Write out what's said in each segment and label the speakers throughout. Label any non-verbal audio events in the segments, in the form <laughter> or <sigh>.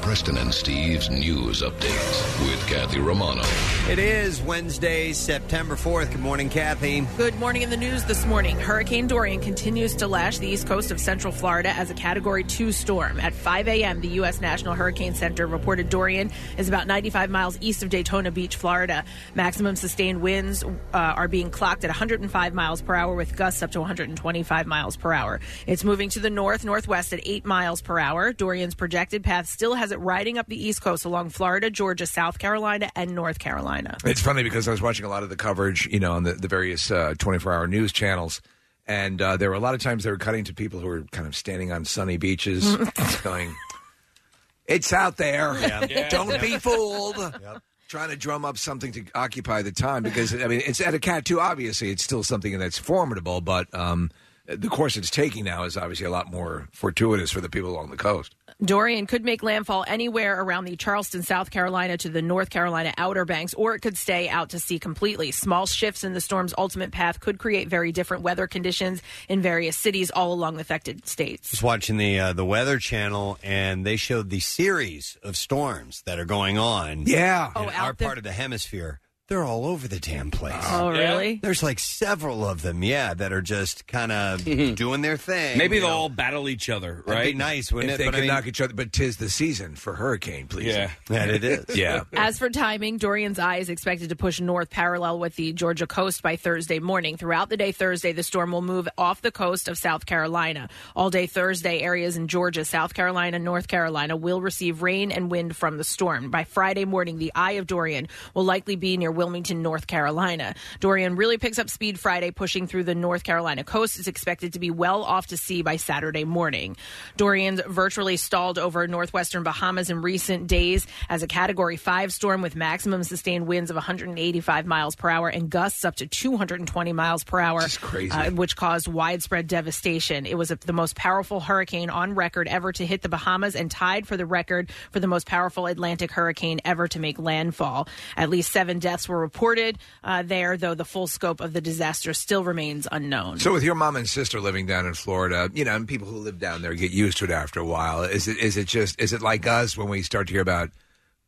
Speaker 1: Preston and Steve's news update with Kathy Romano.
Speaker 2: It is Wednesday, September 4th. Good morning, Kathy.
Speaker 3: Good morning in the news this morning. Hurricane Dorian continues to lash the east coast of central Florida as a Category 2 storm. At 5 a.m., the U.S. National Hurricane Center reported Dorian is about 95 miles east of Daytona Beach, Florida. Maximum sustained winds uh, are being clocked at 105 miles per hour with gusts up to 125 miles per hour. It's moving to the north northwest at 8 miles per hour. Dorian's projected path still has it riding up the east coast along Florida, Georgia, South Carolina, and North Carolina.
Speaker 4: It's funny because I was watching a lot of the coverage, you know, on the, the various uh, 24-hour news channels, and uh, there were a lot of times they were cutting to people who were kind of standing on sunny
Speaker 5: <laughs>
Speaker 4: beaches, going, "It's out there. <laughs>
Speaker 5: Yeah. Yeah.
Speaker 4: Don't be
Speaker 5: Yep.
Speaker 4: fooled." Trying to drum up something to occupy the time because I mean, it's at a cat two. Obviously, it's still something that's formidable, but um, the course it's taking now is obviously a lot more fortuitous for the people along the coast.
Speaker 3: Dorian could make landfall anywhere around the Charleston, South Carolina to the North Carolina Outer Banks, or it could stay out to sea completely. Small shifts in the storm's ultimate path could create very different weather conditions in various cities all along affected states.
Speaker 2: Just watching the uh, the Weather Channel, and they showed the series of storms that are going on.
Speaker 4: Yeah,
Speaker 2: in
Speaker 3: Oh, out
Speaker 2: our
Speaker 3: the-
Speaker 2: part of the hemisphere, they're all over the damn place.
Speaker 3: Oh, really?
Speaker 2: There's like several of them, yeah, that are just
Speaker 4: <laughs>
Speaker 2: kind of doing their thing.
Speaker 4: Maybe
Speaker 2: you
Speaker 4: they'll
Speaker 2: know.
Speaker 4: all
Speaker 6: battle each other,
Speaker 2: That'd be nice, wouldn't
Speaker 4: if
Speaker 2: it?
Speaker 4: They
Speaker 2: But I
Speaker 4: could
Speaker 2: mean-
Speaker 4: knock each other, but tis the season for hurricane, please.
Speaker 6: Yeah.
Speaker 2: That it is.
Speaker 4: yeah.
Speaker 3: As for timing, Dorian's eye is expected to push north parallel with the Georgia coast by Thursday morning. Throughout the day Thursday, the storm will move off the coast of South Carolina. All day Thursday, areas in Georgia, South Carolina, North Carolina will receive rain and wind from the storm. By Friday morning, the eye of Dorian will likely be near Wilmington, North Carolina. Dorian really picks up speed Friday, pushing through the North Carolina coast. It's expected to be well off to sea by Saturday morning. Dorian's virtually stalled over northwestern Bahamas in recent days as a Category 5 storm with maximum sustained winds of 185 miles per hour and gusts up to 220 miles per hour, uh, which caused widespread devastation. It was a, the most powerful hurricane on record ever to hit the Bahamas and tied for the record for the most powerful Atlantic hurricane ever to make landfall. At least seven deaths were reported uh, there, though the full scope of the disaster still remains unknown.
Speaker 4: So, with your mom and sister living down in Florida, you know, and people who live down there get used to it after a while. Is it is it just is it like us when we start to hear about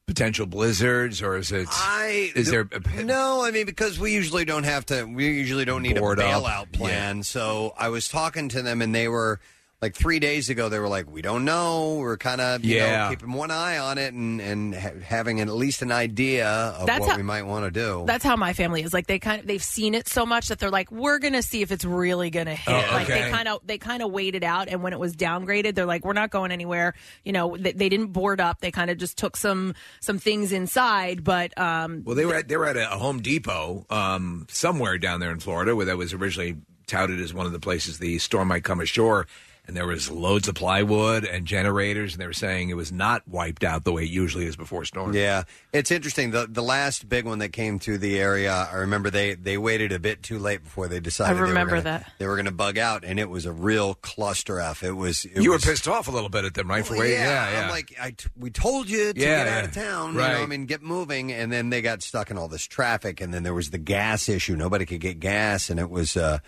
Speaker 4: potential blizzards, or is it
Speaker 2: I
Speaker 4: is there a
Speaker 2: no? I mean, because we usually don't have to. We usually don't need
Speaker 4: Board
Speaker 2: a
Speaker 4: up.
Speaker 2: bailout plan. So I was talking to them, and they were like three days ago. They were like, "We don't know. We're kind of you
Speaker 4: Yeah.
Speaker 2: know keeping one eye on it and and ha- having at least an idea of
Speaker 3: That's
Speaker 2: what
Speaker 3: how-
Speaker 2: we might want to do."
Speaker 3: That's how my family is. Like they kind of they've seen it so much that they're like, we're gonna see if it's really gonna hit.
Speaker 2: Oh,
Speaker 3: Like they
Speaker 2: okay.
Speaker 3: kind of they kind of waited out, and when it was downgraded, they're like, we're not going anywhere. You know, they, they didn't board up. They kind of just took some some things inside, but um,
Speaker 4: Well, they were at, they were at a Home Depot um, somewhere down there in Florida, where that was originally touted as one of the places the storm might come ashore. And there was loads of plywood and generators, and they were saying it was not wiped out the way it usually is before storms.
Speaker 2: Yeah, it's interesting. the The last big one that came through the area, I remember they they waited a bit too late before they decided.
Speaker 3: remember
Speaker 2: they were gonna,
Speaker 3: that.
Speaker 2: they were going to bug out, and it was a real cluster f. It was. It
Speaker 4: you
Speaker 2: was,
Speaker 4: were pissed off a little bit at them, right? For
Speaker 2: Well,
Speaker 4: waiting-
Speaker 2: yeah,
Speaker 4: yeah,
Speaker 2: I'm like, I t- we told you to
Speaker 4: Yeah,
Speaker 2: get out
Speaker 4: yeah.
Speaker 2: of town. You
Speaker 4: Right.
Speaker 2: know, I mean, get moving. And then they got stuck in all this traffic, and then there was the gas issue. Nobody could get gas, and it was. Uh,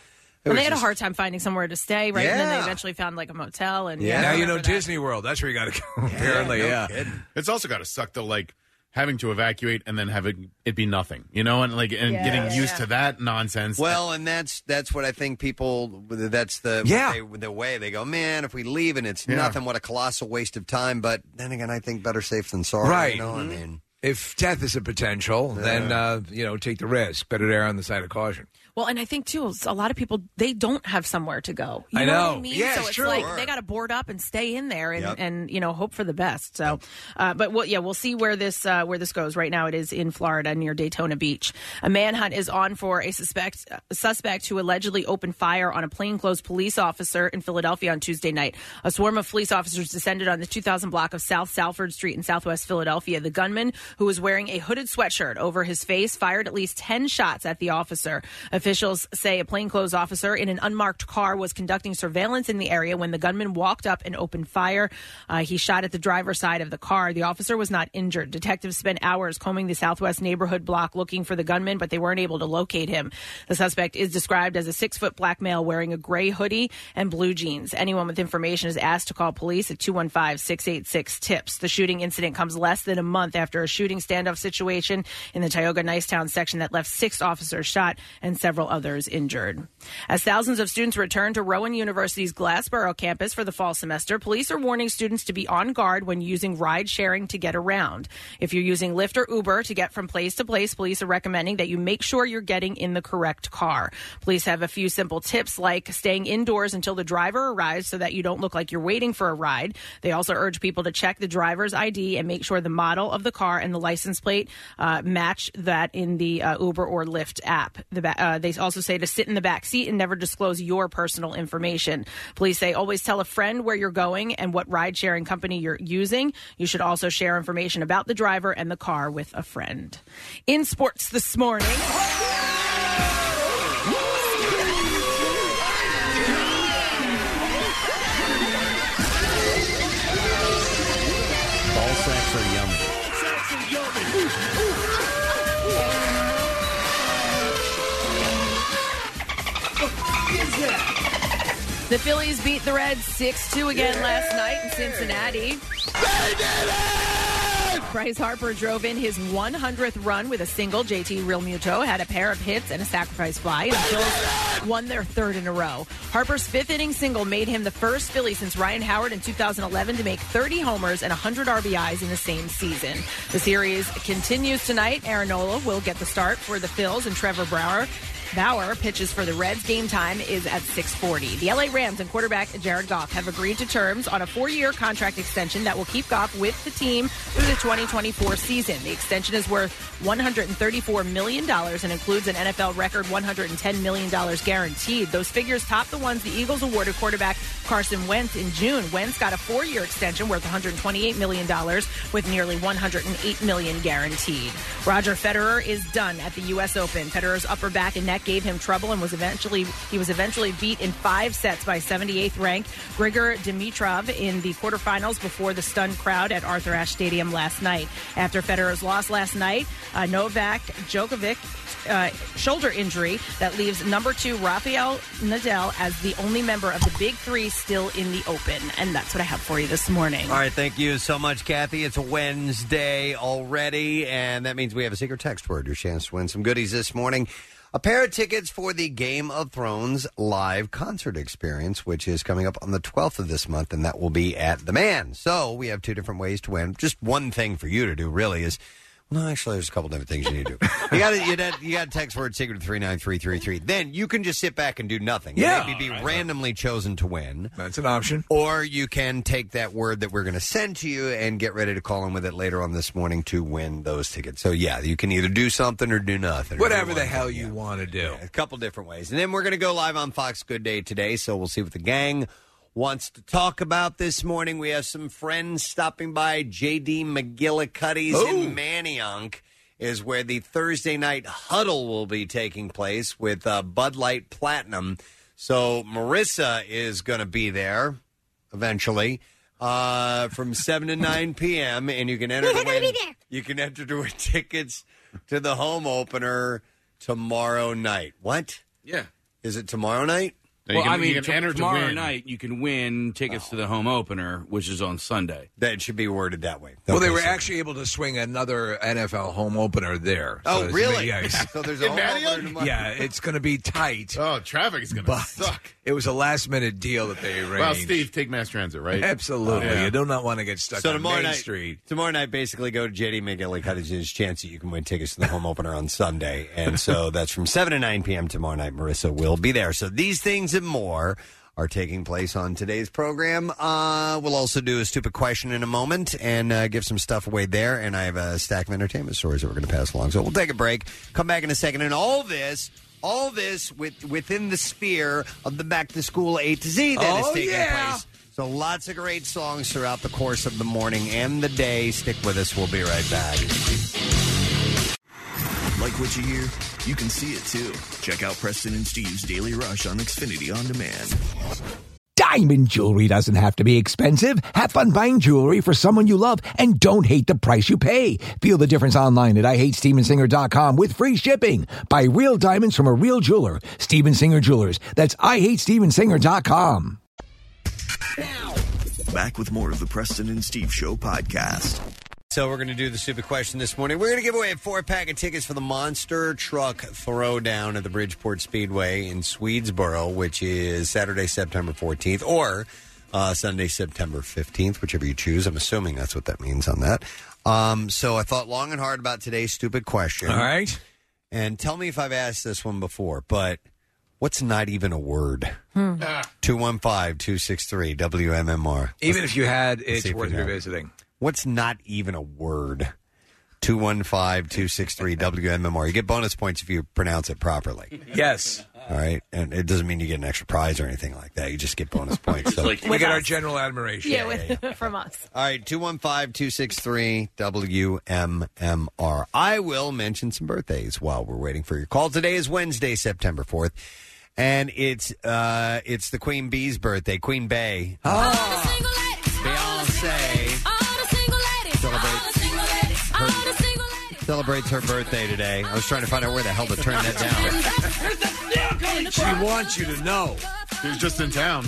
Speaker 2: it
Speaker 3: and
Speaker 2: was
Speaker 3: they had a
Speaker 2: just-
Speaker 3: hard time finding somewhere to stay, right? And then they
Speaker 2: Yeah.
Speaker 3: eventually found like a motel, and
Speaker 6: Yeah.
Speaker 4: Now you know Disney World. That's where you got to go. <laughs> Apparently, yeah.
Speaker 6: It's also got to suck though, like having to evacuate and then having it be nothing, you know, and like and
Speaker 2: Yeah.
Speaker 6: getting
Speaker 2: Yeah,
Speaker 6: used
Speaker 2: yeah.
Speaker 6: to that nonsense.
Speaker 2: Well, and that's that's what I think people. That's the
Speaker 6: Yeah.
Speaker 2: they- the way they go. Man, if we leave and it's
Speaker 4: Yeah.
Speaker 2: nothing, what a colossal waste of time. But then again, I think better safe than sorry.
Speaker 4: Right.
Speaker 2: You know, I
Speaker 5: Mm-hmm.
Speaker 2: mean,
Speaker 4: if death is a potential, then uh, you know take the risk. Better err on the side of caution.
Speaker 3: Well, and I think too, a lot of people they don't have somewhere to go. You
Speaker 4: I
Speaker 3: what I
Speaker 4: know.
Speaker 3: mean?
Speaker 4: Yeah,
Speaker 3: so
Speaker 4: it's
Speaker 3: it's
Speaker 4: true.
Speaker 3: like they got to board up and stay in there and,
Speaker 4: Yep.
Speaker 3: and you know hope for the best. So, uh, but we'll, yeah, we'll see where this uh, where this goes. Right now, it is in Florida near Daytona Beach. A manhunt is on for a suspect a suspect who allegedly opened fire on a plainclothes police officer in Philadelphia on Tuesday night. A swarm of police officers descended on the 2000 block of South Salford Street in Southwest Philadelphia. The gunman, who was wearing a hooded sweatshirt over his face, fired at least 10 shots at the officer. Officials say a plainclothes officer in an unmarked car was conducting surveillance in the area when the gunman walked up and opened fire. Uh, he shot at the driver's side of the car. The officer was not injured. Detectives spent hours combing the Southwest neighborhood block looking for the gunman, but they weren't able to locate him. The suspect is described as a six foot black male wearing a gray hoodie and blue jeans. Anyone with information is asked to call police at 215 686 TIPS. The shooting incident comes less than a month after a shooting standoff situation in the Tioga Nicetown section that left six officers shot and several others injured. As thousands of students return to Rowan University's Glassboro campus for the fall semester, police are warning students to be on guard when using ride sharing to get around. If you're using Lyft or Uber to get from place to place, police are recommending that you make sure you're getting in the correct car. Police have a few simple tips like staying indoors until the driver arrives so that you don't look like you're waiting for a ride. They also urge people to check the driver's ID and make sure the model of the car and the license plate uh, match that in the uh, Uber or Lyft app. The ba- uh, they also say to sit in the back seat and never disclose your personal information. Police say always tell a friend where you're going and what ride sharing company you're using. You should also share information about the driver and the car with a friend. In sports this morning.
Speaker 2: Ball sacks are yummy.
Speaker 3: The Phillies beat the Reds 6 2 again last night in Cincinnati. Bryce Harper drove in his 100th run with a single. JT Realmuto had a pair of hits and a sacrifice fly, and the Phillies won their third in a row. Harper's fifth inning single made him the first Philly since Ryan Howard in 2011 to make 30 homers and 100 RBIs in the same season. The series continues tonight. Aaron Nola will get the start for the Phils, and Trevor Brower Bauer pitches for the Reds. Game time is at 6:40. The LA Rams and quarterback Jared Goff have agreed to terms on a four-year contract extension that will keep Goff with the team through the 2024 season. The extension is worth 134 million dollars and includes an NFL record 110 million dollars guaranteed. Those figures top the ones the Eagles awarded quarterback Carson Wentz in June. Wentz got a four-year extension worth 128 million dollars with nearly 108 million guaranteed. Roger Federer is done at the U.S. Open. Federer's upper back and neck gave him trouble and was eventually he was eventually beat in five sets by 78th ranked Grigor Dimitrov in the quarterfinals before the stunned crowd at Arthur Ashe Stadium last night. After Federer's loss last night, uh, Novak Djokovic uh, shoulder injury that leaves number two Rafael Nadal as the only member of the big three still in the Open. And that's what I have for you this morning.
Speaker 2: All right, thank you so much, Kathy. It's Wednesday already, and that means we have a secret text word. Your chance to win some goodies this morning. A pair of tickets for the Game of Thrones live concert experience, which is coming up on the 12th of this month, and that will be at The Man. So we have two different ways to win. Just one thing for you to do, really, is. No, actually, there's a couple different things you need to
Speaker 5: <laughs>
Speaker 2: do. You got to you got you got text word secret to three nine three three three. Then you can just sit back and do nothing.
Speaker 5: Yeah.
Speaker 2: maybe be randomly chosen to win.
Speaker 5: That's an option.
Speaker 2: Or you can take that word that we're going to send to you and get ready to call in with it later on this morning to win those tickets. So yeah, you can either do something or do nothing. or do
Speaker 5: Whatever the
Speaker 2: one
Speaker 5: hell
Speaker 2: thing,
Speaker 5: you
Speaker 2: yeah.
Speaker 5: want to do.
Speaker 2: A couple different ways, and then we're going to go live on Fox Good Day today. So we'll see what the gang wants to talk about this morning. We have some friends stopping by. J.D. McGillicuddy's in Manioc is where the Thursday night huddle will be taking place with uh, Bud Light Platinum. So Marissa is going to be there eventually uh, from 7 to 9 p.m. And you can enter to win. You can enter to win <laughs> tickets to the home opener tomorrow night. What?
Speaker 7: Yeah.
Speaker 2: Is it tomorrow night?
Speaker 7: Well, I mean, to- tomorrow night you can win tickets to the home opener, which is on Sunday.
Speaker 2: That should be worded
Speaker 7: <laughs>
Speaker 2: that way.
Speaker 5: Well, they were actually able to swing another NFL home opener there.
Speaker 2: Oh,
Speaker 5: it's-
Speaker 2: really? <laughs>
Speaker 5: Yeah, it's-
Speaker 2: So there's a home opener tomorrow.
Speaker 5: yeah, it's going to be
Speaker 6: <laughs>
Speaker 5: tight.
Speaker 6: Oh, traffic is going to suck.
Speaker 5: It was a last minute deal that they arranged.
Speaker 6: Well, Steve, take mass transit, right?
Speaker 5: Absolutely.
Speaker 6: Yeah.
Speaker 5: You do not want to get stuck
Speaker 2: So
Speaker 5: on
Speaker 2: tomorrow
Speaker 5: Main
Speaker 2: night,
Speaker 5: Street.
Speaker 2: tomorrow night, basically go to JD McGillicuddy's chance that you can win tickets to the home opener on Sunday,
Speaker 5: <laughs>
Speaker 2: and so that's from seven to nine p.m. tomorrow night. Marissa will be there. So these things and more are taking place on today's program. Uh, we'll also do a stupid question in a moment and uh, give some stuff away there. And I have a stack of entertainment stories that we're going to pass along. So we'll take a break, come back in a second, and all this. All this with, within the sphere of the back to school A to Z that is
Speaker 5: Oh,
Speaker 2: taking
Speaker 5: yeah.
Speaker 2: place. So lots of great songs throughout the course of the morning and the day. Stick with us. We'll be right back.
Speaker 8: Like what you hear? You can see it too. Check out Preston and Steve's Daily Rush on Xfinity On Demand.
Speaker 9: Diamond jewelry doesn't have to be expensive. Have fun buying jewelry for someone you love and don't hate the price you pay. Feel the difference online at IHateStevensinger.com with free shipping. Buy real diamonds from a real jeweler. Steven Singer Jewelers. That's IHateStevensinger.com.
Speaker 8: Back with more of the Preston and Steve Show podcast.
Speaker 2: So we're going to do the stupid question this morning. We're going to give away a four pack of tickets for the Monster Truck Throwdown at the Bridgeport Speedway in Swedesboro, which is Saturday, September 14th, or uh, Sunday, September 15th, whichever you choose. I'm assuming that's what that means on that. Um, so I thought long and hard about today's stupid question. All
Speaker 4: right.
Speaker 2: And tell me if I've asked this one before, but what's not even a word? 215 263 WMMR.
Speaker 4: Ah. Even if you had,
Speaker 2: Let's see
Speaker 4: it's
Speaker 2: if we
Speaker 4: worth
Speaker 2: know.
Speaker 4: revisiting.
Speaker 2: What's not even a word? 215 263 WMMR. You get bonus points if you pronounce it properly.
Speaker 4: Yes.
Speaker 2: All right. And it doesn't mean you get an extra prize or anything like that. You just get bonus points. So.
Speaker 4: we get our general admiration.
Speaker 3: Yeah, with, <laughs> from us.
Speaker 2: All right. 215 263 WMMR. I will mention some birthdays while we're waiting for your call. Today is Wednesday, September 4th. And it's uh, it's the Queen Bee's birthday, Queen Bay.
Speaker 5: Oh.
Speaker 2: Beyonce celebrates, celebrates her birthday today. I was trying to find out where the hell to turn that down.
Speaker 6: She wants you to know. She was just in town.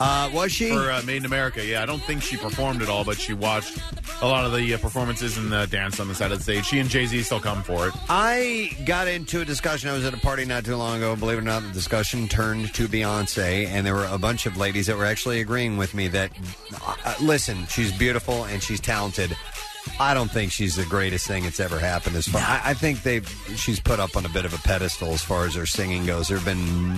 Speaker 2: Uh, was she?
Speaker 6: For uh, Made in America, yeah. I don't think she performed at all, but she watched a lot of the uh, performances and the dance on the side of the stage. She and Jay Z still come for it.
Speaker 2: I got into a discussion. I was at a party not too long ago. Believe it or not, the discussion turned to Beyonce, and there were a bunch of ladies that were actually agreeing with me that, uh, listen, she's beautiful and she's talented. I don't think she's the greatest thing that's ever happened. As far I, I think they, she's put up on a bit of a pedestal as far as her singing goes. There have been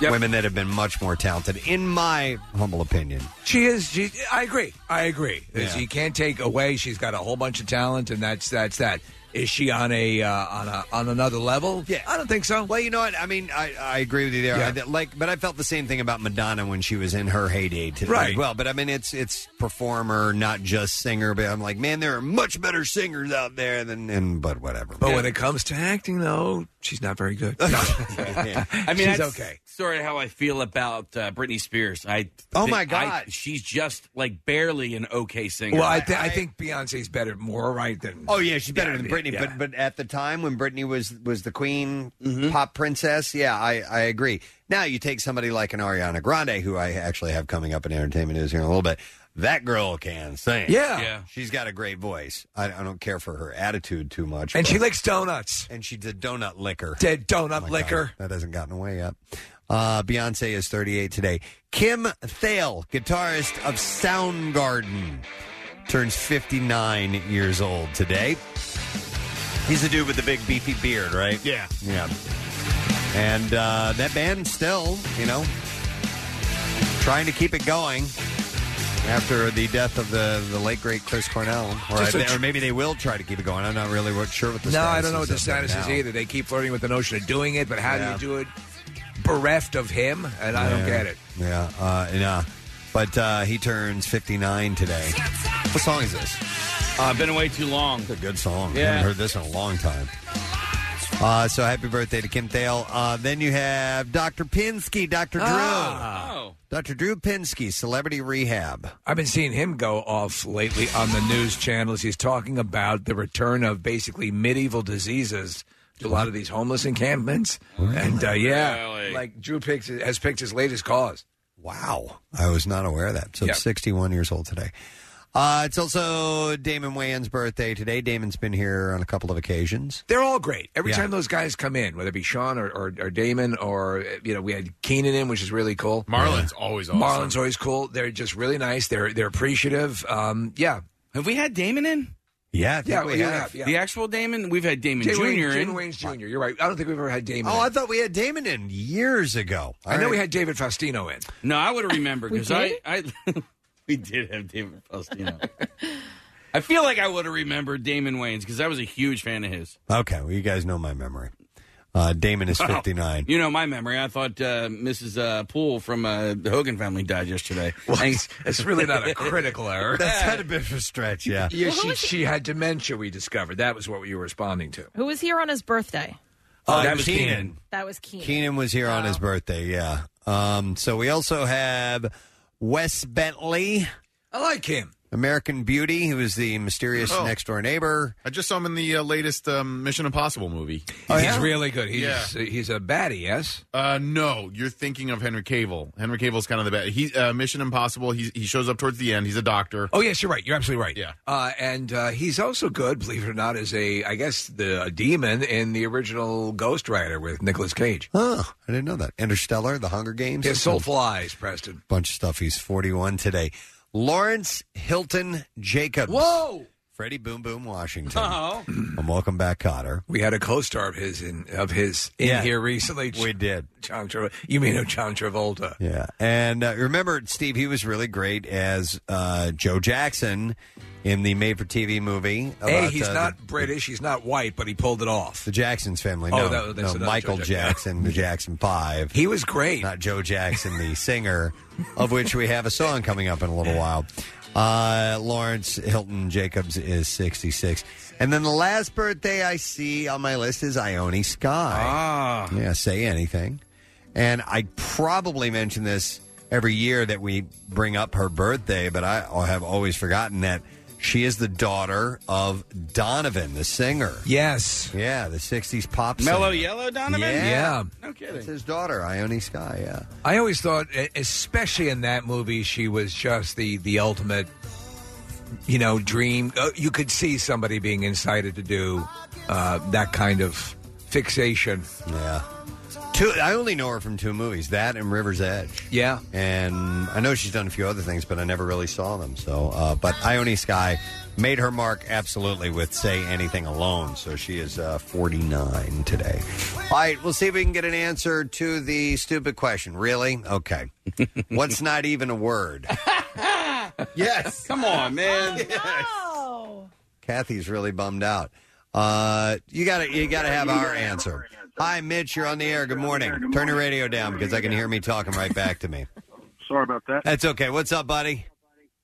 Speaker 2: women that have been much more talented, in my humble opinion.
Speaker 4: She is. She, I agree. I agree.
Speaker 2: Yeah.
Speaker 4: You can't take away. She's got a whole bunch of talent, and that's that's that. Is she on a uh, on a on another level? Yeah, I don't think so.
Speaker 2: Well, you know what? I mean, I, I agree with you there. I- like, but I felt the same thing about Madonna when she was in her heyday today
Speaker 4: Right.
Speaker 2: as well. But I mean, it's it's performer, not just singer. But I'm like, man, there are much better singers out there than. And but whatever.
Speaker 4: But when it comes to acting, though, she's not very good.
Speaker 7: I mean,
Speaker 4: She's
Speaker 7: that's
Speaker 4: okay.
Speaker 7: Sort of how I feel about uh, Britney Spears. I
Speaker 4: Oh,
Speaker 7: thi-
Speaker 4: my
Speaker 7: I-
Speaker 4: God.
Speaker 7: she's just like barely an okay singer.
Speaker 4: Well, I, th- I, think Beyonce's better, more right than.
Speaker 2: Oh yeah, she's better than Britney.
Speaker 4: yeah. Mm-hmm.
Speaker 2: But but at the time when Britney was was the queen pop princess, yeah, I I agree. Now you take somebody like an Ariana Grande, who I actually have coming up in entertainment news here in a little bit. That girl can sing.
Speaker 4: Yeah. Yeah.
Speaker 2: she's got a great voice. I, I don't care for her attitude too much.
Speaker 4: and
Speaker 2: but-
Speaker 4: she likes donuts.
Speaker 2: And she's a donut licker.
Speaker 4: Dead donut
Speaker 2: Oh my
Speaker 4: licker.
Speaker 2: God, that hasn't gotten away yet. Uh, Beyonce is 38 today. Kim Thale, guitarist of Soundgarden, turns 59 years old today. He's the dude with the big beefy beard, right?
Speaker 6: Yeah.
Speaker 2: Yeah. And uh, that band still, you know, trying to keep it going after the death of the, the late, great Chris Cornell. Or,
Speaker 4: Just a tr-
Speaker 2: or maybe they will try to keep it going. I'm not really sure what the
Speaker 4: No,
Speaker 2: status
Speaker 4: I don't know what
Speaker 2: is
Speaker 4: the
Speaker 2: of them
Speaker 4: status is
Speaker 2: now.
Speaker 4: either. They keep flirting with the notion of doing it, but how
Speaker 2: Yeah.
Speaker 4: do you do it? Bereft of him, and I don't
Speaker 2: Yeah.
Speaker 4: get it.
Speaker 2: Yeah, uh, and, uh, but uh, he turns 59 today. What song is this?
Speaker 7: Uh, I've been away too long. It's
Speaker 2: a good song.
Speaker 7: Yeah.
Speaker 2: haven't heard this in a long time. Uh, so happy birthday to Kim Thale. Uh, then you have Dr. Pinsky, Dr. Drew.
Speaker 7: Ah.
Speaker 2: Dr. Drew Pinsky, Celebrity Rehab.
Speaker 4: I've been seeing him go off lately on the news channels. He's talking about the return of basically medieval diseases to a lot of these homeless encampments. And uh, yeah, like Drew picks, has picked his latest cause.
Speaker 2: Wow. I was not aware of that. So
Speaker 4: Yeah.
Speaker 2: 61 years old today. Uh, it's also Damon Wayans' birthday today. Damon's been here on a couple of occasions.
Speaker 4: They're all great. Every
Speaker 2: Yeah.
Speaker 4: time those guys come in, whether it be Sean or, or, or Damon or, uh, you know, we had Keenan in, which is really cool.
Speaker 6: Marlon's always awesome.
Speaker 4: Marlon's always cool. They're just really nice. They're they're appreciative. Um, yeah.
Speaker 7: Have we had Damon in?
Speaker 2: Yeah,
Speaker 4: yeah, we have. yeah.
Speaker 7: The actual Damon. We've had Damon
Speaker 4: Damon
Speaker 7: Jr.
Speaker 4: Wayans-
Speaker 7: in.
Speaker 4: Damon Wayans Jr. You're right. I don't think we've ever had Damon.
Speaker 2: Oh,
Speaker 4: in.
Speaker 2: I thought we had Damon in years ago.
Speaker 4: I know we had David Faustino in.
Speaker 7: No, I would remember
Speaker 4: We
Speaker 7: because I, I <laughs> we did have David Faustino. I feel like I would have remembered Damon Wayans because I was a huge fan of his.
Speaker 2: Okay, well, you guys know my memory. Uh,
Speaker 7: <laughs>
Speaker 2: Damon is 59.
Speaker 7: Oh, You know my memory. I thought uh, Mrs. Uh, Poole from uh, the Hogan family died yesterday. Thanks.
Speaker 4: It's really
Speaker 7: <laughs>
Speaker 4: not a critical
Speaker 2: <laughs>
Speaker 4: error.
Speaker 7: That's
Speaker 2: had a bit of a stretch, yeah.
Speaker 4: Yeah,
Speaker 3: Well, who
Speaker 4: she,
Speaker 3: was it-
Speaker 4: she had dementia, we discovered. That was what you were responding to.
Speaker 3: Who was here on his birthday?
Speaker 2: Uh,
Speaker 4: that was
Speaker 2: Keenan.
Speaker 4: Keenan.
Speaker 3: That was Keenan.
Speaker 2: Keenan was here on his birthday, yeah. Um, so we also have Wes Bentley,
Speaker 4: I like him.
Speaker 2: American Beauty, who is the mysterious
Speaker 6: Oh.
Speaker 2: next door neighbor.
Speaker 6: I just saw him in the uh, latest um, Mission Impossible movie.
Speaker 4: he's really good. He's uh, he's a baddie, yes.
Speaker 6: Uh, no, you're thinking of Henry Cavill. Henry Cavill's kind of the best. He uh, Mission Impossible. He he shows up towards the end. He's a doctor.
Speaker 4: Oh yes, you're right. You're absolutely right.
Speaker 6: Yeah.
Speaker 4: uh, and uh, he's also good, believe it or not, as a I guess the a demon in the original Ghost Rider with Nicolas Cage.
Speaker 2: Huh, I didn't know that. Interstellar, The Hunger Games.
Speaker 4: His soul
Speaker 2: a
Speaker 4: flies, Preston.
Speaker 2: bunch of stuff. He's 41 today. Lawrence Hilton Jacobs.
Speaker 4: Whoa!
Speaker 2: Freddie Boom Boom Washington. And welcome back, Cotter.
Speaker 4: We had a co-star of his in of his in
Speaker 2: Yeah.
Speaker 4: here recently.
Speaker 2: We did.
Speaker 4: John Travolta. You mean of John Travolta?
Speaker 2: Yeah. And uh, remember, Steve, he was really great as uh, Joe Jackson in the made for TV movie. About,
Speaker 4: Hey, he's
Speaker 2: uh,
Speaker 4: not
Speaker 2: the,
Speaker 4: British. He's not white, but he pulled it off.
Speaker 2: the Jackson's family.
Speaker 4: Oh,
Speaker 2: No,
Speaker 4: that- that's
Speaker 2: no,
Speaker 4: another
Speaker 2: Michael
Speaker 4: Joe Jackson.
Speaker 2: Jackson, the Jackson Five.
Speaker 4: He was great.
Speaker 2: not Joe Jackson, the singer, of which we have a song coming up in a little while. Uh, Lawrence Hilton Jacobs is 66. And then the last birthday I see on my list is Ione Sky.
Speaker 7: Ah,
Speaker 2: Yeah, say anything. And I probably mention this every year that we bring up her birthday, but I have always forgotten that she is the daughter of Donovan, the singer.
Speaker 4: yes.
Speaker 2: Yeah, the 60s pop singer.
Speaker 7: Mellow Yellow Donovan.
Speaker 2: Yeah.
Speaker 4: Yeah.
Speaker 7: No
Speaker 2: It's
Speaker 7: kidding.
Speaker 2: his daughter, Ione Sky, yeah.
Speaker 4: I always thought, e- especially in that movie, she was just the the ultimate, you know, dream. Uh, you could see somebody being incited to do uh, that kind of fixation.
Speaker 2: Yeah. Two, I only know her from two movies, that and River's Edge.
Speaker 4: Yeah.
Speaker 2: And I know she's done a few other things, but I never really saw them. So, uh, but Ione Sky made her mark absolutely with "Say Anything Alone." So she is uh, 49 today. All right, we'll see if we can get an answer to the stupid question. Really? <laughs> Okay. What's not even a word?
Speaker 6: Yes.
Speaker 7: Come on, man.
Speaker 2: <laughs>
Speaker 3: Oh.
Speaker 2: Kathy's really bummed out. Uh, you got to you got to have our answer. Hi, Mitch. You're on the air. Good morning. Turn your radio down because I can hear me talking right back to me.
Speaker 5: Sorry about that.
Speaker 2: That's okay. What's up, buddy?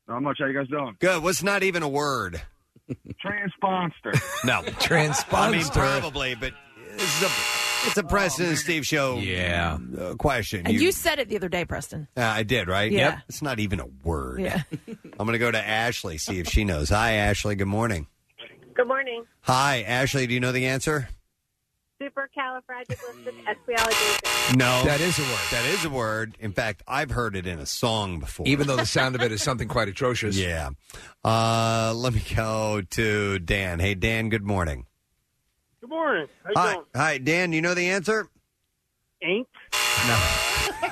Speaker 5: Not much. How you guys doing?
Speaker 2: Good. What's not even a word?
Speaker 5: Transponster.
Speaker 2: No.
Speaker 4: Transponster.
Speaker 2: I mean, probably, but this is a, it's a President Steve Show
Speaker 4: Yeah.
Speaker 2: uh, question.
Speaker 3: And you said it the other day, Preston.
Speaker 2: uh, I did, right?
Speaker 3: Yeah.
Speaker 2: It's not even a word. <laughs>
Speaker 3: Yeah.
Speaker 2: I'm going to go to Ashley, see if she knows. Hi, Ashley. Good morning.
Speaker 10: Good morning.
Speaker 2: Hi, Ashley. Do you know the answer?
Speaker 10: Supercalifragilisticexpialidocious.
Speaker 2: No.
Speaker 4: That is a word.
Speaker 2: that is a word. In fact, I've heard it in a song before.
Speaker 4: Even though the sound
Speaker 2: <laughs>
Speaker 4: of it is something quite atrocious.
Speaker 2: Yeah. Uh, let me go to Dan. Hey, Dan, good morning.
Speaker 5: Good morning. How you
Speaker 2: Hi.
Speaker 5: doing?
Speaker 2: Hi, Dan. You know the answer?
Speaker 5: Ain't. <laughs>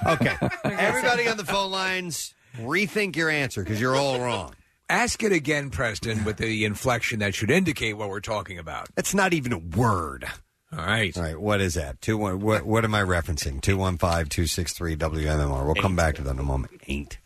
Speaker 2: Okay. Everybody on the phone lines, rethink your answer because you're all wrong.
Speaker 4: Ask it again, Preston, with the inflection that should indicate what we're talking about.
Speaker 2: That's not even a word.
Speaker 4: All right.
Speaker 2: All right, what is that? Two one. What, what am I referencing? Two one five two six three WMMR. We'll come back to that in a moment. Ain't.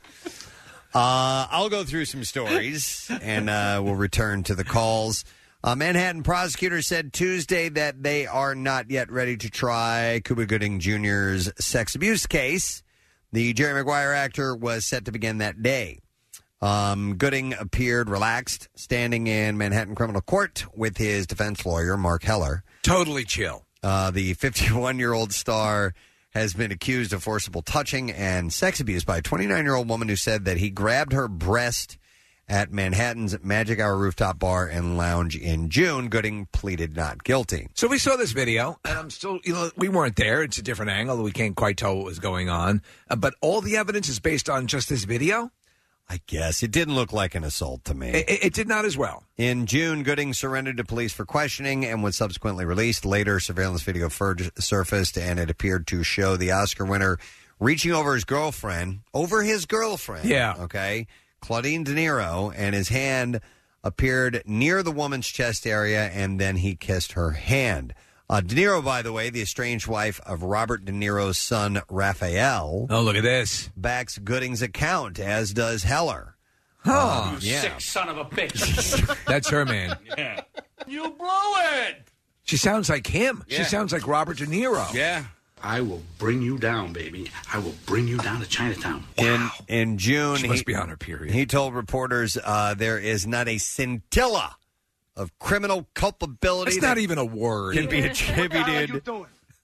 Speaker 2: Uh, I'll go through some stories and uh, we'll return to the calls. Uh, Manhattan prosecutor said Tuesday that they are not yet ready to try Cuba Gooding Jr.'s sex abuse case. The Jerry Maguire actor was set to begin that day. Um, Gooding appeared relaxed, standing in Manhattan criminal court with his defense lawyer, Mark Heller.
Speaker 4: Totally chill.
Speaker 2: Uh, the 51 year old star has been accused of forcible touching and sex abuse by a 29 year old woman who said that he grabbed her breast at Manhattan's Magic Hour rooftop bar and lounge in June. Gooding pleaded not guilty.
Speaker 4: So we saw this video, and I'm still, you know, we weren't there. It's a different angle. We can't quite tell what was going on. Uh, but all the evidence is based on just this video. Eh,
Speaker 2: I guess it didn't look like an assault to me.
Speaker 4: It, it, it did not as well.
Speaker 2: In June, Gooding surrendered to police for questioning and was subsequently released. Later, surveillance video fur- surfaced and it appeared to show the Oscar winner reaching over his girlfriend, over his girlfriend.
Speaker 4: Yeah.
Speaker 2: Okay. Claudine De Niro, and his hand appeared near the woman's chest area, and then he kissed her hand. Uh, De Niro, by the way, the estranged wife of Robert De Niro's son, Raphael,
Speaker 4: Oh, look at this.
Speaker 2: backs Gooding's account, as does Heller. Uh,
Speaker 4: Huh.
Speaker 2: Yeah.
Speaker 7: Sick son of a bitch. <laughs>
Speaker 4: That's her man.
Speaker 7: yeah. You blew it.
Speaker 4: She sounds like him.
Speaker 7: Yeah.
Speaker 4: She sounds like Robert De Niro.
Speaker 7: Yeah.
Speaker 11: I will bring you down, baby. I will bring you down to Chinatown.
Speaker 2: In in June,
Speaker 11: She must
Speaker 2: he,
Speaker 11: be on her
Speaker 2: period. He told reporters uh, there is not a scintilla of criminal culpability.
Speaker 4: That's not
Speaker 2: that
Speaker 4: even a word.
Speaker 2: Can
Speaker 4: <laughs>
Speaker 2: be
Speaker 4: What the hell are you
Speaker 2: attributed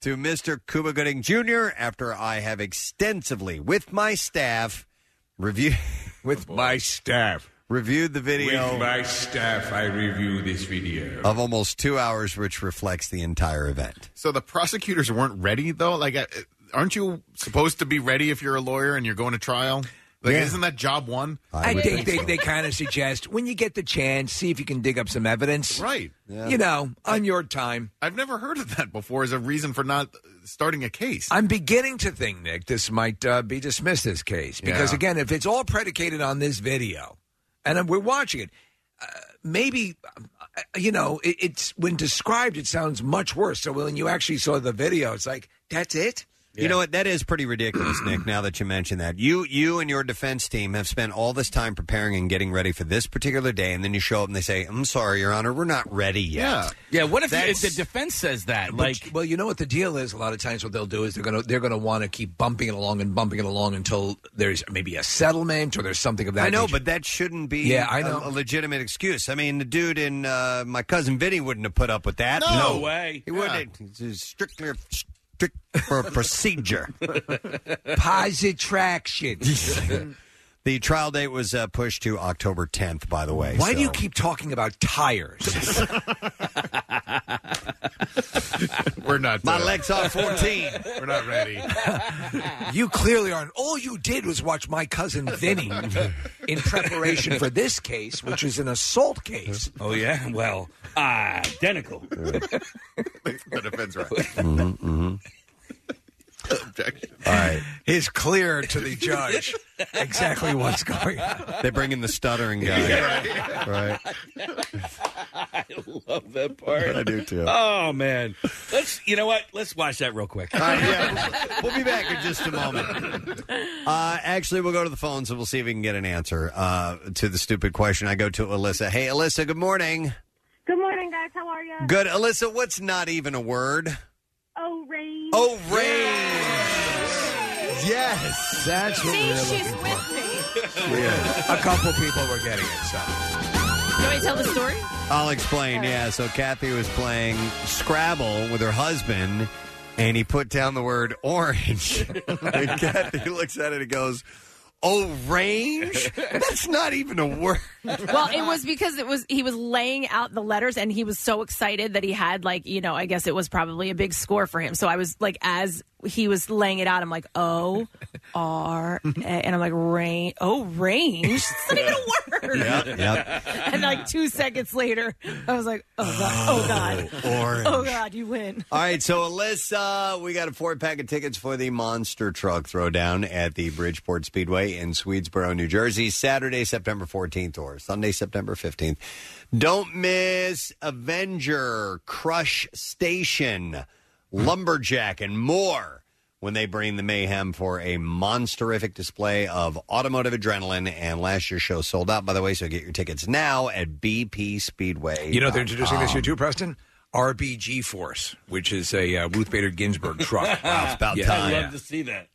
Speaker 2: to Mr. Cuba Gooding Jr. After I have extensively with my staff <laughs> reviewed
Speaker 4: with my staff
Speaker 2: reviewed the video
Speaker 12: With my staff, I review this video.
Speaker 2: of almost two hours, which reflects the entire event.
Speaker 6: So the prosecutors weren't ready, though. Like, uh, aren't you supposed to be ready if you're a lawyer and you're going to trial? Like,
Speaker 4: Yeah.
Speaker 6: isn't that job one?
Speaker 4: I, think they, they kind of suggest when you get the chance, see if you can dig up some evidence.
Speaker 6: Right.
Speaker 4: You know, on your time.
Speaker 6: I've never heard of that before as a reason for not starting a case.
Speaker 4: I'm beginning to think, Nick, this might uh, be dismissed this case because
Speaker 6: Yeah.
Speaker 4: again, if it's all predicated on this video, and uh, we're watching it, uh, maybe um, uh, you know it, it's when described, it sounds much worse. So when you actually saw the video, it's like that's it.
Speaker 2: You know what? That is pretty ridiculous,
Speaker 4: <clears throat>
Speaker 2: Nick. Now that you mention that, you you and your defense team have spent all this time preparing and getting ready for this particular day, and then you show up and they say, "I'm sorry, Your Honor, we're not ready yet."
Speaker 7: Yeah. What if,
Speaker 2: That's-
Speaker 7: if the defense says that?
Speaker 4: But-
Speaker 7: Like,
Speaker 4: well, you know what the deal is. A lot of times, what they'll do is they're gonna they're gonna want to keep bumping it along and bumping it along until there's maybe a settlement or there's something of that.
Speaker 2: I know,
Speaker 4: nature.
Speaker 2: but that shouldn't be
Speaker 4: Yeah, I know.
Speaker 2: A, a legitimate excuse. I mean, the dude in uh, my cousin Vinny wouldn't have put up with that.
Speaker 7: No way.
Speaker 2: He
Speaker 7: Yeah.
Speaker 2: wouldn't. It's just strictly strict
Speaker 4: <laughs>
Speaker 2: for procedure. <laughs>
Speaker 4: Positraction.
Speaker 2: the trial date was uh, pushed to October 10th. By the way,
Speaker 4: Why do you
Speaker 2: so-
Speaker 4: keep talking about tires?
Speaker 6: We're not.
Speaker 4: My legs are 14.
Speaker 6: We're not ready.
Speaker 4: <laughs> you clearly aren't. All you did was watch my cousin Vinny in preparation for this case, which is an assault case.
Speaker 7: oh yeah. Well, identical.
Speaker 6: <laughs> the defense right.
Speaker 4: Mm-hmm,
Speaker 2: All right.
Speaker 4: It's clear to
Speaker 7: <laughs>
Speaker 4: the judge exactly what's going on.
Speaker 2: They bring in the stuttering guy. right.
Speaker 7: I <laughs> love that part.
Speaker 2: I do, too.
Speaker 7: Oh man, let's. You know what? Let's watch that real quick.
Speaker 2: <laughs> We'll be back in just a moment. Uh, actually, we'll go to the phones and we'll see if we can get an answer uh, to the stupid question. I go to Alyssa. Hey, Alyssa. Good morning.
Speaker 13: Good morning, guys. How are you?
Speaker 2: Good, Alyssa. What's not even a word?
Speaker 13: Oh, Ray.
Speaker 2: Oh, range. Yes,
Speaker 4: that's
Speaker 13: what See, we're she's looking
Speaker 3: with
Speaker 2: <laughs>
Speaker 3: me.
Speaker 4: A couple people were getting it. So.
Speaker 3: You want me to tell the story?
Speaker 2: I'll explain. Yeah, so Kathy was playing Scrabble with her husband, and he put down the word orange. <laughs> and Kathy looks at it and goes, "Oh, range? That's not even a word."
Speaker 3: well, it was because it was he was laying out the letters and he was so excited that he had like, you know, I guess it was probably a big score for him. So I was like as he was laying it out, I'm like, O R A and I'm like, rain oh range. It's not even a word.
Speaker 2: <laughs>
Speaker 3: And like two seconds later, I was like, Oh god, oh god.
Speaker 2: Orange.
Speaker 3: Oh god, you win.
Speaker 2: <laughs> All right, so Alyssa, we got a four pack of tickets for the Monster Truck Throwdown at the Bridgeport Speedway in Swedesboro, New Jersey, Saturday, September 14th or Sunday, September 15th. Don't miss Avenger, Crush Station, Lumberjack, and more when they bring the mayhem for a monsterific display of automotive adrenaline. And last year's show sold out, by the way, so get your tickets now at BP Speedway.
Speaker 4: You know what they're introducing this year too, Preston? RBG Force, which is a uh, Ruth Bader Ginsburg <laughs> truck.
Speaker 2: Wow, it's about
Speaker 4: Yeah.
Speaker 2: time.
Speaker 4: Yeah.
Speaker 7: to see that.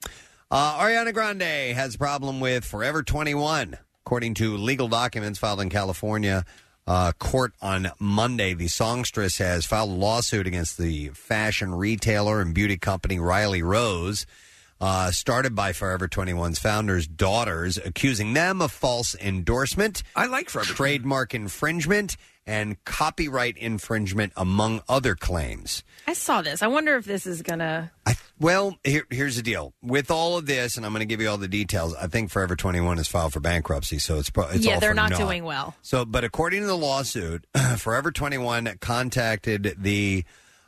Speaker 2: Uh, Ariana Grande has a problem with Forever 21. According to legal documents filed in California uh, court on Monday, the songstress has filed a lawsuit against the fashion retailer and beauty company Riley Rose, uh, started by Forever 21's founders' daughters, accusing them of false endorsement.
Speaker 4: I like Forever
Speaker 2: Trademark infringement and copyright infringement, among other claims.
Speaker 3: I saw this. I wonder if this is gonna
Speaker 2: Well, here, here's the deal. With all of this, and I'm going to give you all the details. I think Forever 21 is filed for bankruptcy, so it's pro- it's
Speaker 3: Yeah,
Speaker 2: all
Speaker 3: they're
Speaker 2: for
Speaker 3: not
Speaker 2: naught.
Speaker 3: doing well.
Speaker 2: So, but according to the lawsuit, <clears throat> Forever 21 contacted the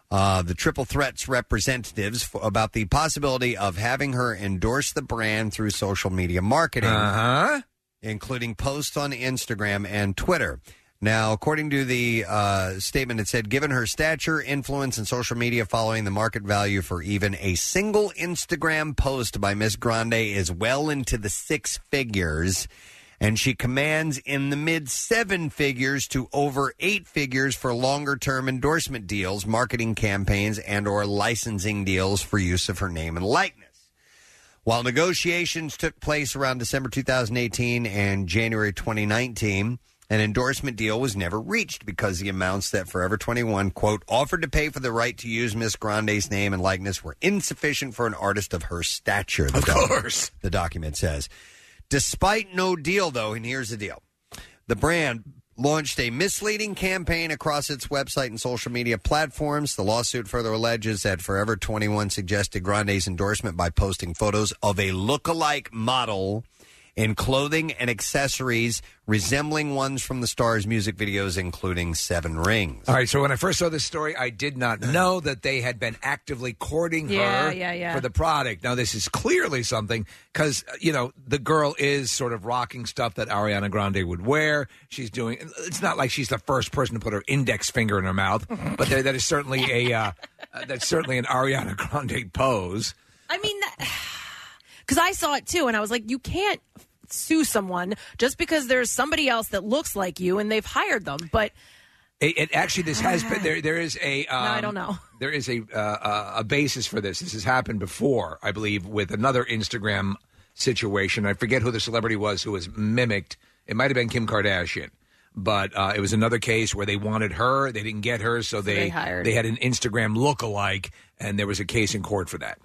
Speaker 2: uh, the Triple Threats representatives for, about the possibility of having her endorse the brand through social media marketing,
Speaker 4: Uh-huh.
Speaker 2: including posts on Instagram and Twitter. Now, according to the uh, statement, it said, given her stature, influence, and social media following, the market value for even a single Instagram post by Miss Grande is well into the six figures and she commands in the mid seven figures to over eight figures for longer term endorsement deals, marketing campaigns, and or licensing deals for use of her name and likeness. While negotiations took place around December 2018 and January 2019, an endorsement deal was never reached because the amounts that Forever 21, quote, offered to pay for the right to use Miss Grande's name and likeness were insufficient for an artist of her stature. The of course. The document says. Despite no deal, though, and here's the deal the brand launched a misleading campaign across its website and social media platforms. The lawsuit further alleges that Forever 21 suggested Grande's endorsement by posting photos of a look-alike model in clothing and accessories resembling ones from the star's music videos, including Seven Rings.
Speaker 4: All right, so when I first saw this story, I did not know that they had been actively courting
Speaker 3: Yeah,
Speaker 4: her
Speaker 3: yeah, yeah.
Speaker 4: for the product. Now, this is clearly something because, you know, the girl is sort of rocking stuff that Ariana Grande would wear. She's doing, it's not like she's the first person to put her index finger in her mouth, but there, that is certainly a, uh, uh, that's certainly an Ariana <laughs> Grande pose.
Speaker 3: I mean, <sighs> because I saw it too, and I was like, you can't sue someone just because there's somebody else that looks like you and they've hired them. But
Speaker 4: It, it actually, this has been there. There is a. Um,
Speaker 3: no, Ah. I don't know.
Speaker 4: There is a uh, uh, a basis for this. This has happened before, I believe, with another Instagram situation. I forget who the celebrity was who was mimicked. It might have been Kim Kardashian, but uh, it was another case where they wanted her, they didn't get her, so they
Speaker 2: they hired-
Speaker 4: they had an Instagram lookalike, and there was a case in court for that.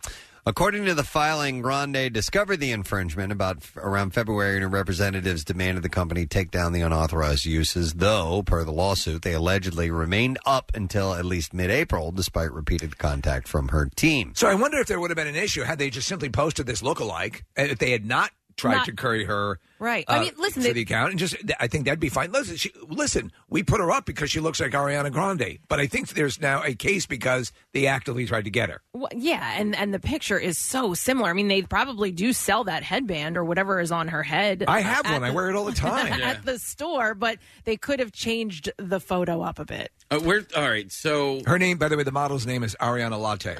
Speaker 2: According to the filing, Grande discovered the infringement about around February, and her representatives demanded the company take down the unauthorized uses. Though, per the lawsuit, they allegedly remained up until at least mid-April, despite repeated contact from her team.
Speaker 4: So I wonder if there would have been an issue had they just simply posted this lookalike, and if they had not tried
Speaker 3: Not-
Speaker 4: to curry her.
Speaker 3: Right. I mean, listen,
Speaker 4: to
Speaker 3: they-
Speaker 4: Uh, the account, and just I think that'd be fine. Listen, she, listen, we put her up because she looks like Ariana Grande, but I think there's now a case because they actively tried to get her.
Speaker 3: Well, yeah, and and the picture is so similar. I mean, they probably do sell that headband or whatever is on her head.
Speaker 4: I have
Speaker 3: at <laughs>
Speaker 4: one. I wear it all the time. Yeah.
Speaker 3: at <laughs> the store, but they could have changed the photo up a bit.
Speaker 4: Uh, we're all right. So her name, by the way, the model's name is Ariana Latte.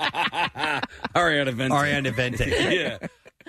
Speaker 4: <laughs>
Speaker 7: Ariana Vente.
Speaker 2: Ariana Vente.
Speaker 7: <laughs> yeah.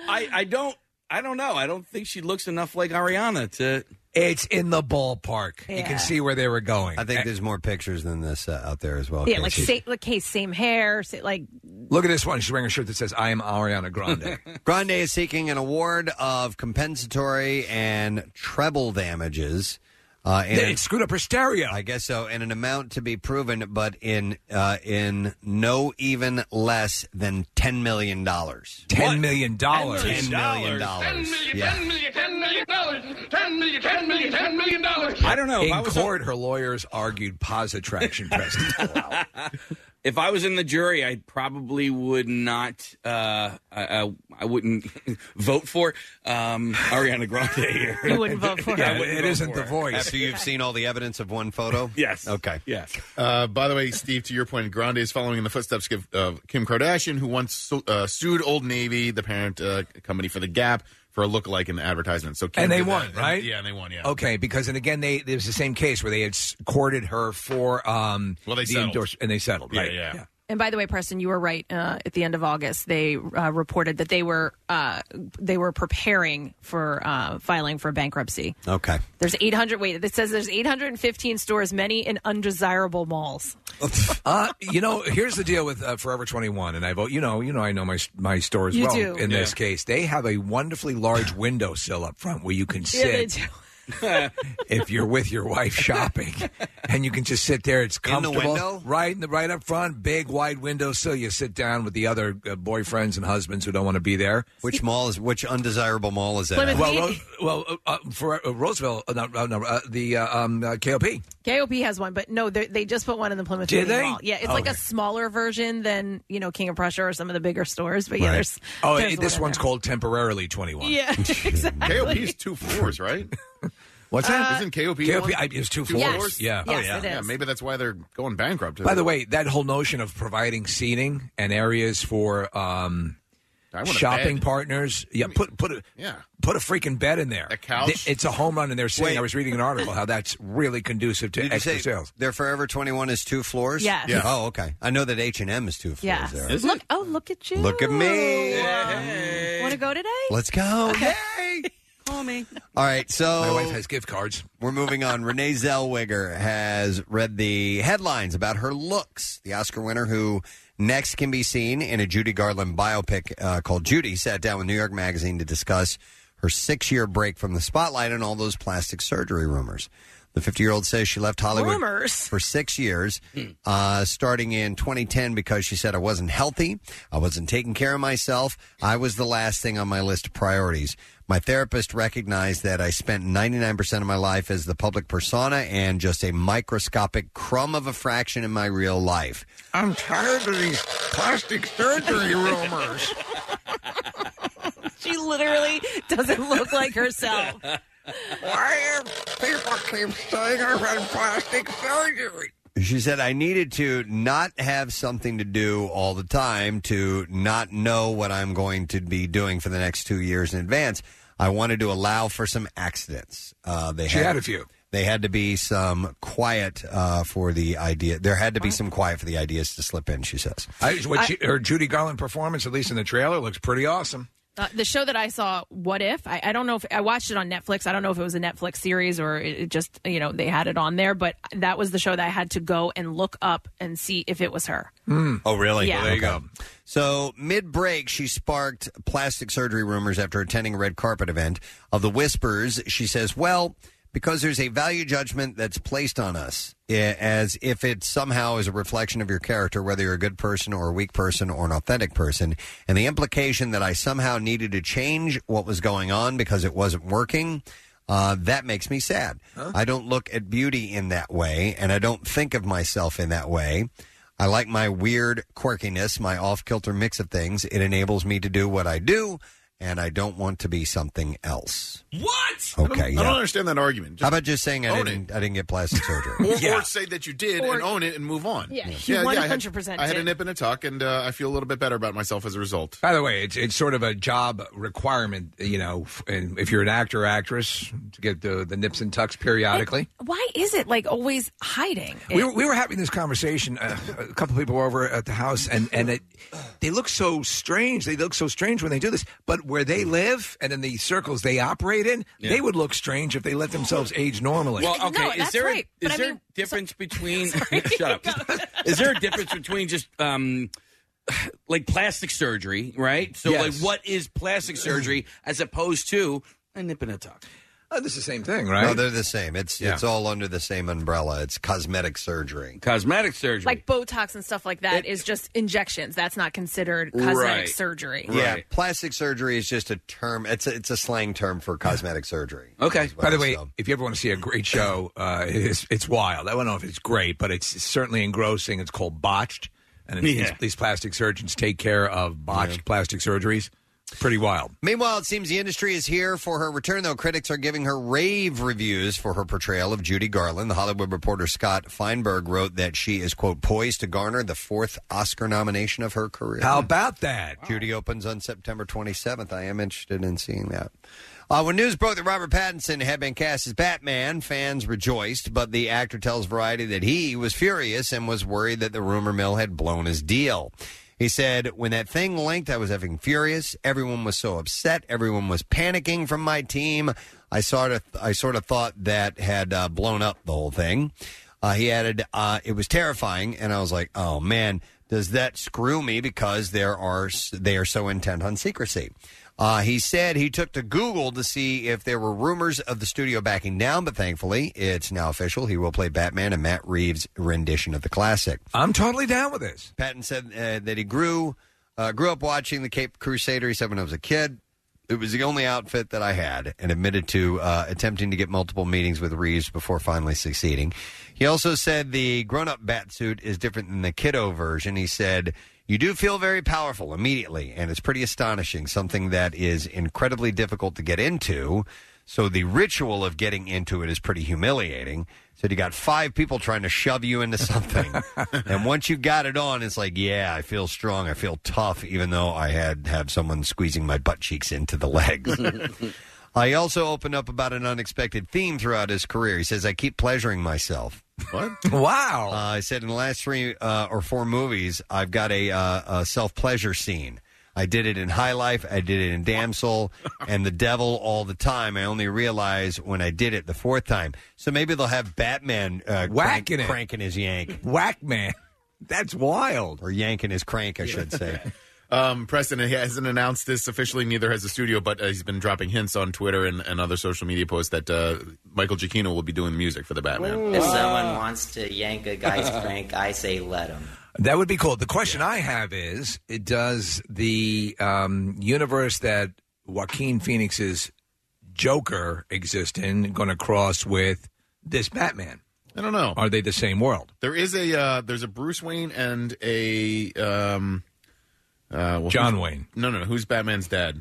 Speaker 7: I, I don't I don't know. I don't think she looks enough like Ariana to
Speaker 4: It's in the ballpark. You
Speaker 3: Yeah.
Speaker 4: can see where they were going. Eh.
Speaker 2: I think there's more pictures than this uh, out there as well.
Speaker 3: yeah, like
Speaker 4: Casey.
Speaker 3: sa- like case same hair, sa- like
Speaker 4: Look at this one. She's wearing a shirt that says "I am Ariana Grande."
Speaker 2: Grande is seeking an award of compensatory and treble damages. Uh,
Speaker 4: It screwed up her stereo.
Speaker 2: I guess so, and an amount to be proven, but in uh, in no even less than ten million dollars.
Speaker 4: Ten million dollars.
Speaker 2: Ten million dollars. Yeah.
Speaker 14: million, ten million dollars, ten million, ten million, ten million dollars.
Speaker 7: I don't know.
Speaker 4: In
Speaker 7: If I was a-
Speaker 4: court, her lawyers argued pause
Speaker 7: <laughs>
Speaker 4: attraction precedent.
Speaker 7: if I was in the jury, I probably would not. Uh, I, I, I wouldn't <laughs> vote for um, Ariana Grande <laughs> here.
Speaker 2: You wouldn't vote for her.
Speaker 7: I wouldn't
Speaker 2: It
Speaker 7: vote
Speaker 2: isn't
Speaker 7: for
Speaker 2: The
Speaker 7: her.
Speaker 2: Voice. After you've seen all the evidence of one photo?
Speaker 7: yes.
Speaker 2: Okay.
Speaker 7: Yes.
Speaker 6: Uh, by the way, Steve, to your point, Grande is following in the footsteps of uh, Kim Kardashian, who once su- uh, sued Old Navy, the parent uh, company for the Gap, for a lookalike in the advertisement. So Kim
Speaker 4: and they
Speaker 6: did that,
Speaker 4: won,
Speaker 6: and-
Speaker 4: right?
Speaker 6: yeah, and they won. Yeah.
Speaker 4: Okay, because and again, they there was the same case where they had s- courted her for um well, they the
Speaker 6: settled.
Speaker 4: endorse- and they settled,
Speaker 6: Yeah,
Speaker 4: right?
Speaker 6: yeah.
Speaker 3: And by the way, Preston, you were right. Uh, at the end of August, they uh, reported that they were uh, they were preparing for uh, filing for bankruptcy.
Speaker 2: Okay.
Speaker 3: There's 800. Wait, it says there's 815 stores, many in undesirable malls.
Speaker 4: uh, you know, here's the deal with uh, Forever 21, and I vote. You know, you know, I know my my store as
Speaker 3: You
Speaker 4: well.
Speaker 3: do.
Speaker 4: In this
Speaker 3: Yeah.
Speaker 4: case, they have a wonderfully large windowsill up front where you can
Speaker 3: they
Speaker 4: sit
Speaker 3: do.
Speaker 2: <laughs>
Speaker 4: if you're with your wife shopping, and you can just sit there. It's
Speaker 2: In the
Speaker 4: comfortable,
Speaker 2: window?
Speaker 4: right in the right up front, big wide windowsill. You sit down with the other uh, boyfriends and husbands who don't want to be there.
Speaker 2: Which mall is which undesirable mall is that?
Speaker 4: Well,
Speaker 2: at?
Speaker 4: Ro- well, uh, uh, for uh, Roseville, uh, not, uh, no, uh, the uh, um, uh, KOP.
Speaker 3: KOP has one, but no, they- they just put one in the Plymouth
Speaker 4: Did
Speaker 3: City
Speaker 4: they? Oh,
Speaker 3: Mall. Yeah, it's like a
Speaker 4: Okay.
Speaker 3: smaller version than you know King of Prussia or some of the bigger stores. But yeah, there's
Speaker 4: oh,
Speaker 3: there's
Speaker 4: it-
Speaker 3: one
Speaker 4: this
Speaker 3: in
Speaker 4: one's called temporarily twenty
Speaker 3: there.
Speaker 4: one.
Speaker 3: yeah, <laughs>
Speaker 4: <laughs>
Speaker 3: exactly.
Speaker 6: KOP's two floors, right? Uh,
Speaker 4: What's that?
Speaker 6: Isn't KOP?
Speaker 4: KOP
Speaker 6: one?
Speaker 4: I- it's two floors. Yeah.
Speaker 6: Oh,
Speaker 4: Yes,
Speaker 6: yeah.
Speaker 4: it
Speaker 6: Yeah.
Speaker 4: is.
Speaker 6: Maybe that's why they're going bankrupt.
Speaker 4: By the way, that whole notion of providing seating and areas for um,
Speaker 6: want a
Speaker 4: shopping
Speaker 6: bed.
Speaker 4: partners, yeah, put put a
Speaker 6: yeah.
Speaker 4: put a freaking bed in there. A
Speaker 6: couch?
Speaker 4: It's a home run in there. Sitting.
Speaker 2: Wait.
Speaker 4: I was reading an article how that's really conducive to
Speaker 2: Did you
Speaker 4: extra
Speaker 2: say
Speaker 4: sales.
Speaker 2: their Forever 21 is two floors?
Speaker 3: Yes. Yeah.
Speaker 2: Oh, okay. I know that H&M is two floors
Speaker 3: Yes.
Speaker 2: there.
Speaker 3: Look, oh, look at you.
Speaker 2: Look at me.
Speaker 3: Want to go today?
Speaker 2: Let's go.
Speaker 3: Okay.
Speaker 7: Homie.
Speaker 2: All right, so
Speaker 5: My wife has gift cards.
Speaker 2: We're moving on. Renee Zellweger has read the headlines about her looks. The Oscar winner, who next can be seen in a Judy Garland biopic uh, called Judy, sat down with New York Magazine to discuss her six-year break from the spotlight and all those plastic surgery rumors. The 50-year-old says she left Hollywood
Speaker 3: Rumors.
Speaker 2: for six years, uh, starting in 2010 because she said I wasn't healthy, I wasn't taking care of myself, I was the last thing on my list of priorities. My therapist recognized that I spent 99% of my life as the public persona and just a microscopic crumb of a fraction in my real life.
Speaker 8: I'm tired of these plastic
Speaker 3: <laughs>
Speaker 8: surgery rumors.
Speaker 3: She literally doesn't look like herself.
Speaker 8: Why do people keep saying I've had plastic surgery?
Speaker 2: She said, I needed to not have something to do all the time, to not know what I'm going to be doing for the next two years in advance. I wanted to allow for some accidents. Uh, they
Speaker 5: She had a few.
Speaker 2: They had to be some quiet uh, for the idea. There had to be some quiet for the ideas to slip in, she says.
Speaker 5: I, what
Speaker 3: I-
Speaker 5: she, her Judy Garland performance, at least in the trailer, looks pretty awesome.
Speaker 3: <laughs> Uh, the show that I saw, What If? I, I don't know if I watched it on Netflix. I don't know if it was a Netflix series or it, it just, you know, they had it on there, but that was the show that I had to go and look up and see if it was her.
Speaker 2: Oh, really?
Speaker 3: Yeah. Well, there you
Speaker 2: go. So, mid break, she sparked plastic surgery rumors after attending a red carpet event. Of the whispers, she says, Well, because there's a value judgment that's placed on us i- as if it somehow is a reflection of your character, whether you're a good person or a weak person or an authentic person. And the implication that I somehow needed to change what was going on because it wasn't working. Uh, that makes me sad. I don't look at beauty in that way, and I don't think of myself in that way. I like my weird quirkiness, my off kilter mix of things. It enables me to do what I do, and I don't want to be something else.
Speaker 6: What?
Speaker 2: Okay,
Speaker 6: I don't,
Speaker 2: yeah.
Speaker 6: I don't understand that argument.
Speaker 2: How about just saying I
Speaker 6: own
Speaker 2: <laughs> didn't, I didn't get plastic surgery?
Speaker 6: <laughs> Or, or say that you did
Speaker 3: Or-
Speaker 6: and own it and move on.
Speaker 3: Yeah, he
Speaker 6: I had,
Speaker 3: 100%
Speaker 6: I had a
Speaker 3: did.
Speaker 6: nip and a tuck, and uh, I feel a little bit better about myself as a result.
Speaker 5: By the way, it's it's sort of a job requirement, you know, f- and if you're an actor or actress, to get the, the nips and tucks periodically.
Speaker 3: Why is it like always hiding?
Speaker 5: We were, we were having this conversation. Uh, a couple people were over at the house, and and it, they look so strange. They look so strange when they do this. But where they live and in the circles they operate in, they would look strange if they let themselves age normally.
Speaker 7: Well, okay. is there a- is there
Speaker 3: mean-
Speaker 7: a difference
Speaker 2: <laughs>
Speaker 7: between? <laughs> shut up. is there a difference between just um, like plastic surgery, right? So,
Speaker 5: Yes.
Speaker 7: like, what is plastic surgery as opposed to a nip and a tuck?
Speaker 5: Oh, this is the same thing, right?
Speaker 2: No, they're the same. It's it's all under the same umbrella. It's cosmetic surgery.
Speaker 7: Cosmetic surgery.
Speaker 3: Like Botox and stuff like that is just injections. That's not considered cosmetic
Speaker 2: Right.
Speaker 3: surgery.
Speaker 2: Yeah, plastic surgery is just a term. It's a, it's a slang term for cosmetic surgery.
Speaker 7: Okay.
Speaker 5: By the way, if you ever want to see a great show, uh, it's it's wild. I don't know if it's great, but it's certainly engrossing. It's called Botched, and it's,
Speaker 2: Yeah.
Speaker 5: these, these plastic surgeons take care of botched plastic surgeries. It's pretty wild.
Speaker 2: Meanwhile, it seems the industry is here for her return, though critics are giving her rave reviews for her portrayal of Judy Garland. The Hollywood reporter Scott Feinberg wrote that she is, quote, poised to garner the fourth Oscar nomination of her career.
Speaker 5: How about that?
Speaker 2: Judy opens on September 27th. I am interested in seeing that. Uh, when news broke that Robert Pattinson had been cast as Batman, fans rejoiced, but the actor tells Variety that he was furious and was worried that the rumor mill had blown his deal. He said, When that thing linked, I was having furious. Everyone was so upset. Everyone was panicking from my team. I sort of, I sort of thought that had uh, blown up the whole thing. Uh, he added, uh, "It was terrifying," and I was like, "Oh man, does that screw me?" Because there are they are so intent on secrecy. Uh, he said he took to Google to see if there were rumors of the studio backing down, but thankfully, it's now official. He will play Batman in Matt Reeves' rendition of the classic.
Speaker 5: I'm totally down with this.
Speaker 2: Patton said uh, that he grew uh, grew up watching the Cape Crusader. He said when I was a kid, it was the only outfit that I had, and admitted to uh, attempting to get multiple meetings with Reeves before finally succeeding. He also said the grown up bat suit is different than the kiddo version. He said. You do feel very powerful immediately, and it's pretty astonishing, something that is incredibly difficult to get into. So the ritual of getting into it is pretty humiliating. Said you got five people trying to shove you into something, and once you got it on, it's like, yeah, I feel strong, I feel tough, even though I had have someone squeezing my butt cheeks into the legs. I also opened up about an unexpected theme throughout his career. He says, "I keep pleasuring myself." <laughs>
Speaker 6: What?
Speaker 5: wow!
Speaker 2: Uh, I said in the last three uh, or four movies, I've got a, uh, a self pleasure scene. I did it in High Life. I did it
Speaker 4: <laughs>
Speaker 2: in Damsel and the Devil all the time. I only realized when I did it the fourth time. So maybe they'll have Batman uh,
Speaker 4: Whacking it.
Speaker 2: cranking his yank.
Speaker 4: Whack man. That's wild.
Speaker 2: Or yanking his crank, I should say.
Speaker 6: <laughs> Um, Preston hasn't announced this officially, neither has the studio, but uh, he's been dropping hints on Twitter and, and other social media posts that uh, Michael Giacchino will be doing the music for the Batman.
Speaker 5: If someone wants to yank a guy's crank, I say let him.
Speaker 4: That would be cool. The question I have is: it Does the um, universe that Joaquin Phoenix's Joker exists in going to cross with this Batman?
Speaker 6: I don't know.
Speaker 4: Are they the same world?
Speaker 6: There is a uh, there's a Bruce Wayne and a um, uh, well,
Speaker 4: John
Speaker 6: who's-
Speaker 4: Wayne.
Speaker 6: No, no, no. Who's Batman's dad?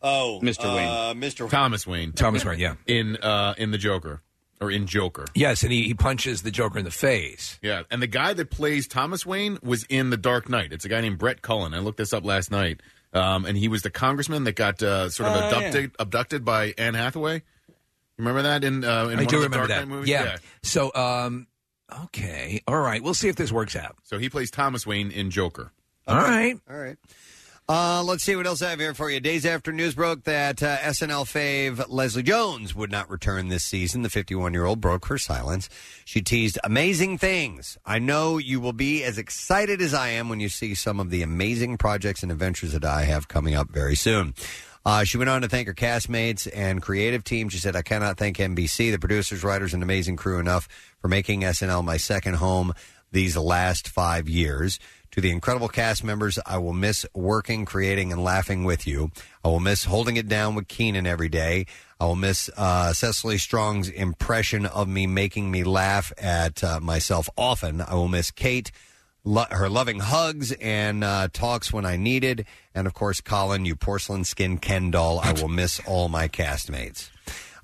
Speaker 2: Oh,
Speaker 6: Mr.
Speaker 2: uh, Wayne, Mr.
Speaker 6: Thomas Wayne,
Speaker 4: Thomas Wayne. Yeah,
Speaker 6: in uh, in the Joker or in Joker.
Speaker 4: Yes, and he, he punches the Joker in the face.
Speaker 6: Yeah, and the guy that plays Thomas Wayne was in The Dark Knight. It's a guy named Brett Cullen. I looked this up last night, um, and he was the congressman that got uh, sort of
Speaker 4: Oh, yeah.
Speaker 6: abducted abducted by Anne Hathaway. Remember that in uh, in
Speaker 4: I
Speaker 6: one
Speaker 4: do
Speaker 6: of the
Speaker 4: remember
Speaker 6: Dark
Speaker 4: that.
Speaker 6: Knight movies?
Speaker 4: Yeah. So, um, okay, all right. We'll see if this works out.
Speaker 6: So he plays Thomas Wayne in Joker.
Speaker 4: All right.
Speaker 2: All right. Uh, let's see what else I have here for you. Days after news broke that uh, SNL fave Leslie Jones would not return this season, the 51 year old broke her silence. She teased amazing things. I know you will be as excited as I am when you see some of the amazing projects and adventures that I have coming up very soon. Uh, she went on to thank her castmates and creative team. She said, I cannot thank NBC, the producers, writers, and amazing crew enough for making SNL my second home these last five years. To the incredible cast members, I will miss working, creating, and laughing with you. I will miss holding it down with Keenan every day. I will miss uh, Cecily Strong's impression of me making me laugh at uh, myself often. I will miss Kate lo- her loving hugs and uh, talks when I needed. And of course, Colin, you porcelain skin Ken doll. I will miss all my castmates.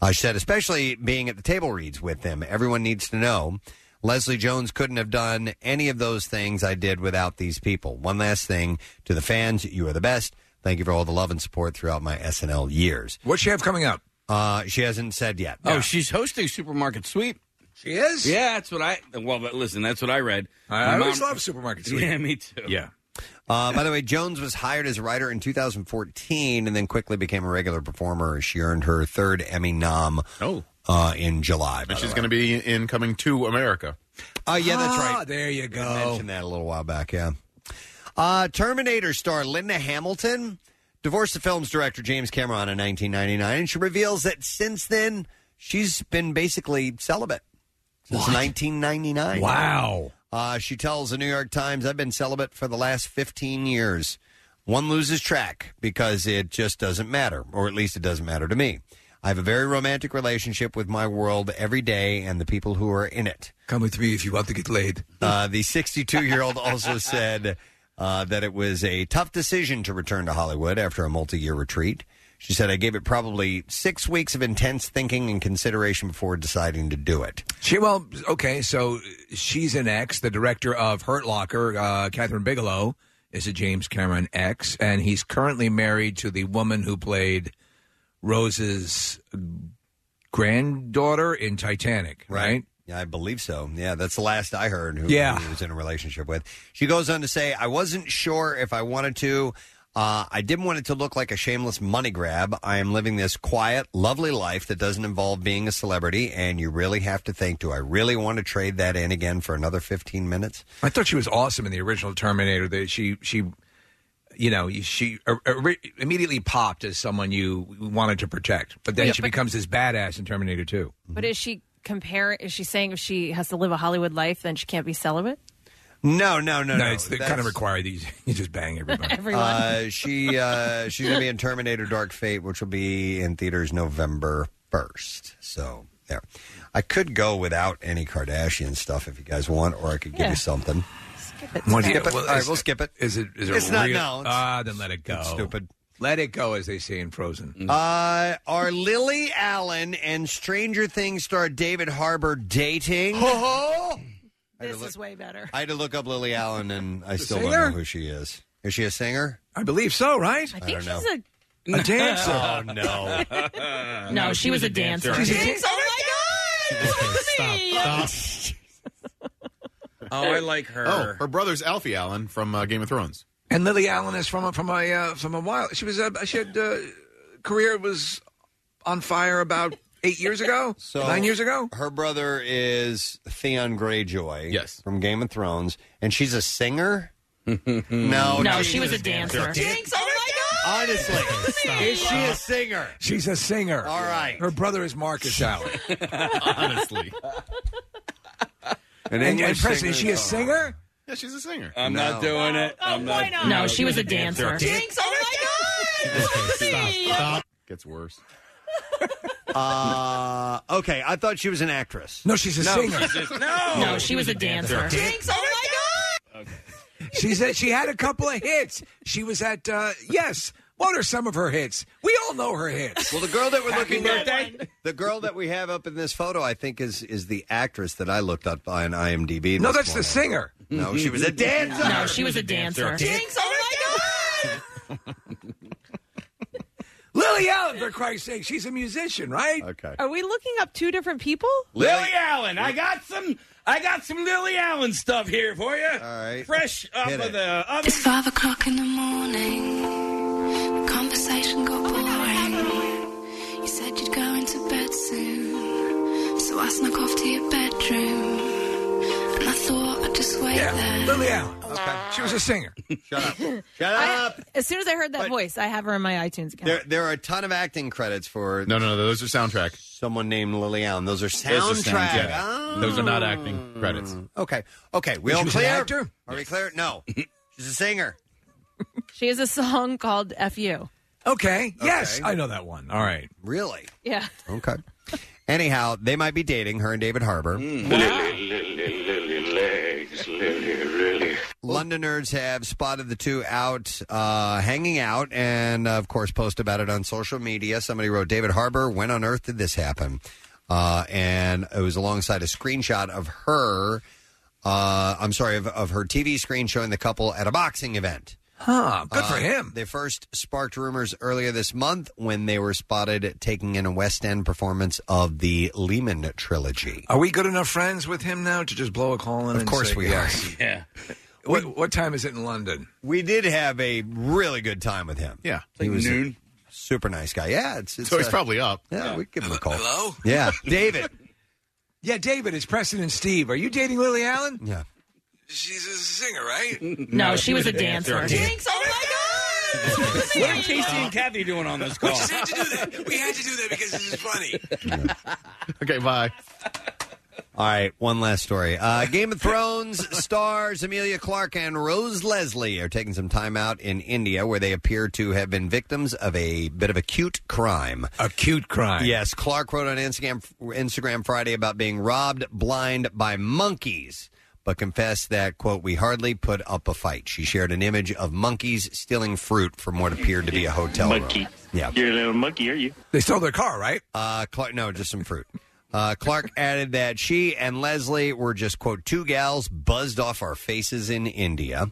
Speaker 2: Uh, she said, especially being at the table reads with them. Everyone needs to know. Leslie Jones couldn't have done any of those things I did without these people. One last thing to the fans, you are the best. Thank you for all the love and support throughout my SNL years.
Speaker 4: What she have coming up?
Speaker 2: Uh, she hasn't said yet.
Speaker 7: Oh, she's hosting Supermarket Sweep.
Speaker 4: She is.
Speaker 7: Yeah, that's what I. Well, but listen, that's what I read.
Speaker 4: I
Speaker 7: My
Speaker 4: always
Speaker 7: mom-
Speaker 4: love supermarket sweep.
Speaker 7: Yeah, me too.
Speaker 4: Yeah.
Speaker 2: Uh, by the way, Jones was hired as a writer in 2014 and then quickly became a regular performer. She earned her third Emmy nom
Speaker 6: oh.
Speaker 2: uh, in July.
Speaker 6: And she's going to be in Coming to America.
Speaker 2: Oh, yeah, that's
Speaker 6: Ah,
Speaker 2: right.
Speaker 4: There you go.
Speaker 2: I mentioned that a little while back, yeah. Uh, Terminator star Linda Hamilton divorced the film's director James Cameron in 1999, and she reveals that since then she's been basically celibate since 1999.
Speaker 4: Wow.
Speaker 2: Uh, she tells the New York Times, I've been celibate for the last 15 years. One loses track because it just doesn't matter, or at least it doesn't matter to me. I have a very romantic relationship with my world every day and the people who are in it.
Speaker 4: Come with me if you want to get laid.
Speaker 2: Uh, the 62 year old <laughs> also said uh, that it was a tough decision to return to Hollywood after a multi year retreat. She said, I gave it probably six weeks of intense thinking and consideration before deciding to do it.
Speaker 4: She well, okay. So she's an ex. The director of Hurt Locker, uh, Catherine Bigelow, is a James Cameron ex, and he's currently married to the woman who played Rose's granddaughter in Titanic. Right?
Speaker 2: Yeah, I believe so. Yeah, that's the last I heard who
Speaker 4: Yeah.
Speaker 2: he was in a relationship with. She goes on to say, I wasn't sure if I wanted to. Uh, I didn't want it to look like a shameless money grab. I am living this quiet, lovely life that doesn't involve being a celebrity. And you really have to think do I really want to trade that in again for another 15 minutes?
Speaker 4: I thought she was awesome in the original Terminator. That she she, you know, she er, er, immediately popped as someone you wanted to protect, but then
Speaker 3: Yeah.
Speaker 4: she becomes this badass in Terminator Two.
Speaker 3: But is she comparing? Is she saying if she has to live a Hollywood life, then she can't be celibate?
Speaker 2: No, no, no, no.
Speaker 4: it's they kind of
Speaker 2: That's-
Speaker 4: required these. <laughs> You just bang everybody.
Speaker 3: <laughs> Everyone.
Speaker 2: Uh, she uh, she's gonna be in Terminator Dark Fate, which will be in theaters November first. So there. I could go without any Kardashian stuff if you guys want, or I could give
Speaker 4: Yeah.
Speaker 2: you something.
Speaker 3: Skip
Speaker 4: it.
Speaker 2: Skip it. All right, we'll skip it.
Speaker 4: Is it? Is it
Speaker 2: It's not-
Speaker 4: real?
Speaker 2: no, it's-
Speaker 4: ah, then let it go.
Speaker 2: it's stupid.
Speaker 4: Let it go, as they say in Frozen.
Speaker 2: Uh, are Lily Allen and Stranger Things star David Harbour dating?
Speaker 3: this is way better.
Speaker 2: I had to look up Lily Allen, and I
Speaker 3: The
Speaker 2: still
Speaker 3: singer?
Speaker 2: don't know who she is. Is she a singer?
Speaker 4: I believe so, right?
Speaker 3: I think
Speaker 2: don't know.
Speaker 3: she's a
Speaker 2: A dancer. Oh,
Speaker 5: <laughs>
Speaker 3: <laughs>
Speaker 2: no.
Speaker 3: no, she, was, a dancer.
Speaker 2: She's a dan-
Speaker 4: <laughs>
Speaker 6: Stop.
Speaker 7: <laughs> Oh, I like her.
Speaker 6: Oh, her brother's Alfie Allen from uh, Game of Thrones.
Speaker 4: And Lily Allen is from a, from a uh, from a while. She was uh, she had uh, career was on fire about eight years ago, nine years ago.
Speaker 2: Her brother is Theon Greyjoy. Yes. From Game of Thrones. And she's a <laughs> singer? no.
Speaker 5: No, she was a dancer.
Speaker 2: Honestly, is she
Speaker 4: <laughs>
Speaker 2: a singer?
Speaker 4: She's a singer.
Speaker 2: All right.
Speaker 4: Her brother is
Speaker 2: <laughs>
Speaker 4: Marcus Allen.
Speaker 6: Honestly.
Speaker 4: And, and, and Preston, is she a singer?
Speaker 6: Yeah, she's a singer.
Speaker 7: I'm not doing it. I'm not.
Speaker 5: No, she was a dancer.
Speaker 7: <laughs>
Speaker 6: Gets worse.
Speaker 2: Uh, okay, I thought she was an actress.
Speaker 4: No, she's a
Speaker 2: No,
Speaker 4: singer.
Speaker 2: she's a- no.
Speaker 5: No, she was a dancer.
Speaker 4: Jinx, oh my god! She said she had a couple of hits. She was at uh, yes. What are some of her hits? We all know her hits.
Speaker 2: Well, the girl that we're looking
Speaker 4: at.
Speaker 2: at, the girl that we have up in this photo, I think is is the actress that I looked up on IMDb.
Speaker 4: No,
Speaker 2: this
Speaker 4: that's the
Speaker 2: morning.
Speaker 4: singer.
Speaker 2: No, she was a dancer.
Speaker 5: <laughs> No, she was a dancer.
Speaker 4: Lily Allen, for Christ's sake, she's a musician, right?
Speaker 2: Okay.
Speaker 3: Are we looking up two different people?
Speaker 7: Lily Allen, I got some. I got some Lily Allen stuff here for you. All
Speaker 2: right,
Speaker 7: fresh off
Speaker 8: Hit
Speaker 7: of
Speaker 8: it.
Speaker 7: the oven.
Speaker 8: It's five o'clock in the morning. The conversation got boring. You said you'd go into bed soon. So I snuck off to your bedroom. And I thought I'd just wait there.
Speaker 4: Lily Allen. Okay. She was a singer.
Speaker 2: <laughs> Shut up. Shut
Speaker 3: I-
Speaker 2: up.
Speaker 3: as soon as I heard that voice, I have her in my iTunes account.
Speaker 2: There, there are a ton of acting credits for. No,
Speaker 6: no, no. Those are soundtrack.
Speaker 2: Someone named Lily Allen. Those are soundtrack. Oh. Hmm.
Speaker 6: Those are sound- yeah. Those are not acting credits.
Speaker 2: Okay. Okay. We
Speaker 6: She
Speaker 2: all
Speaker 6: was an
Speaker 2: clear?
Speaker 6: actor?
Speaker 2: Are we clear? No. She's a singer.
Speaker 3: She has a song called "Fu."
Speaker 4: Okay.
Speaker 2: Yes, I
Speaker 4: know that one. All right.
Speaker 2: Really?
Speaker 3: Yeah.
Speaker 2: Okay. Anyhow, they might be dating her and David Harbour.
Speaker 15: Lily, Lily, Lily legs, Lily, really.
Speaker 2: Londoners have spotted the two out uh, hanging out and, uh, of course, post about it on social media. Somebody wrote, David Harbour, when on earth did this happen? Uh, and it was alongside a screenshot of her, uh, I'm sorry, of, of her TV screen showing the couple at a boxing event.
Speaker 4: Huh. Good for
Speaker 2: Uh,
Speaker 4: him.
Speaker 2: They first sparked rumors earlier this month when they were spotted taking in a West End performance of the Lehman trilogy.
Speaker 4: Are we good enough friends with him now to just blow a call in?
Speaker 2: Of
Speaker 4: and
Speaker 2: course
Speaker 4: say
Speaker 2: we
Speaker 4: yes?
Speaker 2: are.
Speaker 7: Yeah.
Speaker 4: What, what time is it in London?
Speaker 2: We did have a really good time with him. Yeah,
Speaker 4: Like
Speaker 2: a
Speaker 4: noon?
Speaker 2: super nice guy. Yeah, it's, it's
Speaker 4: So he's probably
Speaker 6: up.
Speaker 2: Yeah,
Speaker 4: Yeah.
Speaker 2: we give him a call.
Speaker 4: Hello?
Speaker 6: <laughs>
Speaker 2: Yeah, David.
Speaker 4: Yeah, David, it's Preston and Steve. Are you dating Lily Allen?
Speaker 2: Yeah.
Speaker 4: She's a singer, right?
Speaker 7: <laughs> No, she was a dancer.
Speaker 4: Jinx, oh my
Speaker 7: What are Casey and Kathy doing on this call?
Speaker 4: We had to do that because this is funny.
Speaker 6: <laughs> Okay, bye.
Speaker 2: All right, one last story. Uh, Game of Thrones stars Amelia Clark and Rose Leslie are taking some time out in India, where they appear to have been victims of a bit of a cute crime.
Speaker 4: A cute crime.
Speaker 2: Yes, Clark wrote on Instagram Instagram Friday about being robbed blind by monkeys, but confessed that quote we hardly put up a fight. She shared an image of monkeys stealing fruit from what appeared to be a hotel
Speaker 16: Monkey.
Speaker 2: room. Yeah,
Speaker 16: You're a little monkey, are you?
Speaker 4: They stole their car, right?
Speaker 2: Uh, Clark, no, just some fruit. Uh, Clark <laughs> added that she and Leslie were just, quote, two gals buzzed off our faces in India.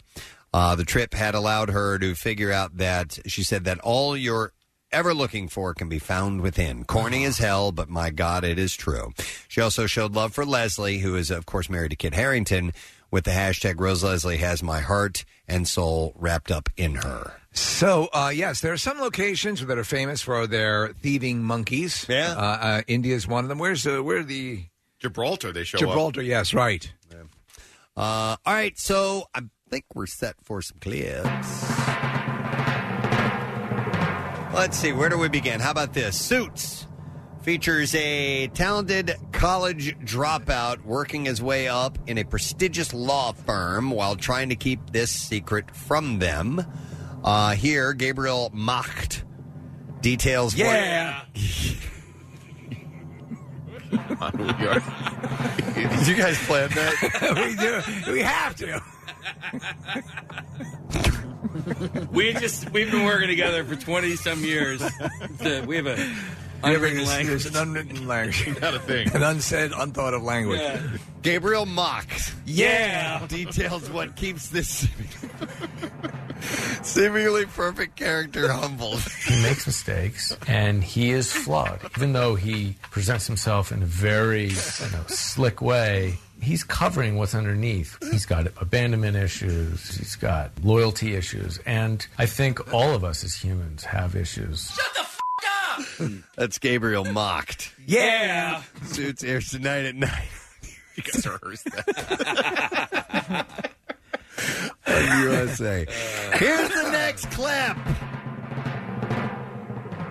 Speaker 2: Uh, the trip had allowed her to figure out that she said that all you're ever looking for can be found within. Corny as hell, but my God, it is true. She also showed love for Leslie, who is, of course, married to Kit Harrington, with the hashtag Rose Leslie has my heart and soul wrapped up in her.
Speaker 4: So uh, yes, there are some locations that are famous for their thieving monkeys. Yeah, uh, uh, India is one of them. Where's uh, where are the
Speaker 6: Gibraltar? They show up.
Speaker 4: Gibraltar. Yes, right.
Speaker 2: Uh, all right, so I think we're set for some clips. Let's see, where do we begin? How about this? Suits features a talented college dropout working his way up in a prestigious law firm while trying to keep this secret from them. Uh, here, Gabriel Macht details. what- <laughs>
Speaker 8: Yeah.
Speaker 2: Did you guys plan
Speaker 4: <laughs>
Speaker 2: that?
Speaker 4: we do. We have to.
Speaker 7: We just we've been working together for twenty some years. The- we
Speaker 4: <laughs>
Speaker 7: have a
Speaker 4: Unwritten language. There's an unwritten language.
Speaker 6: <laughs> Not a thing.
Speaker 4: An unsaid, unthought of language.
Speaker 2: Gabriel Mock.
Speaker 4: Yeah.
Speaker 2: Details what keeps this seemingly perfect character humbled.
Speaker 17: He makes mistakes and he is flawed. Even though he presents himself in a very you know, slick way,
Speaker 4: he's covering what's underneath. He's got abandonment issues. He's got loyalty issues, and I think all of us as humans have issues.
Speaker 2: That's
Speaker 5: <laughs>
Speaker 2: Gabriel mocked.
Speaker 4: Yeah.
Speaker 2: <laughs> Suits airs tonight at night. you guys rehearsed that. On USA. Here's the next clip.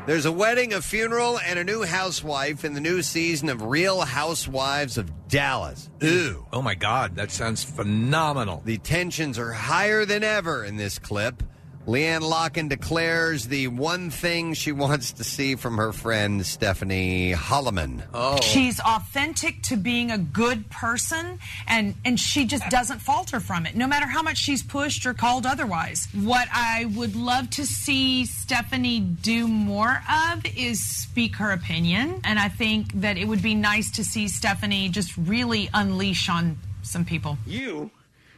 Speaker 2: There's a wedding, a funeral, and a new housewife in the new season of Real Housewives of Dallas. Ooh.
Speaker 5: Oh, my God. That sounds phenomenal.
Speaker 2: The tensions are higher than ever in this clip. Leanne Locken declares the one thing she wants to see from her friend Stephanie Holloman. Oh.
Speaker 18: She's authentic to being a good person, and, and she just doesn't falter from it, no matter how much she's pushed or called otherwise. What I would love to see Stephanie do more of is speak her opinion, and I think that it would be nice to see Stephanie just really unleash on some people.
Speaker 13: You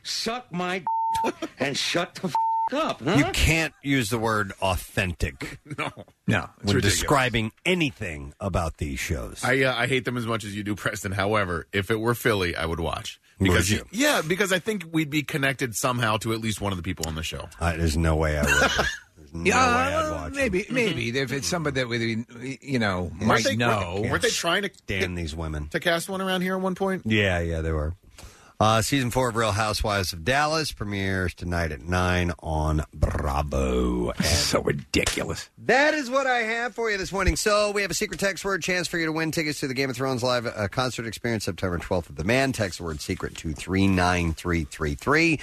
Speaker 13: suck my and shut the f- up.
Speaker 2: You can't use the word authentic.
Speaker 6: <laughs> No.
Speaker 2: No.
Speaker 6: it's
Speaker 2: When
Speaker 6: ridiculous.
Speaker 2: describing anything about these shows.
Speaker 6: I uh, I hate them as much as you do, <laughs> Preston. However, if it were Philly, I would watch because
Speaker 2: Would you?
Speaker 6: yeah, because I think we'd be connected somehow to at least one of the people on the show.
Speaker 2: Uh, there's no way I
Speaker 6: <laughs>
Speaker 2: would.
Speaker 5: yeah, maybe,
Speaker 2: mm-hmm.
Speaker 5: maybe if it's somebody that we, you know, might
Speaker 6: Weren't they-
Speaker 5: know.
Speaker 6: weren't they trying to
Speaker 2: damn these women?
Speaker 6: To cast one around here at one point.
Speaker 2: Yeah, yeah, they were. Uh, season four of Real Housewives of Dallas premieres tonight at 9 on
Speaker 6: <laughs>
Speaker 2: Bravo. so
Speaker 5: ridiculous.
Speaker 2: That is what I have for you this morning. So we have a secret text word chance for you to win tickets to the Game of Thrones live uh, concert experience September 12th at the Man. Text the word secret to 39333.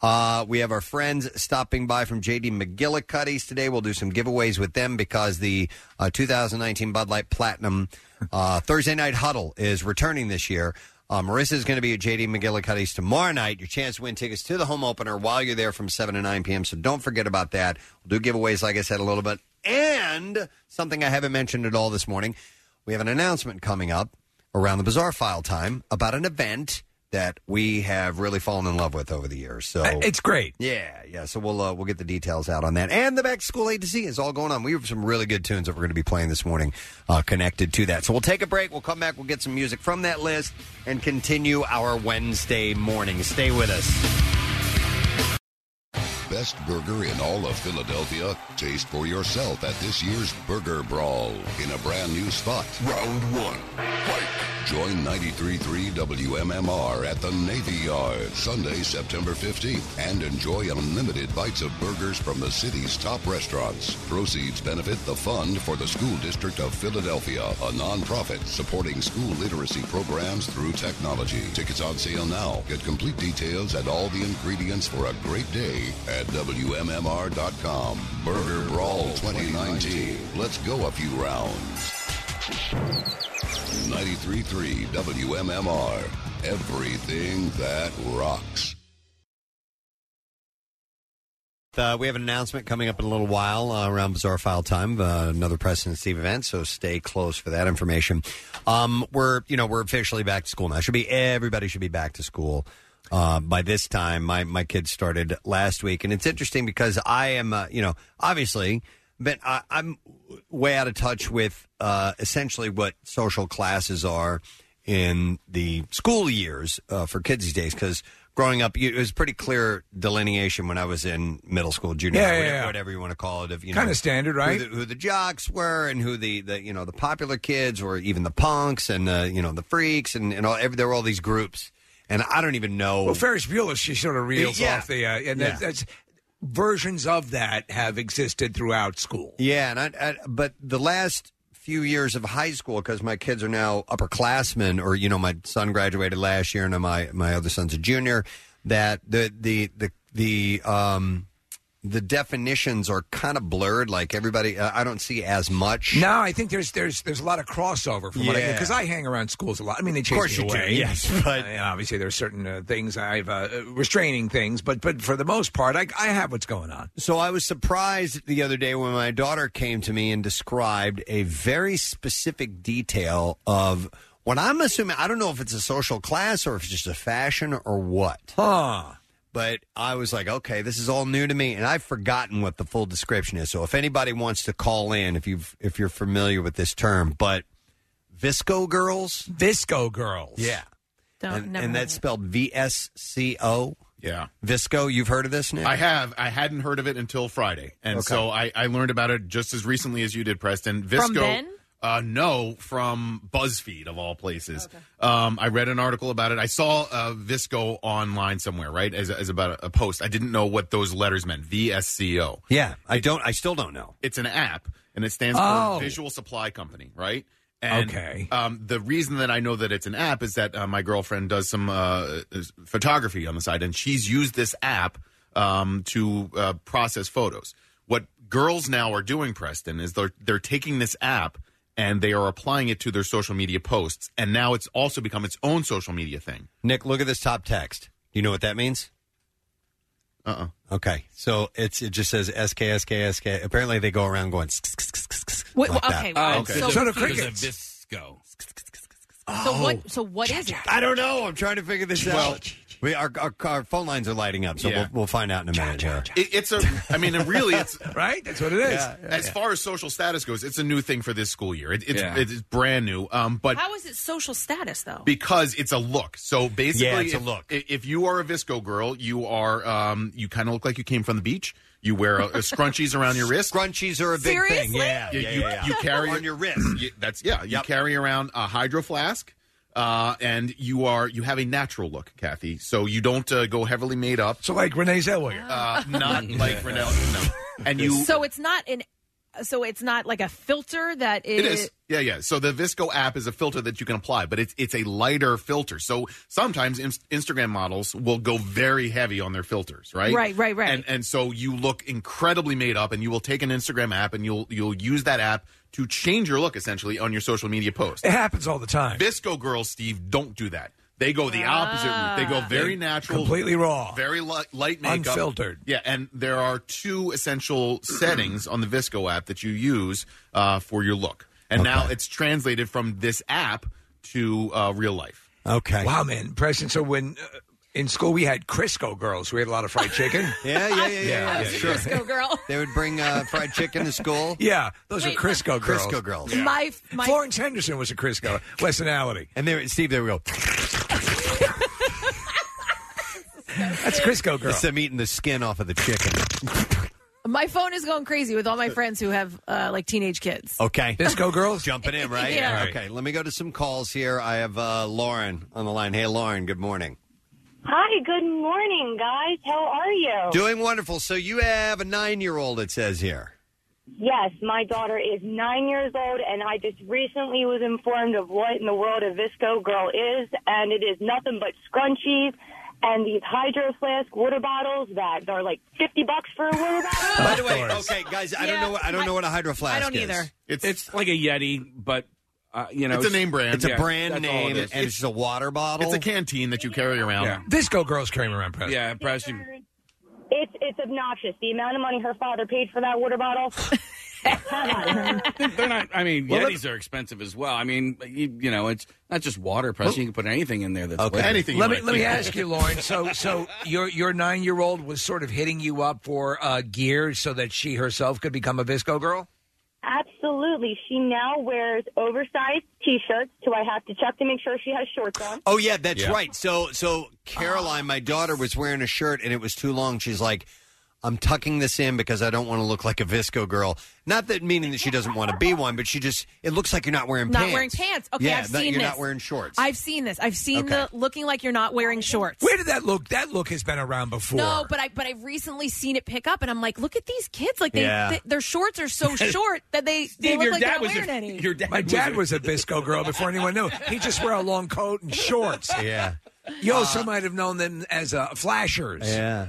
Speaker 2: Uh, we have our friends stopping by from JD McGillicuddy's today. We'll do some giveaways with them because the uh, 2019 Bud Light Platinum uh, Thursday night huddle is returning this year. Uh, Marissa is going to be at JD McGillicuddy's tomorrow night. Your chance to win tickets to the home opener while you're there from 7 to 9 p.m. So don't forget about that. We'll do giveaways, like I said, a little bit. And something I haven't mentioned at all this morning we have an announcement coming up around the Bizarre File time about an event that we have really fallen in love with over the years. So
Speaker 5: It's great.
Speaker 2: yeah, yeah. So we'll uh, we'll get the details out on that, and the back to school A to Z is all going on. We have some really good tunes that we're going to be playing this morning, uh, connected to that. So we'll take a break. We'll come back. We'll get some music from that list and continue our Wednesday morning. Stay with us.
Speaker 1: Best burger in all of Philadelphia. Taste for yourself at this year's Burger Brawl in a brand new spot. Round one. Join 93.3 WMMR at the Navy Yard Sunday, September 15th, and enjoy unlimited bites of burgers from the city's top restaurants. Proceeds benefit the Fund for the School District of Philadelphia, a nonprofit supporting school literacy programs through technology. Tickets on sale now. Get complete details and all the ingredients for a great day at WMMR.com. Burger Brawl 2019. Let's go a few rounds. 93.3 WMMR. Everything that rocks.
Speaker 2: Uh, we have an announcement coming up in a little while uh, around Bizarre File time, uh, another President Steve event. So stay close for that information. Um, we're you know we're officially back to school now. Should be everybody should be back to school uh, by this time. My my kids started last week, and it's interesting because I am uh, you know obviously, but I, I'm way out of touch with uh, essentially what social classes are in the school years uh, for kids these days because growing up you, it was pretty clear delineation when i was in middle school junior
Speaker 5: Yeah,
Speaker 2: high,
Speaker 5: yeah,
Speaker 2: whatever,
Speaker 5: yeah.
Speaker 2: whatever you want to call it of you know
Speaker 5: Kinda standard, right?
Speaker 2: who the, who the jocks were and who the, the you know the popular kids or even the punks and the you know the freaks and, and all every, there were all these groups and i don't even know
Speaker 5: Well, Ferris Bueller, she sort of reels
Speaker 2: Yeah.
Speaker 5: off the, uh, and
Speaker 2: Yeah.
Speaker 5: that, that's versions of that have existed throughout school.
Speaker 2: Yeah, and I, I but the last few years of high school because my kids are now upperclassmen, or you know, my son graduated last year, and my my other son's a junior. That the the the the um the definitions are kind of blurred. Like everybody, uh, I don't see as much.
Speaker 5: No, I think there's there's there's a lot of crossover from what I
Speaker 2: Yeah.
Speaker 5: because I hang around schools a lot. I mean, they
Speaker 2: Of
Speaker 5: chase
Speaker 2: course
Speaker 5: me
Speaker 2: you do,
Speaker 5: away.
Speaker 2: yes, <laughs>
Speaker 5: but obviously there are certain uh, things I've uh, restraining things, but but for the most part, I, I have what's going on.
Speaker 2: So I was surprised the other day when my daughter came to me and described a very specific detail of what I'm assuming. I don't know if it's a social class or if it's just a fashion or what.
Speaker 5: Huh.
Speaker 2: But I was like, okay, this is all new to me, and I've forgotten what the full description is. So if anybody wants to call in, if you have if you're familiar with this term, but visco girls,
Speaker 5: visco girls,
Speaker 2: yeah.
Speaker 3: No,
Speaker 2: and,
Speaker 3: never
Speaker 2: and
Speaker 3: heard
Speaker 2: that's spelled V S C O.
Speaker 6: Yeah.
Speaker 2: Visco, you've heard of this now?
Speaker 6: I have. I hadn't heard of it until Friday, and
Speaker 2: Okay.
Speaker 6: so I, I learned about it just as recently as you did, Preston. Visco.
Speaker 3: From Ben?
Speaker 6: Uh, no, from BuzzFeed of all places. Um, I read an article about it. I saw uh, Visco online somewhere, right? As, as about a, a post. I didn't know what those letters meant. VSCO.
Speaker 2: Yeah, I don't. I still don't know.
Speaker 6: It's an app, and it stands
Speaker 2: Oh.
Speaker 6: for Visual Supply Company, right? And,
Speaker 4: Okay.
Speaker 6: Um, the reason that I know that it's an app is that uh, my girlfriend does some uh, is- photography on the side, and she's used this app um, to uh, process photos. What girls now are doing, Preston, is they're they're taking this app and they are applying it to their social media posts, and now it's also become its own social media thing.
Speaker 2: Nick, look at this top text. Do you know what that means?
Speaker 6: Uh
Speaker 2: uh Okay. So it's it just says S K S K S K. Apparently they go around going.
Speaker 5: Wait,
Speaker 2: like
Speaker 5: okay,
Speaker 2: that.
Speaker 5: well, I'm so So do confused.
Speaker 7: crickets.
Speaker 2: visco.
Speaker 5: So
Speaker 7: Oh.
Speaker 5: what? So what is it?
Speaker 2: I don't know. I'm trying to figure this
Speaker 6: Well-
Speaker 2: out. We our, our our phone lines are lighting up, so
Speaker 6: Yeah.
Speaker 2: we'll, we'll find out in a minute. here.
Speaker 6: It, it's a. I mean, it really, it's
Speaker 4: <laughs> right. That's what
Speaker 2: it is. Yeah,
Speaker 6: as
Speaker 2: yeah.
Speaker 6: far as social status goes, it's a new thing for this school year. It, it's
Speaker 2: Yeah.
Speaker 6: it's brand new. Um, but
Speaker 3: How is it social status though?
Speaker 6: because it's a look. So basically,
Speaker 2: Yeah, it's a
Speaker 6: if-
Speaker 2: look.
Speaker 6: i- If, you are a visco girl, you are um, you kind of look like you came from the beach. You wear a, a scrunchies around your wrist.
Speaker 2: Scrunchies are a big thing, Seriously? yeah,
Speaker 6: you,
Speaker 2: yeah,
Speaker 6: you-
Speaker 2: yeah, yeah.
Speaker 6: you carry
Speaker 2: On your wrist.
Speaker 6: you- that's yeah. You carry around a hydro flask. Uh, and you are you have a natural look, Kathy. So you don't uh, go heavily made up.
Speaker 4: So like Renee Zellweger,
Speaker 6: uh, not
Speaker 2: <laughs>
Speaker 6: like Renee. No, and you
Speaker 3: so it's not an. So it's not like a filter that is.
Speaker 6: It is. Yeah, yeah. So the Visco app is a filter that you can apply, but it's it's a lighter filter. So sometimes in- Instagram models will go very heavy on their filters, right?
Speaker 3: Right, right, right.
Speaker 6: And and so you look incredibly made up, and you will take an Instagram app, and you'll you'll use that app to change your look essentially on your social media post.
Speaker 4: It happens all the time.
Speaker 6: Visco girls, Steve, don't do that. They go the opposite route. They go
Speaker 4: They-
Speaker 6: very natural,
Speaker 4: Ah. completely raw.
Speaker 6: very light, light makeup,
Speaker 4: Unfiltered.
Speaker 6: Yeah, and there are two essential settings on the Visco app that you use uh, for your look, and now it's translated from this app to uh, real life.
Speaker 2: Okay.
Speaker 4: Wow, man, Preston. So when uh, in school we had Crisco girls, we had a lot of fried chicken.
Speaker 2: <laughs> Yeah, yeah, yeah, yeah. yeah, sure.
Speaker 3: girl.
Speaker 2: They would bring uh, fried chicken to school.
Speaker 4: <laughs> Yeah, those
Speaker 2: Wait,
Speaker 4: are Crisco girls.
Speaker 2: Crisco girls.
Speaker 4: Yeah.
Speaker 3: My, my
Speaker 4: Florence Henderson was a
Speaker 2: <laughs>
Speaker 4: Crisco. Westonality.
Speaker 2: And there, Steve, there we go.
Speaker 4: That's Crisco girl.
Speaker 2: It's them eating the skin off of the chicken.
Speaker 3: my phone is going crazy with all my friends who have uh, like teenage kids.
Speaker 2: Okay.
Speaker 4: Disco girls?
Speaker 2: Jumping in, right?
Speaker 3: Yeah. All right.
Speaker 2: Okay, let me go to some calls here. I have uh, Lauren on the line. Hey, Lauren, good morning.
Speaker 19: Hi, good morning, guys. How are you?
Speaker 2: Doing wonderful. So you have a nine year old, it says here.
Speaker 19: Yes, my daughter is nine years old, and I just recently was informed of what in the world a Visco girl is, and it is nothing but scrunchies and these hydro flask water bottles that are like 50 bucks for a water
Speaker 2: <laughs>
Speaker 19: bottle.
Speaker 2: By the way, okay, guys, oh, I don't know. I don't know what a hydro flask is.
Speaker 7: It's it's like a Yeti, but uh, you know,
Speaker 6: It's a name brand.
Speaker 2: It's a
Speaker 7: Yeah,
Speaker 2: brand
Speaker 7: that's all it
Speaker 2: name,
Speaker 7: is.
Speaker 2: and it's just a water bottle.
Speaker 6: It's a canteen that you carry around.
Speaker 4: Yeah. Disco girls came around, Preston.
Speaker 7: Yeah, Preston.
Speaker 19: It's, it's obnoxious. The amount of money her father paid for that water bottle.
Speaker 7: They're not. I mean,
Speaker 19: Well,
Speaker 7: Yetis are expensive as well. I mean, you, you know, it's not just water, Preston. You can put anything in there that's liquid.
Speaker 4: Let me let me ask
Speaker 6: <laughs>
Speaker 4: you, Lauren. So so your your nine year old was sort of hitting you up for uh, gear so that she herself could become a Visco girl.
Speaker 19: Absolutely. She now wears oversized t-shirts, so I have to check to make sure she has shorts on.
Speaker 2: Oh yeah, that's
Speaker 19: Yeah.
Speaker 2: right. So so Caroline, my daughter, was wearing a shirt and it was too long. She's like, I'm tucking this in because I don't want to look like a visco girl. Not that meaning that she doesn't want to be one, but she just it looks like you're not wearing
Speaker 3: Not
Speaker 2: pants.
Speaker 3: wearing pants. Okay,
Speaker 2: yeah,
Speaker 3: I've
Speaker 2: that
Speaker 3: seen
Speaker 2: you're
Speaker 3: this.
Speaker 2: not wearing shorts.
Speaker 3: I've seen this. I've seen
Speaker 2: Okay.
Speaker 3: the looking like you're not wearing shorts.
Speaker 4: Where did that look? That look has been around before.
Speaker 3: No, but I but I've recently seen it pick up, and I'm like, look at these kids! Like they,
Speaker 4: Yeah.
Speaker 3: th- their shorts
Speaker 4: <laughs>
Speaker 3: are so short that they they
Speaker 4: Steve,
Speaker 3: look
Speaker 4: your
Speaker 3: like
Speaker 4: dad
Speaker 3: they're not
Speaker 4: was a-
Speaker 3: wearing any.
Speaker 7: Your dad
Speaker 4: My dad was a Visco girl before anyone knew. He just wore a long coat and shorts.
Speaker 2: <laughs> Yeah.
Speaker 4: You also might have known them as uh, flashers.
Speaker 2: Yeah.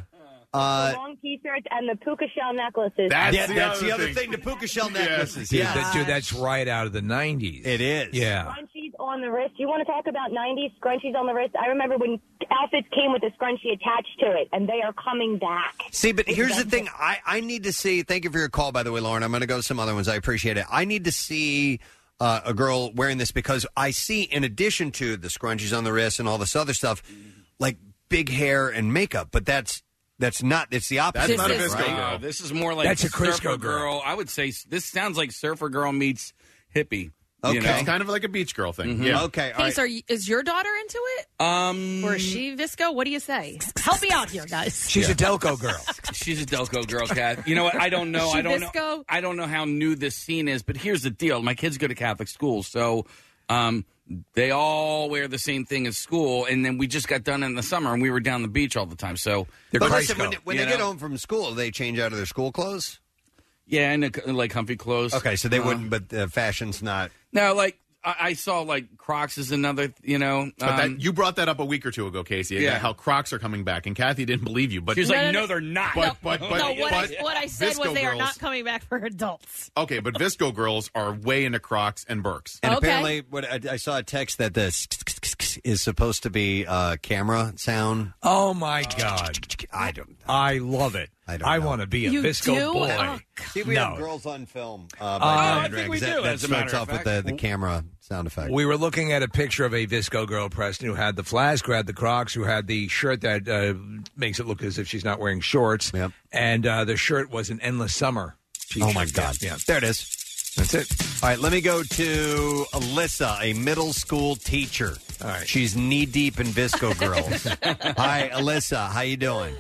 Speaker 19: the long t-shirts and the puka shell necklaces.
Speaker 2: Uh, yeah, that's the other thing. The puka shell necklaces.
Speaker 4: Dude,
Speaker 2: Yeah.
Speaker 4: that- dude, that's right out of the 90s. It
Speaker 2: is.
Speaker 4: Yeah.
Speaker 19: Scrunchies on the wrist. You want to talk about 90s scrunchies on the wrist? I remember when outfits came with a scrunchie attached to it, and they are coming back.
Speaker 2: See, but here's the thing. I, I need to see. Thank you for your call, by the way, Lauren. I'm going to go to some other ones. I appreciate it. I need to see uh, a girl wearing this because I see, in addition to the scrunchies on the wrist and all this other stuff, like big hair and makeup. But that's that's not. It's the opposite.
Speaker 7: That's not
Speaker 2: of it,
Speaker 7: a Visco
Speaker 2: right?
Speaker 7: girl. This is more like
Speaker 2: That's a Crisco
Speaker 7: surfer
Speaker 2: girl.
Speaker 7: I would say s- this sounds like surfer girl meets hippie. You know?
Speaker 6: It's kind of like a beach girl thing.
Speaker 7: Mhm.
Speaker 6: Yeah.
Speaker 7: Okay,
Speaker 3: Hey, so are you, is your daughter into it?
Speaker 7: Um,
Speaker 3: Or is she Visco? What do you say? Help me out here, guys.
Speaker 7: She's a Yeah.
Speaker 4: Delco girl.
Speaker 7: <laughs> She's a Delco girl, Kat. You know what? I don't know.
Speaker 3: She
Speaker 7: I don't
Speaker 3: Visco?
Speaker 7: know. I don't know how new this scene is, but here's the deal: my kids go to Catholic school, so um, they all wear the same thing at school. And then we just got done in the summer, and we were down the beach all the time. So
Speaker 2: but listen, when, when they get home from school, they change out of their school clothes.
Speaker 7: Yeah, and uh, like comfy clothes.
Speaker 2: Okay, so they
Speaker 7: Uh,
Speaker 2: wouldn't. But uh, fashion's not.
Speaker 7: Now, like I, I saw, like Crocs is another. You know,
Speaker 6: But
Speaker 7: um,
Speaker 6: that, you brought that up a week or two ago, Casey.
Speaker 7: Yeah.
Speaker 6: Yeah. How Crocs are coming back, and Kathy didn't believe you. But
Speaker 7: She was like, No, no, no. "No, they're not."
Speaker 6: But, but, but,
Speaker 3: no, what,
Speaker 6: but
Speaker 3: I, what I said was
Speaker 6: Visco
Speaker 3: they are
Speaker 6: girls-
Speaker 3: not coming back for adults.
Speaker 6: Okay, but Visco girls are way into Crocs and Burks.
Speaker 2: And apparently, what I, I saw a text that this is supposed to be uh, camera sound.
Speaker 4: Oh my god!
Speaker 2: I don't.
Speaker 4: I love it. I,
Speaker 2: don't know.
Speaker 4: want to be a
Speaker 2: You
Speaker 4: Visco
Speaker 2: do?
Speaker 4: boy.
Speaker 2: Oh, See, we
Speaker 4: no,
Speaker 2: have girls on film.
Speaker 4: Uh,
Speaker 2: Uh, by
Speaker 4: I
Speaker 2: Brian
Speaker 4: think
Speaker 2: Drag,
Speaker 4: we
Speaker 2: 'cause that,
Speaker 4: do,
Speaker 2: That
Speaker 4: as a
Speaker 2: starts
Speaker 4: matter of
Speaker 2: off with the,
Speaker 4: fact.
Speaker 2: the camera sound effect.
Speaker 4: We were looking at a picture of a Visco girl, Preston, who had the flask, who had the Crocs, who had the shirt that uh, makes it look as if she's not wearing shorts. And uh, the shirt was an endless summer.
Speaker 2: Oh my God!
Speaker 4: Yeah.
Speaker 2: there it is.
Speaker 4: That's it.
Speaker 2: All right, let me go to Alyssa, a middle school teacher. All right, she's knee deep in Visco <laughs> Girls. Hi, Alyssa. How you doing?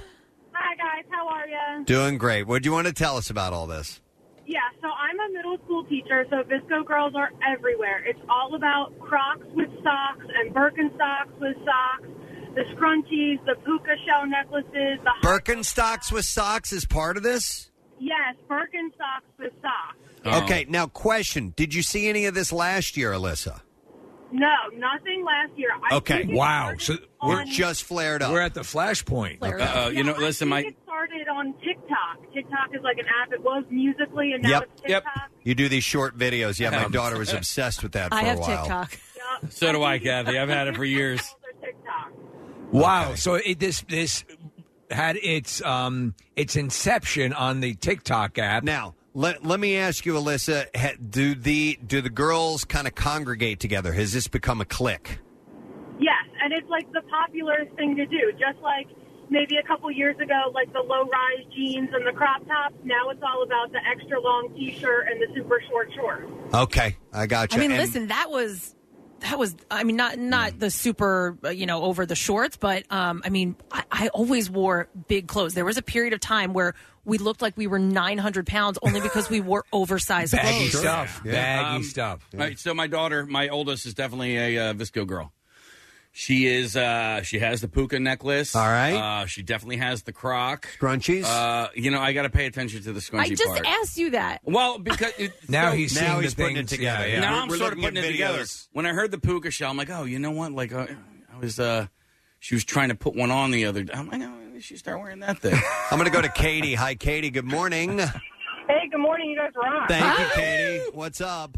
Speaker 20: Hi guys, how are you?
Speaker 2: Doing great. What do you want to tell us about all this?
Speaker 20: Yeah, so I'm a middle school teacher, so Visco girls are everywhere. It's all about Crocs with socks and Birkenstocks with socks, the scrunchies, the puka shell necklaces, the
Speaker 2: Birkenstocks with socks is part of this.
Speaker 20: yes, Birkenstocks with socks.
Speaker 2: Okay, now question: Did you see any of this last year, Alyssa?
Speaker 20: No, nothing last year. I
Speaker 4: Okay.
Speaker 20: think it
Speaker 4: Wow. So
Speaker 2: we're just flared up.
Speaker 4: We're at the flashpoint.
Speaker 20: Flared
Speaker 7: Uh, you know, listen,
Speaker 20: I
Speaker 7: my
Speaker 20: think it started on TikTok. TikTok is like an app. It was musically, and now
Speaker 2: Yep.
Speaker 20: it's TikTok.
Speaker 2: You do these short videos. Yeah, my daughter was obsessed with that for a while.
Speaker 7: So do I, Kathy. I've had it for years.
Speaker 4: Wow. So it, this this had its um its inception on the TikTok app.
Speaker 2: Now Let, let me ask you, Alyssa. ha- Do the do the girls kind of congregate together? Has this become a clique?
Speaker 20: Yes, and it's like the popular thing to do. Just like maybe a couple years ago, like the low-rise jeans and the crop tops. Now it's all about the extra long T-shirt and the super short shorts.
Speaker 2: Okay, I got you.
Speaker 3: I mean, listen, that was that was. I mean, not not
Speaker 4: Hmm.
Speaker 3: the super, uh, you know, over the shorts, but um, I mean, I, I always wore big clothes. There was a period of time where we looked like we were nine hundred pounds only because we wore oversized
Speaker 4: Baggy
Speaker 3: clothes.
Speaker 4: stuff.
Speaker 7: Yeah.
Speaker 4: Baggy
Speaker 7: Um,
Speaker 4: stuff.
Speaker 7: All right, so my daughter, my oldest, is definitely a uh, Visco girl. She is. uh She has the puka necklace. All
Speaker 2: right.
Speaker 7: Uh, she definitely has the croc.
Speaker 2: Scrunchies.
Speaker 7: Uh, you know, I got to pay attention to the scrunchie
Speaker 3: I just
Speaker 7: part.
Speaker 3: asked you that.
Speaker 7: Well, because it,
Speaker 4: <laughs> Now
Speaker 7: so-
Speaker 4: he's seeing Now the he's putting it things- yeah, together. yeah.
Speaker 7: Now
Speaker 4: We're-
Speaker 7: I'm
Speaker 4: we're
Speaker 7: sort of
Speaker 4: looking at
Speaker 7: putting it together.
Speaker 4: videos.
Speaker 7: When I heard the puka shell, I'm like, oh, you know what? Like, uh, I was. uh She was trying to put one on the other. I'm like, oh, she start wearing
Speaker 4: <laughs>
Speaker 7: that thing.
Speaker 2: I'm going to go to Katie. Hi, Katie. Good morning.
Speaker 5: Hey, good morning. You guys rock.
Speaker 2: Thank you, Katie. What's up?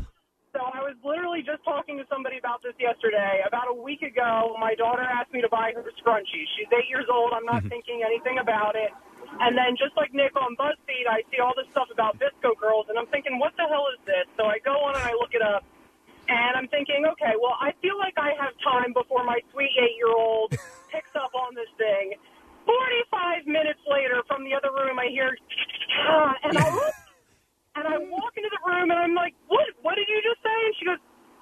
Speaker 5: So I was literally just talking to somebody about this yesterday. About a week ago, my daughter asked me to buy her scrunchies. She's eight years old. I'm
Speaker 2: Mm-hmm.
Speaker 5: not thinking anything about it. And then just like Nick on BuzzFeed, I see all this stuff about Visco girls, and I'm thinking, <laughs> what the hell is this? So I go on and I look it up, and I'm thinking, okay, well, I feel like I have time before my sweet
Speaker 20: <laughs>
Speaker 5: eight-year-old picks up on this thing. Forty-five minutes later, from the other room, I hear, "Ah," and I look "Oh, and I walk into the room and I'm like, "What? What did you just say?" And she goes,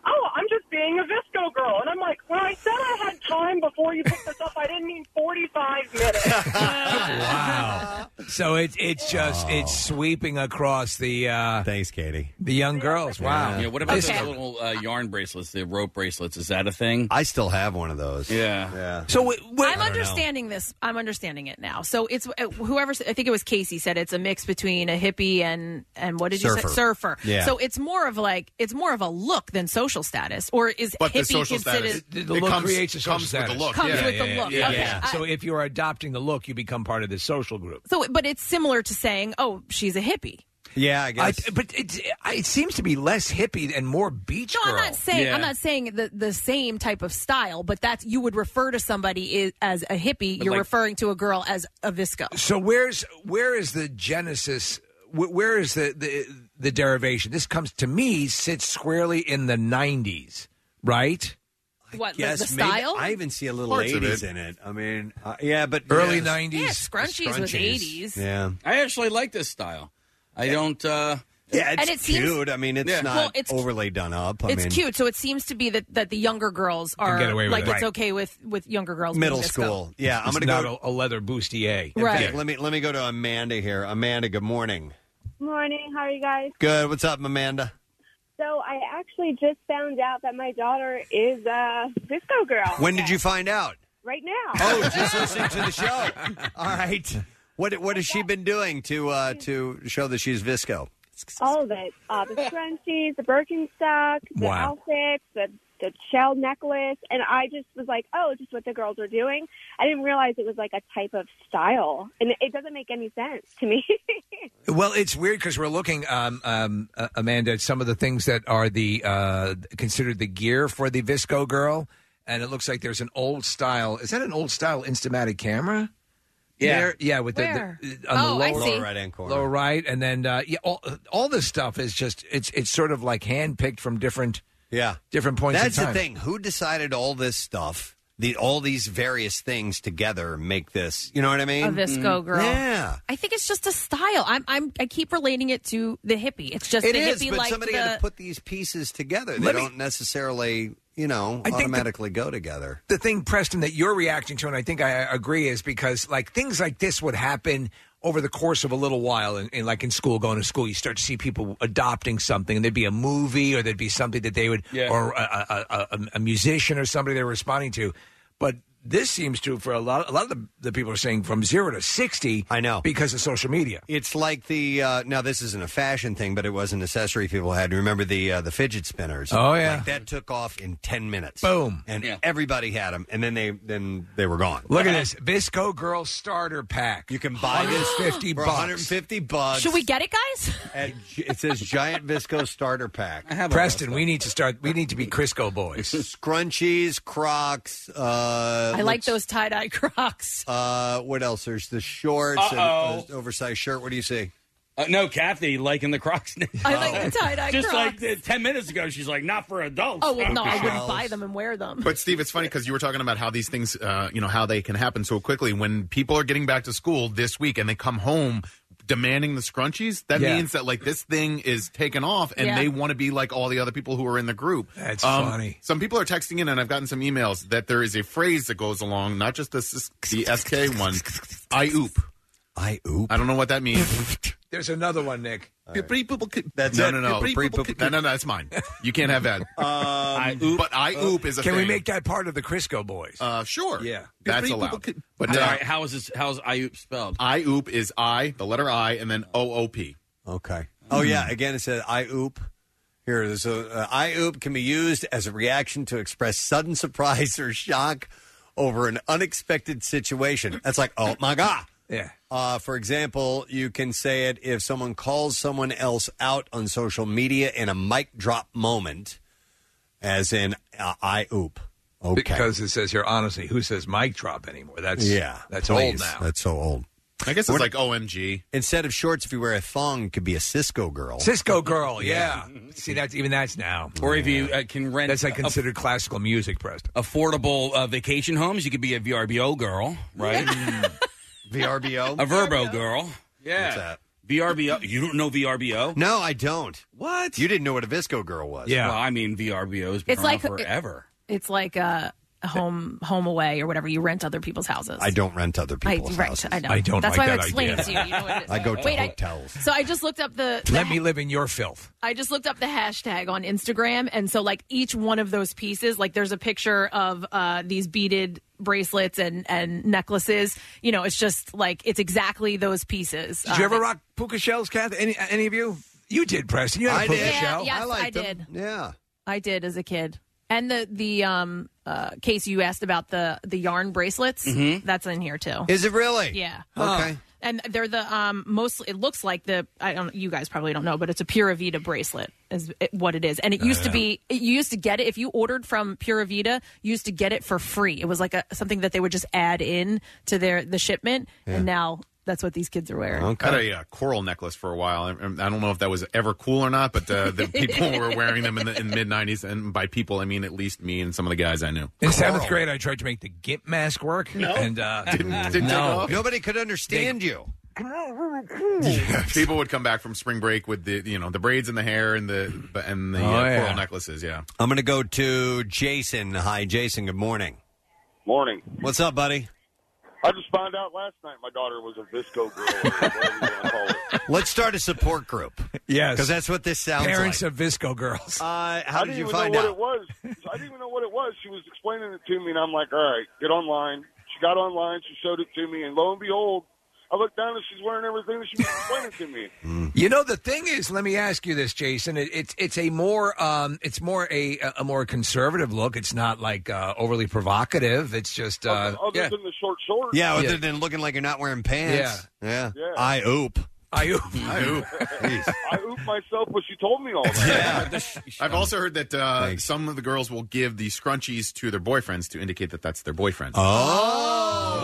Speaker 5: "Oh, I'm just being a visco girl." And I'm like, "When I said I had time before you picked this up, I didn't mean 45 minutes."
Speaker 4: Wow. so it's it's just it's sweeping across the uh
Speaker 2: Oh. Thanks, Katie.
Speaker 4: The young girls. Wow.
Speaker 7: Yeah. What about
Speaker 4: This-
Speaker 7: those little uh, yarn bracelets, the rope bracelets? Is that a thing?
Speaker 2: I still have one of those.
Speaker 7: Yeah.
Speaker 2: Yeah.
Speaker 4: So
Speaker 3: I'm understanding this. I'm understanding it now. So it's uh, whoever I think it was Casey said it's a mix between a hippie and and what did you
Speaker 2: Surfer.
Speaker 3: say surfer.
Speaker 2: Yeah.
Speaker 3: So it's more of like it's more of a look than social status, or is
Speaker 4: But the
Speaker 3: hippie
Speaker 4: social
Speaker 3: considered
Speaker 4: status- the- the look creates a social status.
Speaker 3: Comes with the look. Okay. I-
Speaker 4: So if you're adopting the look, you become part of this social group.
Speaker 3: so, but it's similar to saying, "Oh, she's a hippie."
Speaker 2: Yeah, I
Speaker 4: guess. but it, it seems to be less hippie and more beach
Speaker 3: No,
Speaker 4: girl.
Speaker 3: I'm not saying I'm not saying the the same type of style, but that's you would refer to somebody i- as a hippie.
Speaker 4: But
Speaker 3: You're
Speaker 4: like-
Speaker 3: referring to a girl as a visco.
Speaker 4: So where's where is the genesis? wh- Where is the, the the derivation? This comes to me sits squarely in the '90s, right?
Speaker 3: What
Speaker 4: guess
Speaker 3: the, the
Speaker 4: maybe-
Speaker 3: style?
Speaker 2: I even see a little
Speaker 4: Parts of
Speaker 2: ladies
Speaker 4: it.
Speaker 2: in it. I mean, uh, yeah, but
Speaker 4: Early
Speaker 2: yeah.
Speaker 4: 90s.
Speaker 3: yeah, scrunchies, was
Speaker 2: Scrunchies.
Speaker 3: '80s.
Speaker 2: Yeah.
Speaker 7: I actually like this style. I don't. uh
Speaker 2: Yeah, it's
Speaker 3: And it
Speaker 2: cute.
Speaker 3: seems-
Speaker 2: I mean, it's
Speaker 3: Yeah.
Speaker 2: not
Speaker 3: Well, it's-
Speaker 2: overly done up. I
Speaker 3: it's
Speaker 2: mean,
Speaker 3: cute, so it seems to be that, that the younger girls are
Speaker 2: get away with
Speaker 3: like
Speaker 2: it.
Speaker 3: it's
Speaker 2: Right.
Speaker 3: okay with with younger girls. being
Speaker 2: middle
Speaker 3: disco.
Speaker 2: school. Yeah, I'm
Speaker 4: It's
Speaker 2: going to
Speaker 4: not
Speaker 2: go
Speaker 4: a, leather bustier.
Speaker 2: In
Speaker 3: Right.
Speaker 2: fact, let me let me go to Amanda here. Amanda, good morning.
Speaker 21: Morning. How are you guys?
Speaker 2: Good. What's up, Amanda?
Speaker 21: So I actually just found out that my daughter is a disco girl.
Speaker 2: When did you find out?
Speaker 21: Right now.
Speaker 2: Oh, just listening to the show. <laughs> All right. What what has she been doing to uh, to show that she's visco?
Speaker 21: All of it.
Speaker 2: <laughs>
Speaker 21: Uh, the scrunchies, the Birkenstock, the
Speaker 2: Wow.
Speaker 21: outfits, the, the shell necklace. And I just was like, oh, just what the girls are doing. I didn't realize it was like a type of style. And it doesn't make any sense to me. <laughs>
Speaker 4: Well, it's weird because we're looking, um, um, uh, Amanda, at some of the things that are the uh, considered the gear for the Visco girl, and it looks like there's an old style. Is that an old style Instamatic camera?
Speaker 2: Yeah.
Speaker 4: There- yeah, with the,
Speaker 2: Where?
Speaker 4: the uh, on
Speaker 2: Oh,
Speaker 4: the
Speaker 2: I
Speaker 4: lower,
Speaker 2: see. Lower right-hand corner.
Speaker 4: lower right, and then uh, yeah, all, all this stuff is just it's it's sort of like handpicked from different
Speaker 2: yeah
Speaker 4: different points.
Speaker 2: That's
Speaker 4: in
Speaker 2: the
Speaker 4: time.
Speaker 2: thing. Who decided all this stuff? The all these various things together make this. You know what I mean?
Speaker 3: A visco
Speaker 2: Mm-hmm.
Speaker 3: girl.
Speaker 2: Yeah.
Speaker 3: I think it's just a style. I'm, I'm I keep relating it to the hippie. It's just
Speaker 2: it
Speaker 3: the
Speaker 2: is,
Speaker 3: hippie
Speaker 2: but
Speaker 3: like
Speaker 2: somebody
Speaker 3: the,
Speaker 2: had to put these pieces together. They
Speaker 4: Let me-
Speaker 2: don't necessarily, you know,
Speaker 4: I think the-
Speaker 2: automatically go together.
Speaker 4: the thing, Preston, that you're reacting to, and I think I agree, is because like things like this would happen over the course of a little while, and, and like in school, going to school, you start to see people adopting something, and there'd be a movie, or there'd be something that they would,
Speaker 7: Yeah.
Speaker 4: or a, a, a- a, a musician or somebody they're responding to, but. This seems to for a lot. A lot of the, the people are saying from zero to sixty. I know because of social media.
Speaker 2: It's like the uh, now this isn't a fashion thing, but it was an accessory people had. Remember the uh, the fidget spinners?
Speaker 4: Oh, yeah.
Speaker 2: Like, that took off in ten minutes.
Speaker 4: Boom.
Speaker 2: and everybody had them, and then they then they were gone.
Speaker 4: Look at this Visco Girl Starter Pack. You
Speaker 2: can buy this
Speaker 4: fifty
Speaker 2: for
Speaker 4: bucks.
Speaker 2: 150 bucks.
Speaker 3: Should we get it, guys?
Speaker 2: At, it says giant Visco
Speaker 7: <laughs>
Speaker 2: starter pack.
Speaker 4: Preston, we need to start. We need to be Crisco boys.
Speaker 2: Scrunchies, Crocs. Uh,
Speaker 3: I like those tie dye
Speaker 2: <laughs>
Speaker 3: Crocs.
Speaker 2: Uh, what else? There's the shorts
Speaker 7: Uh-oh.
Speaker 2: and uh, oversized shirt. What do you see?
Speaker 7: Uh, no, Kathy liking the Crocs. <laughs>
Speaker 3: I like the tie dye
Speaker 7: Just
Speaker 3: Crocs.
Speaker 7: like the, ten minutes ago, she's like, "Not for adults."
Speaker 3: oh well, no, I wouldn't buy them and wear them.
Speaker 6: But Steve, it's funny because you were talking about how these things, uh, you know, how they can happen so quickly. When people are getting back to school this week and they come home demanding the scrunchies, that
Speaker 4: Yeah.
Speaker 6: means that like this thing is taken off and
Speaker 4: Yeah.
Speaker 6: they want to be like all the other people who are in the group. Um,
Speaker 4: That's funny.
Speaker 6: Some people are texting in, and I've gotten some emails that there is a phrase that goes along, not just the s- the SK one. I oop.
Speaker 2: I oop.
Speaker 6: I don't know what that means.
Speaker 4: There's another one, Nick.
Speaker 6: That's no, no, no, no, no, no. That's mine. You can't have that.
Speaker 4: I
Speaker 6: oop. Oh. But I oop is
Speaker 4: Um,
Speaker 6: a
Speaker 4: uh, Can we
Speaker 6: thing.
Speaker 4: make that part of the Crisco boys?
Speaker 6: Uh, sure.
Speaker 4: Yeah.
Speaker 6: That's allowed. But
Speaker 7: All
Speaker 6: no.
Speaker 7: right, how is this? How's IOOP spelled?
Speaker 6: I oop is I, the letter I, and then O O P.
Speaker 2: Okay. Oh
Speaker 4: Mm-hmm.
Speaker 2: yeah. Again, it says I oop. Here it is. Uh, I oop can be used as a reaction to express sudden surprise or shock over an unexpected situation. That's like, oh my god.
Speaker 4: Yeah.
Speaker 2: Uh, for example, you can say it if someone calls someone else out on social media in a mic drop moment, as in uh, I oop. Okay.
Speaker 4: Because it says here, honestly, who says mic drop anymore? That's
Speaker 2: yeah,
Speaker 4: that's old
Speaker 2: please.
Speaker 4: now.
Speaker 2: That's so old.
Speaker 6: I guess it's like OMG.
Speaker 2: Instead of shorts, if you wear a thong, it could be a Cisco
Speaker 4: <laughs>
Speaker 2: girl. <laughs>
Speaker 4: Cisco girl, yeah. See, that's even that's now.
Speaker 7: Or if you uh, can rent,
Speaker 4: that's like considered classical music, Preston.
Speaker 7: affordable uh, vacation homes. You could be a VRBO girl, right?
Speaker 2: VRBO,
Speaker 7: a Verbo girl. Yeah. What's
Speaker 2: that?
Speaker 7: VRBO. You don't know VRBO?
Speaker 2: No, I don't.
Speaker 7: What?
Speaker 2: You didn't know what a Visco girl was?
Speaker 7: Yeah. Well, I mean, VRBO has been
Speaker 3: It's
Speaker 7: around
Speaker 3: like
Speaker 7: forever.
Speaker 3: It's like a a home home away or whatever. You rent other people's houses.
Speaker 2: I don't rent other
Speaker 3: I-
Speaker 2: people's
Speaker 3: right,
Speaker 2: houses.
Speaker 3: I know. I don't That's like why I'm that explaining idea.
Speaker 2: it
Speaker 3: to you. You know what
Speaker 2: <laughs> I go to
Speaker 3: Wait, I-
Speaker 2: hotels.
Speaker 3: So I just looked up the. the
Speaker 4: Let me live in your filth.
Speaker 3: I just looked up the hashtag on Instagram, and so like each one of those pieces, like there's a picture of uh, these beaded bracelets and and necklaces. You know, it's just like it's exactly those pieces. Uh,
Speaker 4: Did you ever rock puka shells, Kath? Any any of you? You did, Preston. You had a
Speaker 3: I
Speaker 4: puka
Speaker 3: did. Yeah,
Speaker 4: shell.
Speaker 3: yes, I liked I them. did.
Speaker 2: Yeah.
Speaker 3: I did as a kid, and the the um uh, case you asked about the the yarn bracelets.
Speaker 2: Mhm.
Speaker 3: That's in here too.
Speaker 2: Is it really?
Speaker 3: Yeah.
Speaker 2: Okay.
Speaker 3: And they're the um mostly. It looks like the I don't. You guys probably don't know, but it's a Pura Vida bracelet is it- what it is. And it used to
Speaker 4: yeah.
Speaker 3: be. It, you used to get it if you ordered from Pura Vida. You used to get it for free. It was like a something that they would just add in to their the shipment.
Speaker 6: Yeah.
Speaker 3: And now that's what these kids are wearing.
Speaker 6: I had a uh, coral necklace for a while. I, I don't know if that was ever cool or not, but
Speaker 7: <laughs>
Speaker 6: uh, the people were wearing them in the in mid '90s, and by people I mean at least me and some of the guys I knew.
Speaker 4: In seventh grade, I tried to make the gimp mask work, and uh, <laughs>
Speaker 6: Didn't- didn't take
Speaker 4: no.
Speaker 6: off?
Speaker 2: Nobody could understand you.
Speaker 6: People would come back from spring break with the you know the braids in the hair and the and the
Speaker 2: Oh,
Speaker 6: uh,
Speaker 2: yeah.
Speaker 6: coral necklaces. Yeah.
Speaker 2: I'm going to go to Jason. Hi, Jason. Good morning.
Speaker 15: Morning.
Speaker 2: What's up, buddy?
Speaker 15: I just found out last night my daughter was a visco girl.
Speaker 2: Let's start a support <laughs> group.
Speaker 4: Yes.
Speaker 2: Because that's what this sounds
Speaker 4: Parents
Speaker 2: like.
Speaker 4: of Visco girls.
Speaker 2: Uh, how
Speaker 15: I
Speaker 2: did
Speaker 15: didn't
Speaker 2: you
Speaker 15: even
Speaker 2: find
Speaker 15: know
Speaker 2: out?
Speaker 15: What it was. I didn't even know what it was. She was explaining it to me, and I'm like, all right, get online. She got online. She showed it to me, and lo and behold, I looked down and she's wearing everything that she was explaining to me.
Speaker 4: You know the thing is, let me ask you this, Jason. It, it's it's a more um, it's more a a more conservative look. It's not like uh, overly provocative. It's just uh,
Speaker 15: Other than the short shorts.
Speaker 2: Yeah, other than looking like you're not wearing pants. Yeah.
Speaker 15: Yeah.
Speaker 2: I oop.
Speaker 4: I oop.
Speaker 2: I oop.
Speaker 15: I ooped myself when she told me
Speaker 2: <laughs>
Speaker 15: all that.
Speaker 6: I've also heard that uh, some of the girls will give the scrunchies to their boyfriends to indicate that that's their boyfriend.
Speaker 7: Oh.
Speaker 2: Oh,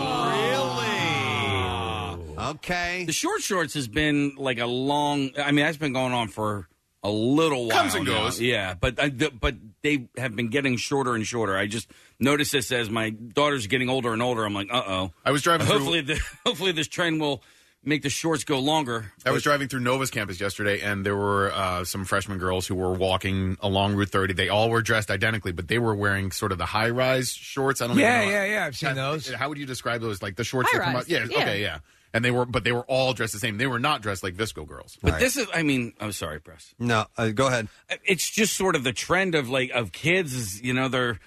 Speaker 2: Okay.
Speaker 7: The short shorts has been like a long. I mean, that's been going on for a little while.
Speaker 6: Comes and
Speaker 7: now.
Speaker 6: goes.
Speaker 7: Yeah, but I, the, but they have been getting shorter and shorter. I just noticed this as my daughter's getting older and older. I'm like, uh oh.
Speaker 6: I was driving through-
Speaker 7: Hopefully, the, <laughs> hopefully this trend will make the shorts go longer.
Speaker 6: I was driving through Nova's campus yesterday, and there were uh, some freshman girls who were walking along Route 30. They all were dressed identically, but they were wearing sort of the high rise shorts. I don't
Speaker 4: yeah,
Speaker 6: even know.
Speaker 4: yeah, yeah. I've seen those.
Speaker 6: How would you describe those? Like the shorts that come
Speaker 4: High-rise.
Speaker 6: out? Yeah,
Speaker 4: Yeah.
Speaker 6: okay, yeah. And they were, but they were all dressed the same. They were not dressed like Visco girls.
Speaker 7: But this is, I mean, I'm sorry, Press.
Speaker 2: No, uh, go ahead.
Speaker 7: It's just sort of the trend of like of kids. Is, you know, they're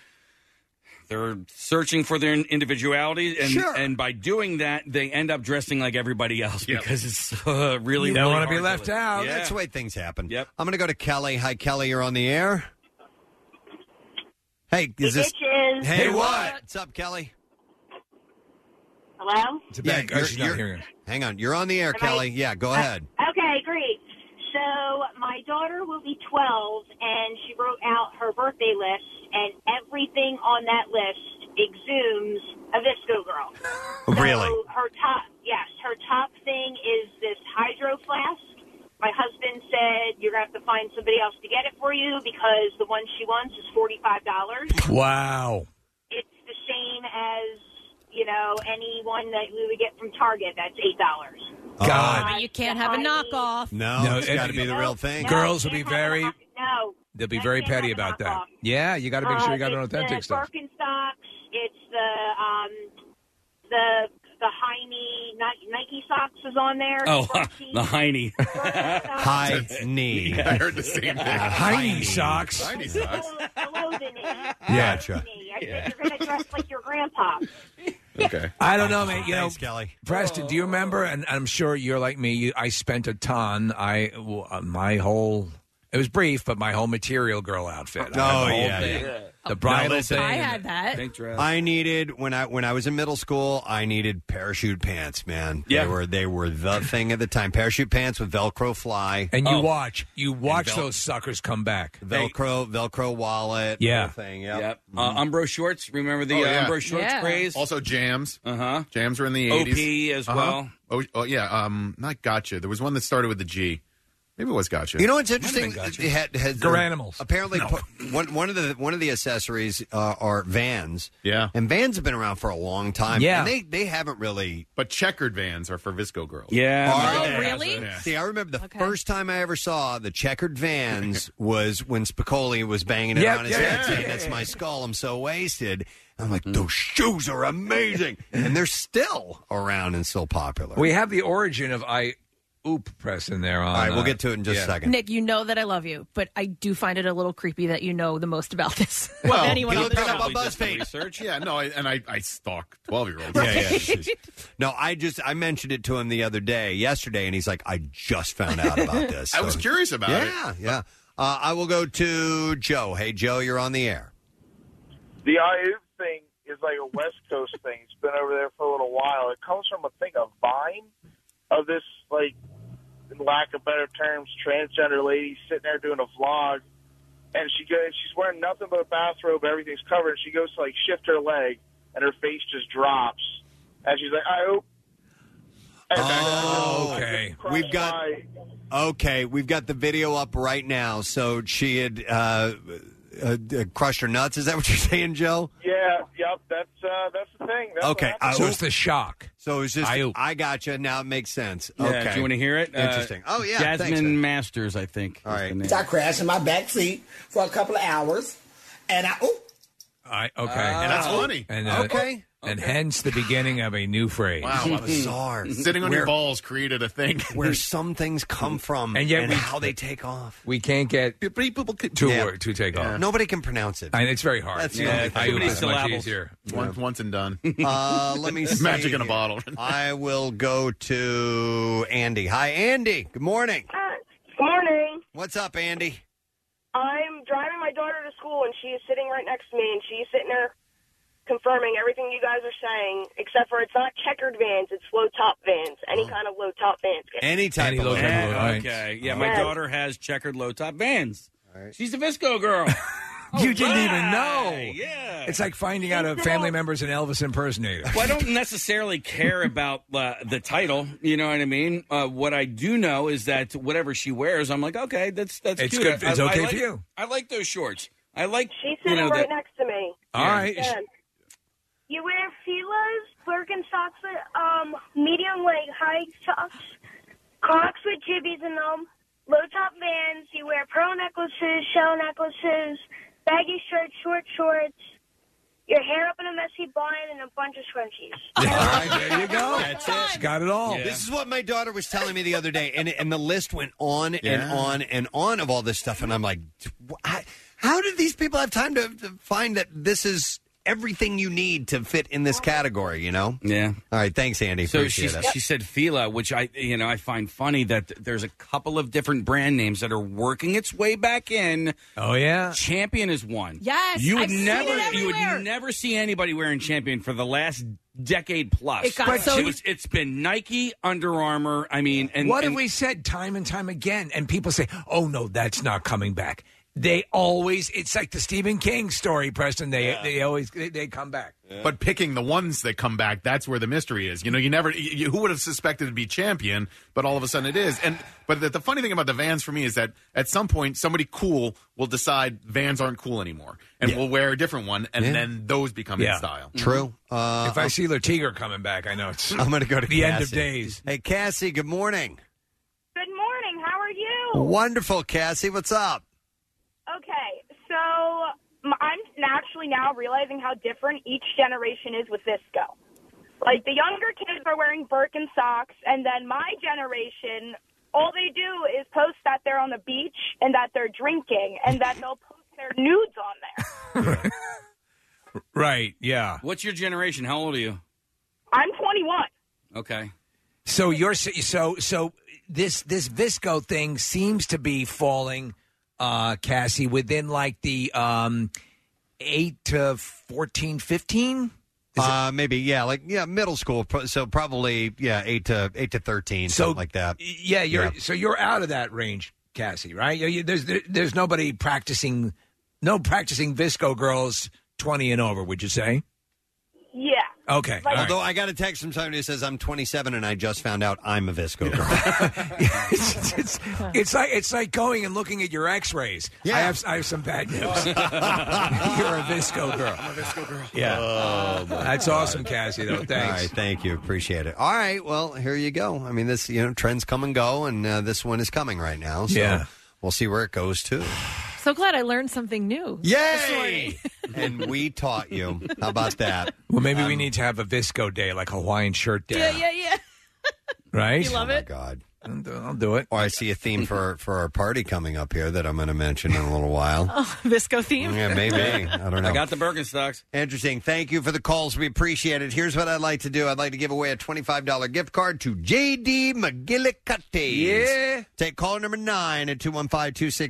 Speaker 7: they're searching for their individuality, and
Speaker 4: Sure.
Speaker 7: and by doing that, they end up dressing like everybody else because it's
Speaker 2: <laughs>
Speaker 7: uh, really
Speaker 2: You don't
Speaker 7: really
Speaker 2: wanna be
Speaker 7: hard
Speaker 2: left
Speaker 7: live.
Speaker 2: out.
Speaker 7: Yeah.
Speaker 2: That's the way things happen. Yep. I'm going to go to Kelly. Hi, Kelly. You're on the air. Hey, is this?
Speaker 10: bitches.
Speaker 2: Hey, what? What's up, Kelly?
Speaker 10: Hello?
Speaker 2: yeah, you're- you're- Hang on. You're on the air,
Speaker 10: Am I-
Speaker 2: Kelly. Yeah, go ahead.
Speaker 10: Okay, great. So my daughter will be 12, and she wrote out her birthday list, and everything on that list exhumes a Visco girl.
Speaker 2: Really?
Speaker 10: So her top, yes, her top thing is this hydro flask. My husband said you're gonna have to find somebody else to get it for you because the one she wants is forty five dollars.
Speaker 4: Wow.
Speaker 10: It's the same as you know anyone that we would get from Target. That's eight dollars.
Speaker 4: God.
Speaker 10: you can't have a knockoff.
Speaker 2: No, it's
Speaker 4: it-
Speaker 2: got to be the real thing.
Speaker 4: Girls will be very
Speaker 10: No,
Speaker 4: they'll be very petty about that. Yeah, you got to make sure you got an
Speaker 10: Uh, it's
Speaker 4: authentic
Speaker 10: the
Speaker 4: stuff.
Speaker 10: Birkenstocks. It's the um, the the high knee Ni- Nike socks is on there.
Speaker 7: Oh, <laughs> the hiney. <laughs>
Speaker 2: High knee.
Speaker 6: I heard the same thing.
Speaker 4: Hiney socks.
Speaker 6: Hiney socks.
Speaker 10: Below the knee.
Speaker 4: Yeah.
Speaker 10: Below the knee. I said you're gonna dress like your grandpa.
Speaker 6: Okay.
Speaker 4: I don't know, man. You
Speaker 2: Thanks,
Speaker 4: know,
Speaker 2: Kelly.
Speaker 4: Preston, do you remember? And I'm sure you're like me. You, I spent a ton. I well, uh, my whole it was brief, but my whole material girl outfit. I had
Speaker 2: Oh,
Speaker 4: the whole
Speaker 2: yeah,
Speaker 4: thing.
Speaker 2: yeah.
Speaker 4: the bridal
Speaker 2: Now, listen-
Speaker 4: thing.
Speaker 2: I
Speaker 4: and
Speaker 2: had
Speaker 4: the
Speaker 22: that.
Speaker 4: pink dress.
Speaker 2: I needed when I when I was in middle school. I needed parachute pants, man.
Speaker 4: Yeah.
Speaker 2: They were they were the thing at the time. Parachute pants with Velcro fly,
Speaker 4: and you watch, you watch
Speaker 2: Oh. Vel-
Speaker 4: those suckers come back.
Speaker 2: Velcro Velcro wallet.
Speaker 4: Yeah.
Speaker 2: whole thing. Yep. Mm-hmm.
Speaker 7: Uh, Umbro shorts. Remember the
Speaker 6: Oh,
Speaker 7: uh,
Speaker 6: yeah.
Speaker 7: Umbro shorts
Speaker 6: Yeah.
Speaker 7: craze?
Speaker 6: Also jams.
Speaker 7: Uh huh.
Speaker 6: Jams were in the
Speaker 7: OP
Speaker 6: 80s.
Speaker 7: as
Speaker 6: Uh-huh.
Speaker 7: well.
Speaker 6: Oh, oh, yeah. Um, not Gotcha. There was one that started with the G. Maybe it was Gotcha.
Speaker 2: You know what's interesting? It had- has-
Speaker 6: Garanimals.
Speaker 2: Apparently, pu- one, one of the one of the accessories uh, are vans.
Speaker 6: Yeah.
Speaker 2: and vans have been around for a long time. and they they haven't really.
Speaker 6: But checkered vans are for Visco girls.
Speaker 7: Yeah.
Speaker 2: Are they?
Speaker 6: Oh, really?
Speaker 2: See, I remember the first time I ever saw the checkered
Speaker 4: <laughs>
Speaker 2: vans was when Spicoli was banging it
Speaker 4: Yep,
Speaker 2: on his
Speaker 4: yeah,
Speaker 2: head,
Speaker 4: yeah,
Speaker 2: saying,
Speaker 4: yeah,
Speaker 2: "That's
Speaker 4: yeah, Mm-hmm.
Speaker 2: my skull. I'm so wasted." I'm like, those shoes are amazing, and they're still around and still popular.
Speaker 4: We have the origin of I oop press in there. On,
Speaker 2: All right, we'll
Speaker 4: uh,
Speaker 2: get to it in just a
Speaker 4: yeah.
Speaker 2: second.
Speaker 22: Nick, you know that I love you, but I do find it a little creepy that you know the most about this. of anyone on the show.
Speaker 7: Research.
Speaker 6: Yeah, no, I, and I, I stalk 12 year olds.
Speaker 2: Yeah, yeah. No, I just I mentioned it to him the other day, yesterday, and he's like, "I just found out about this."
Speaker 6: I was
Speaker 4: <laughs>
Speaker 6: curious about
Speaker 2: yeah,
Speaker 6: it.
Speaker 2: Yeah, yeah. Uh, I will go to Joe. Hey, Joe, you're on the air.
Speaker 23: The IU thing is like a West Coast thing. It's been over there for a little while. It comes from, I think, a vine of this, like, in lack of better terms, transgender lady sitting there doing a vlog. And she goes, she's wearing nothing but a bathrobe. Everything's covered. She goes to, like, shift her leg, and her face just drops. And she's like, I hope. uh,
Speaker 2: Oh, okay. We've got okay. We've got the video up right now. So she had uh, uh, uh, crushed her nuts. Is that what you're <laughs> saying, Joe?
Speaker 23: Yeah, yeah, Yep, that's uh, that's the thing. That's what
Speaker 2: Okay,
Speaker 23: happened.
Speaker 4: So it's the shock.
Speaker 2: So it's just I, gotcha. Now it makes sense.
Speaker 7: Yeah,
Speaker 2: okay,
Speaker 7: Do you want to hear it? Uh, <laughs>
Speaker 2: Interesting. oh yeah,
Speaker 7: Jasmine
Speaker 2: thanks.
Speaker 7: Masters, I think. All right.
Speaker 24: I crashed in my back seat for a couple of hours, and I oh,
Speaker 4: I, okay,
Speaker 24: Ah. That's funny.
Speaker 4: And, uh,
Speaker 24: Okay.
Speaker 4: and hence the beginning of a new phrase.
Speaker 2: Wow,
Speaker 4: <laughs>
Speaker 2: how bizarre. Sitting on your
Speaker 4: balls created a thing
Speaker 2: <laughs> Where some things come from
Speaker 4: and yet we,
Speaker 2: how they
Speaker 4: <laughs>
Speaker 2: take off.
Speaker 4: we can't get two
Speaker 2: Yeah.
Speaker 4: word- to take off.
Speaker 2: Nobody can pronounce it.
Speaker 4: And it's very hard.
Speaker 2: That's the
Speaker 4: yeah,
Speaker 2: only thing.
Speaker 4: I- it's much easier.
Speaker 6: Once, once and done.
Speaker 2: Uh, let me see.
Speaker 6: Magic in a
Speaker 2: here.
Speaker 6: bottle.
Speaker 2: <laughs> I will go to Andy. Hi, Andy. Good morning.
Speaker 14: Good morning.
Speaker 2: What's up, Andy?
Speaker 14: I'm driving my daughter to school, and she is sitting right next to me, and she's sitting there confirming everything you guys are saying, except for it's not checkered vans, it's low top vans, any
Speaker 2: Oh.
Speaker 14: kind of low top vans.
Speaker 2: Any type
Speaker 7: of low
Speaker 2: type of low, all right.
Speaker 7: Okay. Yeah, my
Speaker 14: Yeah.
Speaker 7: daughter has checkered low top vans. She's a Visco girl.
Speaker 4: <laughs> You didn't even know.
Speaker 7: Yeah.
Speaker 4: It's like finding out a family member's an Elvis impersonator.
Speaker 7: Well, I don't necessarily care about uh, the title. You know what I mean? Uh, what I do know is that whatever she wears, I'm like, okay, that's that's
Speaker 4: It's
Speaker 7: cute.
Speaker 4: good- it's okay
Speaker 7: like-
Speaker 4: for you.
Speaker 7: I like those shorts. I like.
Speaker 14: She's
Speaker 7: you
Speaker 14: sitting
Speaker 7: know,
Speaker 14: right
Speaker 7: that-
Speaker 14: next to me.
Speaker 7: All right.
Speaker 14: Yeah.
Speaker 20: You wear Fila's, Birkenstocks with um, medium leg high socks, Crocs with jibbies in them, low top Vans. You wear pearl necklaces, shell necklaces, baggy shirts, short shorts. Your hair up in a messy bun and a bunch of scrunchies.
Speaker 4: there you go. That's it. She's got it all.
Speaker 2: This is what my daughter was telling me the other day, and and the list went on and
Speaker 4: Yeah.
Speaker 2: on and on of all this stuff, and I'm like, I, how did these people have time to, to find that this is everything you need to fit in this category? You know?
Speaker 7: Yeah.
Speaker 2: All right, thanks, Andy.
Speaker 7: So she
Speaker 2: Appreciate it.
Speaker 7: she said Fila, which I you know I find funny that th- there's a couple of different brand names that are working its way back in.
Speaker 4: Oh yeah,
Speaker 7: Champion is one.
Speaker 22: Yes,
Speaker 7: you would
Speaker 22: I've seen
Speaker 7: never
Speaker 22: it
Speaker 7: you
Speaker 22: everywhere.
Speaker 7: would never see anybody wearing Champion for the last decade plus.
Speaker 4: It got But so-
Speaker 7: it was, it's been Nike, Under Armour. I mean, and
Speaker 4: what
Speaker 7: and,
Speaker 4: have we said time and time again? And people say, "Oh no, that's not coming back." They always. It's like the Stephen King story, Preston. They they always they, they come back.
Speaker 6: But picking the ones that come back, that's where the mystery is. You know, you never, you, who would have suspected it'd be champion, but all of a sudden it is. And, but the, the funny thing about the vans for me is that at some point, somebody cool will decide vans aren't cool anymore and will wear a different one, and
Speaker 4: Yeah.
Speaker 6: then those become in style. Mm-hmm.
Speaker 2: True. Uh,
Speaker 4: Mm-hmm. if I see Latiger coming back, I know it's.
Speaker 2: I'm going to go to
Speaker 4: the end of
Speaker 2: Cassie.
Speaker 4: days.
Speaker 2: Hey, Cassie. Good morning.
Speaker 20: Good morning. How are you?
Speaker 2: Wonderful, Cassie. What's up?
Speaker 20: Okay, so m- I'm actually now realizing how different each generation is with Visco. Like the younger kids are wearing Birkenstocks, and then my generation, all they do is post that they're on the beach and that they're drinking, and that they'll post their nudes on there.
Speaker 4: Right. Yeah.
Speaker 7: What's your generation? How old are you?
Speaker 20: I'm 21.
Speaker 7: Okay.
Speaker 4: So you're s- so so this this visco thing seems to be falling, uh, Cassie, within like the um, eight to 14, 15?
Speaker 2: Uh, maybe yeah, like yeah, middle school. pro- So probably yeah, eight to eight to thirteen, something like that.
Speaker 4: Yeah, you're so you're out of that range, Cassie. Right? You- you- there's there, there's nobody practicing, no practicing visco girls twenty and over. Would you say? <laughs>
Speaker 20: Yeah.
Speaker 4: Okay. all right.
Speaker 2: Although I got a text from somebody who says I'm 27 and I just found out I'm a visco girl.
Speaker 4: it's, it's, <laughs> it's like it's like going and looking at your X-rays. Yeah. I have I have some bad
Speaker 2: <laughs>
Speaker 4: news. you're a visco girl. I'm a visco girl. Yeah. That's awesome, Cassie. Though
Speaker 2: Oh, All
Speaker 4: thanks.
Speaker 2: right, thank you, appreciate it. All right, well here you go. I mean this, you know, trends come and go, and uh, this one is coming right now. So
Speaker 4: Yeah.
Speaker 2: we'll see where it goes too.
Speaker 22: So glad I learned something new.
Speaker 2: Yay! and we taught you. How about that? Um,
Speaker 4: Well, maybe we need to have a visco day, like Hawaiian shirt day.
Speaker 22: Yeah, yeah, yeah.
Speaker 4: Right?
Speaker 22: You love it?
Speaker 2: Oh, God.
Speaker 4: I'll do, I'll do it.
Speaker 2: Or I see a theme for for our party coming up here that I'm going to mention in a little
Speaker 22: <laughs>
Speaker 2: while.
Speaker 22: Oh, Visco theme. <laughs>
Speaker 2: Yeah, maybe. I don't know.
Speaker 7: I got the Birkenstocks.
Speaker 2: Interesting. Thank you for the calls. We appreciate it. Here's what I'd like to do. I'd like to give away a $25 gift card to JD McGillicuddy.
Speaker 4: Yeah.
Speaker 2: Take caller number nine at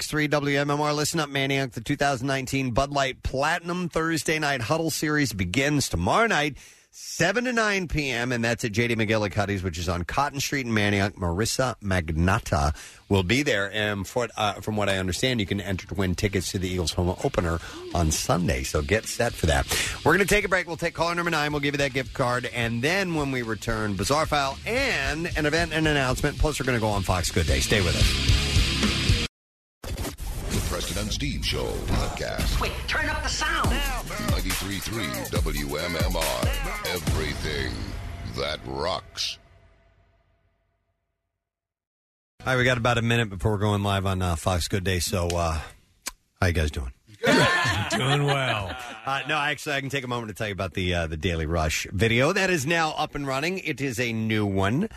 Speaker 2: 215-263-WMMR. Listen up, Maniac. The 2019 Bud Light Platinum Thursday Night Huddle Series begins tomorrow night. 7 to 9 p.m., and that's at JD McGillicuddy's, which is on Cotton Street in Maniac. Marissa Magnata will be there. And for, uh, from what I understand, you can enter to win tickets to the Eagles home opener on Sunday. So get set for that. We're going to take a break. We'll take caller number nine. We'll give you that gift card. And then when we return, Bizarre File and an event and announcement. Plus, we're going to go on Fox Good Day. Stay with us.
Speaker 1: The Preston Preston and Steve Show podcast.
Speaker 25: Wait, turn up the sound.
Speaker 1: 93.3 WMMR. Everything that rocks.
Speaker 2: All right, we got about a minute before we're going live on uh, Fox Good Day. So, uh, how you guys doing?
Speaker 4: Doing well.
Speaker 2: Uh, no, actually, I can take a moment to tell you about the uh, the Daily Rush video that is now up and running. It is a new one.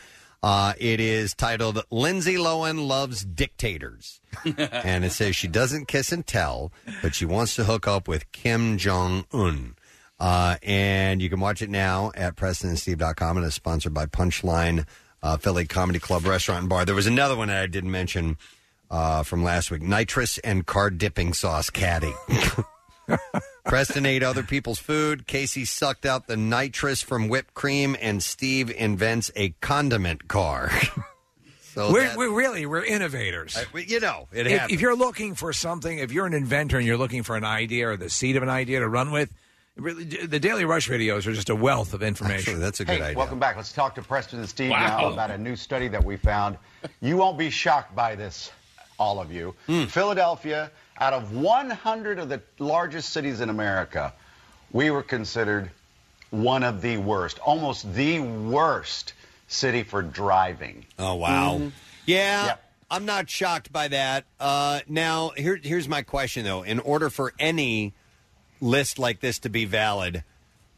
Speaker 2: Uh, it is titled "Lindsay Lohan Loves
Speaker 4: <laughs>
Speaker 2: Dictators," <laughs> and it says she doesn't kiss and tell, but she wants to hook up with Kim Jong Un. Uh, and you can watch it now at PrestonandSteve.com, and it's sponsored by Punchline uh, Philly Comedy Club Restaurant and Bar. There was another one that I didn't mention uh, from last week: nitrous and car dipping sauce caddy. <laughs> Preston ate other people's food. Casey sucked out the nitrous from whipped cream, and Steve invents a condiment car. <laughs> so
Speaker 4: we're,
Speaker 2: that-
Speaker 4: we're really we're innovators.
Speaker 2: I- well, you know, it
Speaker 4: if,
Speaker 2: happens.
Speaker 4: if you're looking for something, if you're an inventor and you're looking for an idea or the seed of an idea to run with, really, the Daily Rush videos are just a wealth of information.
Speaker 2: that's
Speaker 26: hey, welcome back. Let's talk to Preston and Steve now
Speaker 4: Wow.
Speaker 26: about a new study that we found. You won't be shocked by this, all of you. Philadelphia, out of 100 of the largest cities in America, we were considered one of the worst, almost the worst city for driving.
Speaker 2: Oh wow. Yeah, I'm not shocked by that. Uh, now, here, here's my question though: In order for any list like this to be valid,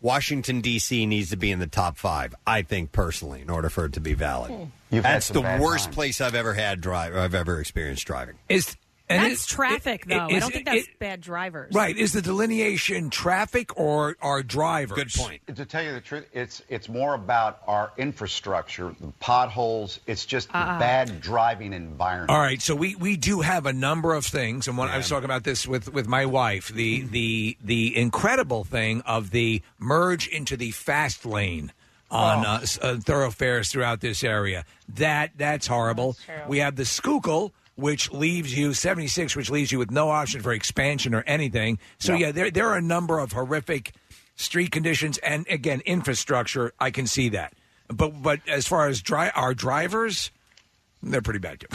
Speaker 2: Washington D.C. needs to be in the top five. I think personally, in order for it to be valid,
Speaker 26: You've had
Speaker 2: that's
Speaker 26: some
Speaker 2: the
Speaker 26: bad
Speaker 2: worst
Speaker 26: times.
Speaker 2: place I've ever had drive. I've ever experienced driving.
Speaker 4: Is
Speaker 3: that's traffic, though. I
Speaker 4: is-
Speaker 3: don't think that's bad drivers.
Speaker 4: Right. Is the delineation traffic or our drivers? Good point.
Speaker 26: To tell you the truth, it's it's more about our infrastructure, the potholes. It's just the
Speaker 4: Ah.
Speaker 26: bad driving environment.
Speaker 4: All right, so we, we do have a number of things, and one, I was talking about this with, with my wife the the the incredible thing of the merge into the fast lane on
Speaker 27: Oh.
Speaker 4: uh, s- uh, thoroughfares throughout this area. That that's horrible. we have the Schuylkill, which leaves you seventy six, which leaves you with no option for expansion or anything. So yeah, there there are a number of horrific street conditions, and again, infrastructure. I can see that, but but as far as dri- our drivers. They're pretty bad too.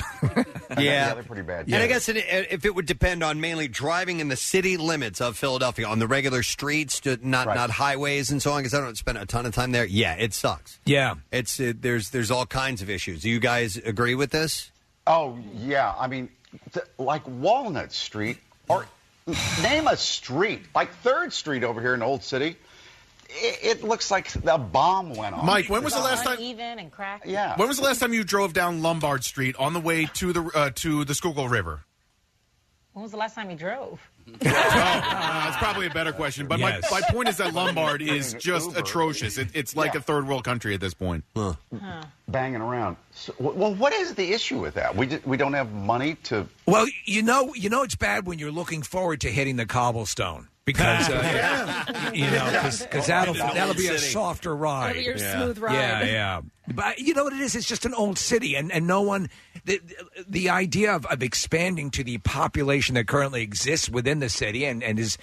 Speaker 2: Yeah,
Speaker 26: they're pretty bad.
Speaker 2: And I guess it, if it would depend on mainly driving in the city limits of Philadelphia on the regular streets, to not not highways and so on, because I don't spend a ton of time there. Yeah, it sucks.
Speaker 4: Yeah,
Speaker 2: it's uh there's there's all kinds of issues. Do you guys agree with this?
Speaker 26: Oh yeah, I mean, th- like Walnut Street, or name a street like Third Street over here in Old City. It, it looks like a bomb went off.
Speaker 6: Mike, when was the last time?
Speaker 5: Even and crack.
Speaker 26: Yeah.
Speaker 6: When was the last time you drove down Lombard Street on the way to the uh, to the Schuylkill River?
Speaker 5: When was the last time you drove?
Speaker 6: Uh, it's probably a better question, but
Speaker 26: Yes.
Speaker 6: my, my point is that Lombard is just
Speaker 26: Uber.
Speaker 6: atrocious. It, it's like
Speaker 26: Yeah.
Speaker 6: a third world country at this point.
Speaker 26: Banging around. So, wh- well, what is the issue with that? We just, we don't have money to.
Speaker 4: Well, you know, you know, it's bad when you're looking forward to hitting the cobblestone because uh, you know because that'll that'll be a softer ride.
Speaker 26: That'll be your Yeah. smooth ride.
Speaker 4: Yeah, yeah. But you know what it is? It's just an old city, and and no one the the idea of, of expanding to the population that currently exists within the city and and is.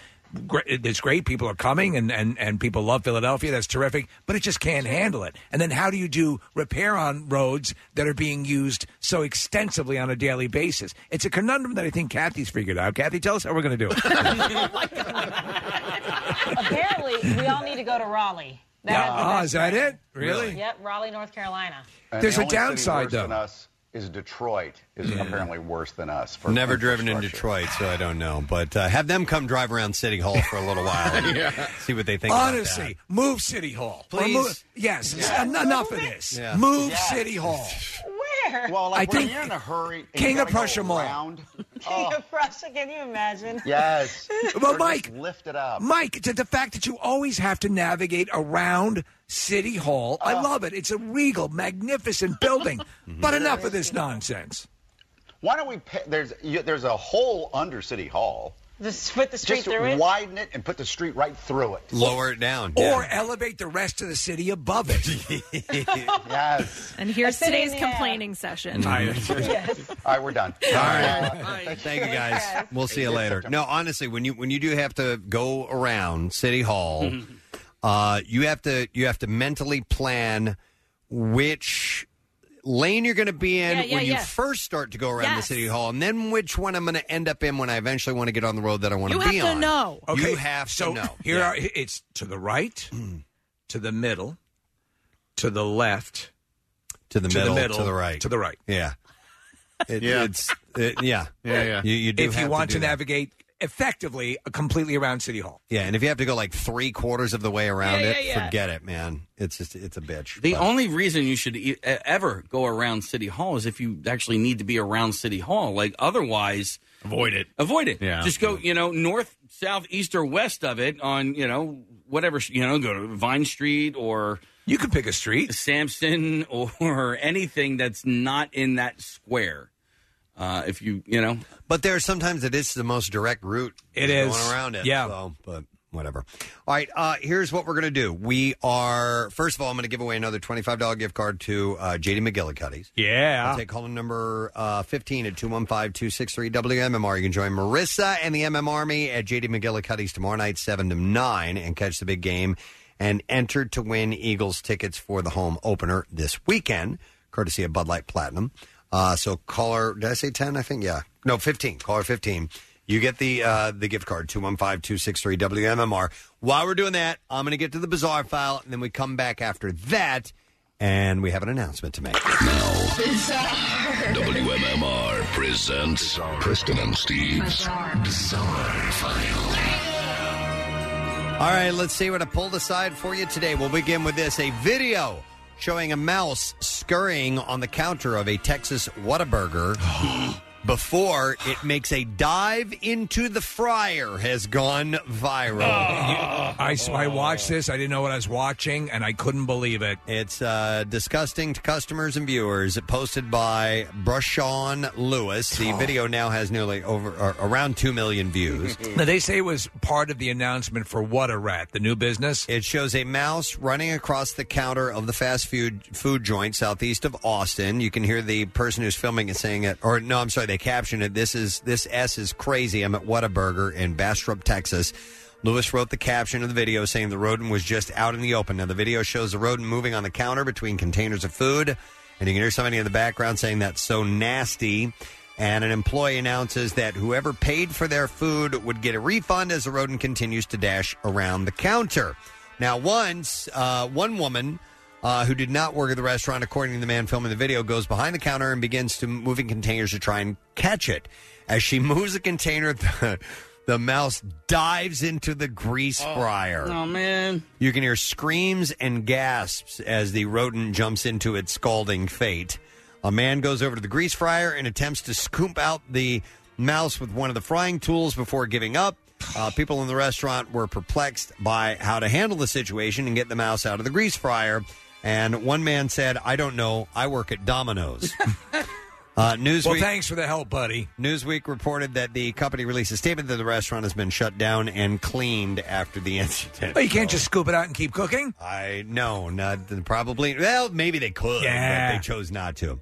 Speaker 4: gre- It's great. People are coming, and, and, and people love Philadelphia. That's terrific, but it just can't handle it. And then, how do you do repair on roads that are being used so extensively on a daily basis? It's a conundrum that I think Kathy's figured out. Kathy, tell us how we're going to do it.
Speaker 5: Apparently, we all need to go to Raleigh.
Speaker 4: Yeah.
Speaker 5: has the
Speaker 4: Ah,
Speaker 26: best
Speaker 4: is that it?
Speaker 26: Really?
Speaker 5: Yep, Raleigh, North Carolina.
Speaker 26: And
Speaker 4: There's
Speaker 26: the
Speaker 4: a
Speaker 26: only city
Speaker 4: downside,
Speaker 26: worse Than
Speaker 4: though. Hmm.
Speaker 26: us is Detroit is apparently worse than us. For
Speaker 2: Never driven in Detroit, so I don't know. But uh, have them come drive around City Hall for a little
Speaker 26: <laughs>
Speaker 2: while. and
Speaker 26: Yeah.
Speaker 2: See what they think. about
Speaker 4: Honestly, move City Hall, Or
Speaker 2: Please.
Speaker 4: move- yes,
Speaker 26: Yeah.
Speaker 4: en- enough of this.
Speaker 26: Yeah.
Speaker 4: Move
Speaker 26: Yeah.
Speaker 4: City Hall.
Speaker 5: Where?
Speaker 26: Well, like,
Speaker 4: I
Speaker 26: when
Speaker 4: think-
Speaker 26: you're in a hurry. and you
Speaker 4: King of
Speaker 26: gotta go
Speaker 4: Prussia Mall.
Speaker 26: around-
Speaker 5: King of Prussia, can you imagine?
Speaker 26: Yes.
Speaker 4: <laughs> Well,
Speaker 26: Or just
Speaker 4: Mike,
Speaker 26: lift it up.
Speaker 4: Mike, to the fact that you always have to navigate around City Hall,
Speaker 26: Oh.
Speaker 4: I love it. It's a regal, magnificent
Speaker 26: <laughs>
Speaker 4: building.
Speaker 2: Mm-hmm.
Speaker 4: But enough of this nonsense.
Speaker 26: Why don't we? Pay, there's you, there's a hole under City Hall.
Speaker 5: Just put the
Speaker 2: street
Speaker 26: Just
Speaker 2: through it?
Speaker 26: widen it and put the street right through it.
Speaker 2: that. Lower it down.
Speaker 4: Or elevate the rest of the city above
Speaker 2: <laughs>
Speaker 4: it.
Speaker 26: <laughs>
Speaker 5: <laughs>
Speaker 26: yes.
Speaker 28: And here's
Speaker 5: A city in
Speaker 28: today's
Speaker 5: the air.
Speaker 28: complaining session.
Speaker 26: <laughs> All right, <laughs> we're done.
Speaker 2: All right. Thank you guys. <laughs> We'll see you later. No, honestly, when you when you do have to go around City Hall,
Speaker 22: <laughs>
Speaker 2: uh, you have to you have to mentally plan which lane you're going to be in
Speaker 22: Yeah, yeah,
Speaker 2: when you
Speaker 22: yeah.
Speaker 2: first start to go around
Speaker 22: Yes.
Speaker 2: the city hall, and then which one I'm going to end up in when I eventually want to get on the road that I want
Speaker 22: You
Speaker 2: to
Speaker 22: have
Speaker 2: be
Speaker 22: to
Speaker 2: on.
Speaker 22: know.
Speaker 2: You
Speaker 4: Okay,
Speaker 2: have
Speaker 4: so
Speaker 2: to know. Mm.
Speaker 4: Here are it's to the right, to the middle, to the left,
Speaker 2: to the, middle,
Speaker 4: to the middle,
Speaker 2: to the right.
Speaker 4: to the right.
Speaker 2: Yeah. It,
Speaker 4: Yeah.
Speaker 2: It's, it, <laughs> yeah. You, you do
Speaker 4: if
Speaker 2: have
Speaker 4: you want
Speaker 2: to,
Speaker 4: to,
Speaker 2: do that.
Speaker 4: navigate effectively, uh, completely around City Hall.
Speaker 2: Yeah, and if you have to go like three quarters of the way around
Speaker 4: Yeah,
Speaker 2: it,
Speaker 4: yeah, yeah.
Speaker 2: forget it, man. It's just it's a bitch.
Speaker 7: The
Speaker 2: But-
Speaker 7: only reason you should e- e- ever go around City Hall is if you actually need to be around City Hall. Like otherwise,
Speaker 6: avoid it.
Speaker 7: Avoid it.
Speaker 6: Yeah.
Speaker 7: Just go, you know, north, south, east, or west of it on, you know, whatever. You know, go to Vine Street or
Speaker 4: you can pick a street,
Speaker 7: Samson <laughs> or anything that's not in that square. Uh, if you, you know,
Speaker 2: but there are sometimes it is the most direct route.
Speaker 7: It
Speaker 2: Just
Speaker 7: is.
Speaker 2: going around it.
Speaker 7: Yeah.
Speaker 2: so, but whatever. All right, uh, here's what we're going to do. We are, first of all, I'm going to give away another $25 gift card to uh, JD McGillicuddy's.
Speaker 4: Yeah.
Speaker 2: I'll take caller number uh, 15 at 215 263 WMMR. You can join Marissa and the MM Army at JD McGillicuddy's tomorrow night, 7 to 9, and catch the big game and enter to win Eagles tickets for the home opener this weekend, courtesy of Bud Light Platinum. Uh, so caller, did I say 10? I think, yeah. No, 15. Caller 15. You get the uh, the gift card, 215-263-WMMR. While we're doing that, I'm going to get to the bizarre file, and then we come back after that, and we have an announcement to make.
Speaker 4: <laughs>
Speaker 1: WMMR presents Preston and Steve's Bizarre, File.
Speaker 2: All right, let's see what I pulled aside for you today. We'll begin with this a video showing a mouse scurrying on the counter of a Texas
Speaker 4: <gasps>
Speaker 2: Whataburger before it makes a dive into the fryer has gone viral. Oh.
Speaker 4: I, I watched this. I didn't know what I was watching, and I couldn't believe it.
Speaker 2: It's uh, disgusting to customers and viewers. Posted by Brushawn Lewis, the video now has nearly over or around two million views.
Speaker 4: <laughs> Now, they say it was part of the announcement for What a Rat, the new business.
Speaker 2: It shows a mouse running across the counter of the fast food food joint southeast of Austin. You can hear the person who's filming it saying it, or no, I'm sorry, they captioned it. This is this S is crazy. I'm at Whataburger in Bastrop, Texas. Lewis wrote the caption of the video saying the rodent was just out in the open. Now the video shows the rodent moving on the counter between containers of food, and you can hear somebody in the background saying that's so nasty. And an employee announces that whoever paid for their food would get a refund as the rodent continues to dash around the counter. Now, once uh, one woman uh, who did not work at the restaurant, according to the man filming the video, goes behind the counter and begins to moving containers to try and catch it. As she moves the container, <laughs> the, the mouse dives into the grease fryer.
Speaker 7: Oh man!
Speaker 2: You can hear screams and gasps as the rodent jumps into its scalding fate. A man goes over to the grease fryer and attempts to scoop out the mouse with one of the frying tools before giving up. Uh, people in the restaurant were perplexed by how to handle the situation and get the mouse out of the grease fryer. And one man said, I don't know. I work
Speaker 4: <laughs>
Speaker 2: at Domino's. Uh, Newsweek,
Speaker 4: Well, thanks for the help, buddy.
Speaker 2: Newsweek reported that the company released a statement that the restaurant has been shut down and cleaned after the <laughs> incident.
Speaker 4: But Oh, you can't just scoop it out and keep cooking.
Speaker 2: I no, not probably. Well, maybe they could,
Speaker 4: Yeah.
Speaker 2: but they chose not to.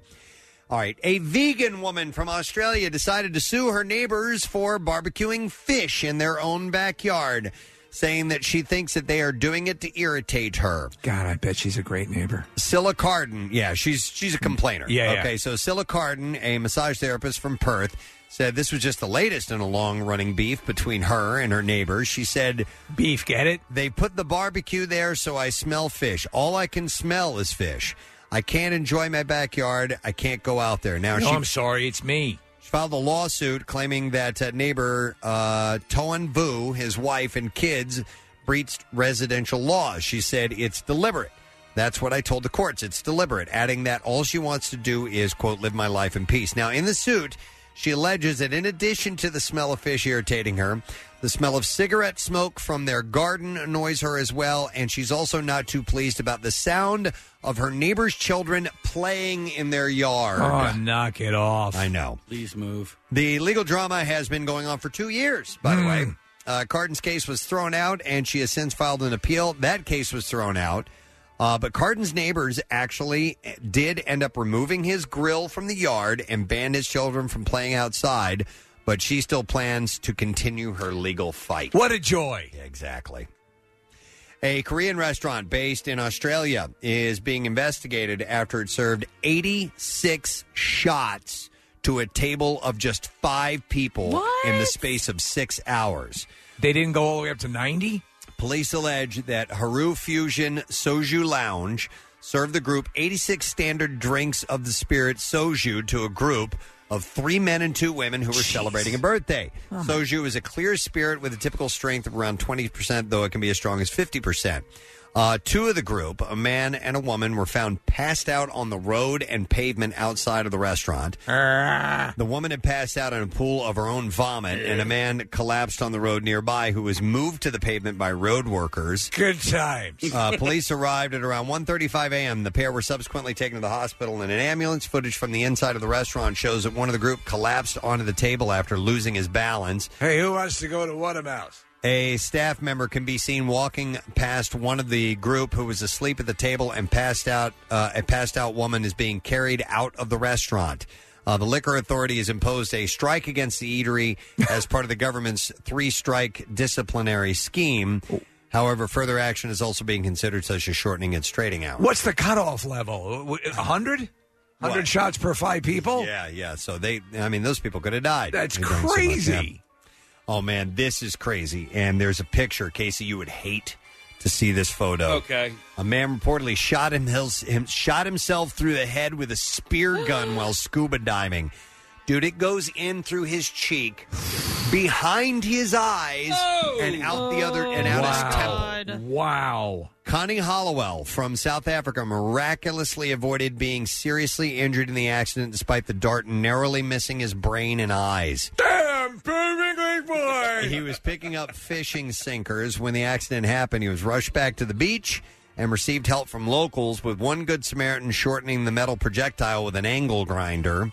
Speaker 2: All right, a vegan woman from Australia decided to sue her neighbors for barbecuing fish in their own backyard, saying that she thinks that they are doing it to irritate her.
Speaker 4: God, I bet she's a great neighbor.
Speaker 2: Scylla Carden, yeah, she's she's a complainer.
Speaker 4: Yeah, yeah.
Speaker 2: Okay, so Scylla Carden, a massage therapist from Perth, said this was just the latest in a long running beef between her and her neighbors. She said,
Speaker 4: "Beef, get it?
Speaker 2: They put the barbecue there, so I smell fish. All I can smell is fish. I can't enjoy my backyard. I can't go out there now.
Speaker 4: No,
Speaker 2: she
Speaker 4: Oh, I'm sorry, it's me.
Speaker 2: she filed a lawsuit claiming that uh, neighbor uh, Toan Vu, his wife, and kids breached residential laws. She said it's deliberate. That's what I told the courts. It's deliberate. Adding that all she wants to do is, quote, live my life in peace. Now, in the suit, she alleges that in addition to the smell of fish irritating her, the smell of cigarette smoke from their garden annoys her as well, and she's also not too pleased about the sound of her neighbor's children playing in their yard.
Speaker 4: Oh, knock it off. I
Speaker 2: know.
Speaker 7: Please move.
Speaker 2: The legal drama has been going on for two years, by the way. Uh, Cardin's case was thrown out, and she has since filed an appeal. That case was thrown out. Uh, but Cardin's neighbors actually did end up removing his grill from the yard and banned his children from playing outside. But she still plans to continue her legal fight.
Speaker 4: What a joy.
Speaker 2: Exactly. A Korean restaurant based in Australia is being investigated after it served 86 shots to a table of just five people in the space of six hours.
Speaker 4: They didn't go all the way up to 90?
Speaker 2: Police allege that Haru Fusion Soju Lounge served the group 86 standard drinks of the spirit soju to a group of three men and two women who were celebrating a birthday.
Speaker 16: Oh, my
Speaker 2: Soju is a clear spirit with a typical strength of around 20%, though it can be as strong as 50%. Uh, two of the group, a man and a woman, were found passed out on the road and pavement outside of the restaurant.
Speaker 4: Ah.
Speaker 2: the woman had passed out in a pool of her own vomit, and a man collapsed on the road nearby who was moved to the pavement by road workers.
Speaker 4: Good times.
Speaker 2: Uh, police arrived at around 1.35 a.m. The pair were subsequently taken to the hospital in an ambulance. Footage from the inside of the restaurant shows that one of the group collapsed onto the table after losing his balance.
Speaker 4: Hey, who wants to go to Watermouse?
Speaker 2: A staff member can be seen walking past one of the group who was asleep at the table and passed out. Uh, a passed out woman is being carried out of the restaurant. Uh, the liquor authority has imposed a strike against the eatery as part of the government's three strike disciplinary scheme. However, further action is also being considered, such as shortening its trading hours.
Speaker 4: What's the cutoff level? 100? 100
Speaker 2: What?
Speaker 4: shots per five people?
Speaker 2: Yeah, yeah. So they, I mean, those people could have died.
Speaker 4: That's
Speaker 2: They drank so much,
Speaker 4: crazy.
Speaker 2: yeah. Oh man, this is crazy. And there's a picture, Casey. You would hate to see this photo.
Speaker 7: Okay.
Speaker 2: A man reportedly shot him, him shot himself through the head with a spear gun while scuba diving. Dude, it goes in through his cheek, behind his eyes, and out the other and out his temple.
Speaker 4: Wow.
Speaker 2: Connie Hollowell from South Africa miraculously avoided being seriously injured in the accident despite the dart narrowly missing his brain and eyes.
Speaker 4: Damn, perfectly boy.
Speaker 2: He was picking up fishing sinkers when the accident happened. He was rushed back to the beach and received help from locals with one good Samaritan shortening the metal projectile with an angle grinder.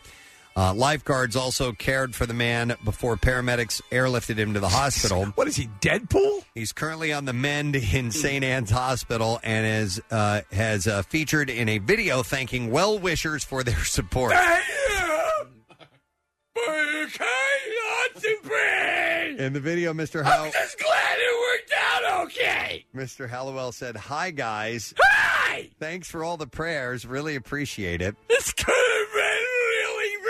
Speaker 2: Uh, lifeguards also cared for the man before paramedics airlifted him to the hospital.
Speaker 4: What is he, Deadpool?
Speaker 2: He's currently on the mend in St. Anne's Hospital and is, uh, has uh, featured in a video thanking well wishers for their support. In the video, Mr. Howe.
Speaker 4: glad it worked out okay.
Speaker 2: Mr. Hallowell said, Hi, guys.
Speaker 4: Hi!
Speaker 2: Thanks for all the prayers. Really appreciate it.
Speaker 4: This could have been really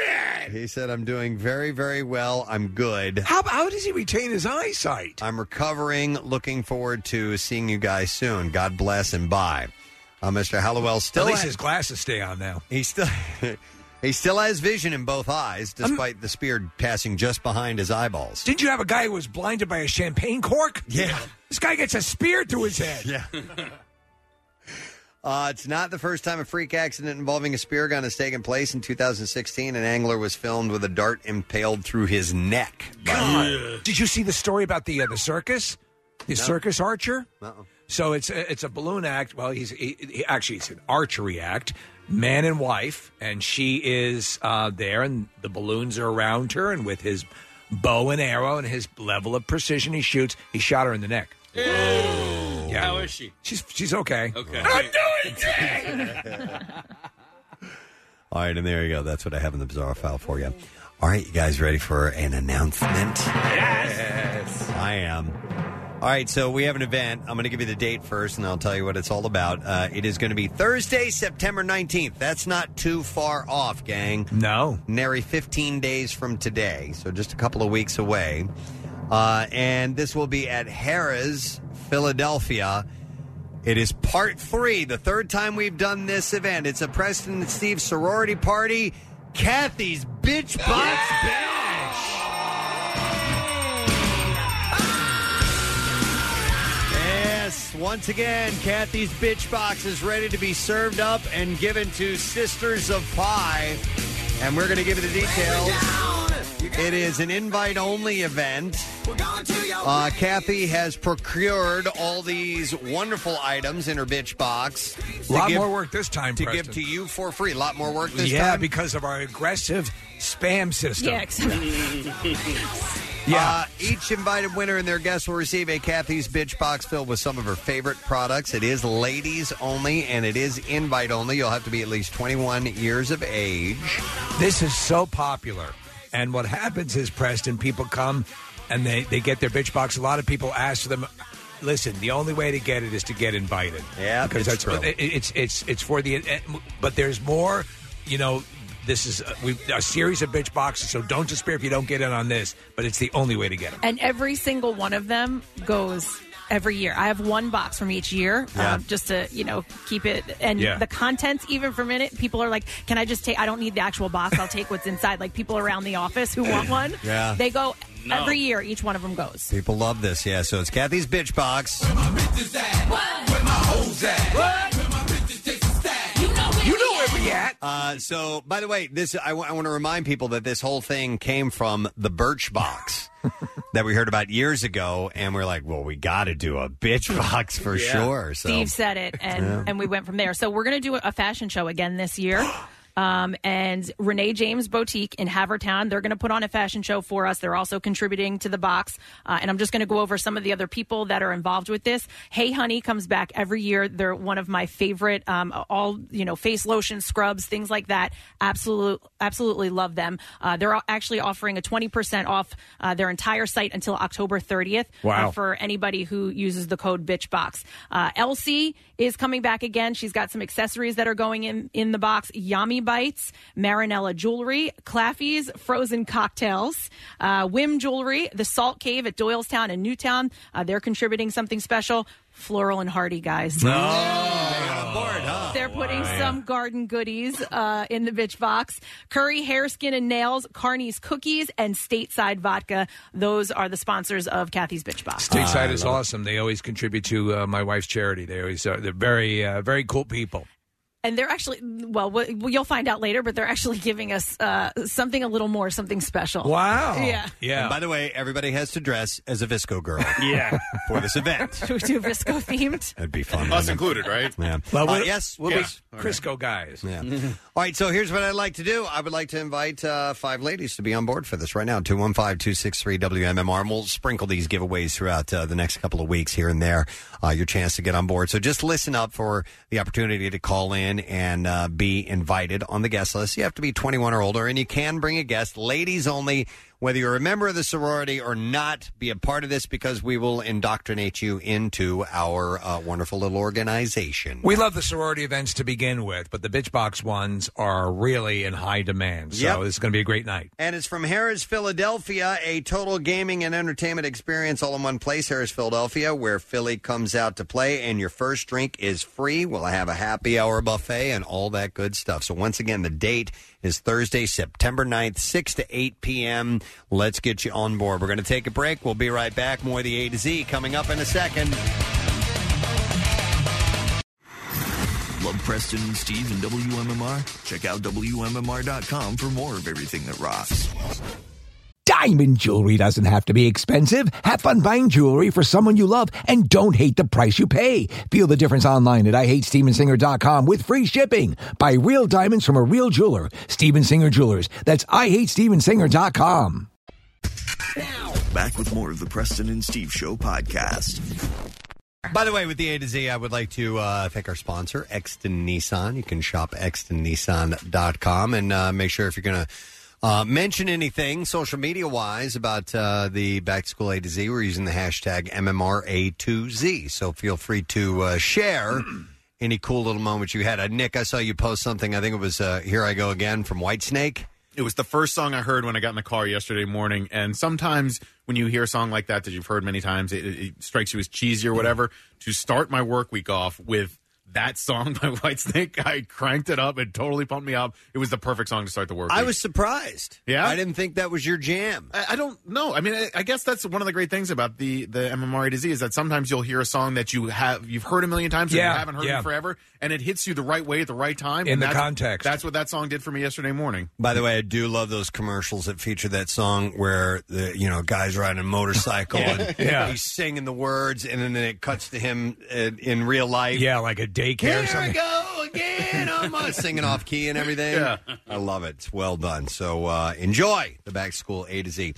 Speaker 4: bad.
Speaker 2: He said, I'm doing very, very well. I'm good.
Speaker 4: How, how does he retain his eyesight?
Speaker 2: I'm recovering. Looking forward to seeing you guys soon. God bless and bye. Uh, Mr. Hallowell still
Speaker 4: At least
Speaker 2: has-
Speaker 4: his glasses stay on now.
Speaker 2: He still <laughs> he still has vision in both eyes, despite the spear passing just behind his eyeballs.
Speaker 4: Didn't you have a guy who was blinded by a champagne cork?
Speaker 2: Yeah.
Speaker 4: This guy gets a spear through his head.
Speaker 2: <laughs> Yeah. Uh, it's not the first time a freak accident involving a spear gun has taken place. In 2016, an angler was filmed with a dart impaled through his neck.
Speaker 4: God. Did you see the story about the uh, the circus? The circus archer?
Speaker 2: Uh-oh.
Speaker 4: So it's a, it's a balloon act. Well, he's he, he, actually it's an archery act. Man and wife, and she is uh, there, and the balloons are around her, and with his bow and arrow and his level of precision, he shoots. He shot her in the neck. Yeah.
Speaker 7: How is she?
Speaker 4: She's she's okay.
Speaker 7: Okay.
Speaker 4: I'm doing it.
Speaker 2: All right, and there you go. That's what I have in the bizarre file for you. All right, you guys ready for an announcement? Yes, I am. All right, so we have an event. I'm going to give you the date first, and I'll tell you what it's all about. Uh, it is going to be Thursday, September 19th. That's not too far off, gang.
Speaker 4: No,
Speaker 2: nary 15 days from today, so just a couple of weeks away. Uh, and this will be at Harrah's, Philadelphia. It is part three, the third time we've done this event. It's a Preston and Steve sorority party. Kathy's bitch box bash. Yes, once again, Kathy's bitch box is ready to be served up and given to Sisters of Pie. And we're going to give you the details. It is an invite only event. Uh, Kathy has procured all these wonderful items in her bitch box.
Speaker 4: A lot more work this time.
Speaker 2: to
Speaker 4: Preston.
Speaker 2: give to you for free. A lot more work this
Speaker 4: yeah,
Speaker 2: time.
Speaker 4: because of our aggressive spam system.
Speaker 2: Yeah,
Speaker 4: <laughs> Yeah.
Speaker 2: Uh, each invited winner and their guests will receive a Kathy's Bitch Box filled with some of her favorite products. It is ladies only and it is invite only. You'll have to be at least 21 years of age.
Speaker 4: This is so popular. And what happens is, Preston, people come and they, they get their bitch box. A lot of people ask them, listen, the only way to get it is to get invited.
Speaker 2: Yeah,
Speaker 4: because
Speaker 2: it's
Speaker 4: that's
Speaker 2: true.
Speaker 4: it- it's it's it's for the. eh, But there's more. You know, this is a, we a series of bitch boxes, so don't despair if you don't get in on this. But it's the only way to get it.
Speaker 3: And every single one of them goes every year. I have one box from each year,
Speaker 4: Yeah.
Speaker 3: um, just to you know keep it. And
Speaker 4: Yeah.
Speaker 3: the contents, even for a minute, people are like, "Can I just take? I don't need the actual box. I'll take what's inside." Like people around the office who
Speaker 4: <laughs>
Speaker 3: want one,
Speaker 2: Yeah.
Speaker 3: they go
Speaker 2: No.
Speaker 3: every year. Each one of them goes.
Speaker 2: People love this, yeah. So it's Kathy's Bitch Box.
Speaker 4: You know where we at.
Speaker 2: Uh, so, by the way, this I want to remind people that this whole thing came from the
Speaker 4: <laughs>
Speaker 2: Birch Box that we heard about years ago, and we're like, well, we got to do a Bitch Box for sure. So,
Speaker 3: Steve said it, and
Speaker 2: Yeah.
Speaker 3: and we went from there. So we're gonna do a fashion show again this
Speaker 2: <gasps>
Speaker 3: year. Um, and Renee James Boutique in Havertown, they're going to put on a fashion show for us. They're also contributing to the box. Uh, and I'm just going to go over some of the other people that are involved with this. Hey Honey comes back every year. They're one of my favorite, um, all, you know, face lotion, scrubs, things like that. Absolutely, absolutely love them. Uh, they're actually offering a 20% off uh, their entire site until October 30th uh,
Speaker 18: Wow.
Speaker 3: for anybody who uses the code bitchbox. Uh, Elsie is coming back again. She's got some accessories that are going in in the box. Yummy bites, Marinella jewelry, Claffy's frozen cocktails, uh, Wim jewelry, the Salt Cave at Doylestown and Newtown. Uh, they're contributing something special. Floral and Hardy guys. They're putting some garden goodies uh, in the bitch box. Curry hair, skin, and nails, Carney's cookies, and Stateside vodka. Those are the sponsors of Kathy's bitch box.
Speaker 4: Stateside is awesome. They always contribute to uh, my wife's charity. They always uh, they're very uh, very cool people.
Speaker 3: and they're actually well, wh- well, you'll find out later, but they're actually giving us uh, something a little more, something special.
Speaker 22: <laughs>
Speaker 3: Yeah.
Speaker 2: yeah. And by the way, everybody has to dress as a Visco
Speaker 4: <laughs>
Speaker 2: girl,
Speaker 5: yeah,
Speaker 2: for this event.
Speaker 3: Should we do Visco
Speaker 2: <laughs>
Speaker 3: themed?
Speaker 2: That'd be fun.
Speaker 6: Us included, right?
Speaker 2: Yeah.
Speaker 4: Well,
Speaker 2: Uh,
Speaker 4: we'll-
Speaker 2: yes, we'll
Speaker 4: yeah.
Speaker 2: be
Speaker 4: Crisco guys.
Speaker 2: Yeah. All right, so here's what I'd like to do. I would like to invite uh, five ladies to be on board for this right now. 215-263-WMMR. And we'll sprinkle these giveaways throughout uh, the next couple of weeks here and there. Uh, your chance to get on board. So just listen up for the opportunity to call in and uh, be invited on the guest list. You have to be 21 or older, and you can bring a guest. Ladies only. Whether you're a member of the sorority or not, be a part of this because we will indoctrinate you into our uh, wonderful little organization.
Speaker 4: We love the sorority events to begin with, but the bitch box ones are really in high demand. So
Speaker 2: Yep.
Speaker 4: this is going to be a great night.
Speaker 2: And it's from Harrah's Philadelphia, a total gaming and entertainment experience all in one place. Harrah's Philadelphia, where Philly comes out to play, and your first drink is free. We'll have a happy hour buffet and all that good stuff. So, once again, the date is Thursday, September 9th, 6 to 8 p.m. Let's get you on board. We're going to take a break. We'll be right back. More of the A to Z coming up in a second.
Speaker 8: Love Preston and Steve and WMMR? Check out WMMR.com for more of everything that rocks.
Speaker 29: Diamond jewelry doesn't have to be expensive. Have fun buying jewelry for someone you love and don't hate the price you pay. Feel the difference online at IHateStevensinger.com with free shipping. Buy real diamonds from a real jeweler. Steven Singer Jewelers. That's IHateStevensinger.com.
Speaker 8: Back with more of the Preston and Steve Show podcast.
Speaker 2: By the way, with the A to Z, I would like to uh, thank our sponsor, Exton Nissan. You can shop extonnissan.com and uh, make sure if you're going to uh, mention anything social media wise about uh, the back to school A to Z, we're using the hashtag MMRA2Z. So feel free to uh, share <clears throat> any cool little moments you had. Uh, Nick, I saw you post something. I think it was uh, Here I Go Again from Whitesnake.
Speaker 6: It was the first song I heard when I got in the car yesterday morning. And sometimes when you hear a song like that that you've heard many times, it, it strikes you as cheesy or whatever. To start my work week off with that song by <laughs> Whitesnake, I cranked it up. It totally pumped me up. It was the perfect song to start the work.
Speaker 2: I
Speaker 6: week.
Speaker 2: was surprised.
Speaker 6: Yeah, I
Speaker 2: didn't think that was your jam.
Speaker 6: I, I don't know. I mean, I, I guess that's one of the great things about the the MMRA disease is that sometimes you'll hear a song that you have you've heard a million times, or
Speaker 4: Yeah,
Speaker 6: you haven't heard
Speaker 4: yeah.
Speaker 6: it forever, and it hits you the right way at the right time
Speaker 4: In
Speaker 6: and
Speaker 4: the
Speaker 6: that's-
Speaker 4: context.
Speaker 6: That's what that song did for me yesterday morning.
Speaker 2: By the way, I do love those commercials that feature that song where the you know guys riding a motorcycle and
Speaker 4: <laughs> Yeah.
Speaker 2: he's singing the words, and then it cuts to him in, in real life.
Speaker 4: Yeah, like a daycare or
Speaker 2: Here
Speaker 4: something.
Speaker 2: I go again, I'm uh, singing
Speaker 3: <laughs>
Speaker 2: off key and everything.
Speaker 4: Yeah.
Speaker 2: I love it. It's well done. So uh, enjoy the back to school A to Z.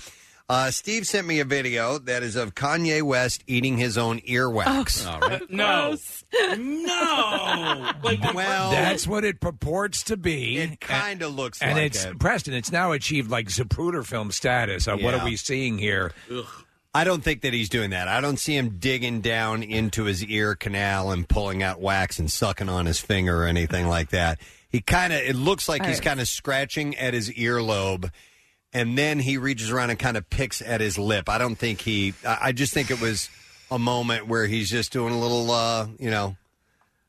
Speaker 2: Uh, Steve sent me a video that is of Kanye West eating his own earwax.
Speaker 5: Oh. All <laughs> right. No.
Speaker 2: no. well,
Speaker 4: That's what it purports to be. It
Speaker 2: kind of looks
Speaker 4: and
Speaker 2: like
Speaker 4: it's
Speaker 2: it.
Speaker 4: Preston. It's now achieved like Zapruder film status. Uh, What
Speaker 2: Yeah.
Speaker 4: are we seeing here?
Speaker 2: I don't think that he's doing that. I don't see him digging down into his ear canal and pulling out wax and sucking on his finger or anything like that. He kind of, it looks like
Speaker 5: All
Speaker 2: he's
Speaker 5: right.
Speaker 2: kind of scratching at his earlobe and then he reaches around and kind of picks at his lip. I don't think he, I I just think it was a moment where he's just doing a little, uh, you know,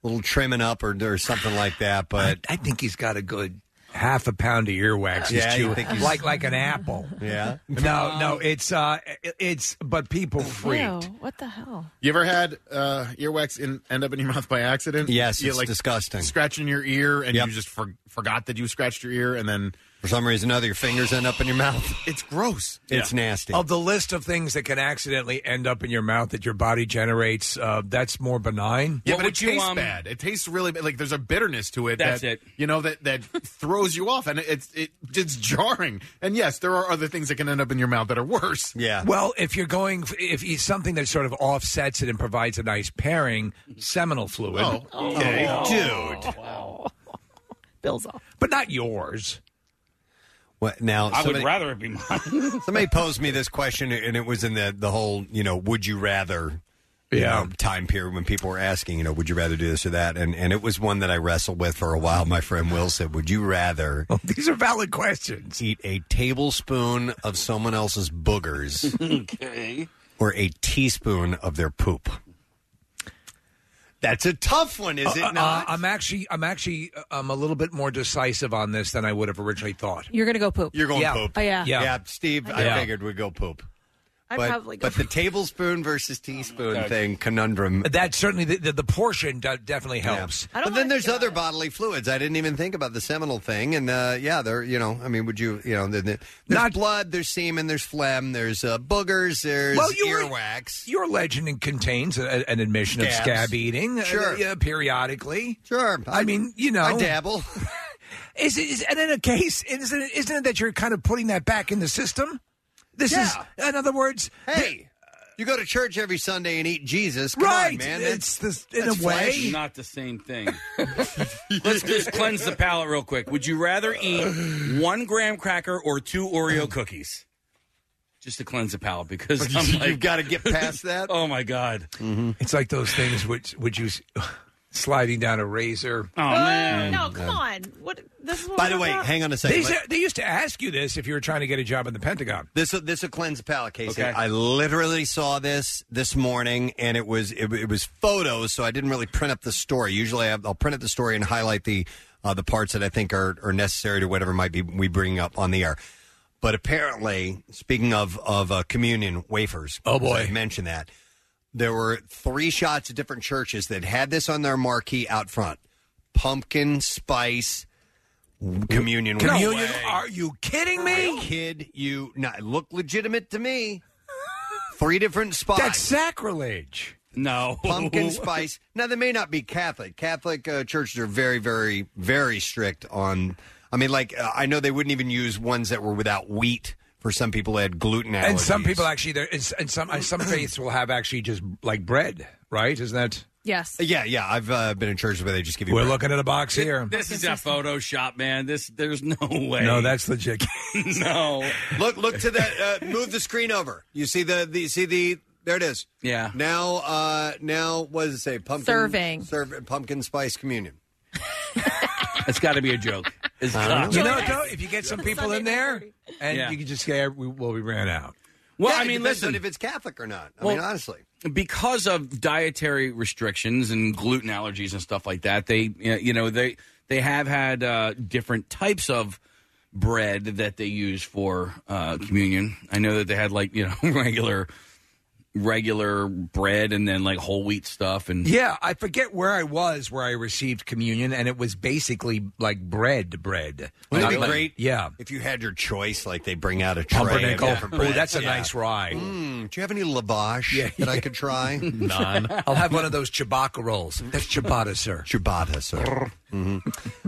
Speaker 2: little trimming up or, or something like that. But
Speaker 4: I think he's got a good half a pound of earwax. He's
Speaker 2: Yeah, you
Speaker 4: chewing-
Speaker 2: think he's-
Speaker 4: like like an apple.
Speaker 2: Yeah.
Speaker 4: <laughs> No, no, it's uh, it- it's but people freak.
Speaker 22: what the hell?
Speaker 6: You ever had uh, earwax in, end up in your <laughs> mouth by accident?
Speaker 2: Yes,
Speaker 6: you,
Speaker 2: it's disgusting.
Speaker 6: Scratching your ear, and you just for, forgot that you scratched your ear, and then
Speaker 2: for some reason, other your fingers end up in your mouth.
Speaker 6: It's gross.
Speaker 2: It's nasty.
Speaker 4: Of the list of things that can accidentally end up in your mouth that your body generates, uh, that's more benign.
Speaker 6: Yeah, but it tastes bad. It tastes really bad. Like there's a bitterness to it.
Speaker 4: um, That's
Speaker 6: that,
Speaker 4: it.
Speaker 6: You know
Speaker 4: <laughs>
Speaker 6: that that throws you off, and it's it, it's jarring. And yes, there are other things that can end up in your mouth that are worse.
Speaker 2: Yeah.
Speaker 4: Well, if you're going, if you, something that sort of offsets it and provides a nice pairing, seminal fluid.
Speaker 6: Oh, okay.
Speaker 4: dude.
Speaker 22: Bill's off.
Speaker 4: But not yours.
Speaker 2: What now?
Speaker 7: I would
Speaker 2: somebody-
Speaker 7: rather it be mine. <laughs>
Speaker 2: Somebody posed me this question, and it was in the the whole you know would you rather you know, time period when people were asking you know would you rather do this or that, and and it was one that I wrestled with for a while. My friend Will said, "Would
Speaker 4: <laughs>
Speaker 2: you rather?"
Speaker 4: Oh, these are valid <laughs> questions.
Speaker 2: Eat a tablespoon of someone else's boogers,
Speaker 7: okay,
Speaker 2: or a teaspoon of their poop. That's a tough one, is it
Speaker 4: Uh, uh,
Speaker 2: not?
Speaker 4: I'm actually, I'm actually, uh, I'm a little bit more decisive on this than I would have originally thought.
Speaker 22: You're going to go poop.
Speaker 2: You're going
Speaker 4: Yeah.
Speaker 2: poop.
Speaker 22: Oh, yeah.
Speaker 2: yeah,
Speaker 4: Yeah.
Speaker 2: Steve, I
Speaker 4: Yeah.
Speaker 2: figured we'd go poop.
Speaker 22: I'd
Speaker 2: but,
Speaker 22: probably go
Speaker 2: but the tablespoon versus teaspoon
Speaker 4: God.
Speaker 2: thing conundrum.
Speaker 4: That certainly the, the, the portion do- definitely helps.
Speaker 2: But then there's other bodily fluids. I didn't even think about the seminal thing. And uh, yeah, there. You know, I mean, would you? You know, the, the, there's blood, there's semen, there's phlegm, there's uh, boogers, there's
Speaker 4: your-
Speaker 2: earwax.
Speaker 4: Your legend contains a, an admission
Speaker 2: Scabs.
Speaker 4: of scab eating, uh,
Speaker 2: Sure.
Speaker 4: yeah, periodically.
Speaker 2: Sure,
Speaker 4: I, mean, you know,
Speaker 2: I dabble.
Speaker 4: <laughs> is, it is and in a case, isn't it, isn't it that you're kind of putting that back in the system? This is, in other words,
Speaker 2: hey, you go to church every Sunday and eat Jesus, Come
Speaker 4: Right,
Speaker 2: on, man.
Speaker 4: it's
Speaker 2: That's-
Speaker 4: the- in
Speaker 2: that's
Speaker 4: a way-
Speaker 2: flesh.
Speaker 4: Hey.
Speaker 7: not the same thing.
Speaker 2: <laughs>
Speaker 7: Let's just cleanse the palate real quick. Would you rather eat one graham cracker or two Oreo cookies? Just to cleanse the palate,
Speaker 2: <laughs>
Speaker 7: because I'm like,
Speaker 4: You've
Speaker 2: gotta get past
Speaker 7: <laughs>
Speaker 2: that.
Speaker 7: oh my god!
Speaker 4: Mm-hmm. It's like those things which would you s- <sighs> sliding down a razor.
Speaker 7: Oh
Speaker 22: no, come on. What? This is what
Speaker 4: By
Speaker 22: we're
Speaker 4: the way,
Speaker 22: about?
Speaker 2: hang on a second.
Speaker 4: These
Speaker 2: Let-
Speaker 4: are- they used to ask you this if you were trying to get a job in the Pentagon.
Speaker 2: This will- this will cleanse the palate, Casey.
Speaker 4: Okay.
Speaker 2: I literally saw this this morning, and it was it, it was photos, so I didn't really print up the story. Usually, I have, I'll print up the story and highlight the uh, the parts that I think are, are necessary to whatever might be we bring up on the air. But apparently, speaking of of uh, communion wafers,
Speaker 4: Oh,
Speaker 2: because I
Speaker 4: boy.
Speaker 2: mentioned that there were three shots at different churches that had this on their marquee out front: pumpkin spice communion. wafer.
Speaker 4: Communion? Are you kidding me?
Speaker 2: kid you not. Look legitimate to me. Three different spots.
Speaker 4: That's
Speaker 7: <laughs>
Speaker 4: sacrilege.
Speaker 7: No. <laughs>
Speaker 2: Pumpkin spice. Now they may not be Catholic. Catholic uh, churches are very, very, very strict on. I mean, like uh, I know they wouldn't even use ones that were without wheat. For some people, that had gluten allergies.
Speaker 4: And some people actually, there is, and some and some faiths will have actually just like bread, right? Isn't that?
Speaker 22: Yes.
Speaker 2: Yeah, yeah. I've uh, been in churches where they just give you.
Speaker 4: We're
Speaker 2: bread.
Speaker 4: looking at a box here.
Speaker 7: This is a Photoshop, man. This there's no way.
Speaker 4: No, that's
Speaker 2: <laughs>
Speaker 4: legit.
Speaker 7: <laughs> no.
Speaker 2: Look, look to that. Uh, move the screen over. You see the, the you see the. There it is.
Speaker 7: Yeah.
Speaker 2: Now, uh now, what does it say? Pumpkin
Speaker 22: Serving.
Speaker 2: serve, pumpkin spice communion.
Speaker 7: It's got to be a joke. It's
Speaker 2: I
Speaker 7: gotta
Speaker 2: don't
Speaker 7: be.
Speaker 4: You know, don't, if you get some people in there, and
Speaker 7: Yeah.
Speaker 4: you can just say, "We- "Well, we ran out."
Speaker 7: Well,
Speaker 2: Yeah,
Speaker 7: I
Speaker 2: it
Speaker 7: mean,
Speaker 2: depends on
Speaker 7: listen.
Speaker 2: if it's Catholic or not. I
Speaker 7: Well,
Speaker 2: mean, honestly.
Speaker 7: because of dietary restrictions and gluten allergies and stuff like that, they you know they they have had uh, different types of bread that they use for uh, communion. I know that they had like you know <laughs> regular regular bread and then like whole wheat stuff and
Speaker 2: Mm-hmm.
Speaker 4: Yeah, I forget where I was where I received communion, and it was basically like bread, bread. Not
Speaker 2: Wouldn't it be
Speaker 4: like-
Speaker 2: great?
Speaker 4: Yeah,
Speaker 2: if you had your choice, like they bring out a tray. of
Speaker 4: pumpernickel.
Speaker 2: different
Speaker 4: Oh,
Speaker 2: breads.
Speaker 4: that's a
Speaker 2: Yeah.
Speaker 4: nice ride.
Speaker 2: Mm, do you have any lavash that I could <laughs> try?
Speaker 4: None. I'll have one of those ciabatta rolls. That's ciabatta, sir.
Speaker 2: Ciabatta, sir. Mhm.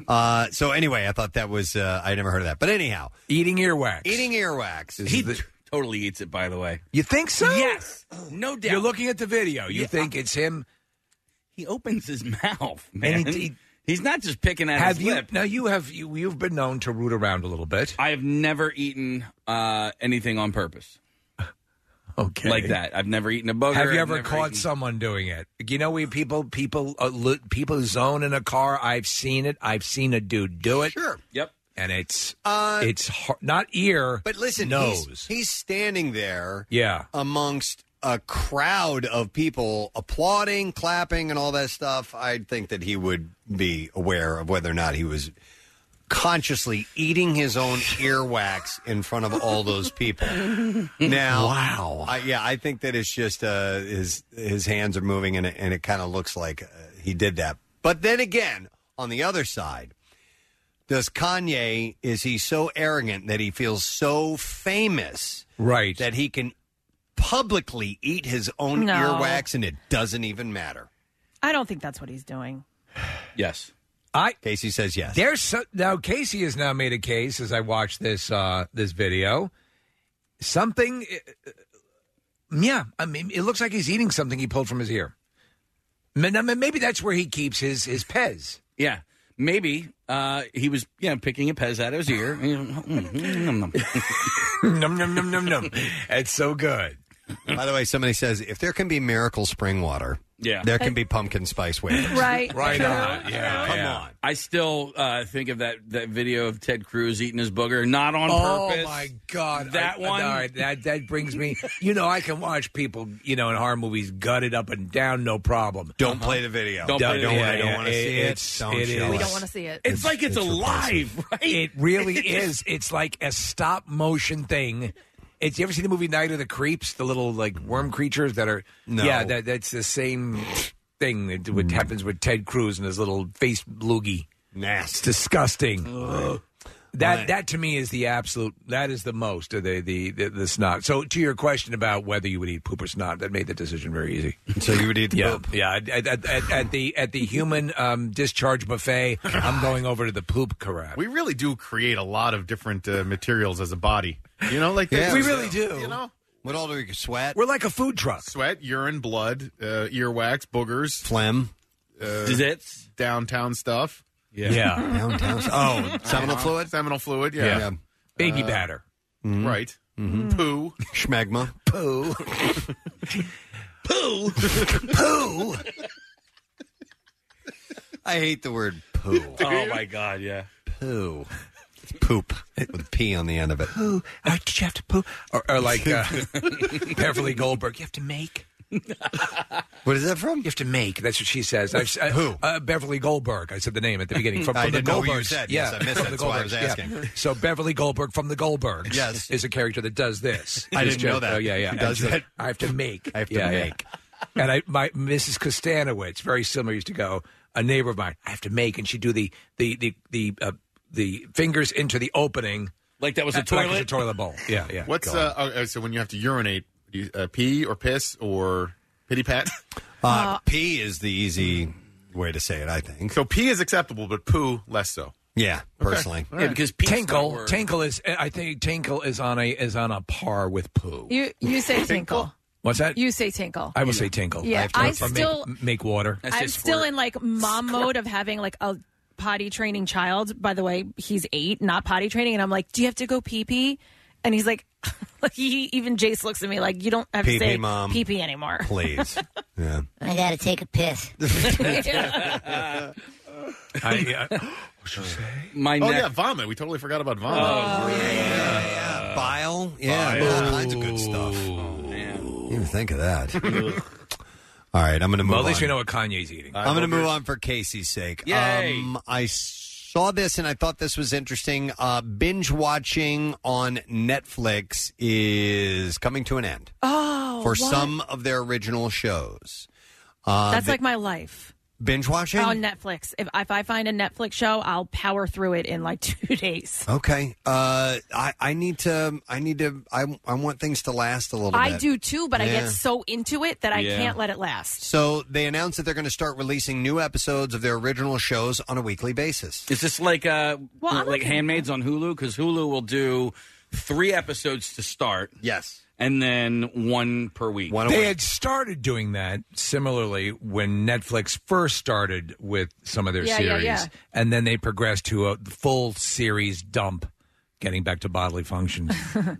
Speaker 2: Uh, so anyway, I thought that was uh, I never heard of that, but anyhow,
Speaker 4: Eating earwax.
Speaker 2: eating earwax. Is
Speaker 7: he
Speaker 2: the-
Speaker 7: totally eats it. By the way,
Speaker 4: You think so?
Speaker 7: Yes. No doubt.
Speaker 4: You're looking at the video. You
Speaker 7: Yeah.
Speaker 4: think it's him.
Speaker 7: he opens his <laughs> mouth, man.
Speaker 4: And he- he-
Speaker 7: He's not just picking at
Speaker 4: have
Speaker 7: his
Speaker 4: you
Speaker 7: lip.
Speaker 4: now? You have you. You've been known to root around a little bit.
Speaker 7: I have never eaten uh, anything on
Speaker 4: <laughs>
Speaker 7: purpose.
Speaker 4: Okay.
Speaker 7: like that. I've never eaten a booger.
Speaker 4: Have you
Speaker 7: I've
Speaker 4: ever
Speaker 7: never
Speaker 4: caught
Speaker 7: eaten-
Speaker 4: someone doing it? You know, we people people uh, lo- people zone in a car. I've seen it. I've seen a dude do it. Sure.
Speaker 7: Yep.
Speaker 4: And it's
Speaker 2: Uh,
Speaker 4: it's har not ear,
Speaker 2: But listen,
Speaker 4: nose.
Speaker 2: he's, he's standing there
Speaker 4: yeah.
Speaker 2: amongst a crowd of people applauding, clapping, and all that stuff. I'd think that he would be aware of whether or not he was consciously eating his own earwax in front of all those people.
Speaker 4: Hmm.
Speaker 2: Now, wow, I, yeah, I think that it's just uh, his his hands are moving, and it, and it kind of looks like uh, he did that. But then again, on the other side, does Kanye is he so arrogant that he feels so famous,
Speaker 4: right,
Speaker 2: that he can publicly eat his own
Speaker 22: No.
Speaker 2: earwax and it doesn't even matter?
Speaker 22: I don't think that's what he's doing.
Speaker 7: Yes.
Speaker 4: I
Speaker 2: Casey says yes.
Speaker 4: There's so, now Casey has now made a case as I watched this uh, this video. Something, uh, yeah. I mean, it looks like he's eating something he pulled from his ear. Ma- now, ma- Maybe that's where he keeps his his Pez.
Speaker 7: Yeah. Maybe uh, he was, you know, picking a Pez out of his ear. mm,
Speaker 2: <laughs>
Speaker 4: num num num num num. It's so good.
Speaker 2: By the way, somebody says if there can be miracle spring water,
Speaker 7: Yeah.
Speaker 2: there can be pumpkin spice wafers.
Speaker 22: Right.
Speaker 7: Right <laughs>
Speaker 2: on. Yeah,
Speaker 7: Come on. I still uh, think of that, that video of Ted Cruz eating his booger, not on
Speaker 4: oh
Speaker 7: purpose.
Speaker 4: my god,
Speaker 7: That
Speaker 4: I-
Speaker 7: one?
Speaker 4: All right, that that brings me. You know, I can watch people, you know, in horror movies, gut it up and down, no problem.
Speaker 2: Don't
Speaker 7: Uh-huh.
Speaker 2: play the video.
Speaker 4: Don't,
Speaker 2: Don't- don't-
Speaker 4: yeah,
Speaker 2: I don't
Speaker 4: yeah,
Speaker 2: wanna see it.
Speaker 4: It's,
Speaker 2: Don't
Speaker 4: it
Speaker 2: show
Speaker 4: is-
Speaker 2: We don't wanna
Speaker 22: see it.
Speaker 7: It's, like it's, alive, right?
Speaker 4: It
Speaker 7: <laughs>
Speaker 4: really is. It's like a stop motion thing. It's you ever seen the movie Night of the Creeps? The little like worm creatures that are
Speaker 2: No. Hmm.
Speaker 4: yeah. That that's the same thing that what happens with Ted Cruz and his little face loogie.
Speaker 2: Nasty.
Speaker 4: It's disgusting. That
Speaker 2: Right.
Speaker 4: that to me is the absolute. That is the most of the the, the the snot. So to your question about whether you would eat poop or snot, that made the decision very easy.
Speaker 2: So you would <laughs> eat the
Speaker 4: yeah, poop. Yeah, at, at, at, at the at the human um, discharge buffet, I'm going over to the poop corral.
Speaker 6: We really do create a lot of different uh, materials as a body. You know, like
Speaker 4: Yeah,
Speaker 6: there's-
Speaker 4: we really do.
Speaker 6: You know,
Speaker 2: what all do we sweat?
Speaker 4: We're like a food truck.
Speaker 6: Sweat, urine, blood, uh, earwax, boogers,
Speaker 2: phlegm,
Speaker 6: uh,
Speaker 7: zits,
Speaker 6: downtown stuff. Uh-huh.
Speaker 7: Yeah,
Speaker 4: Yeah.
Speaker 2: <laughs> Downtown s-
Speaker 6: <laughs>
Speaker 2: oh, seminal fluid?
Speaker 6: seminal fluid. Yeah,
Speaker 2: Yeah.
Speaker 4: Baby
Speaker 6: Uh,
Speaker 4: batter.
Speaker 6: Right. Poo.
Speaker 2: Schmagma. <laughs>
Speaker 4: Poo.
Speaker 7: <laughs>
Speaker 2: poo. poo. I hate the word
Speaker 4: <laughs>
Speaker 2: poo.
Speaker 7: Oh my god, yeah.
Speaker 2: Poo. It's poop with P on the end of it.
Speaker 4: Poo. Uh, did you have to poo? Or, or like uh, <laughs> Beverly Goldberg, you have to make.
Speaker 2: What is that from? You
Speaker 4: have to make. That's what she says. I've, I, Who? Uh, Beverly Goldberg. I said the name at the beginning. From, from
Speaker 2: I
Speaker 4: the
Speaker 2: didn't know who
Speaker 4: Goldbergs.
Speaker 2: you said.
Speaker 4: Yeah,
Speaker 2: Yes, I missed
Speaker 4: from
Speaker 2: it.
Speaker 4: the
Speaker 2: That's why I
Speaker 4: Goldbergs.
Speaker 2: was
Speaker 4: Yeah.
Speaker 2: asking.
Speaker 4: So Beverly Goldberg from the Goldbergs. <laughs>
Speaker 2: Yes.
Speaker 4: is a character that does this.
Speaker 2: I
Speaker 4: This
Speaker 2: didn't know
Speaker 4: joke.
Speaker 2: that.
Speaker 4: Oh, yeah, yeah.
Speaker 2: Who does
Speaker 4: And she-
Speaker 2: that?
Speaker 4: I have to make.
Speaker 2: I have to
Speaker 4: Yeah, yeah.
Speaker 2: make.
Speaker 4: And I, my Mrs. Costanowitz, very similar, used to go. A neighbor of mine, I have to make, and she'd do the the the the uh, the fingers into the opening,
Speaker 7: like that was a
Speaker 4: like it's
Speaker 7: toilet?
Speaker 4: toilet
Speaker 7: <laughs>
Speaker 4: bowl.
Speaker 6: <laughs>
Speaker 4: Yeah, yeah.
Speaker 6: What's
Speaker 4: Go on.
Speaker 6: uh, oh, uh, so when you have to urinate, do you, uh, pee or piss or pity pat?
Speaker 2: <laughs> Uh, P is the easy way to say it, I think.
Speaker 6: So pee is acceptable, but poo less so.
Speaker 2: Yeah, personally.
Speaker 6: All right.
Speaker 4: Tinkle, Tinkle is. uh, I think Tinkle is on a is on a par with poo.
Speaker 22: You you say tinkle.
Speaker 4: What's that?
Speaker 22: You say tinkle.
Speaker 4: I will say Tinkle.
Speaker 22: Yeah,
Speaker 4: have to-
Speaker 22: I
Speaker 4: for make-
Speaker 22: still-
Speaker 4: make, water.
Speaker 22: I'm still in like mom mode of having like a potty training child. By the way, he's eight, not potty training, and I'm like, "Do you have to go pee pee?" And he's like, <laughs> "He even Jace looks at me like you don't have
Speaker 2: Pee-pee,
Speaker 22: to say
Speaker 2: Mom.
Speaker 22: pee pee anymore."
Speaker 2: Please. Yeah.
Speaker 5: I gotta take
Speaker 4: <laughs>
Speaker 5: a piss.
Speaker 2: <laughs>
Speaker 6: <laughs>
Speaker 2: uh,
Speaker 4: I,
Speaker 7: My
Speaker 6: oh
Speaker 7: neck-
Speaker 6: yeah, vomit. We totally forgot about vomit. Oh, yeah,
Speaker 2: <laughs> Bile. Yeah, all kinds of good stuff. Didn't even think
Speaker 4: <laughs>
Speaker 2: of that. all right, I'm going to move
Speaker 4: well, at
Speaker 2: on.
Speaker 4: least we know what Kanye's eating.
Speaker 2: I'm going to move on for Casey's sake.
Speaker 4: Yay.
Speaker 2: Um, I saw this and I thought this was interesting. Uh, binge watching on Netflix is coming to an end
Speaker 22: <laughs> Oh,
Speaker 2: for
Speaker 22: what?
Speaker 2: some of their original shows. Uh,
Speaker 22: that's
Speaker 2: the-
Speaker 22: like my Oh, life
Speaker 2: binge watching
Speaker 22: on Netflix. If if I find a Netflix show, I'll power through it in like <laughs> two days.
Speaker 2: Okay. Uh, I I need to. I need to. I I want things to last a little.
Speaker 22: I
Speaker 2: bit.
Speaker 22: do too, but I
Speaker 2: Yeah.
Speaker 22: get so into it that I
Speaker 2: Yeah.
Speaker 22: can't let it last.
Speaker 2: So they announced that they're going to start releasing new episodes of their original shows on a weekly basis.
Speaker 7: Is this like uh,
Speaker 22: Well, I'm
Speaker 7: like
Speaker 22: okay.
Speaker 7: Handmaids on Hulu? Because Hulu will do three episodes to start.
Speaker 2: Yes.
Speaker 7: And then one per week.
Speaker 4: they had started doing that similarly when Netflix first started with some of their
Speaker 22: Yeah, yeah,
Speaker 4: series,
Speaker 22: yeah.
Speaker 4: and then they progressed to a full series dump. getting back to
Speaker 22: <laughs>
Speaker 4: bodily functions.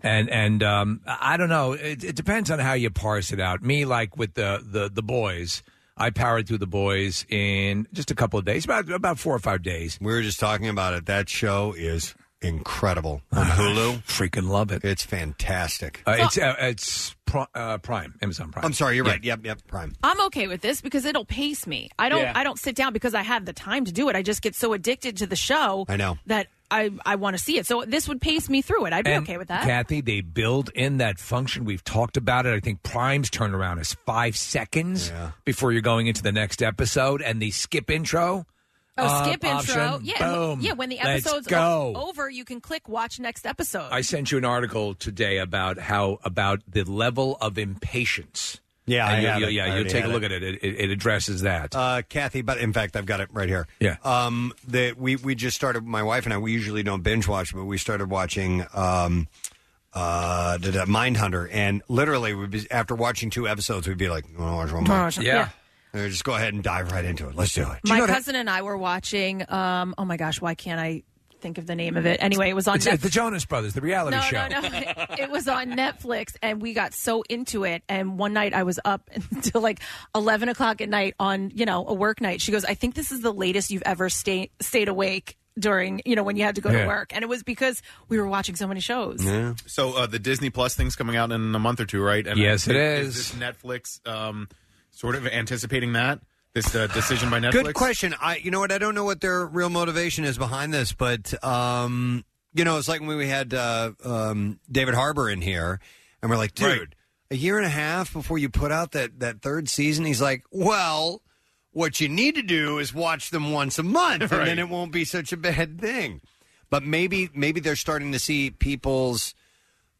Speaker 4: and and um, I I don't know. It, it depends on how you parse it out. Me, like with the the the boys. I powered through the boys in just a couple of days, about about four or five days.
Speaker 2: We were just talking about it. That show is incredible on Hulu.
Speaker 4: Freaking love it.
Speaker 2: It's fantastic.
Speaker 4: Uh, it's uh, it's pro- uh, Prime, Amazon Prime.
Speaker 2: I'm sorry, you're
Speaker 4: Yeah.
Speaker 2: right. Yep, yep, Prime.
Speaker 22: I'm okay with this because it'll pace me. I don't
Speaker 2: Yeah.
Speaker 22: I don't sit down because I have the time to do it. I just get so addicted to the show
Speaker 4: I know.
Speaker 22: that I I want to see it. So this would pace me through it. I'd be
Speaker 4: And,
Speaker 22: okay with that.
Speaker 4: Kathy, they build in that function. We've talked about it. I think Prime's turnaround is five seconds before you're going into the next episode, and the skip intro.
Speaker 22: Oh,
Speaker 4: uh,
Speaker 22: skip intro.
Speaker 4: option,
Speaker 22: Yeah,
Speaker 4: boom.
Speaker 22: yeah. When the
Speaker 4: Let's
Speaker 22: episode's Oh.
Speaker 4: go.
Speaker 22: o- over, you can click watch next episode.
Speaker 4: I sent you an article today about how about the level of impatience.
Speaker 2: Yeah,
Speaker 4: And
Speaker 2: I
Speaker 4: you'll-
Speaker 2: have
Speaker 4: you'll-
Speaker 2: it. I
Speaker 4: yeah. You'll
Speaker 2: already
Speaker 4: take a
Speaker 2: had
Speaker 4: look
Speaker 2: it.
Speaker 4: at it. It, it. it addresses that.
Speaker 2: Uh, Kathy, but in fact, I've got it right here.
Speaker 4: Yeah.
Speaker 2: Um, that we we just started. My wife and I. We usually don't binge watch, but we started watching. Um, uh, da- da- Mindhunter, and literally, we'd be, after watching two episodes, we'd be like, "You want to watch one more?"
Speaker 22: Watch it, Yeah. yeah.
Speaker 2: And we'd just go ahead and dive right into it. Let's do it.
Speaker 22: My cousin and I were watching. Um, oh my gosh, why can't I think of the name of it? Anyway, it was on
Speaker 4: It's, uh,
Speaker 22: Netflix.
Speaker 4: the Jonas Brothers, the reality
Speaker 22: no,
Speaker 4: show.
Speaker 22: no, no, <laughs> It- It was on Netflix, and we got so into it. And one night, I was up <laughs> until like eleven o'clock at night on you know a work night. She goes, "I think this is the latest you've ever stayed stayed awake during you know when you had to go
Speaker 6: Yeah.
Speaker 22: to work." And it was because we were watching so many shows. <laughs>
Speaker 6: So uh, the Disney Plus thing's coming out in a month or two, right? And
Speaker 4: Yes, it
Speaker 6: Is this Netflix um, sort of anticipating that this uh, decision by Netflix?
Speaker 2: Good question. I, you know what? I don't know what their real motivation is behind this, but um, you know, it's like when we had uh, um, David Harbour in here, and we're like, dude, a year and a half before you put out that that third season, he's like, well, what you need to do is watch them once a month, and then it won't be such a bad thing. But maybe maybe they're starting to see people's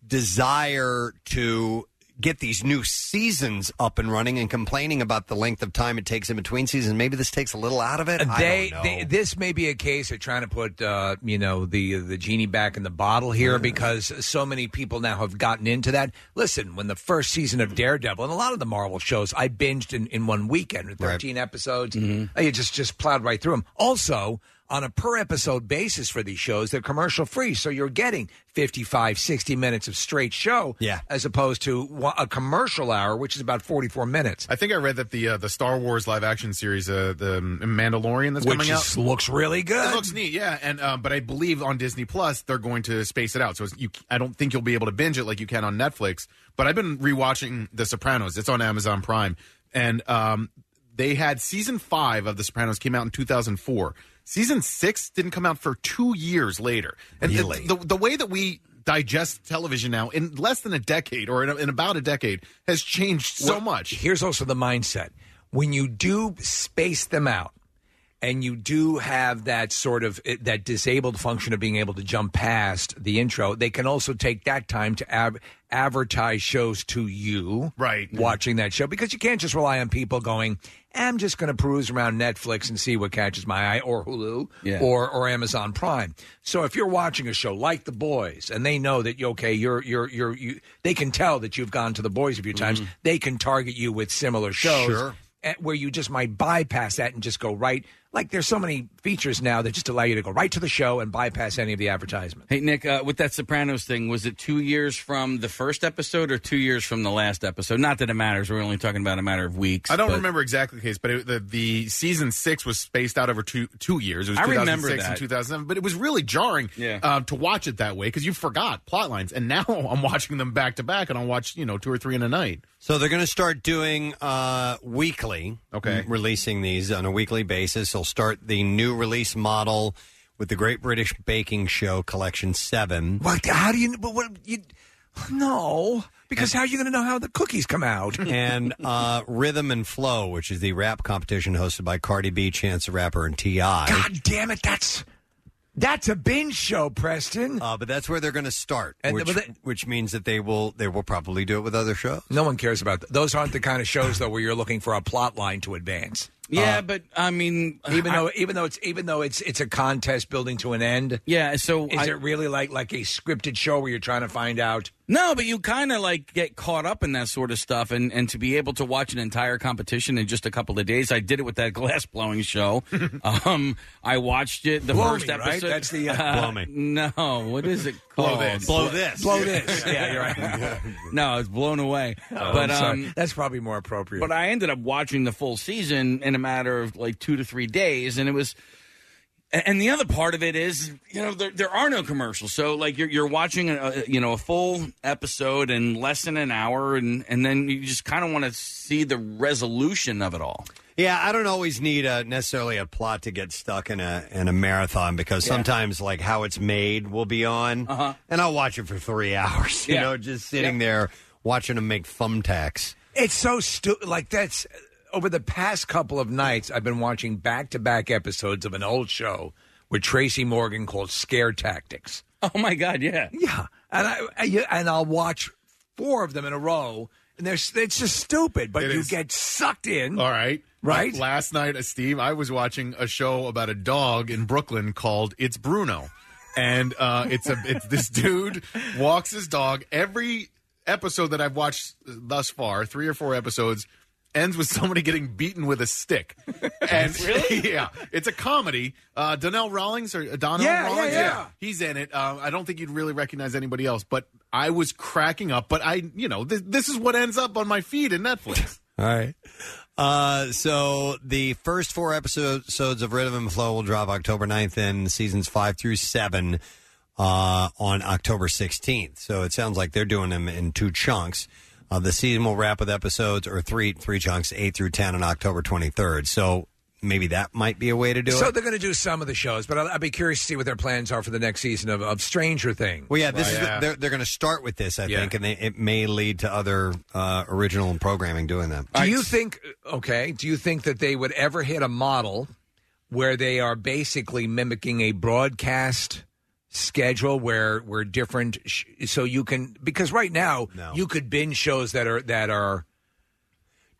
Speaker 2: desire to get these new seasons up and running and complaining about the length of time it takes in between seasons. Maybe this takes a little out of it. I
Speaker 4: They,
Speaker 2: don't know.
Speaker 4: they this may be a case of trying to put uh, you know the the genie back in the bottle here because so many people now have gotten into that. Listen, when the first season of Daredevil and a lot of the Marvel shows, I binged in, in one weekend, thirteen episodes.
Speaker 6: Mm-hmm.
Speaker 4: Uh, You just just plowed right through them. Also. On a per episode basis for these shows, they're commercial free. So you're getting 55, 60 minutes of straight show yeah. as opposed to wa- a commercial hour, which is about 44 minutes.
Speaker 6: I think I read that the uh, the Star Wars live action series, uh, the um, Mandalorian, that's
Speaker 4: Which
Speaker 6: coming
Speaker 4: is-
Speaker 6: out,
Speaker 4: looks really good.
Speaker 6: It looks neat, yeah. And uh, but I believe on Disney Plus they're going to space it out, so it's, you, I don't think you'll be able to binge it like you can on Netflix. But I've been rewatching The Sopranos. It's on Amazon Prime, and um, they had season five of The Sopranos came out in 2004. Season six didn't come out for two years later. And the-
Speaker 2: Really?
Speaker 6: the, the way that we digest television now in less than a decade or in, in about a decade has changed so
Speaker 4: Well,
Speaker 6: much.
Speaker 4: Here's also the mindset when you do space them out and you do have that sort of it- that disabled function of being able to jump past the intro they can also take that time to ab- advertise shows to you right watching that show because you can't just rely on people going i'm just going to peruse around netflix and see what catches my eye or hulu
Speaker 7: Yeah.
Speaker 4: or or amazon prime so if you're watching a show like the boys and they know that you okay you're you're you're you, they can tell that you've gone to the boys a few times they can target you with similar shows
Speaker 2: Sure.
Speaker 4: at- where you just might bypass that and just go right. Like there's so many features now that just allow you to go right to the show and bypass any of the advertisement.
Speaker 7: Hey Nick, uh, with that Sopranos thing, was it two years from the first episode or two years from the last episode? Not that it matters. We're only talking about a matter of weeks.
Speaker 6: I don't
Speaker 7: but-
Speaker 6: remember exactly the case, but it, the, the season six was spaced out over two two years. It was
Speaker 7: I
Speaker 6: 2006
Speaker 7: remember
Speaker 6: and
Speaker 7: that.
Speaker 6: 2007, but it was really jarring uh, to watch it that way because you forgot plot lines, and now <laughs> I'm watching them back to back, and I'll watch you know two or three in a night.
Speaker 2: So they're going to start doing uh, weekly. Okay. Releasing these on a weekly basis. They'll start the new release model with the Great British Baking Show Collection 7.
Speaker 4: What? How do you? But what? You, no, because how are you going to know how the cookies come <laughs> out?
Speaker 2: and uh, Rhythm and Flow, which is the rap competition hosted by Cardi B, Chance the Rapper, and T.I.
Speaker 4: God damn it, that's that's a binge show, Preston.
Speaker 2: Uh, but that's where they're going to start,
Speaker 4: And-
Speaker 2: which,
Speaker 4: but that-
Speaker 2: which means that they will they will probably do it with other shows.
Speaker 4: No one cares about th- those. Aren't the kind of shows though where you're looking for a plot line to advance.
Speaker 6: Uh,
Speaker 7: Yeah, but I mean,
Speaker 4: <laughs> even
Speaker 7: I-
Speaker 4: though even though it's even though it's it's a contest building to an end.
Speaker 7: Yeah, so
Speaker 4: is
Speaker 7: I-
Speaker 4: it really like like a scripted show where you're trying to find out?
Speaker 7: No, but you kind of like get caught up in that sort of stuff, and and to be able to watch an entire competition in just a couple of days, I did it with that <laughs> glass blowing
Speaker 6: <laughs>
Speaker 7: show. um, I watched it the
Speaker 4: Blow
Speaker 7: first
Speaker 4: Me, right?
Speaker 7: episode.
Speaker 4: That's the, uh, <laughs>
Speaker 7: <laughs>
Speaker 4: Blow Me.
Speaker 7: No, what is it
Speaker 4: Blow
Speaker 7: called?
Speaker 4: this. Blow this. Blow this.
Speaker 7: <laughs> yeah, you're right. no, it's blown away.
Speaker 4: <laughs> Oh,
Speaker 7: but
Speaker 4: I'm sorry.
Speaker 7: um,
Speaker 4: that's probably more appropriate.
Speaker 7: but I ended up watching the full season in a matter of like two to three days, and it was. a- And the other part of it is, you know, there, there are no commercials, so like you're you're watching a, a you know a full episode in less than an hour, and and then you just kind of want to see the resolution of it all.
Speaker 2: Yeah, I don't always need a, necessarily a plot to get stuck in a in a marathon because sometimes like how it's made will be on, and I'll watch it for three <laughs> hours. You
Speaker 4: Uh-huh. Yeah.
Speaker 2: know, just sitting
Speaker 4: Yeah.
Speaker 2: there watching them make
Speaker 7: uh,
Speaker 2: thumbtacks.
Speaker 4: It's so stupid. Like that's over the past couple of nights, I've been watching back to back episodes of an old show with Tracy Morgan called Scare Tactics.
Speaker 7: Oh my God! Yeah,
Speaker 4: yeah, and I, I yeah, and I'll watch four of them in a row, and they're s- it's just stupid, but
Speaker 6: It
Speaker 4: you
Speaker 6: is.
Speaker 4: get sucked in.
Speaker 6: All right.
Speaker 4: Right?
Speaker 6: Like last night, uh, Steve, I was watching a show about a dog in Brooklyn called It's Bruno. And uh, it's a it's this <laughs> dude walks his dog every episode that I've watched thus far, three or four episodes, ends with somebody getting beaten with a stick. And <laughs> really? yeah, it's a comedy. Uh, Donnell Rawlings or Donnell
Speaker 4: Yeah, yeah,
Speaker 6: Rawlings,
Speaker 4: yeah.
Speaker 6: he's in it. Uh, I don't think you'd really recognize anybody else, but I was cracking up. But I, you know, this, this is what ends up on my feed in Netflix.
Speaker 2: All right. Uh, so the first four episodes of Rhythm and Flow will drop October 9th and seasons five through seven uh, on October 16th. So it sounds like they're doing them in two chunks. Uh, the season will wrap with episodes or three three chunks, eight through 10 on October 23rd. So maybe that might be a way to do
Speaker 4: so
Speaker 2: it.
Speaker 4: they're going to do some of the shows, but I'll, I'll be curious to see what their plans are for the next season of, of Stranger Things. uh,
Speaker 2: Well, yeah, this is the, they're, they're going to start with this, I
Speaker 4: Yeah.
Speaker 2: think, and they, it may lead to other uh, original programming doing them.
Speaker 4: Do you think okay? Do you think that they would ever hit a model where they are basically mimicking a broadcast schedule where where different sh- so you can because right now you could binge shows that are that are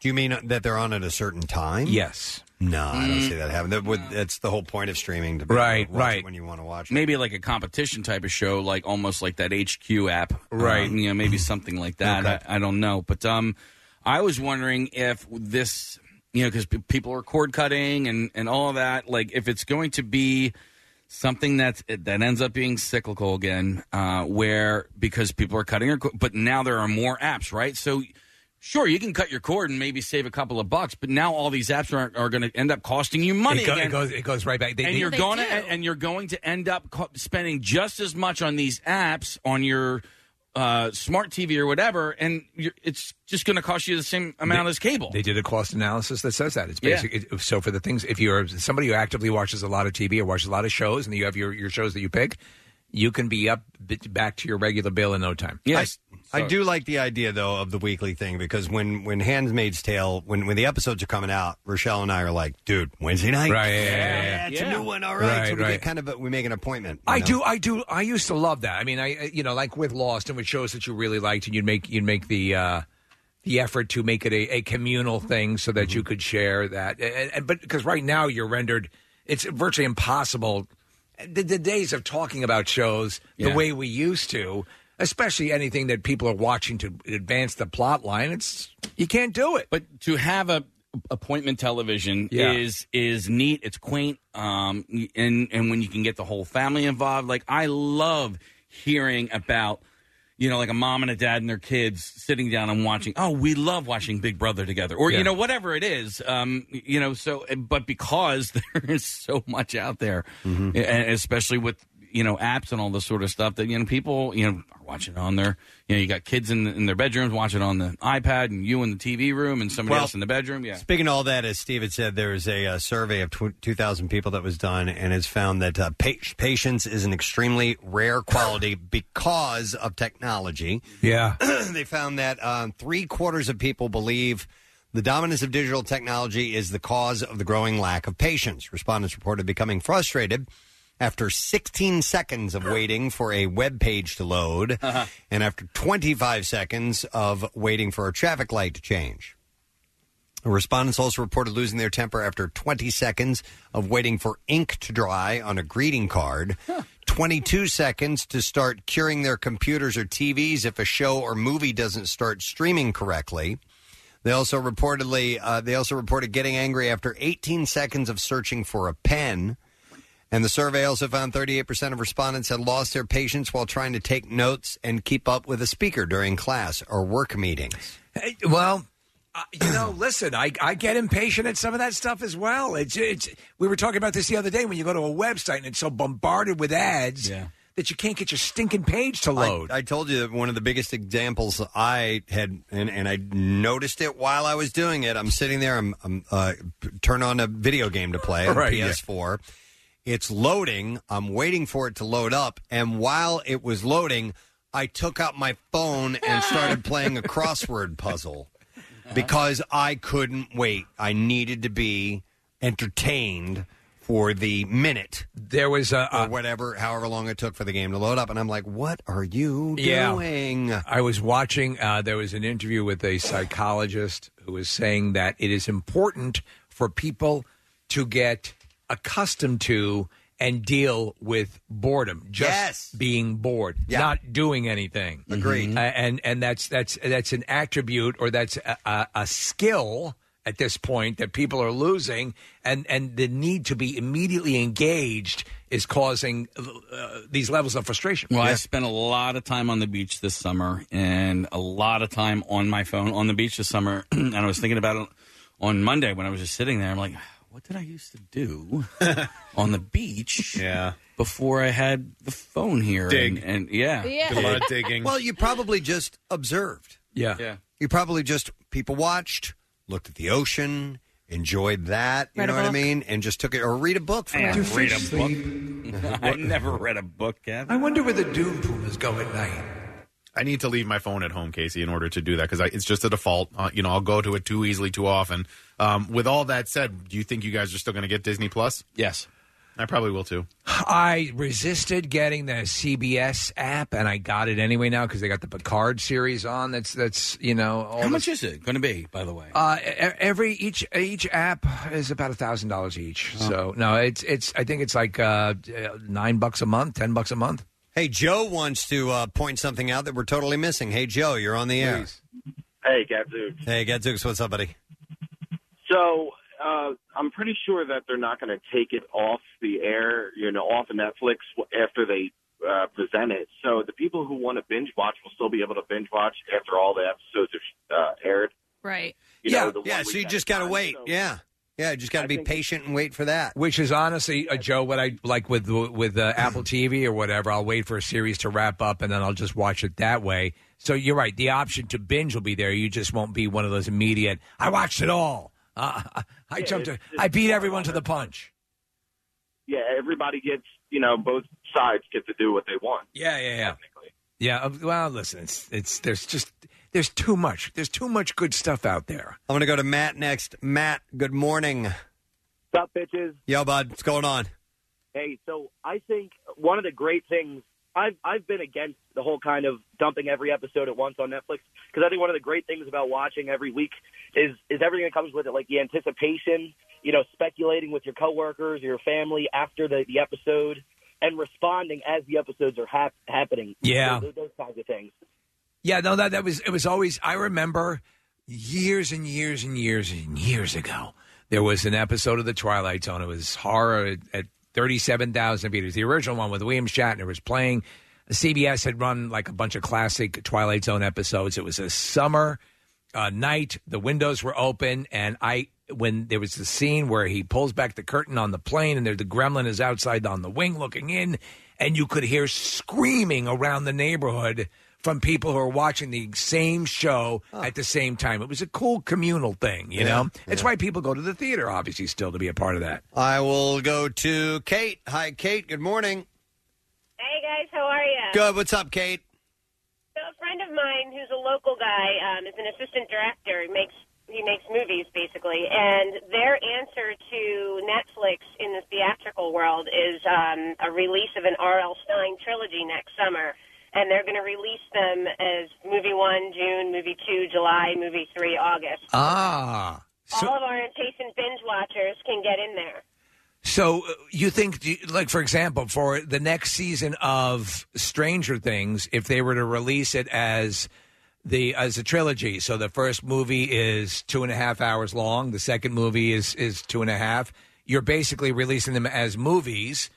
Speaker 2: Do you mean that they're on at a certain time?
Speaker 4: Uh, Yes.
Speaker 2: No, I don't
Speaker 7: Mm.
Speaker 2: see that happening. That would, That's the whole point of streaming. To be
Speaker 7: Right,
Speaker 2: able to watch it
Speaker 7: right.
Speaker 2: When you want to watch it.
Speaker 7: Maybe like a competition type of show, like almost like that HQ app,
Speaker 2: Right.
Speaker 7: Um, you know, maybe something like that.
Speaker 2: Okay.
Speaker 7: I, I don't know, but um, I was wondering if this, you know, because people are cord cutting and and all of that, like if it's going to be something that's eh, that ends up being cyclical again, uh, where because people are cutting, their, co- but now there are more apps, right? So. Sure, you can cut your cord and maybe save a couple of bucks, but now all these apps are, are going to end up costing you money.
Speaker 4: it, go-
Speaker 7: again
Speaker 4: it goes it goes right back. They-
Speaker 7: and
Speaker 4: they-
Speaker 7: you're going to and you're going to end up co- spending just as much on these apps on your uh, smart TV or whatever, and you're, it's just going to cost you the same amount as cable.
Speaker 4: They did a cost analysis that says that it's
Speaker 7: Yeah.
Speaker 4: basic. it- so for the things, if you're somebody who actively watches a lot of TV or watches a lot of shows, and you have your, your shows that you pick, you can be up b- back to your regular bill in no time.
Speaker 2: Yes. I do like the idea though of the weekly thing because when when Handmaid's Tale when when the episodes are coming out, Rochelle and I are like, dude, Wednesday night,
Speaker 4: Right, yeah, yeah, yeah, yeah.
Speaker 2: it's a
Speaker 4: Yeah.
Speaker 2: new one, all right.
Speaker 4: Right,
Speaker 2: so we
Speaker 4: right.
Speaker 2: get kind of a, we make an appointment. you
Speaker 4: I
Speaker 2: know?
Speaker 4: do, I do, I used to love that. I mean, I you know, like with Lost and with shows that you really liked, and you'd make you'd make the uh, the effort to make it a, a communal thing so
Speaker 7: Mm-hmm.
Speaker 4: that you could share that. And, and but because right now you're rendered, it's virtually impossible. The, the days of talking about shows
Speaker 7: Yeah.
Speaker 4: the way we used to, especially anything that people are watching to advance the plot line, it's you can't do it.
Speaker 7: But to have a appointment television
Speaker 4: Yeah.
Speaker 7: is is neat. It's quaint, um, and and when you can get the whole family involved, like I love hearing about. You know, like a mom and a dad and their kids sitting down and watching. Oh, we love watching Big Brother together, or
Speaker 4: Yeah.
Speaker 7: you know, whatever it is. Um, you know, so but because <laughs> there is so much out there,
Speaker 4: Mm-hmm.
Speaker 7: e- especially with you know apps and all this sort of stuff, that you know people you know are watching on their you know you got kids in, in their bedrooms watching on the iPad, and you in the TV room, and somebody
Speaker 2: Well,
Speaker 7: else in the bedroom. Yeah,
Speaker 2: Speaking of all that, as Steve had said, there is a uh, survey of tw- 2,000 people that was done, and it's found that uh, pa- patience is an extremely rare quality because of technology.
Speaker 4: Yeah.
Speaker 2: <clears throat> they found that um, three quarters of people believe the dominance of digital technology is the cause of the growing lack of patience. Respondents reported becoming frustrated after 16 seconds of waiting for a web page to load and after 25 seconds of waiting for a traffic light to change. Respondents also reported losing their temper after 20 seconds of waiting for ink to dry on a greeting card, 22 seconds to start curing their computers or TVs if a show or movie doesn't start streaming correctly. They also reportedly uh, they also reported getting angry after 18 seconds of searching for a pen. And the survey also found 38% of respondents had lost their patience while trying to take notes and keep up with a speaker during class or work meetings.
Speaker 4: Hey, well, uh, you know, <clears throat> listen, I, I get impatient at some of that stuff as well. It's, it's we were talking about this the other day when you go to a website and it's so bombarded with ads that you can't get your stinking page to load.
Speaker 2: I, I told you that one of the biggest examples I had, and, and I noticed it while I was doing it. I'm sitting there, I'm, I'm uh, p- turn on a video game to play
Speaker 4: <laughs>
Speaker 2: on
Speaker 4: Right,
Speaker 2: the
Speaker 4: yeah.
Speaker 2: PS4. It's loading. I'm waiting for it to load up, and while it was loading, I took out my phone and
Speaker 4: <laughs>
Speaker 2: started playing a crossword puzzle Uh-huh. because I couldn't wait. I needed to be entertained for the minute.
Speaker 4: There was a,
Speaker 2: or whatever, however long it took for the game to load up, and I'm like, "What are you doing?"
Speaker 4: I was watching, uh, there was an interview with a psychologist who was saying that it is important for people to get accustomed to and deal with boredom. Just being bored, not doing anything.
Speaker 2: Mm-hmm. Agreed.
Speaker 4: Uh, and and that's that's that's an attribute or that's a, a, a skill at this point that people are losing and and the need to be immediately engaged is causing uh, these levels of frustration.
Speaker 7: Well, I spent a lot of time on the beach this summer and a lot of time on my phone on the beach this summer. <clears throat> and I was thinking about it on Monday when I was just sitting there. I'm like, what did I used to
Speaker 2: <laughs>
Speaker 7: do on the beach? Yeah. Before I had the phone here.
Speaker 2: Dig.
Speaker 7: And, and yeah.
Speaker 2: Well, you probably just observed.
Speaker 4: Yeah.
Speaker 7: Yeah.
Speaker 2: You probably just people watched, looked at the ocean, enjoyed that. You
Speaker 7: Read a
Speaker 2: know what I
Speaker 7: book.
Speaker 2: mean? And just took it or read a book. For
Speaker 7: Man,
Speaker 2: an hour.
Speaker 7: read a book.
Speaker 4: <laughs>
Speaker 7: <laughs> I never read a book, Kevin.
Speaker 4: I wonder where the doom pumas go at night.
Speaker 6: <laughs> I need to leave my phone at home, Casey, in order to do that because it's just a default. Uh, you know, I'll go to it too easily, too often. Um, with all that said, do you think you guys are still going to get Disney Plus?
Speaker 7: Yes,
Speaker 6: I probably will too.
Speaker 4: I resisted getting the CBS app, and I got it anyway now because they got the Picard series on. That's that's you know all
Speaker 7: How
Speaker 4: the-
Speaker 7: much is it going to be, by the way?
Speaker 4: Uh, e- every each each app is about a thousand dollars each.
Speaker 2: Oh.
Speaker 4: So no, it's it's I think it's like uh, uh, nine bucks a month, ten bucks a month.
Speaker 2: Hey, Joe wants to uh, point something out that we're totally missing. Hey, Joe, you're on the air.
Speaker 5: Hey, Gadzooks.
Speaker 2: Hey, Gadzooks, what's up, buddy?
Speaker 5: So uh, I'm pretty sure that they're not going to take it off the air, you know, off of Netflix after they uh, present it. So the people who want to binge watch will still be able to binge watch after all the episodes are uh, aired.
Speaker 22: Right.
Speaker 5: You
Speaker 2: yeah,
Speaker 5: know, the one
Speaker 2: yeah. So you
Speaker 5: weekend
Speaker 2: just gotta
Speaker 5: time,
Speaker 2: wait.
Speaker 5: so-
Speaker 2: Yeah, yeah. You just gotta be patient and wait for that.
Speaker 4: Which is honestly, uh, Joe, what I like with with uh, Apple TV or whatever. I'll wait for a series to wrap up, and then I'll just watch it that way. So you're right. The option to binge will be there. You just won't be one of those immediate. I watched it all. Uh, <laughs> I- I
Speaker 5: Yeah,
Speaker 4: jumped.
Speaker 5: it's-
Speaker 4: to- I beat everyone to the punch.
Speaker 5: Yeah, everybody gets, you know, both sides get to do what they want.
Speaker 4: Yeah, yeah, yeah. Yeah. uh, Well, listen, it's it's there's just there's too much. There's too much good stuff out there.
Speaker 2: I'm gonna go to Matt next. Matt, good morning.
Speaker 16: What's up, bitches?
Speaker 2: Yo, bud, what's going on?
Speaker 16: Hey, so I think one of the great things I've I've been against the whole kind of dumping every episode at once on Netflix because I think one of the great things about watching every week is is everything that comes with it, like the anticipation, you know, speculating with your coworkers or your family after the, the episode, and responding as the episodes are hap- happening.
Speaker 4: Yeah.
Speaker 16: those, those kinds of things.
Speaker 4: Yeah, no, that that was it was always I remember years and years and years and years ago. There was an episode of The Twilight Zone. It was horror at, at thirty-seven thousand feet. It was the original one with William Shatner was playing. CBS had run like a bunch of classic Twilight Zone episodes. It was a summer uh, night. The windows were open, and I when there was the scene where he pulls back the curtain on the plane, and there the gremlin is outside on the wing looking in, and you could hear screaming around the neighborhood from people who are watching the same show at the same time. It was a cool communal thing, you know. It's why people go to the theater, obviously, still to be a part of that.
Speaker 2: I will go to Kate. Hi, Kate. Good morning.
Speaker 13: Hey guys, how are you?
Speaker 2: Good. What's up, Kate?
Speaker 13: So a friend of mine who's a local guy um, is an assistant director. He makes he makes movies basically, and their answer to Netflix in the theatrical world is um, a release of an R.L. Stein trilogy next summer, and they're going to release them as movie one June, movie two July, movie three August.
Speaker 4: Ah.
Speaker 13: All of our impatient binge watchers can get in there.
Speaker 4: So uh, you think, do you- like for example, for the next season of Stranger Things, if they were to release it as the as a trilogy, so the first movie is two and a half hours long, the second movie is is two and a half. You're basically releasing them as movies,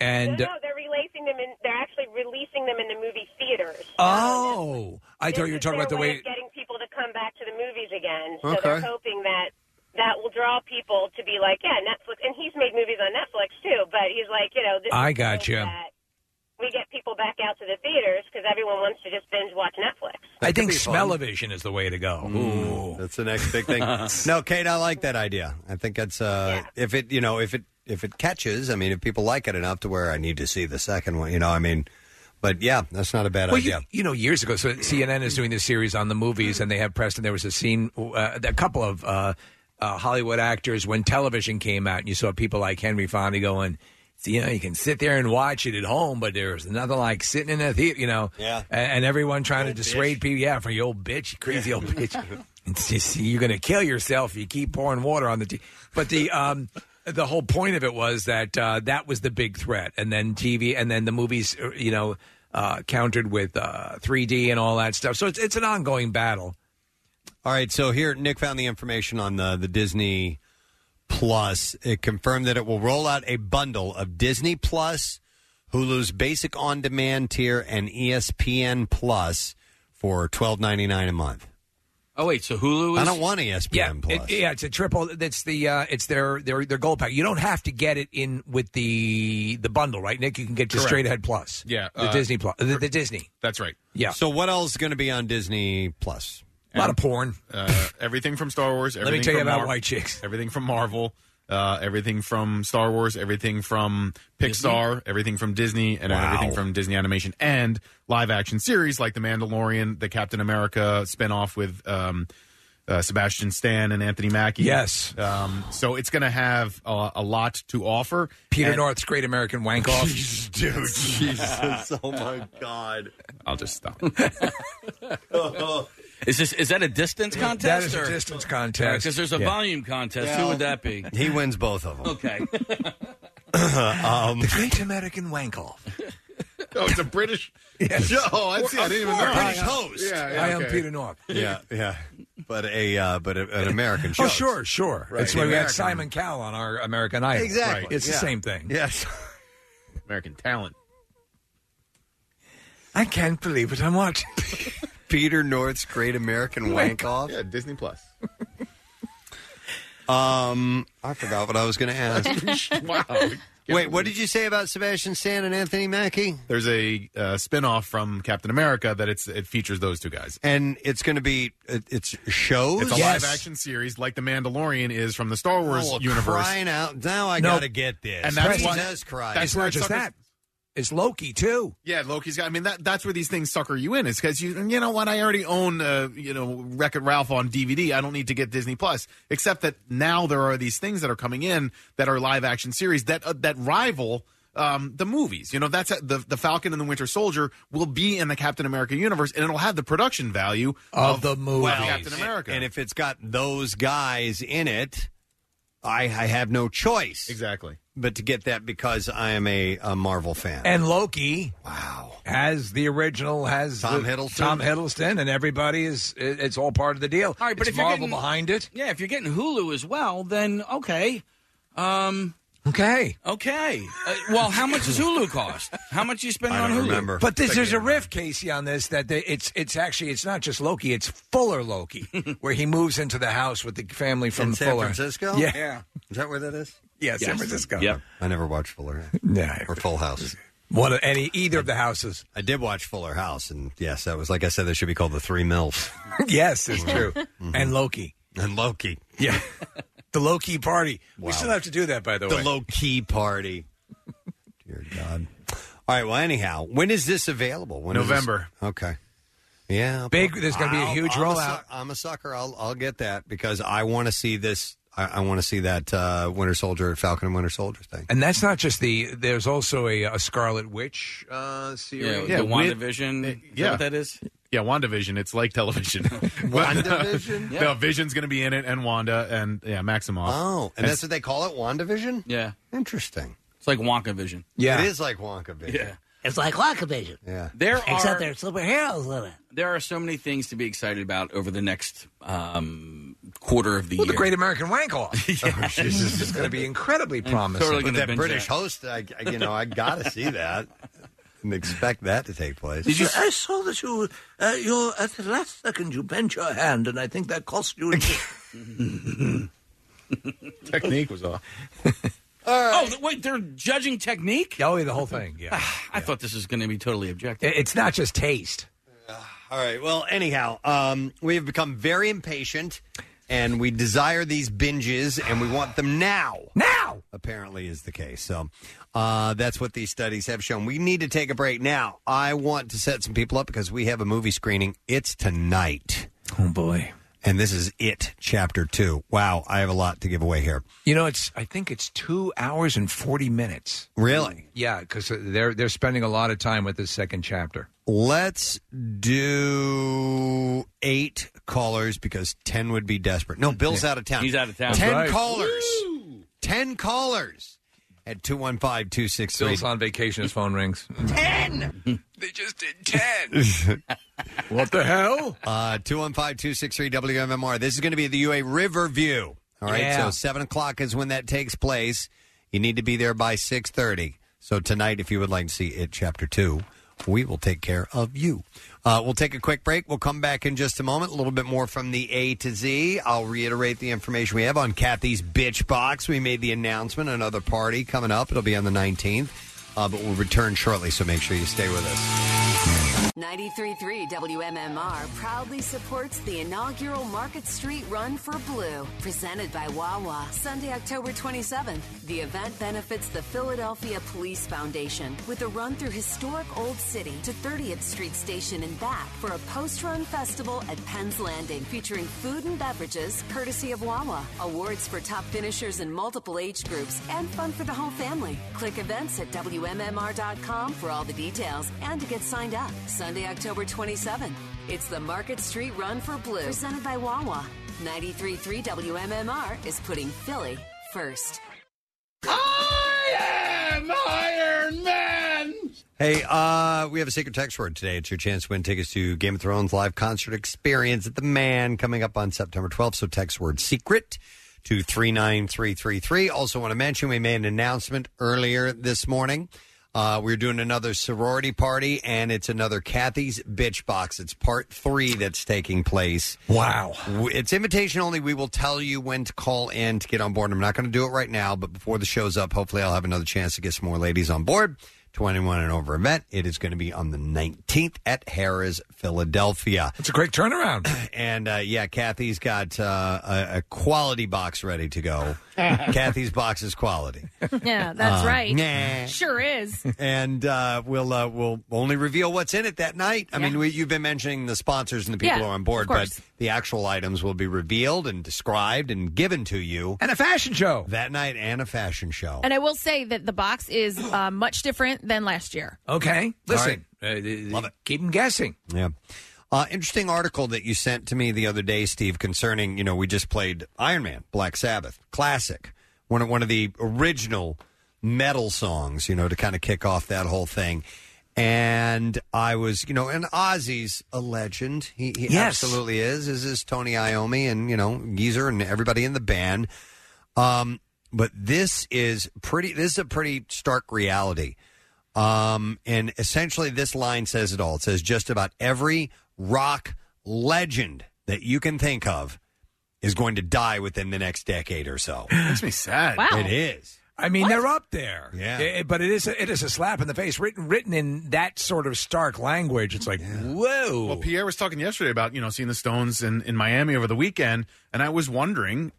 Speaker 4: and
Speaker 13: no, no, they're releasing them in. They're actually releasing them in the movie theaters.
Speaker 4: oh, I thought you were talking about the
Speaker 13: their
Speaker 4: way.
Speaker 13: of getting people to come back to the movies again. So they're
Speaker 4: Okay.
Speaker 13: hoping that that will draw people to be like, yeah, Netflix. And he's made movies on Netflix too, but he's like, you know, this
Speaker 4: I
Speaker 13: is
Speaker 4: got
Speaker 13: the way
Speaker 4: you.
Speaker 13: that We get people back out to the theaters because everyone wants to just binge watch Netflix.
Speaker 4: I think smell-o-vision is the way to go.
Speaker 2: Mm, That's the next big <laughs> thing.
Speaker 5: Uh-huh.
Speaker 2: no, Kate, I like that idea. I think it's uh, if it you know if it if it catches. I mean, if people like it enough to where I need to see the second one. You know, I mean, but yeah, that's not a bad
Speaker 4: well,
Speaker 2: idea.
Speaker 4: You, you know, years ago, so CNN is doing this series on the movies, and they have Preston. There was a scene, uh, a couple of uh, uh, Hollywood actors when television came out, and you saw people like Henry Fonda going, "So, you know, you can sit there and watch it at home, but there's nothing like sitting in a theater, you know.
Speaker 2: Yeah.
Speaker 4: A- And, everyone trying
Speaker 2: Old
Speaker 4: to dissuade people, yeah, from you old bitch, you crazy
Speaker 7: <laughs>
Speaker 4: old bitch. It's just, you're going to kill yourself if you keep pouring water on the tea. But the um, the whole point of it was that uh, that was the big threat, and then TV, and then the movies, uh, you know, uh, countered with uh, 3D and all that stuff. So it's it's an ongoing battle.
Speaker 2: All right, so here Nick found the information on the the Disney Plus. It confirmed that it will roll out a bundle of Disney Plus, Hulu's basic on-demand tier, and E ESPN Plus for twelve ninety nine a month.
Speaker 7: Oh wait, so Hulu is
Speaker 2: I don't want E ESPN Plus.
Speaker 4: It- yeah, it's a triple. That's the uh, it's their their their gold pack. You don't have to get it in with the the bundle, right, Nick? You can get just
Speaker 6: Correct.
Speaker 4: straight ahead plus.
Speaker 6: Yeah,
Speaker 4: the
Speaker 6: uh,
Speaker 4: Disney plus, the, the Disney.
Speaker 6: That's right.
Speaker 4: Yeah.
Speaker 2: So what else is going to be on Disney Plus?
Speaker 4: A lot of porn.
Speaker 6: Uh, everything from Star Wars.
Speaker 4: Let me
Speaker 6: Everything
Speaker 4: tell you
Speaker 6: from
Speaker 4: about
Speaker 6: Mar-
Speaker 4: white chicks.
Speaker 6: Everything from Marvel. Uh, everything from Star Wars. Everything from Pixar. Everything from Disney, and
Speaker 4: Wow.
Speaker 6: everything from Disney Animation and live action series like The Mandalorian, the Captain America spinoff with. Um, uh, Sebastian Stan and Anthony Mackie.
Speaker 4: Yes.
Speaker 6: Um, so it's going to have uh, a lot to offer.
Speaker 4: Peter
Speaker 6: And-
Speaker 4: North's Great American Wank Off.
Speaker 6: <laughs> dude,
Speaker 8: <laughs>
Speaker 2: <laughs> Jesus. Oh, my God.
Speaker 6: I'll just
Speaker 7: <laughs>
Speaker 6: stop.
Speaker 7: Is this is that a distance contest?
Speaker 4: That is a
Speaker 7: or?
Speaker 4: distance contest.
Speaker 7: Because there's a
Speaker 4: Yeah.
Speaker 7: volume contest. Who would that be?
Speaker 2: He wins both of them.
Speaker 4: <laughs>
Speaker 7: Okay.
Speaker 2: <laughs> um,
Speaker 4: the Great American Wank Off.
Speaker 6: Oh, it's a British.
Speaker 4: <laughs> Yes.
Speaker 6: Oh, I see. I didn't even
Speaker 4: Or
Speaker 6: know.
Speaker 4: a British
Speaker 6: Yeah.
Speaker 4: host.
Speaker 6: Yeah, yeah,
Speaker 4: I am
Speaker 6: okay.
Speaker 4: Peter North. <laughs>
Speaker 2: yeah, yeah. But a uh, but a, an American show.
Speaker 4: Oh, sure, sure.
Speaker 2: Right.
Speaker 4: That's why we had
Speaker 2: American.
Speaker 4: Simon Cowell on our American Idol.
Speaker 2: Exactly.
Speaker 4: It's the
Speaker 2: Yeah.
Speaker 4: same thing.
Speaker 2: Yes.
Speaker 6: American talent.
Speaker 4: <laughs> I can't believe it. I'm watching.
Speaker 2: Peter North's Great
Speaker 4: Oh
Speaker 2: American Wank Off.
Speaker 6: Yeah, Disney Plus.
Speaker 2: <laughs> Um, I forgot what I was going
Speaker 7: <laughs>
Speaker 6: <laughs>
Speaker 2: to ask.
Speaker 6: wow.
Speaker 2: Wait, what did you say about Sebastian Stan and Anthony Mackie?
Speaker 6: There's a uh, spin-off from Captain America that it's it features those two guys.
Speaker 2: And it's going to be it, it's shows.
Speaker 6: It's a live action series like The Mandalorian is from the Star Wars
Speaker 2: Oh,
Speaker 6: universe.
Speaker 2: crying out! Now I
Speaker 6: Nope.
Speaker 2: got to get this.
Speaker 6: And that's why-
Speaker 2: Jesus Christ!
Speaker 6: that's
Speaker 4: It's
Speaker 6: why
Speaker 4: not just
Speaker 6: suckers-
Speaker 4: that. It's Loki too.
Speaker 6: Yeah, Loki's got. I mean, that that's where these things sucker you in is because you you know what? I already own uh, you know Wreck It Ralph on DVD. I don't need to get Disney Plus. Except that now there are these things that are coming in that are live action series that uh, that rival. Um, the movies, you know, that's the the Falcon and the Winter Soldier will be in the Captain America universe, and it'll have the production value
Speaker 2: Of the
Speaker 6: movie
Speaker 2: movies.
Speaker 6: Captain America.
Speaker 2: And if it's got those guys in it, I, I have no choice
Speaker 6: exactly
Speaker 2: but to get that because I am a, a Marvel fan.
Speaker 4: And Loki. Wow. Has the original has
Speaker 2: Tom
Speaker 4: the-
Speaker 2: Hiddleston.
Speaker 4: Tom Hiddleston, and everybody is. it- It's all part of the deal.
Speaker 7: All right, but
Speaker 4: It's
Speaker 7: if you're
Speaker 4: Marvel
Speaker 7: getting-
Speaker 4: behind it.
Speaker 7: Yeah, if you're getting Hulu as well, then okay. Um,
Speaker 4: okay.
Speaker 7: Okay. Uh, well, how much
Speaker 4: <laughs>
Speaker 7: does Hulu cost? How much you spending
Speaker 4: I
Speaker 7: on
Speaker 4: don't
Speaker 7: Hulu?
Speaker 4: remember. But this, there's a riff, Casey, on this that they, it's it's actually it's not just Loki, it's Fuller
Speaker 2: <laughs>
Speaker 4: Loki, where he moves into the house with the family from
Speaker 2: In San
Speaker 4: Fuller.
Speaker 2: Francisco?
Speaker 4: Yeah.
Speaker 2: Is that where that is?
Speaker 4: Yeah, San Yes. Francisco. Yep.
Speaker 2: I never watched
Speaker 4: <laughs>
Speaker 2: Fuller.
Speaker 4: No.
Speaker 2: Or Full House.
Speaker 4: One of any either of the houses.
Speaker 2: I did watch Fuller House, and yes, that was like I said, that should be called the Three Milfs.
Speaker 4: <laughs> yes, it's
Speaker 2: <laughs>
Speaker 4: true.
Speaker 2: Mhm.
Speaker 4: And Loki.
Speaker 2: And Loki. <laughs>
Speaker 4: Yeah. the low key party.
Speaker 2: Wow.
Speaker 4: We still have to do that, by the,
Speaker 2: The
Speaker 4: way.
Speaker 2: low key party. Dear God. All right. Well, anyhow, when is this available? When is this-
Speaker 4: November.
Speaker 2: Okay. Yeah.
Speaker 4: Big- there's gonna be a
Speaker 2: I'll-
Speaker 4: huge
Speaker 2: I'm a
Speaker 4: rollout.
Speaker 2: suck- I'm a sucker. I'll I'll get that because I want to see this. I, I want to see that uh, Winter Soldier, Falcon and Winter Soldier thing.
Speaker 4: And that's not just the. There's also a, a Scarlet Witch uh, series.
Speaker 6: Yeah, Yeah, the with-
Speaker 7: WandaVision. Is that
Speaker 6: yeah.
Speaker 7: what that is?
Speaker 6: Yeah, WandaVision. It's like
Speaker 2: <laughs>
Speaker 6: television.
Speaker 2: WandaVision?
Speaker 6: no, Vision's going to be in it, and Wanda, and yeah, Maximoff.
Speaker 2: Oh, and that's what they call it, WandaVision?
Speaker 7: Yeah.
Speaker 2: Interesting.
Speaker 7: It's like Wonka Vision.
Speaker 2: It is like Wonka Vision.
Speaker 7: Yeah.
Speaker 19: It's like WandaVision.
Speaker 2: Yeah.
Speaker 7: There
Speaker 19: Except
Speaker 7: are-
Speaker 19: they're superheroes in it.
Speaker 7: There are so many things to be excited about over the next um, quarter of the
Speaker 4: Well,
Speaker 7: year.
Speaker 4: the Great American Wank <laughs> Off. Oh, Jesus, it's going to be incredibly
Speaker 7: I'm
Speaker 4: promising.
Speaker 7: totally gonna
Speaker 2: that
Speaker 7: binge
Speaker 2: British
Speaker 7: that.
Speaker 2: host, I, I- you know, I got to see
Speaker 4: <laughs>
Speaker 2: that and expect that to take place.
Speaker 19: Did you? I saw that you, uh, you at the last second you bent your hand, and I think that cost you.
Speaker 4: <laughs>
Speaker 6: Technique was off.
Speaker 7: Oh, th- wait, they're judging technique?
Speaker 4: Oh, yeah, the whole thing. Yeah. <laughs>
Speaker 7: I thought this was going to be totally objective.
Speaker 4: It's not just taste.
Speaker 2: All right. Well, anyhow, um, we have become very impatient and we desire these binges and we want them now.
Speaker 4: Now!
Speaker 2: Apparently is the case. So uh, that's what these studies have shown. We need to take a break now. I want to set some people up because we have a movie screening. It's tonight.
Speaker 4: Oh, boy.
Speaker 2: And this is It Chapter 2. Wow, I have a lot to give away here.
Speaker 4: You know, it's. I think it's two hours and forty minutes.
Speaker 2: Really?
Speaker 4: Yeah, because they're they're spending a lot of time with this second chapter.
Speaker 2: Let's do eight callers because 10 would be desperate. No, Bill's
Speaker 7: Yeah.
Speaker 2: out of town.
Speaker 7: He's out of town.
Speaker 2: 10
Speaker 7: That's right.
Speaker 2: callers. 10 callers at 215 263.
Speaker 4: Bill's on vacation. His phone rings.
Speaker 19: Ten.
Speaker 4: they just did ten.
Speaker 2: <laughs> what the hell? Uh, 215-263-WMMR. This is going to be at the UA Riverview. All right,
Speaker 18: Yeah.
Speaker 2: so 7 o'clock is when that takes place. You need to be there by 6.30. So tonight, if you would like to see It Chapter 2, we will take care of you. Uh, we'll take a quick break. We'll come back in just a moment. A little bit more from the A to Z. I'll reiterate the information we have on Kathy's Bitch Box. We made the announcement, another party coming up. It'll be on the 19th. Uh, but we'll return shortly, so make sure you stay with us.
Speaker 30: 933 WMMR proudly supports the inaugural Market Street Run for Blue, presented by Wawa, Sunday, October 27th. The event benefits the Philadelphia Police Foundation with a run through historic Old City to 30th Street Station and back for a post run festival at Penn's Landing featuring food and beverages courtesy of Wawa, awards for top finishers in multiple age groups, and fun for the whole family. Click events at WMMR.com for all the details and to get signed up. Sunday, October 27th. It's the Market Street Run for Blue, presented by Wawa. 93.3 WMMR is putting Philly first.
Speaker 19: I am Iron Man.
Speaker 2: Hey, uh, we have a secret text word today. It's your chance to win tickets to Game of Thrones live concert experience at the Man coming up on September 12th. So text word secret to 39333. Also want to mention we made an announcement earlier this morning. Uh, we're doing another sorority party, and it's another Kathy's Bitch Box. It's part three that's taking place.
Speaker 4: Wow.
Speaker 2: W- It's invitation only. We will tell you when to call in to get on board. I'm not going to do it right now, but before the show's up, hopefully I'll have another chance to get some more ladies on board. 21 and over event. It is going to be on the 19th at Harrah's, Philadelphia.
Speaker 4: It's a great turnaround.
Speaker 2: <clears throat> And uh, yeah, Kathy's got uh, a, a quality box ready
Speaker 3: <laughs>
Speaker 2: to go. Kathy's box is quality.
Speaker 3: yeah, that's
Speaker 2: Uh,
Speaker 3: right.
Speaker 2: nah.
Speaker 3: Sure is.
Speaker 2: And uh, we'll uh, we'll only reveal what's in it that night. I mean, we, you've been mentioning the sponsors and the people
Speaker 3: Yeah,
Speaker 2: who are on board,
Speaker 3: of
Speaker 2: but
Speaker 3: course.
Speaker 2: the actual items will be revealed and described and given to you.
Speaker 4: And a fashion show
Speaker 2: that night, and a fashion show.
Speaker 3: And I will say that the box is uh, much different than last year.
Speaker 4: Okay, listen,
Speaker 2: love it.
Speaker 4: Uh, Keep them guessing.
Speaker 2: Yeah. Uh, interesting article that you sent to me the other day, Steve, concerning you know we just played Iron Man, Black Sabbath, classic, one of one of the original metal songs, you know, to kind of kick off that whole thing. And I was, you know, and Ozzy's a legend. He, he
Speaker 19: Yes.
Speaker 2: absolutely is. Is is Tony Iommi and you know Geezer and everybody in the band. Um, but this is pretty. This is a pretty stark reality. Um, and essentially, this line says it all. It says just about every rock legend that you can think of is going to die within the next decade or so. Makes
Speaker 6: me sad.
Speaker 4: Wow.
Speaker 2: It is.
Speaker 4: I mean, they're up there.
Speaker 2: Yeah.
Speaker 4: Eh, but it is a, it is a slap in the face written written in that sort of stark language. It's like whoa.
Speaker 6: Well, Pierre was talking yesterday about you know seeing the Stones in, in Miami over the weekend, and I was wondering,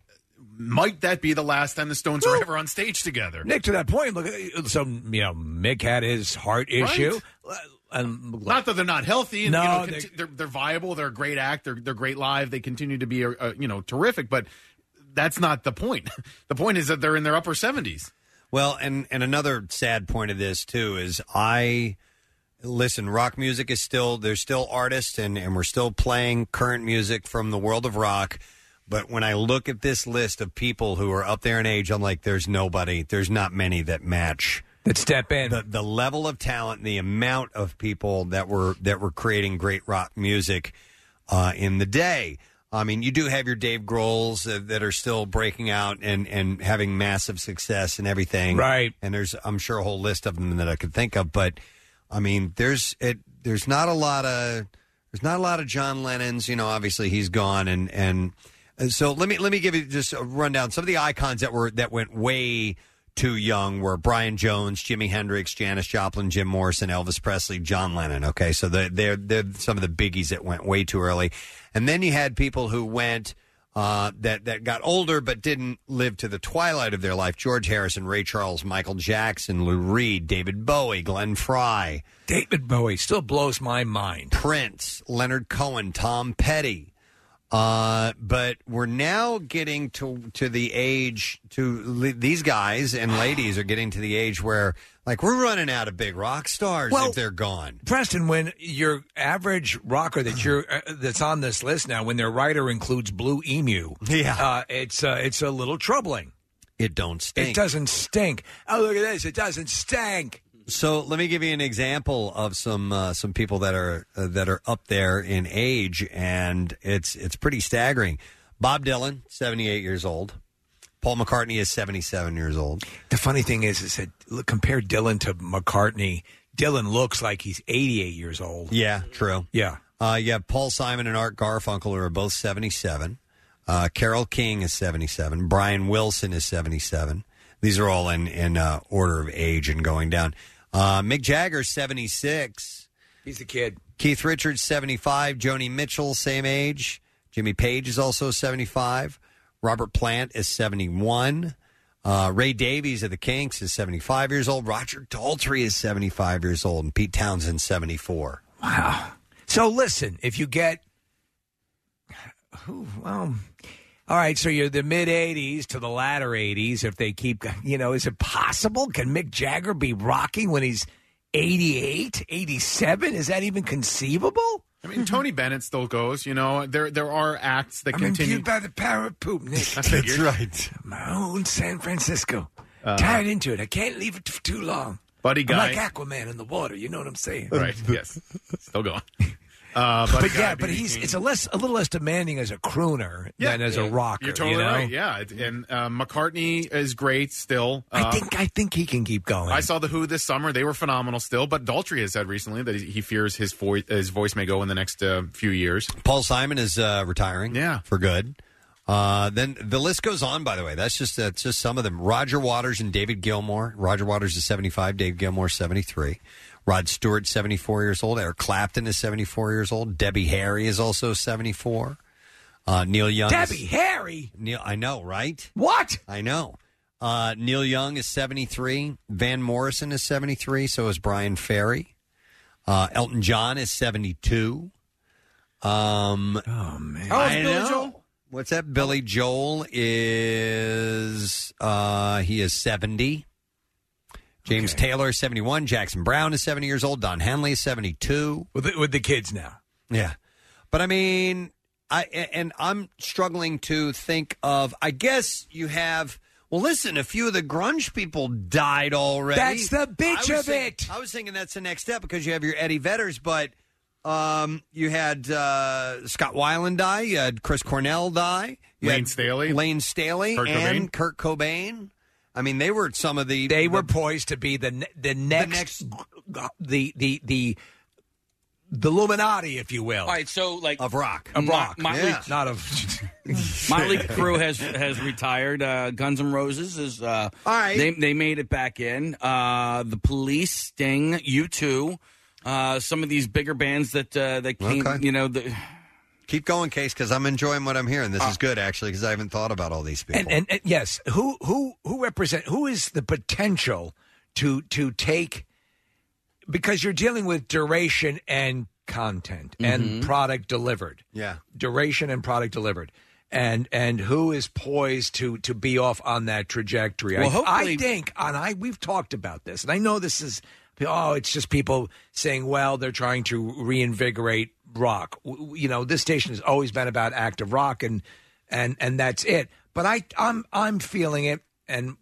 Speaker 6: might that be the last time the Stones are ever on stage together?
Speaker 4: Nick, to that point, look. at- So you know, Mick had his heart
Speaker 6: Right.
Speaker 4: issue. Um,
Speaker 6: Not that they're not healthy, and
Speaker 4: No,
Speaker 6: you know,
Speaker 4: they-
Speaker 6: conti- they're, they're viable. They're a great act. They're, they're great live. They continue to be, uh, uh, you know, terrific. But that's not the point. <laughs> The point is that they're in their upper 70s.
Speaker 2: Well, and and another sad point of this too is I listen. Rock music is still there's still artists and and we're still playing current music from the world of rock. But when I look at this list of people who are up there in age, I'm like, there's nobody. There's not many that match
Speaker 4: that step in
Speaker 2: the, the level of talent, and the amount of people that were that were creating great rock music uh, in the day. I mean, you do have your Dave Grohl's uh, that are still breaking out and, and having massive success and everything,
Speaker 4: Right.
Speaker 2: And there's I'm sure a whole list of them that I could think of, but I mean, there's it. There's not a lot of there's not a lot of John Lennon's. You know, obviously he's gone, and and uh, so let me let me give you just a rundown. Some of the icons that were that went way too young were Brian Jones, Jimi Hendrix, Janis Joplin, Jim Morrison, Elvis Presley, John Lennon. Okay, so they're they're, they're some of the biggies that went way too early, and then you had people who went. Uh, that that got older but didn't live to the twilight of their life. George Harrison, Ray Charles, Michael Jackson, Lou Reed, David Bowie, Glenn Fry,
Speaker 4: David Bowie still blows my mind.
Speaker 2: Prince, Leonard Cohen, Tom Petty. Uh, but we're now getting to to the age to le- these guys and ladies are getting to the age where like we're running out of big rock stars
Speaker 4: Well-
Speaker 2: if they're gone.
Speaker 4: Preston, when your average rocker that you're uh, that's on this list now, when their writer includes Blue Emu,
Speaker 2: Yeah.
Speaker 4: uh, it's uh, it's a little troubling.
Speaker 2: It don't stink.
Speaker 4: It doesn't stink. Oh, look at this! It doesn't stink.
Speaker 2: So let me give you an example of some uh, some people that are uh, that are up there in age, and it's it's pretty staggering. Bob Dylan, seventy eight years old. Paul McCartney is seventy seven years old.
Speaker 4: The funny thing is, is that look, compare Dylan to McCartney. Dylan looks like he's 88 years old.
Speaker 2: Yeah, true.
Speaker 4: Yeah.
Speaker 2: Uh, you have Paul Simon and Art Garfunkel, who are both 77. Uh, Carol King is 77. Brian Wilson is 77. These are all in, in uh, order of age and going down. Uh, Mick Jagger, 76.
Speaker 4: He's a kid.
Speaker 2: Keith Richards, 75. Joni Mitchell, same age. Jimmy Page is also 75. Robert Plant is 71. Uh, Ray Davies of the Kinks is 75 years old. Roger Daltrey is 75 years old. And Pete Townsend, 74.
Speaker 4: Wow. So listen, if you get, Ooh, well, all right. So you're the mid 80s to the latter 80s. If they keep, you know, is it possible? Can Mick Jagger be rocking when he's 88, 87? Is that even conceivable?
Speaker 6: I mean, Tony Bennett still goes. You know, there there are acts that
Speaker 4: I'm
Speaker 6: continue.
Speaker 4: imbued by
Speaker 6: <laughs>
Speaker 4: the power of poop, Nick.
Speaker 6: That's right. Uh,
Speaker 4: My own San Francisco. Tied into it. I can't leave it for too long.
Speaker 6: Buddy
Speaker 4: I'm
Speaker 6: Guy.
Speaker 4: like Aquaman in the water. You know what I'm saying?
Speaker 6: Right. yes.
Speaker 4: <laughs>
Speaker 6: Still going. Uh, Buddy
Speaker 4: but yeah,
Speaker 6: Guy,
Speaker 4: but
Speaker 6: BB
Speaker 4: he's
Speaker 6: King.
Speaker 4: it's a less a little less demanding as a crooner than as a rocker.
Speaker 6: You're totally
Speaker 4: you know?
Speaker 6: right. Yeah, It- and uh, McCartney is great still. uh,
Speaker 4: I think I think he can keep going.
Speaker 6: I saw the Who this summer; they were phenomenal still. But Daltrey has said recently that he he fears his voice his voice may go in the next uh, few years.
Speaker 2: Paul Simon is uh, retiring.
Speaker 6: Yeah,
Speaker 2: for good. Uh, then the list goes on. By the way, that's just that's just some of them. Roger Waters and David Gilmour. Roger Waters is seventy five. Dave Gilmour seventy three. Rod Stewart seventy four years old. Eric Clapton is seventy four years old. Debbie Harry is also seventy four. Uh, Neil Young. is-
Speaker 4: Debbie Harry.
Speaker 2: Neil, I know, right?
Speaker 4: What?
Speaker 2: I know. Uh, Neil Young is 73. Van Morrison is 73. So is Brian Ferry. Uh, Elton John is 72. Um,
Speaker 4: oh, man.
Speaker 2: How old's Billy Joel? What's that? Billy Joel is, uh, he is 70. James Taylor is 71. Jackson Brown is 70 years old. Don Henley is 72.
Speaker 4: with the, with the kids now.
Speaker 2: Yeah. But I mean, I a- and I'm struggling to think of. I guess you have. Well, listen, a few of the grunge people died already.
Speaker 4: That's the bitch
Speaker 2: I was
Speaker 4: of
Speaker 2: think- I was thinking that's the next step because you have your Eddie Vedders, but um, you had uh, Scott Weiland die, you had Chris Cornell die, you
Speaker 6: Lane
Speaker 2: had
Speaker 6: Staley.
Speaker 2: Lane Staley,
Speaker 6: Kurt
Speaker 2: and Kurt Cobain. I mean, they were some of the
Speaker 4: They were poised to be the ne- the next the the the the, Illuminati, if you will.
Speaker 7: All right, so like
Speaker 2: of rock,
Speaker 4: Of rock,
Speaker 7: Motley,
Speaker 4: not of
Speaker 7: <laughs>
Speaker 4: <laughs>
Speaker 7: Motley Crue has has retired. Uh, Guns N' Roses is uh,
Speaker 2: all right.
Speaker 7: They they made it back in. Uh, the Police, Sting, U two, uh, some of these bigger bands that uh, that came.
Speaker 2: Okay.
Speaker 7: You know, the,
Speaker 2: Keep going, Case, because I'm enjoying what I'm hearing.
Speaker 6: Uh,
Speaker 2: This is good, actually, because I haven't thought about all these people.
Speaker 4: and, and and yes, who who who represent who is the potential to to take because you're dealing with duration
Speaker 7: Mm-hmm.
Speaker 4: and content and product delivered.
Speaker 2: Yeah.
Speaker 4: Duration and product delivered. and and who is poised to to be off on that trajectory.
Speaker 19: Well,
Speaker 4: I,
Speaker 19: hopefully-
Speaker 4: I think, and I we've talked about this, and I know this is oh, it's just people saying, well, they're trying to reinvigorate rock. W- w- You know, this station has always been about active rock, and and and that's it. But I I'm I'm feeling it, and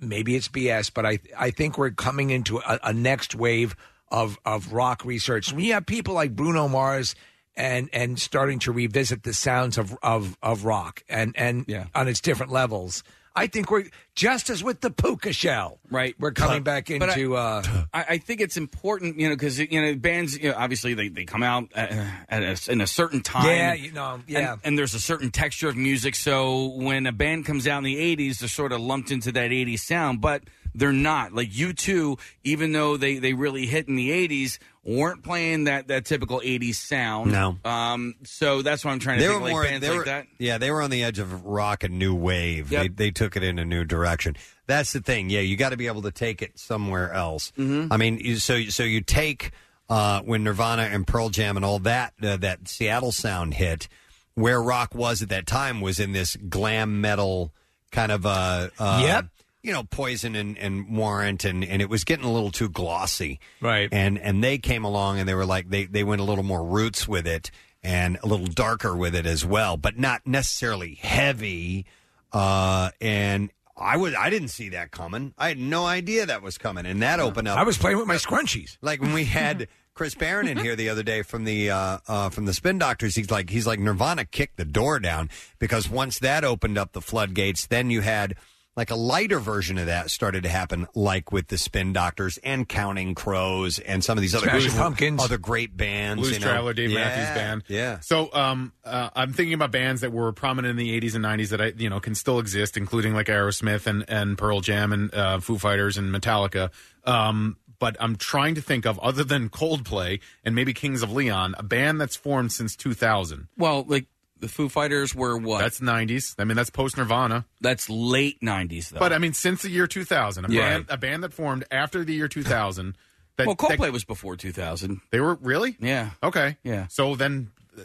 Speaker 4: maybe it's BS, but I I think we're coming into a, a next wave of of rock research. When you have people like Bruno Mars and and starting to revisit the sounds of of of rock and and on its different levels. I think we're just as with the puka shell,
Speaker 7: right?
Speaker 4: We're coming back
Speaker 7: But I-
Speaker 4: into uh,
Speaker 7: I, I think it's important, you know, because you know bands, you know, obviously they, they come out at, at a, in a certain time.
Speaker 4: Yeah, you know, yeah.
Speaker 7: And, and there's a certain texture of music. So when a band comes out in the '80s, they're sort of lumped into that '80s sound, but they're not. Like you two, even though they they really hit in the '80s, weren't playing that that typical '80s sound.
Speaker 2: No.
Speaker 7: Um. So that's what I'm trying to
Speaker 2: They
Speaker 7: think.
Speaker 2: were
Speaker 7: like
Speaker 2: more.
Speaker 7: bands
Speaker 2: they
Speaker 7: like
Speaker 2: were,
Speaker 7: that.
Speaker 2: Yeah, they were on the edge of rock and new wave. They, they took it in a new direction. That's the thing. Yeah, you got to be able to take it somewhere else.
Speaker 7: Mm-hmm.
Speaker 2: I mean, you- so so you take uh, when Nirvana and Pearl Jam and all that uh, that Seattle sound hit, where rock was at that time was in this glam metal kind of uh, uh
Speaker 4: Yep.
Speaker 2: You know, Poison and, and Warrant, and, and it was getting a little too glossy,
Speaker 4: Right.
Speaker 2: And and they came along and they were like they they went a little more roots with it and a little darker with it as well, but not necessarily heavy. Uh, and I was I didn't see that coming. I had no idea that was coming, and that opened up.
Speaker 4: I was playing with my scrunchies.
Speaker 2: Like when
Speaker 4: <laughs>
Speaker 2: we had Chris Barron in here the other day from the uh, uh, from the Spin Doctors, he's like he's like Nirvana kicked the door down because once that opened up the floodgates, then you had like a lighter version of that started to happen, like with the Spin Doctors and Counting Crows and some of these other
Speaker 6: Smashing
Speaker 2: great-
Speaker 6: Pumpkins.
Speaker 2: other great bands,
Speaker 6: Blues
Speaker 2: you know?
Speaker 6: Traveler, Dave
Speaker 2: Yeah,
Speaker 6: Matthews Band.
Speaker 2: yeah.
Speaker 6: So um, uh, I'm thinking about bands that were prominent in the 80s and 90s that I you know can still exist, including like Aerosmith and and Pearl Jam and uh, Foo Fighters and Metallica. Um, but I'm trying to think of other than Coldplay and maybe Kings of Leon, a band that's formed since 2000.
Speaker 7: Well, like the Foo Fighters were what?
Speaker 6: That's 90s. I mean, that's post Nirvana.
Speaker 7: That's late 90s though.
Speaker 6: But uh, I mean, since the year 2000, a,
Speaker 7: Yeah.
Speaker 6: band, a band that formed after the year 2000. That,
Speaker 7: well, Coldplay
Speaker 6: that-
Speaker 7: was before 2000.
Speaker 6: They were really?
Speaker 7: Yeah.
Speaker 6: Okay.
Speaker 7: Yeah.
Speaker 6: So then, uh,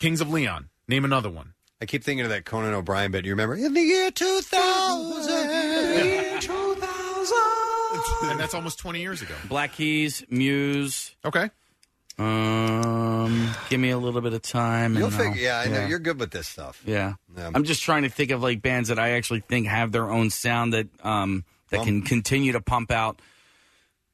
Speaker 6: Kings of Leon. Name another one.
Speaker 2: I keep thinking of that Conan O'Brien bit. You remember in the year two thousand?
Speaker 6: and that's almost 20 years ago.
Speaker 7: Black Keys, Muse.
Speaker 6: Okay.
Speaker 7: Um, give me a little bit of time. and
Speaker 2: You'll
Speaker 7: I'll-
Speaker 2: figure. Yeah, I know you're good with this stuff.
Speaker 7: Yeah.
Speaker 2: Yeah.
Speaker 7: I'm just trying to think of like bands that I actually think have their own sound that um that can continue to pump out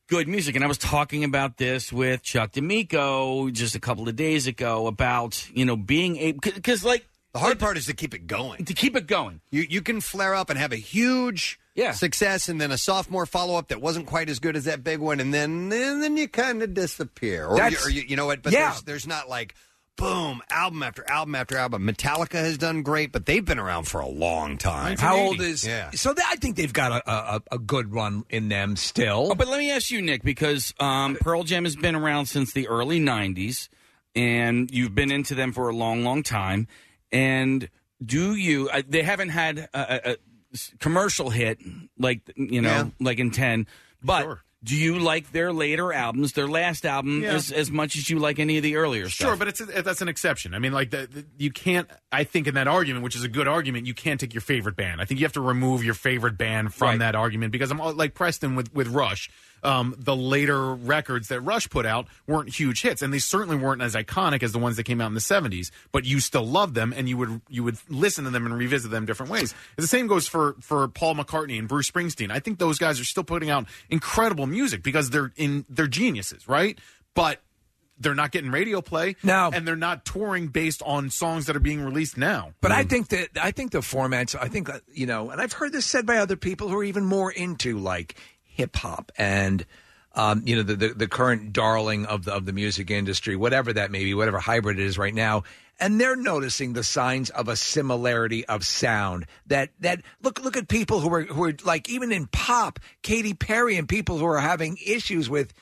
Speaker 7: good music. And I was talking about this with Chuck D'Amico just a couple of days ago about you know being able because like
Speaker 2: the hard part is to keep it going.
Speaker 7: To keep it going,
Speaker 2: you you can flare up and have a huge
Speaker 7: Yeah.
Speaker 2: success, and then a sophomore follow up that wasn't quite as good as that big one, and then and then you kind of disappear, or, you,
Speaker 4: That's-
Speaker 2: or you, you know what? But
Speaker 4: Yeah.
Speaker 2: there's, there's not like boom album after album after album. Metallica has done great, but they've been around for a long time.
Speaker 4: How old is?
Speaker 2: Yeah.
Speaker 4: So that, I think they've got a, a a good run in them still.
Speaker 7: Oh, but let me ask you, Nick, because um, Pearl Jam has been around since the early '90s, and you've been into them for a long, long time. And do you? Uh, they haven't had a, a, a s- commercial hit like you know, like in ten. But do you like their later albums? Their last album
Speaker 6: Yeah.
Speaker 7: as, as much as you like any of the earlier stuff.
Speaker 6: Sure, but it's a, that's an exception. I mean, like the, the, you can't. I think in that argument, which is a good argument, you can't take your favorite band. I think you have to remove your favorite band from that argument because I'm all- like Preston with with Rush. Um, the later records that Rush put out weren't huge hits, and they certainly weren't as iconic as the ones that came out in the '70s. But you still loved them, and you would you would listen to them and revisit them different ways. And the same goes for for Paul McCartney and Bruce Springsteen. I think those guys are still putting out incredible music because they're in they're geniuses, right? But they're not getting radio play now, and they're not touring based on songs that are being released now.
Speaker 4: But I think that I think the formats. I think uh, you know, and I've heard this said by other people who are even more into like hip hop and um, you know the, the the current darling of the of the music industry, whatever that may be, whatever hybrid it is right now. And they're noticing the signs of a similarity of sound. That that look look at people who are who are like even in pop, Katy Perry and people who are having issues with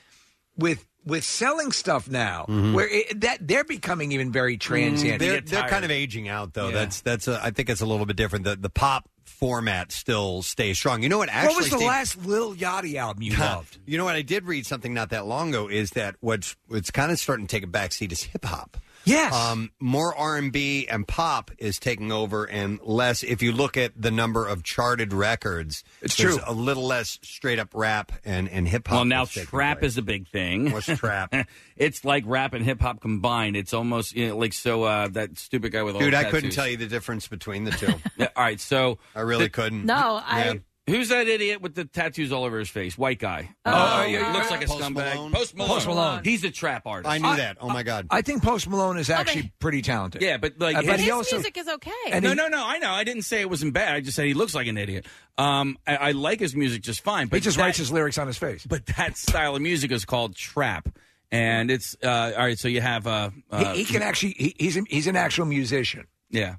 Speaker 4: with with selling stuff now, where it, that they're becoming even very transient.
Speaker 2: Mm-hmm. Mm, They're, they're kind of aging out though.
Speaker 4: Yeah.
Speaker 2: That's that's a, I think it's a little bit different. The the pop format still stays strong. You know what? Actually,
Speaker 4: what was the
Speaker 2: Steve-
Speaker 4: last Lil Yachty album <laughs> you
Speaker 2: <laughs> God,
Speaker 4: loved?
Speaker 2: You know what? I did read something not that long ago is that what's what's kind of starting to take a backseat is hip hop.
Speaker 4: Yes.
Speaker 2: Um, more R&B and pop is taking over and less if you look at the number of charted records.
Speaker 7: It's
Speaker 2: there's
Speaker 7: true.
Speaker 2: A little less straight up rap and and hip hop.
Speaker 7: Well, now
Speaker 2: is taking
Speaker 7: trap
Speaker 2: place.
Speaker 7: is a big thing.
Speaker 2: What's trap?
Speaker 7: <laughs> it's like rap and hip hop combined. It's almost you know, like so uh, that stupid guy with all
Speaker 2: Dude,
Speaker 7: the
Speaker 2: I couldn't
Speaker 7: tattoos.
Speaker 2: tell you the difference between the two.
Speaker 7: <laughs> Yeah, all right, so
Speaker 2: I really couldn't.
Speaker 22: No, I- Yeah.
Speaker 7: Who's that idiot with the tattoos all over his face? White guy.
Speaker 4: Oh,
Speaker 7: yeah,
Speaker 4: yeah.
Speaker 7: looks like a
Speaker 4: Post
Speaker 7: scumbag.
Speaker 4: Malone?
Speaker 7: Post Malone.
Speaker 4: Post Malone.
Speaker 7: He's a trap artist.
Speaker 4: I knew I- that.
Speaker 2: Oh my god.
Speaker 4: I think Post Malone is actually pretty talented.
Speaker 7: Yeah, but like
Speaker 4: Uh, but
Speaker 7: his-
Speaker 4: he also
Speaker 22: music is okay.
Speaker 7: no, no, no. I know. I didn't say it wasn't bad. I just said he looks like an idiot. Um, I, I like his music just fine. But
Speaker 4: he just
Speaker 7: that-
Speaker 4: writes his lyrics on his face.
Speaker 7: But that style of music is called trap, and it's uh, all right. So you have uh, uh
Speaker 4: he, he can actually he, he's an, he's an actual musician.
Speaker 7: Yeah.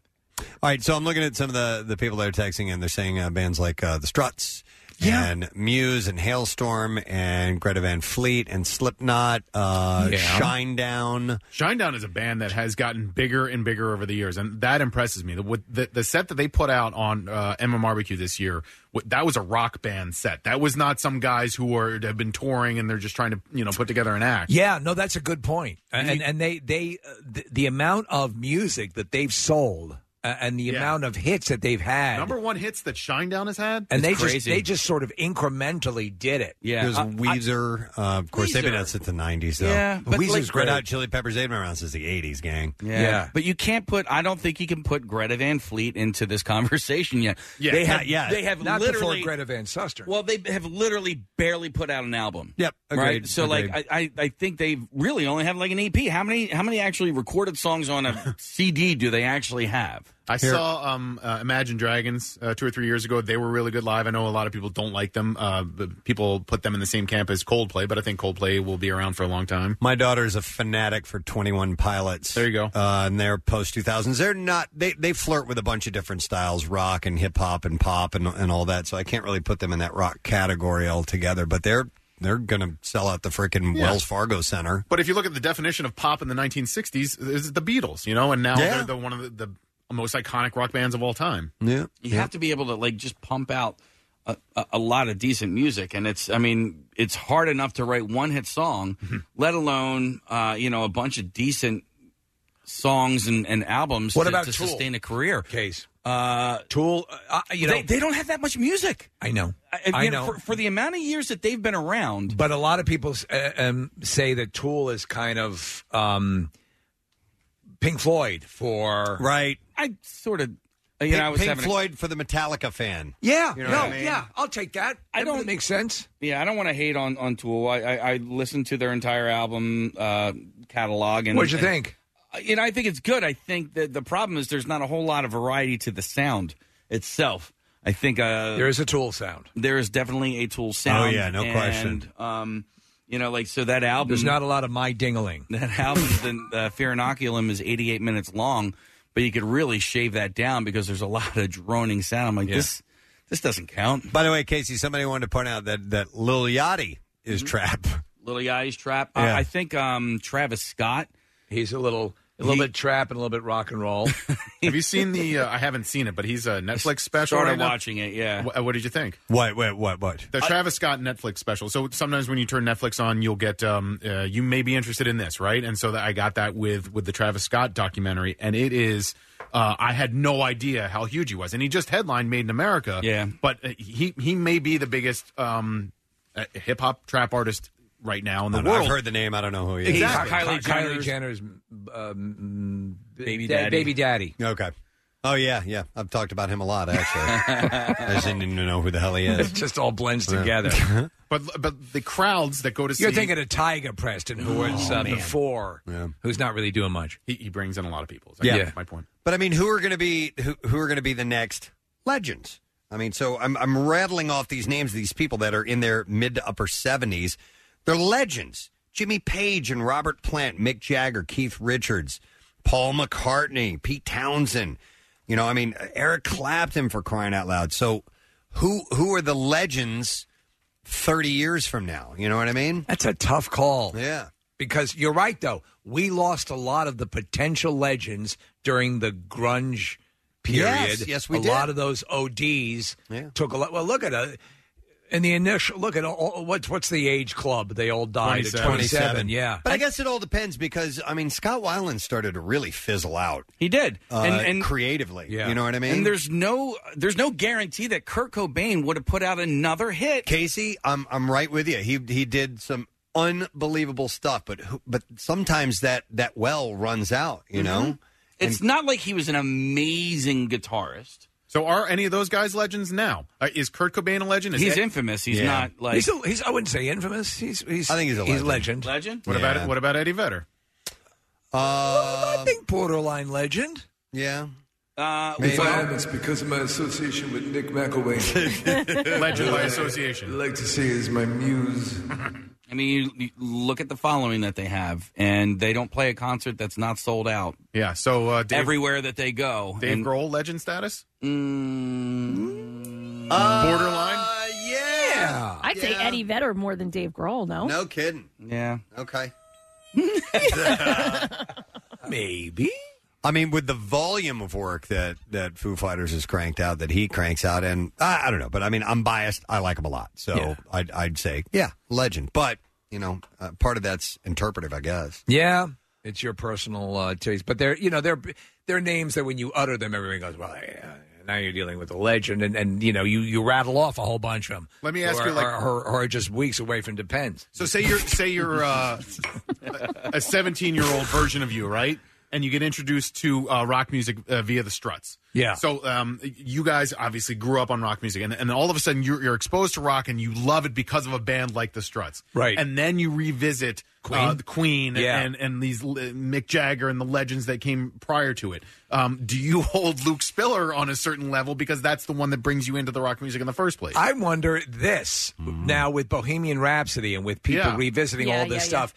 Speaker 2: All right, so I'm looking at some of the, the people that are texting, and they're saying uh, bands like uh, the Struts and Muse and Hailstorm and Greta Van Fleet and Slipknot, uh,
Speaker 6: Yeah.
Speaker 2: Shinedown.
Speaker 6: Shinedown is a band that has gotten bigger and bigger over the years, and that impresses me. The with the, the set that they put out on uh, MMRBQ this year, wh- that was a rock band set. That was not some guys who are have been touring and they're just trying to you know put together an act.
Speaker 4: Yeah, no, that's a good point. And and, they they uh, the, the amount of music that they've sold uh, and the amount of hits that they've had,
Speaker 6: Number one hits that Shinedown has had,
Speaker 4: and they just they just sort of incrementally did it.
Speaker 2: There's Weezer. uh, of course, they've been out since the 90s, though.
Speaker 7: Yeah, but
Speaker 2: Weezer's
Speaker 7: like-
Speaker 2: Red Hot Chili Peppers, they've been around since the 80s, gang.
Speaker 7: Yeah. But you can't put I don't think you can put Greta Van Fleet into this <laughs> conversation yet.
Speaker 4: Yeah,
Speaker 7: They have
Speaker 4: not yet.
Speaker 7: they have
Speaker 4: Not before
Speaker 7: literally
Speaker 4: Greta Van Susteren.
Speaker 7: Well, they have literally barely put out an album.
Speaker 2: Yep.
Speaker 7: right.
Speaker 2: agreed,
Speaker 7: So
Speaker 2: agreed.
Speaker 7: like I, I I think they really only have like an EP. How many how many actually recorded songs on a <laughs> CD do they actually have?
Speaker 6: I saw um, uh, Imagine Dragons uh, two or three years ago. They were really good live. I know a lot of people don't like them. Uh, but people put them in the same camp as Coldplay, but I think Coldplay will be around for a long time.
Speaker 2: My daughter's a fanatic for 21 Pilots. There you
Speaker 6: go.
Speaker 2: Uh, and they're post 2000s. They're not, they, they flirt with a bunch of different styles rock and hip hop and pop and, and all that. So I can't really put them in that rock category altogether, but they're, they're going to sell out the freaking
Speaker 6: Yeah.
Speaker 2: Wells Fargo Center.
Speaker 6: But if you look at the definition of pop in the 1960s, is the Beatles, you know, and now
Speaker 2: Yeah.
Speaker 6: they're the, one of the, the most iconic rock bands of all time.
Speaker 2: Yeah.
Speaker 7: You have to be able to like just pump out a, a, a lot of decent music, and it's I mean it's hard enough to write one hit song, let alone uh, you know a bunch of decent songs and, and albums.
Speaker 4: What
Speaker 7: to,
Speaker 4: about
Speaker 7: to
Speaker 4: Tool?
Speaker 7: sustain a career?
Speaker 4: Case
Speaker 7: uh,
Speaker 4: Tool, uh, you know
Speaker 7: they, they don't have that much music.
Speaker 4: I know.
Speaker 7: you
Speaker 4: I
Speaker 7: know,
Speaker 4: know.
Speaker 7: for, for the amount of years that they've been around.
Speaker 4: But a lot of people uh, um, say that Tool is kind of um, Pink Floyd for
Speaker 2: right.
Speaker 7: I sort of
Speaker 4: uh, you know, I was
Speaker 2: Pink
Speaker 4: having a-
Speaker 2: Floyd for the Metallica fan.
Speaker 4: Yeah,
Speaker 7: You know
Speaker 4: no,
Speaker 7: what I mean?
Speaker 4: yeah, I'll take that. I don't make sense.
Speaker 7: Yeah, I don't want to hate on on Tool. I I, I listened to their entire album uh, catalog. And
Speaker 4: What'd you
Speaker 7: and-
Speaker 4: think?
Speaker 7: Uh, You know, I think it's good. I think that the problem is there's not a whole lot of variety to the sound itself. I think uh,
Speaker 4: There is a Tool sound.
Speaker 7: There is definitely a
Speaker 2: Oh,
Speaker 7: Tool sound.
Speaker 4: yeah, no
Speaker 7: and,
Speaker 4: question.
Speaker 7: Um, you know, like so that album.
Speaker 4: There's not a lot of my dingaling.
Speaker 7: that album, the uh, Fear Inoculum, is 88 minutes long, but you could really shave that down because there's a lot of droning sound. I'm like this. This doesn't count.
Speaker 2: By the way, Casey, somebody wanted to point out that, that Lil Yachty is
Speaker 7: Mm-hmm.
Speaker 2: trap. <laughs>
Speaker 7: Little Yachty's trap. Uh,
Speaker 2: Yeah.
Speaker 7: I think um, Travis Scott.
Speaker 4: He's a little, a little bit trap and a little bit rock and roll.
Speaker 6: <laughs> Have you seen the? Uh, I haven't seen it, but he's a Netflix special.
Speaker 7: Started
Speaker 6: right now.
Speaker 7: watching it, yeah.
Speaker 6: Wh- uh, What, did you think?
Speaker 2: What? What? What? What?
Speaker 6: The Travis Scott Netflix special. So sometimes when you turn Netflix on, you'll get um, uh, you may be interested in this, right? And so that I got that with with the Travis Scott documentary, and it is. Uh, I had no idea how huge he was, and he just headlined "Made in America."
Speaker 7: Yeah.
Speaker 6: but uh, he he may be the biggest um, uh, hip hop trap artist right now in the
Speaker 2: I've
Speaker 6: world.
Speaker 2: heard the name. I don't know who he is.
Speaker 6: Exactly.
Speaker 4: Kylie, Kyla Jenner's, um, baby daddy. Baby daddy.
Speaker 2: Okay. Oh yeah,
Speaker 6: <laughs>
Speaker 2: yeah. I've talked about him a lot actually. I just didn't even know who the hell he is.
Speaker 4: It just all blends
Speaker 2: Yeah. <laughs>
Speaker 4: together.
Speaker 6: but but the crowds that go to
Speaker 4: You're
Speaker 6: see
Speaker 4: thinking of Tyga Preston, who was
Speaker 6: Oh,
Speaker 4: uh,
Speaker 6: man.
Speaker 4: before, who's not really doing much.
Speaker 6: He, he brings in a lot of people.
Speaker 2: Yeah.
Speaker 6: my point.
Speaker 2: But I mean, who are going to be who, who are going to be the next legends? I mean, so I'm I'm rattling off these names of these people that are in their mid to upper 70s. They're legends. Jimmy Page and Robert Plant, Mick Jagger, Keith Richards, Paul McCartney, Pete Townsend. You know, I mean, Eric Clapton for crying out loud. So, who who are the legends 30 years from now? You know what I mean?
Speaker 4: That's a tough call.
Speaker 2: Yeah.
Speaker 4: Because you're right, though. We lost a lot of the potential legends during the grunge period.
Speaker 2: Yes, yes, we
Speaker 4: a
Speaker 2: did.
Speaker 4: lot of those ODs took a lot. Well, look at uh, in the initial look at all, what's what's the age club? They all died at
Speaker 2: 27.
Speaker 4: 27. Yeah,
Speaker 2: But I guess it all depends because, I mean, Scott Weiland started to really fizzle out.
Speaker 7: He did.
Speaker 2: Uh, creatively. You know what I mean?
Speaker 7: And there's no there's no guarantee that Kurt Cobain would have put out another hit.
Speaker 2: Casey, I'm I'm right with you. He he did some unbelievable stuff, but who, but sometimes that that well runs out, you
Speaker 7: Mm-hmm.
Speaker 2: know.
Speaker 7: It's not like he was an amazing guitarist.
Speaker 6: So are any of those guys legends now? Uh, is Kurt Cobain a legend? Is
Speaker 7: He's
Speaker 6: Ed-
Speaker 7: infamous. He's not like
Speaker 4: he's, a, he's I wouldn't say infamous. He's he's
Speaker 6: I think he's a legend.
Speaker 7: legend. Legend.
Speaker 6: What about what about Eddie Vedder?
Speaker 4: I think borderline legend.
Speaker 2: Yeah.
Speaker 7: Uh,
Speaker 2: Maybe.
Speaker 18: Well, it's because of my association with Nick McElwain.
Speaker 6: <laughs> Legend by
Speaker 18: Who I
Speaker 6: association.
Speaker 18: like to say is my muse.
Speaker 7: I mean, you, you look at the following that they have, and they don't play a concert that's not sold out.
Speaker 6: Yeah. So uh, Dave-
Speaker 7: everywhere that they go,
Speaker 6: Dave
Speaker 7: and-
Speaker 6: Grohl legend status?
Speaker 7: Mm,
Speaker 2: Borderline?
Speaker 7: Uh,
Speaker 2: Yeah.
Speaker 22: I'd say Eddie Vedder more than Dave Grohl. No,
Speaker 2: No kidding.
Speaker 7: Yeah.
Speaker 2: Okay.
Speaker 4: Maybe.
Speaker 2: I mean, with the volume of work that that Foo Fighters has cranked out, that he cranks out, and I, I don't know, but I mean, I'm biased. I like him a lot, so I'd, I'd say, yeah, legend. But you know, uh, part of that's interpretive, I guess.
Speaker 4: Yeah, it's your personal uh, taste, but they're you know they're they're names that when you utter them, everyone goes well. Yeah. Now you're dealing with a legend, and, and you know you, you rattle off a whole bunch of them.
Speaker 6: Let me ask you, like-
Speaker 4: or, just weeks away from depends.
Speaker 6: So say you're say you're uh, a 17 year old version of you, right? And you get introduced to uh, rock music uh, via the Struts.
Speaker 4: Yeah.
Speaker 6: So um, you guys obviously grew up on rock music, and, and all of a sudden you're, you're exposed to rock, and you love it because of a band like the Struts.
Speaker 4: Right.
Speaker 6: And then you revisit Queen, the Queen,
Speaker 4: Yeah.
Speaker 6: and and these l- Mick Jagger and the legends that came prior to it. Um, do you hold Luke Spiller on a certain level because that's the one that brings you into the rock music in the first place?
Speaker 4: I wonder this
Speaker 2: Mm-hmm.
Speaker 4: now with Bohemian Rhapsody and with people
Speaker 6: Yeah.
Speaker 4: revisiting
Speaker 6: Yeah,
Speaker 4: all this
Speaker 6: yeah,
Speaker 4: stuff.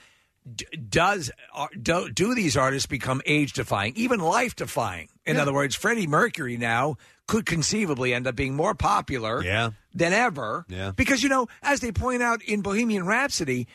Speaker 4: d- Does are, do, do these artists become age defying, even life defying? In other words, Freddie Mercury now could conceivably end up being more popular
Speaker 2: Yeah.
Speaker 4: than ever.
Speaker 2: Yeah.
Speaker 4: Because, you know, as they point out in Bohemian Rhapsody,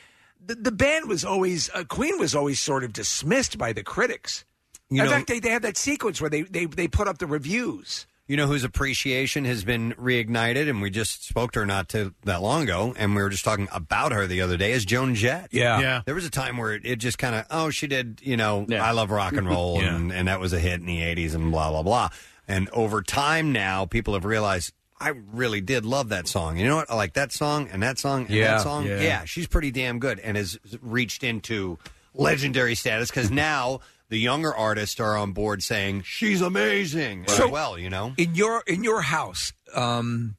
Speaker 4: the, the band was always, uh, Queen was always sort of dismissed by the critics.
Speaker 2: You
Speaker 4: in
Speaker 2: know-
Speaker 4: fact, they, they have that sequence where they, they, they put up the reviews.
Speaker 2: You know whose appreciation has been reignited, and we just spoke to her not too that long ago, and we were just talking about her the other day. Is Joan Jett?
Speaker 4: Yeah. Yeah.
Speaker 2: There was a time where it, it just kind of oh she did you know I love
Speaker 4: <laughs>
Speaker 2: rock and roll
Speaker 4: Yeah.
Speaker 2: and, and that was a hit in the '80s and blah blah blah. And over time now, people have realized I really did love that song. You know what? I like that song and that song and
Speaker 4: Yeah.
Speaker 2: that song.
Speaker 4: Yeah.
Speaker 2: yeah, she's pretty damn good, and has reached into legendary status because now. The younger artists are on board saying she's amazing as
Speaker 4: So-
Speaker 2: well, you know.
Speaker 4: in your in your house um,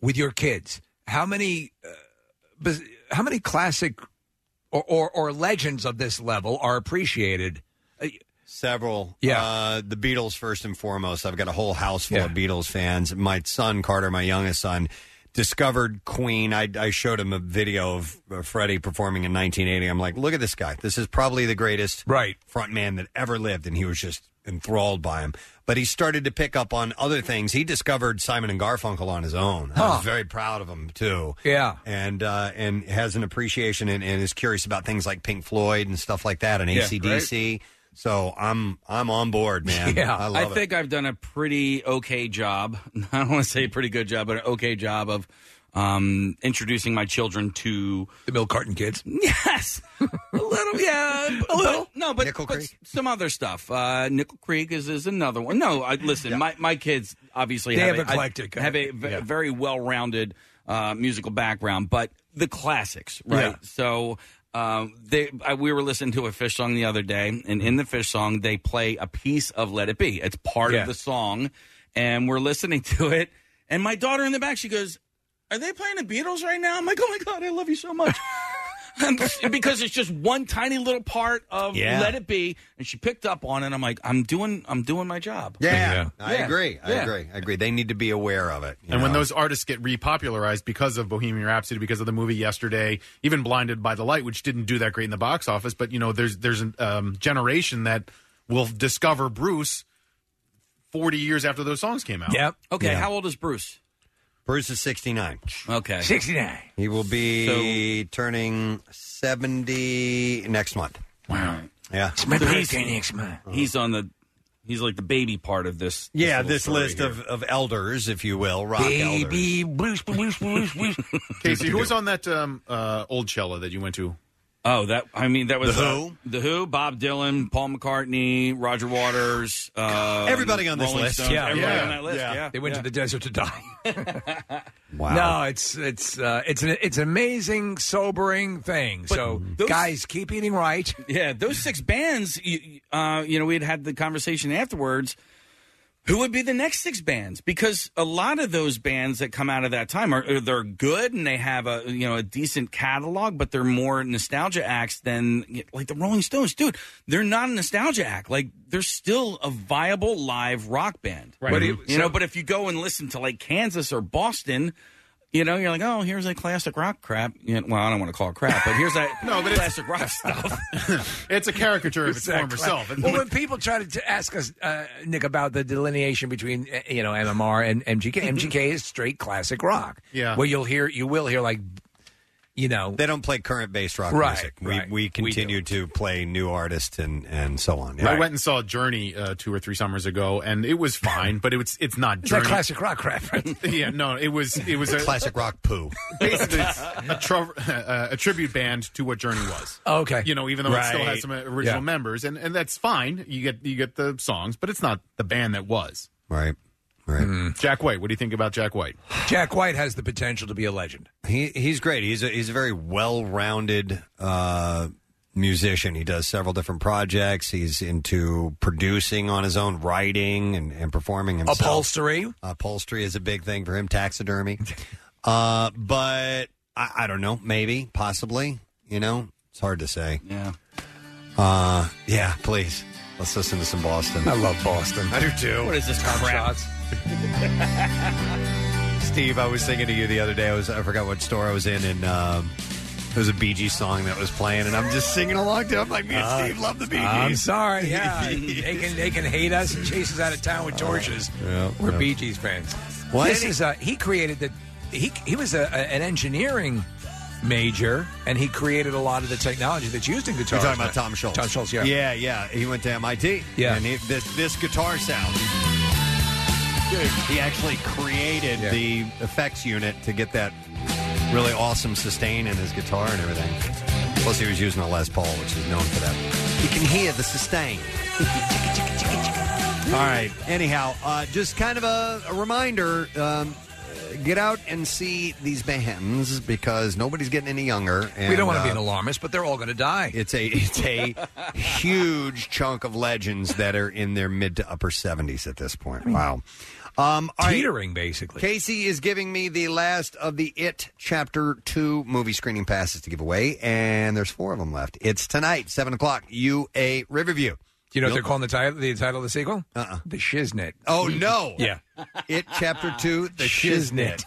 Speaker 4: with your kids how many uh, bes- how many classic or, or or legends of this level are appreciated Uh,
Speaker 2: Several.
Speaker 4: Yeah.
Speaker 2: Uh, the Beatles, first and foremost. I've got a whole house full of Beatles fans. My son, Carter, my youngest son, discovered Queen. I, I showed him a video of uh, Freddie performing in 1980. I'm like, look at this guy. This is probably the greatest
Speaker 4: right.
Speaker 2: front man that ever lived. And he was just enthralled by him. But he started to pick up on other things. He discovered Simon and Garfunkel on his own. I was very proud of him, too.
Speaker 4: yeah
Speaker 2: and uh, and has an appreciation and, and is curious about things like Pink Floyd and stuff like that and
Speaker 7: Yeah,
Speaker 2: ACDC. So I'm I'm on
Speaker 7: <laughs>
Speaker 2: board, man. I love it.
Speaker 7: think I've done a pretty okay job. <laughs> I don't want to say a pretty good job, but an okay job of um, introducing my children to
Speaker 4: the Bill Carton kids.
Speaker 7: <laughs> Yes, a little, yeah, a little. no, but, but some other stuff. Uh, Nickel Creek is, is another one. No, I, listen, my my kids obviously
Speaker 4: They
Speaker 7: have,
Speaker 4: have
Speaker 7: a, I
Speaker 4: eclectic, uh,
Speaker 7: have a v-
Speaker 4: yeah.
Speaker 7: very well rounded uh, musical background, but the classics, right?
Speaker 4: Yeah.
Speaker 7: So. Um, they, I, we were listening to a fish song the other day, and in the fish song, they play a piece of "Let It Be." It's part
Speaker 4: Yeah.
Speaker 7: of the song, and we're listening <laughs> to it. And my daughter in the back, she goes, "Are they playing the Beatles right now?" I'm like, "Oh my god, I love you so
Speaker 2: <laughs>
Speaker 7: much." because it's just one tiny little part of
Speaker 2: Yeah.
Speaker 7: let it be and she picked up on it i'm like i'm doing i'm doing my job
Speaker 2: Yeah, I
Speaker 7: Yeah.
Speaker 2: agree. I
Speaker 7: Yeah.
Speaker 2: agree. I agree. They need to be aware of it. you
Speaker 6: and when
Speaker 2: know?
Speaker 6: those artists get repopularized because of Bohemian Rhapsody, because of the movie Yesterday, even Blinded by the Light, which didn't do that great in the box office, but you know, there's there's a um, generation that will discover Bruce forty years after those songs came out.
Speaker 4: Yep.
Speaker 7: okay how old is bruce
Speaker 2: Bruce is 69.
Speaker 7: okay
Speaker 4: 69.
Speaker 2: He will be turning 70 next month.
Speaker 7: Wow.
Speaker 2: Yeah.
Speaker 7: So Uh-huh. he's- he's on the He's like the baby part of this.
Speaker 2: Yeah,
Speaker 7: little
Speaker 2: this
Speaker 7: story
Speaker 2: list
Speaker 7: here.
Speaker 2: of, of elders, if you will, rock elders.
Speaker 4: Baby, boosh, boosh, boosh, boosh.
Speaker 2: <laughs>
Speaker 6: Casey, who was on that um, uh, old cello that you went to?
Speaker 7: Oh, that I mean, that was
Speaker 6: The
Speaker 7: uh,
Speaker 6: Who?
Speaker 7: the Who, Bob Dylan, Paul McCartney, Roger Waters, uh,
Speaker 4: Everybody on this
Speaker 7: Rolling
Speaker 4: list.
Speaker 7: Stones,
Speaker 4: Yeah,
Speaker 7: everybody
Speaker 4: yeah,
Speaker 7: on that list.
Speaker 4: yeah.
Speaker 7: Yeah,
Speaker 4: They went to
Speaker 7: yeah.
Speaker 4: the desert to die.
Speaker 2: <laughs>
Speaker 4: <laughs> No, it's it's uh, it's an it's an amazing, sobering thing. so guys, keep eating right.
Speaker 7: <laughs> Yeah, those six bands. You, uh, you know, we had had the conversation afterwards. Who would be the next six bands? Because a lot of those bands that come out of that time are are- they're good and they have a you know a decent catalog, but they're more nostalgia acts than like the Rolling Stones. Dude, they're not a nostalgia act. Like they're still a viable live rock band.
Speaker 4: Right. But it-
Speaker 7: you know, but if you go and listen to like Kansas or Boston. You know, you're like, oh, here's a classic rock crap. You know, well, I don't want to call it crap, but here's that
Speaker 6: <laughs> No, but it's-
Speaker 7: classic
Speaker 6: <laughs>
Speaker 7: rock stuff.
Speaker 6: It's a caricature of its former self. And-
Speaker 4: Well, when people try to, to ask us, uh, Nick, about the delineation between uh, you know MMR and MGK, MGK is straight classic rock.
Speaker 2: Yeah.
Speaker 4: where you'll hear you will hear like, you know,
Speaker 2: They don't play current based rock
Speaker 4: Right,
Speaker 2: music.
Speaker 4: right.
Speaker 2: We, we continue to play new artists and, and so on.
Speaker 6: I went and saw Journey uh, two or three summers ago, and it was
Speaker 2: <laughs>
Speaker 6: fine, but it's it's not
Speaker 4: it's
Speaker 6: Journey.
Speaker 4: that classic rock crap.
Speaker 6: <laughs> yeah, no, it was it was a
Speaker 2: Classic rock poo.
Speaker 6: <laughs> Basically, it's a, tro- <laughs> uh, a tribute band to what Journey was.
Speaker 4: Okay.
Speaker 6: you know, even though it still
Speaker 4: Right.
Speaker 6: has some uh, original
Speaker 4: Yeah.
Speaker 6: members, and and that's fine. You get you get the songs, but it's not the band that was. Hmm.
Speaker 2: Right, right.
Speaker 6: Jack White. What do you think about Jack White?
Speaker 4: Jack White has the potential to be a legend.
Speaker 2: He he's great. He's a he's a very well rounded uh, musician. He does several different projects. He's into producing on his own, writing and, and performing himself.
Speaker 4: Upholstery.
Speaker 2: Upholstery is a big thing for him.
Speaker 7: <laughs>
Speaker 2: Taxidermy. uh, but I, I don't know. Maybe, possibly. You know, it's hard to say.
Speaker 7: Yeah.
Speaker 2: Uh, yeah. Please let's listen to some Boston.
Speaker 4: I love Boston.
Speaker 2: I do too.
Speaker 7: What is this crap?
Speaker 15: <laughs>
Speaker 2: Steve, I was singing to you the other day. I was I forgot what store I was in, and um, there was a Bee Gees song that was playing, and I'm just singing along to. it. I'm like, me and
Speaker 4: Uh,
Speaker 2: Steve love the Bee Gees.
Speaker 4: I'm
Speaker 2: <laughs>
Speaker 4: sorry. Yeah, they can they can hate us and chase us out of town with torches. We're
Speaker 2: Uh, yeah.
Speaker 4: Bee Gees fans.
Speaker 2: Why
Speaker 4: this
Speaker 2: did he-
Speaker 4: is uh, he created the he he was a, a- an engineering major and he created a lot of the technology that's used in
Speaker 2: You're
Speaker 4: guitars.
Speaker 2: talking about Tom Schultz.
Speaker 4: Tom Schultz, yeah,
Speaker 2: yeah, yeah. He went to MIT.
Speaker 4: Yeah.
Speaker 2: and he, this this guitar sound. He actually created
Speaker 4: Yeah.
Speaker 2: the effects unit to get that really awesome sustain in his guitar and everything. Plus, he was using a Les Paul, which is known for that. You can hear
Speaker 4: <laughs>
Speaker 2: the sustain. All right. Anyhow, uh, just kind of a, a reminder um, uh, get out and see these bands because nobody's getting any younger. And,
Speaker 4: we don't want to be
Speaker 2: uh,
Speaker 4: an alarmist, but they're all going to die.
Speaker 2: It's a it's a huge chunk of legends that are in their mid to upper 70s at this point. Wow. Um, all right.
Speaker 4: teetering basically.
Speaker 2: Casey is giving me the last of the It Chapter 2 movie screening passes to give away, and there's four of them left. It's tonight, 7 o'clock, UA Riverview.
Speaker 4: Do you know what they're calling the title the title of the sequel? Uh-uh. The Shiznit.
Speaker 2: Oh,
Speaker 4: <laughs>
Speaker 2: no.
Speaker 4: yeah.
Speaker 2: It Chapter 2, The Shiznit.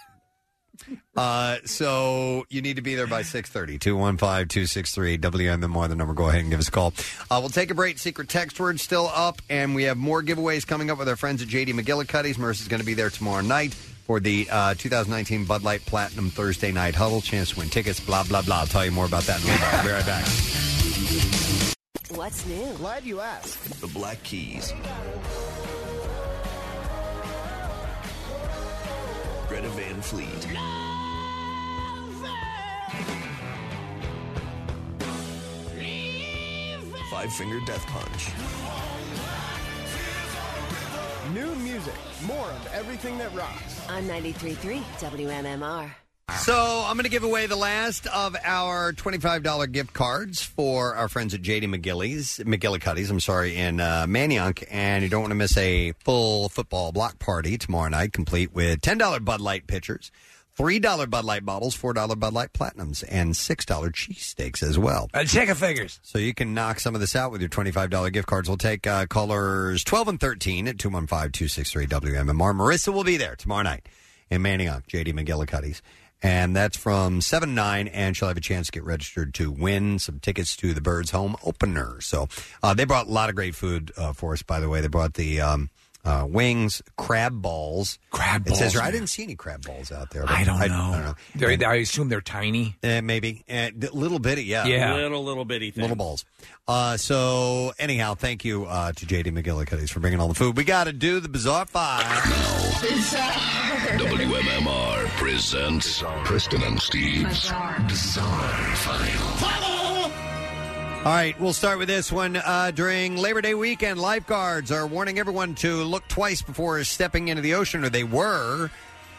Speaker 2: Uh, so you need to be there by 6.30, 215-263-WMMR, the number. Go ahead and give us a call. Uh, we'll take a break. Secret text word still up, and we have more giveaways coming up with our friends at J.D. McGillicuddy's. Marissa's going to be there tomorrow night for the uh, 2019 Bud Light Platinum Thursday Night Huddle. Chance to win tickets, blah, blah, blah. I'll tell you more about that in a little bit. I'll be right back.
Speaker 30: What's new? Glad you asked.
Speaker 8: The Black Keys. Greta Van Fleet. Five Finger Death Punch.
Speaker 30: New music. More of everything that rocks. On 93.3 WMMR.
Speaker 2: So I'm going to give away the last of our $25 gift cards for our friends at JD McGillies, McGillicuddy's, I'm sorry, in uh, Manioc. And you don't want to miss a full football block party tomorrow night, complete with $10 Bud Light pitchers, $3 Bud Light bottles, $4 Bud Light platinums, and $6 cheesesteaks as well.
Speaker 4: Uh, check of figures.
Speaker 2: So you can knock some of this out with your $25 gift cards. We'll take uh, callers 12 and 13 at 215-263-WMMR. Marissa will be there tomorrow night in Manioc, J.D. McGillicuddy's. And that's from 7 to 9, and she'll have a chance to get registered to win some tickets to the Birds Home opener. So uh, they brought a lot of great food uh, for us, by the way. They brought the um, uh, wings, crab balls. Crab It says,
Speaker 4: balls,
Speaker 2: I
Speaker 4: man.
Speaker 2: didn't see any crab balls out there.
Speaker 4: I don't
Speaker 2: I,
Speaker 4: know.
Speaker 2: I don't know.
Speaker 4: They're- I assume they're tiny.
Speaker 2: Uh, maybe. Uh, d- little bitty, yeah.
Speaker 7: Little, little bitty thing.
Speaker 2: Little balls. Uh, so, anyhow, thank you uh, to JD McGillicuddy's for bringing all the food. We got to do the Bizarre Five.
Speaker 1: WMMR presents Preston and Steve's Bizarre, File.
Speaker 2: All right, we'll start with this one. Uh, during Labor Day weekend, lifeguards are warning everyone to look twice before stepping into the ocean, or they were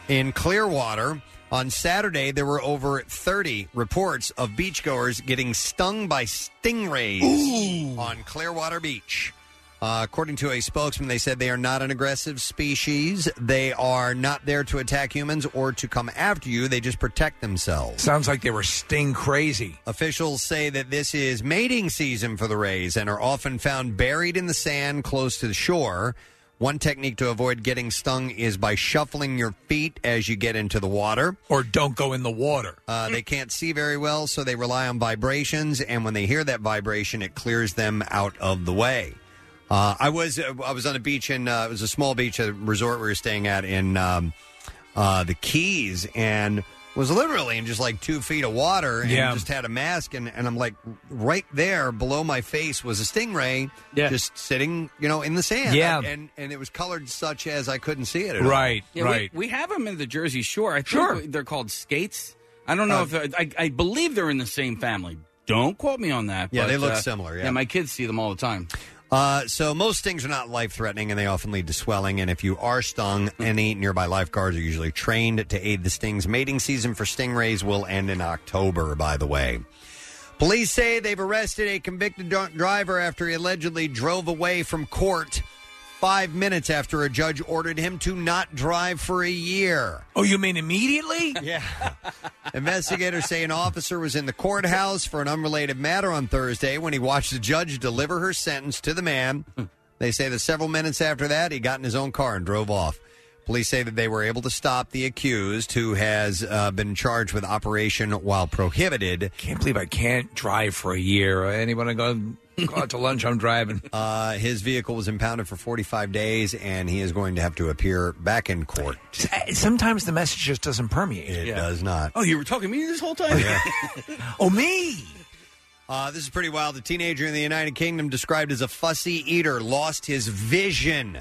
Speaker 2: in Clearwater. On Saturday, there were over 30 reports of beachgoers getting stung by stingrays on Clearwater Beach. Uh, according to a spokesman, they said they are not an aggressive species. They are not there to attack humans or to come after you. They just protect themselves.
Speaker 4: Sounds like they were sting crazy.
Speaker 2: Officials say that this is mating season for the rays and are often found buried in the sand close to the shore. One technique to avoid getting stung is by shuffling your feet as you get into the water.
Speaker 4: Or don't go in the water.
Speaker 2: Uh, they can't see very well, so they rely on vibrations, and when they hear that vibration, it clears them out of the way. Uh, I was uh, I was on a beach in uh, it was a small beach, a resort we were staying at in um, uh, the Keys, and was literally in just like two feet of water, and
Speaker 4: Yeah.
Speaker 2: just had a mask, and, and I'm like, right there below my face was a stingray, just sitting, you know, in the sand,
Speaker 7: Yeah.
Speaker 2: and and it was colored such as I couldn't see it, at all.
Speaker 4: Right,
Speaker 7: Yeah, we- We, have them in the Jersey Shore. I think
Speaker 2: Sure. Uh,
Speaker 7: they're called skates. I don't know if they're- I, I believe they're in the same family. Don't quote me on that.
Speaker 2: Yeah,
Speaker 7: but,
Speaker 2: they look
Speaker 7: uh,
Speaker 2: similar, yeah.
Speaker 7: my kids see them all the time.
Speaker 2: Uh, so most stings are not life threatening, and they often lead to swelling. And if you are stung, any nearby lifeguards are usually trained to aid the stings. Mating season for stingrays will end in October. By the way, police say they've arrested a convicted dr- driver after he allegedly drove away from court five minutes after a judge ordered him to not drive for a year.
Speaker 4: Oh, you mean immediately?
Speaker 2: yeah. Investigators say an officer was in the courthouse for an unrelated matter on Thursday when he watched the judge deliver her sentence to the man. They say that several minutes after that, he got in his own car and drove off. Police say that they were able to stop the accused, who has uh, been charged with operation while prohibited.
Speaker 4: Can't believe I can't drive for a year. Anyone I go, go out to lunch, I'm driving.
Speaker 2: <laughs> Uh, his vehicle was impounded for 45 days, and he is going to have to appear back in court.
Speaker 4: Eh, Sometimes the message just doesn't permeate.
Speaker 2: It does not.
Speaker 7: Oh, you were talking to me this whole
Speaker 2: <laughs>
Speaker 7: time?
Speaker 4: oh, me.
Speaker 2: Uh, this is pretty wild. A teenager in the United Kingdom, described as a fussy eater, lost his vision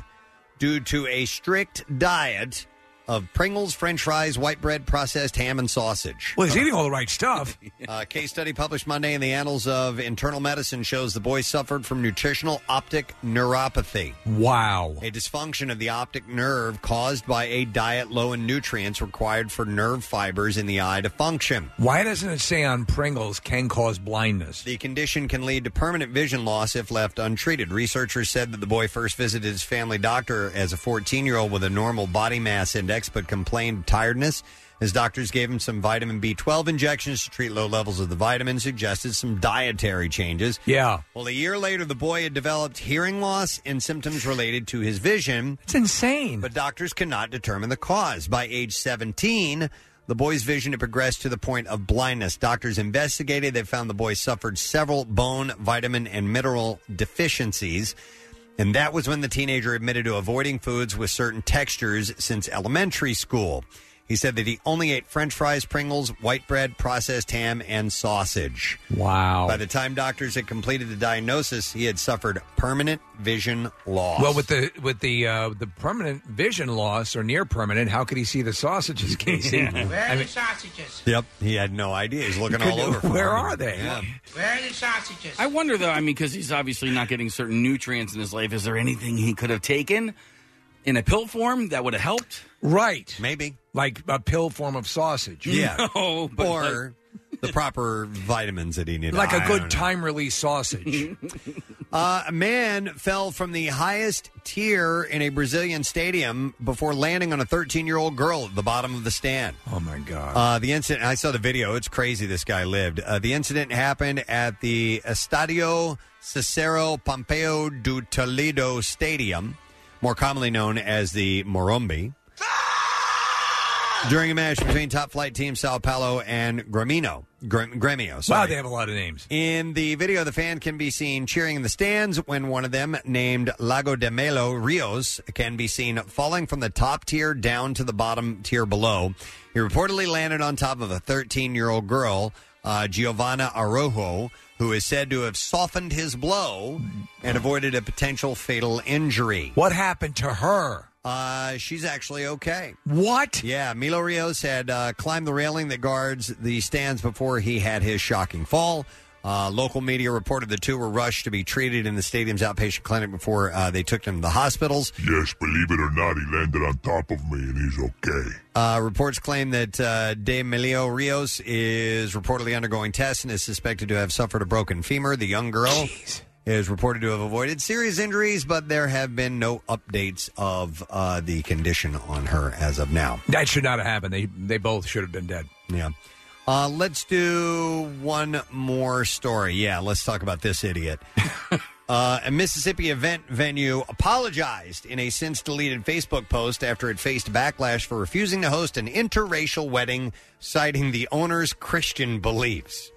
Speaker 2: due to a strict diet of Pringles, French fries, white bread, processed ham, and sausage.
Speaker 4: <laughs> Well, he's eating all the right
Speaker 2: <laughs>
Speaker 4: stuff.
Speaker 2: A Uh, case study published Monday in the Annals of Internal Medicine shows the boy suffered from nutritional optic neuropathy.
Speaker 4: Wow.
Speaker 2: A dysfunction of the optic nerve caused by a diet low in nutrients required for nerve fibers in the eye to function.
Speaker 4: Why doesn't it say on Pringles can cause blindness?
Speaker 2: The condition can lead to permanent vision loss if left untreated. Researchers said that the boy first visited his family doctor as a 14 year old with a normal body mass index but complained of tiredness. His doctors gave him some vitamin B12 injections to treat low levels of the vitamin, suggested some dietary changes.
Speaker 4: Yeah.
Speaker 2: Well, a year later, the boy had developed hearing loss and symptoms related to his vision.
Speaker 4: It's insane.
Speaker 2: But doctors cannot determine the cause. By age 17, the boy's vision had progressed to the point of blindness. Doctors investigated. They found the boy suffered several bone, vitamin, and mineral deficiencies. And that was when the teenager admitted to avoiding foods with certain textures since elementary school. He said that he only ate french fries, Pringles, white bread, processed ham, and sausage.
Speaker 4: Wow.
Speaker 2: By the time doctors had completed the diagnosis, he had suffered permanent vision loss.
Speaker 4: Well, with the with the uh, the permanent vision loss or near permanent, how could he see the sausages, <laughs> Casey?
Speaker 24: Where
Speaker 4: I
Speaker 24: are
Speaker 4: mean,
Speaker 24: the sausages?
Speaker 2: Yep, he had no idea. He's looking
Speaker 4: Could-
Speaker 2: all over. for
Speaker 4: where
Speaker 2: him.
Speaker 4: are they?
Speaker 2: Yeah.
Speaker 24: Where are the sausages?
Speaker 7: I wonder though. I mean, because he's obviously not getting certain nutrients in his life. Is there anything he could have taken in a pill form that would have helped?
Speaker 4: right,
Speaker 2: maybe
Speaker 4: like a pill form of sausage. <laughs>
Speaker 2: Yeah.
Speaker 7: No, but
Speaker 2: or the proper vitamins that he needed.
Speaker 4: like,
Speaker 2: I
Speaker 4: a
Speaker 2: don't
Speaker 4: good
Speaker 2: know.
Speaker 4: time release
Speaker 2: <laughs>
Speaker 4: sausage.
Speaker 2: Uh, a man fell from the highest tier in a Brazilian stadium before landing on a 13 year old girl at the bottom of the stand.
Speaker 4: oh my god!
Speaker 2: Uh, the incident, I saw the video. It's crazy this guy lived. Uh, the incident happened at the Estadio Cicero Pompeo do Toledo Stadium, more commonly known as the Morumbi. During a match between top flight team Sao Paulo and Gramino, Gre- Gremio. Sorry.
Speaker 4: Wow, they have a lot of names.
Speaker 2: In the video, the fan can be seen cheering in the stands when one of them, named Lago de Melo Rios, can be seen falling from the top tier down to the bottom tier below. He reportedly landed on top of a 13 year old girl, uh, Giovanna Arojo, who is said to have softened his blow and avoided a potential fatal injury.
Speaker 4: What happened to her?
Speaker 2: Uh, she's actually okay.
Speaker 4: What?
Speaker 2: Yeah, Milo Rios had uh, climbed the railing that guards the stands before he had his shocking fall. Uh, local media reported the two were rushed to be treated in the stadium's outpatient clinic before uh, they took them to the hospitals.
Speaker 21: Yes, believe it or not, he landed on top of me and he's okay.
Speaker 2: Uh, reports claim that uh, De Melio Rios is reportedly undergoing tests and is suspected to have suffered a broken femur. The young girl is reported to have avoided serious injuries, but there have been no updates of uh, the condition on her as of now.
Speaker 4: That should not have happened. They they both should have been dead.
Speaker 2: Yeah. Uh, let's do one more story. Yeah, let's talk about this idiot. Uh, a Mississippi event venue apologized in a since deleted Facebook post after it faced backlash for refusing to host an interracial wedding, citing the owner's Christian beliefs.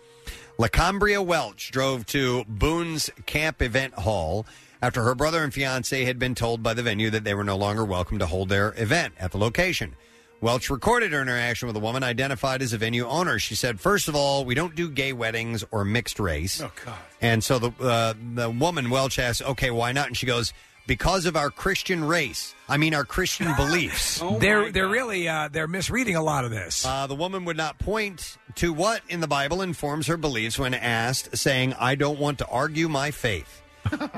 Speaker 2: LaCombria Welch drove to Boone's Camp Event Hall after her brother and fiance had been told by the venue that they were no longer welcome to hold their event at the location. Welch recorded her interaction with a woman identified as a venue owner. She said, First of all, we don't do gay weddings or mixed race. Oh, God. And so the, uh, the woman, Welch, asks, Okay, why not? And she goes, Because of our Christian race. I mean, our <laughs> Christian beliefs.
Speaker 4: they're they're really uh, they're misreading a lot of this.
Speaker 2: Uh, the woman would not point to what in the Bible informs her beliefs when asked, saying, I don't want to argue my faith.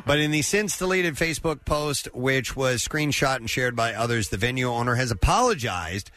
Speaker 2: but in the since deleted Facebook post, which was screenshot and shared by others, the venue owner has apologized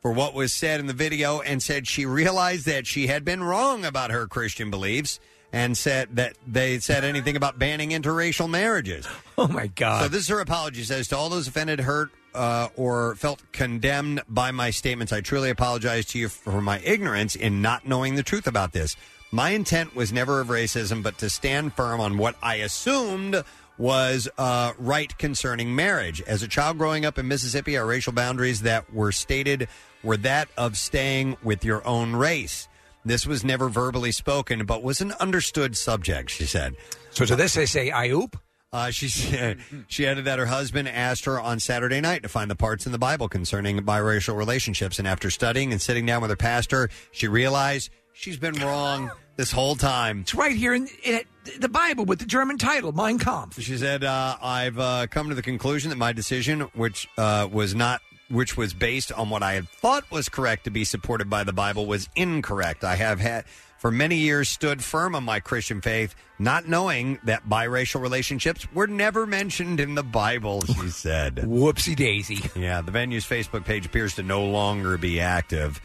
Speaker 2: for what was said in the video and said she realized that she had been wrong about her Christian beliefs and said that they said anything about banning interracial marriages.
Speaker 4: <laughs> Oh my God!
Speaker 2: So this is her apology. It Says to all those offended, hurt, uh, or felt condemned by my statements, I truly apologize to you for my ignorance in not knowing the truth about this. My intent was never of racism, but to stand firm on what I assumed was uh, right concerning marriage. As a child growing up in Mississippi, our racial boundaries that were stated were that of staying with your own race. This was never verbally spoken, but was an understood subject, she said.
Speaker 4: So to this, they say, I oop.
Speaker 2: Uh, she, said- <laughs> she added that her husband asked her on Saturday night to find the parts in the Bible concerning biracial relationships. And after studying and sitting down with her pastor, she realized she's been wrong this whole time.
Speaker 4: It's right here in, in the Bible with the German title, Mein Kampf.
Speaker 2: She said, uh, "I've uh, come to the conclusion that my decision, which uh, was not, which was based on what I had thought was correct to be supported by the Bible, was incorrect. I have had." For many years, stood firm on my Christian faith, not knowing that biracial relationships were never mentioned in the Bible.
Speaker 4: <laughs>
Speaker 2: She said,
Speaker 4: "Whoopsie daisy."
Speaker 2: Yeah, the venue's Facebook page appears to no longer be active.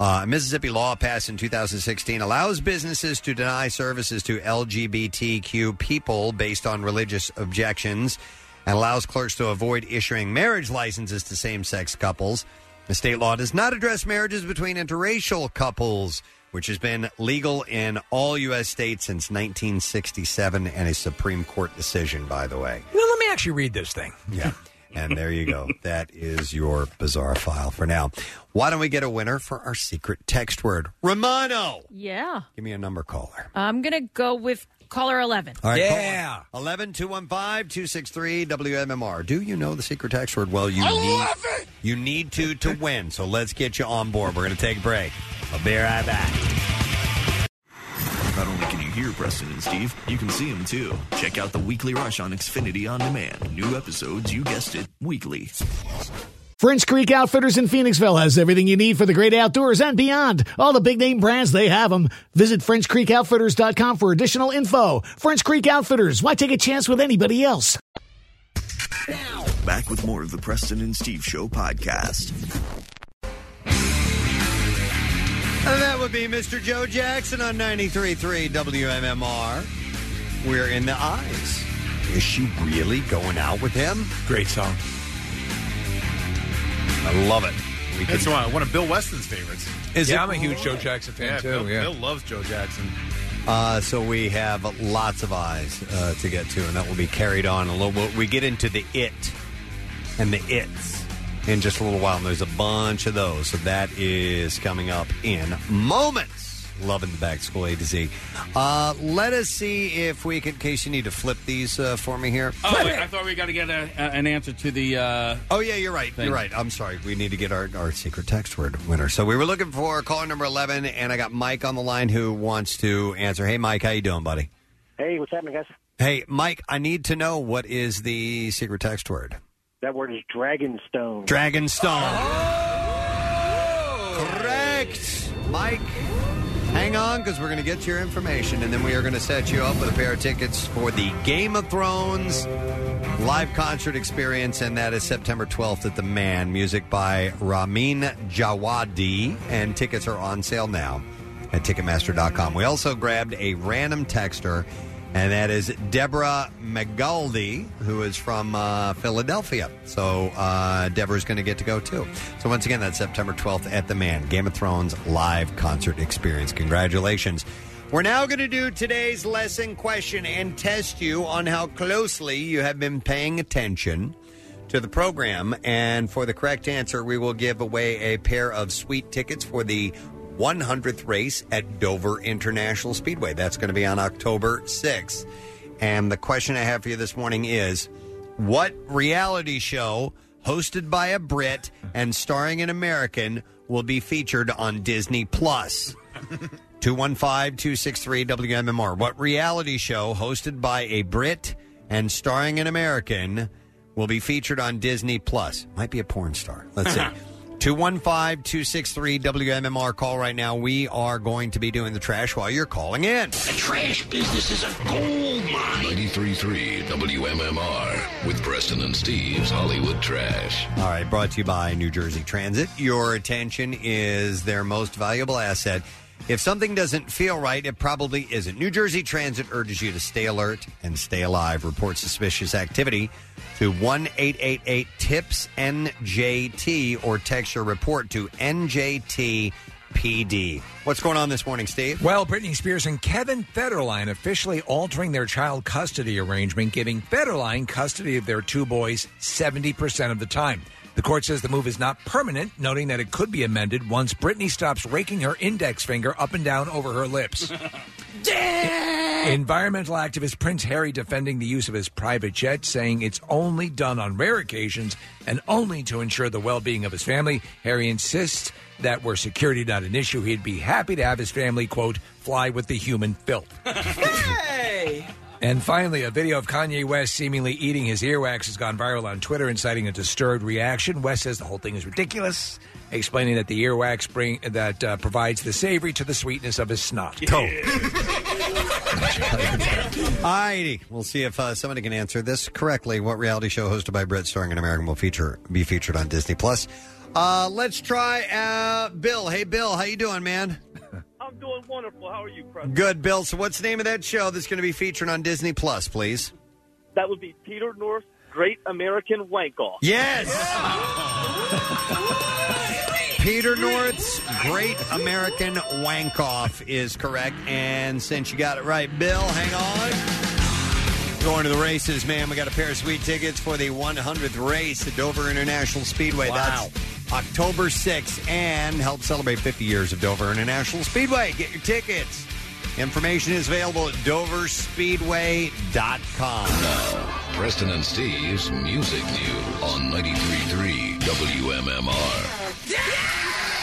Speaker 2: Uh, Mississippi law passed in 2016 allows businesses to deny services to LGBTQ people based on religious objections and allows clerks to avoid issuing marriage licenses to same sex couples. The state law does not address marriages between interracial couples, which has been legal in all U.S. states since 1967 and a Supreme Court decision, by the way.
Speaker 4: Well, let me actually read this thing.
Speaker 2: Yeah. And there you go. That is your bizarre file for now. Why don't we get a winner for our secret text word? Romano!
Speaker 3: <laughs> Yeah.
Speaker 2: Give me a number caller.
Speaker 3: I'm going to go with caller 11.
Speaker 2: All right, Caller. 11 215 263 WMMR. Do you know the secret text word? Well, you need, you need to to win. So let's get you on board. We're going to take a break. I'll be right back.
Speaker 8: Not only can you hear Preston and Steve, you can see them too. Check out the weekly rush on Xfinity On Demand. New episodes, you guessed it, weekly.
Speaker 15: French Creek Outfitters in Phoenixville has everything you need for the great outdoors and beyond. All the big name brands, they have them. Visit FrenchCreekOutfitters.com for additional info. French Creek Outfitters, why take a chance with anybody else?
Speaker 8: Back with more of the Preston and Steve Show podcast.
Speaker 2: And that would be Mr. Joe Jackson on 93.3 WMMR. We're in the eyes. Is she really going out with him?
Speaker 4: Great song.
Speaker 2: I love it. We
Speaker 6: It's
Speaker 2: can-
Speaker 6: one, one of Bill Weston's favorites.
Speaker 2: Is Yeah, it? I'm a huge Joe
Speaker 4: Jackson fan,
Speaker 6: Yeah,
Speaker 4: too,
Speaker 6: Bill,
Speaker 4: yeah.
Speaker 6: Bill loves Joe Jackson.
Speaker 2: Uh, so we have lots of eyes uh, to get to, and that will be carried on a little bit. We get into the it and the its in just a little while, and there's a bunch of those. So that is coming up in moments. Loving the back school A to Z. Uh, let us see if we can, in case you need to flip these uh, for me here.
Speaker 7: Oh, wait, I thought we got to get a, a, an answer to the. Uh,
Speaker 2: oh yeah, you're right. You're right. I'm sorry. We need to get our, our secret text word winner. So we were looking for caller number 11, and I got Mike on the line who wants to answer. Hey, Mike, how you doing, buddy?
Speaker 14: Hey, what's happening, guys?
Speaker 2: Hey, Mike, I need to know what is the secret text word?
Speaker 14: That word is Dragonstone.
Speaker 2: Dragonstone. Correct. Mike, hang on because we're going to get your information and then we are going to set you up with a pair of tickets for the Game of Thrones live concert experience. And that is September 12th at the Man. Music by Ramin Jawadi. And tickets are on sale now at Ticketmaster.com. We also grabbed a random texter. And that is Deborah McGaldi, who is from uh, Philadelphia. So uh, Deborah's going to get to go too. So once again, that's September 12th at the Man Game of Thrones live concert experience. Congratulations. We're now going to do today's lesson question and test you <laughs> on how closely you have been paying attention to the program. And for the correct answer, we will give away a pair of sweet tickets for the 100th race at Dover International Speedway. That's going to be on October 6th. And the question I have for you this morning is what reality show hosted by a Brit and starring an American will be featured on Disney Plus? 215 263 WMMR. What reality show hosted by a Brit and starring an American will be featured on Disney Plus? Might be a porn star. Let's see. 215 263 WMMR. Call right now. We are going to be doing the trash while you're calling in.
Speaker 1: Trash business is a gold mine. 93.3 WMMR with Preston and Steve's Hollywood Trash.
Speaker 2: All right, brought to you by New Jersey Transit. Your attention is their most valuable asset. If something doesn't feel right, it probably isn't. New Jersey Transit urges you to stay alert and stay alive. Report suspicious activity to 1 888 TIPS NJT or text your report to NJTPD. What's going on this morning, Steve?
Speaker 4: Well, Britney Spears and Kevin Federline officially altering their child custody arrangement, giving Federline custody of their two boys 70% of the time. The court says the move is not permanent, noting that it could be amended once Britney stops raking her index finger up and down over her lips. Environmental activist Prince Harry defending the use of his private jet, saying it's only done on rare occasions and only to ensure the well being of his family. Harry insists that were security not an issue, he'd be happy to have his family, quote, fly with the human filth.
Speaker 20: Hey!
Speaker 4: And finally, a video of Kanye West seemingly eating his earwax has gone viral on Twitter, inciting a disturbed reaction. West says the whole thing is ridiculous, explaining that the earwax bring that uh, provides the savory to the sweetness of his snot.
Speaker 2: Alrighty, we'll see if uh, somebody can answer this correctly. What reality show hosted by Brit starring an American will feature be featured on Disney Plus? Uh, let's try uh, Bill. Hey, Bill, how you doing, man?
Speaker 10: <laughs> I'm doing wonderful. How are you, Preston?
Speaker 2: Good, Bill. So, what's the name of that show that's going to be featured on Disney Plus, please?
Speaker 10: That would be Peter North's Great American Wank Off.
Speaker 2: Yes. <laughs> Peter North's Great American Wank Off is correct. And since you got it right, Bill, hang on. Going to the races, man. We got a pair of sweet tickets for the 100th race at Dover International Speedway.
Speaker 7: Wow.
Speaker 2: That's October 6th. And help celebrate 50 years of Dover International Speedway. Get your tickets. Information is available at doverspeedway.com.
Speaker 1: Preston and Steve's Music News on 93.3 WMMR.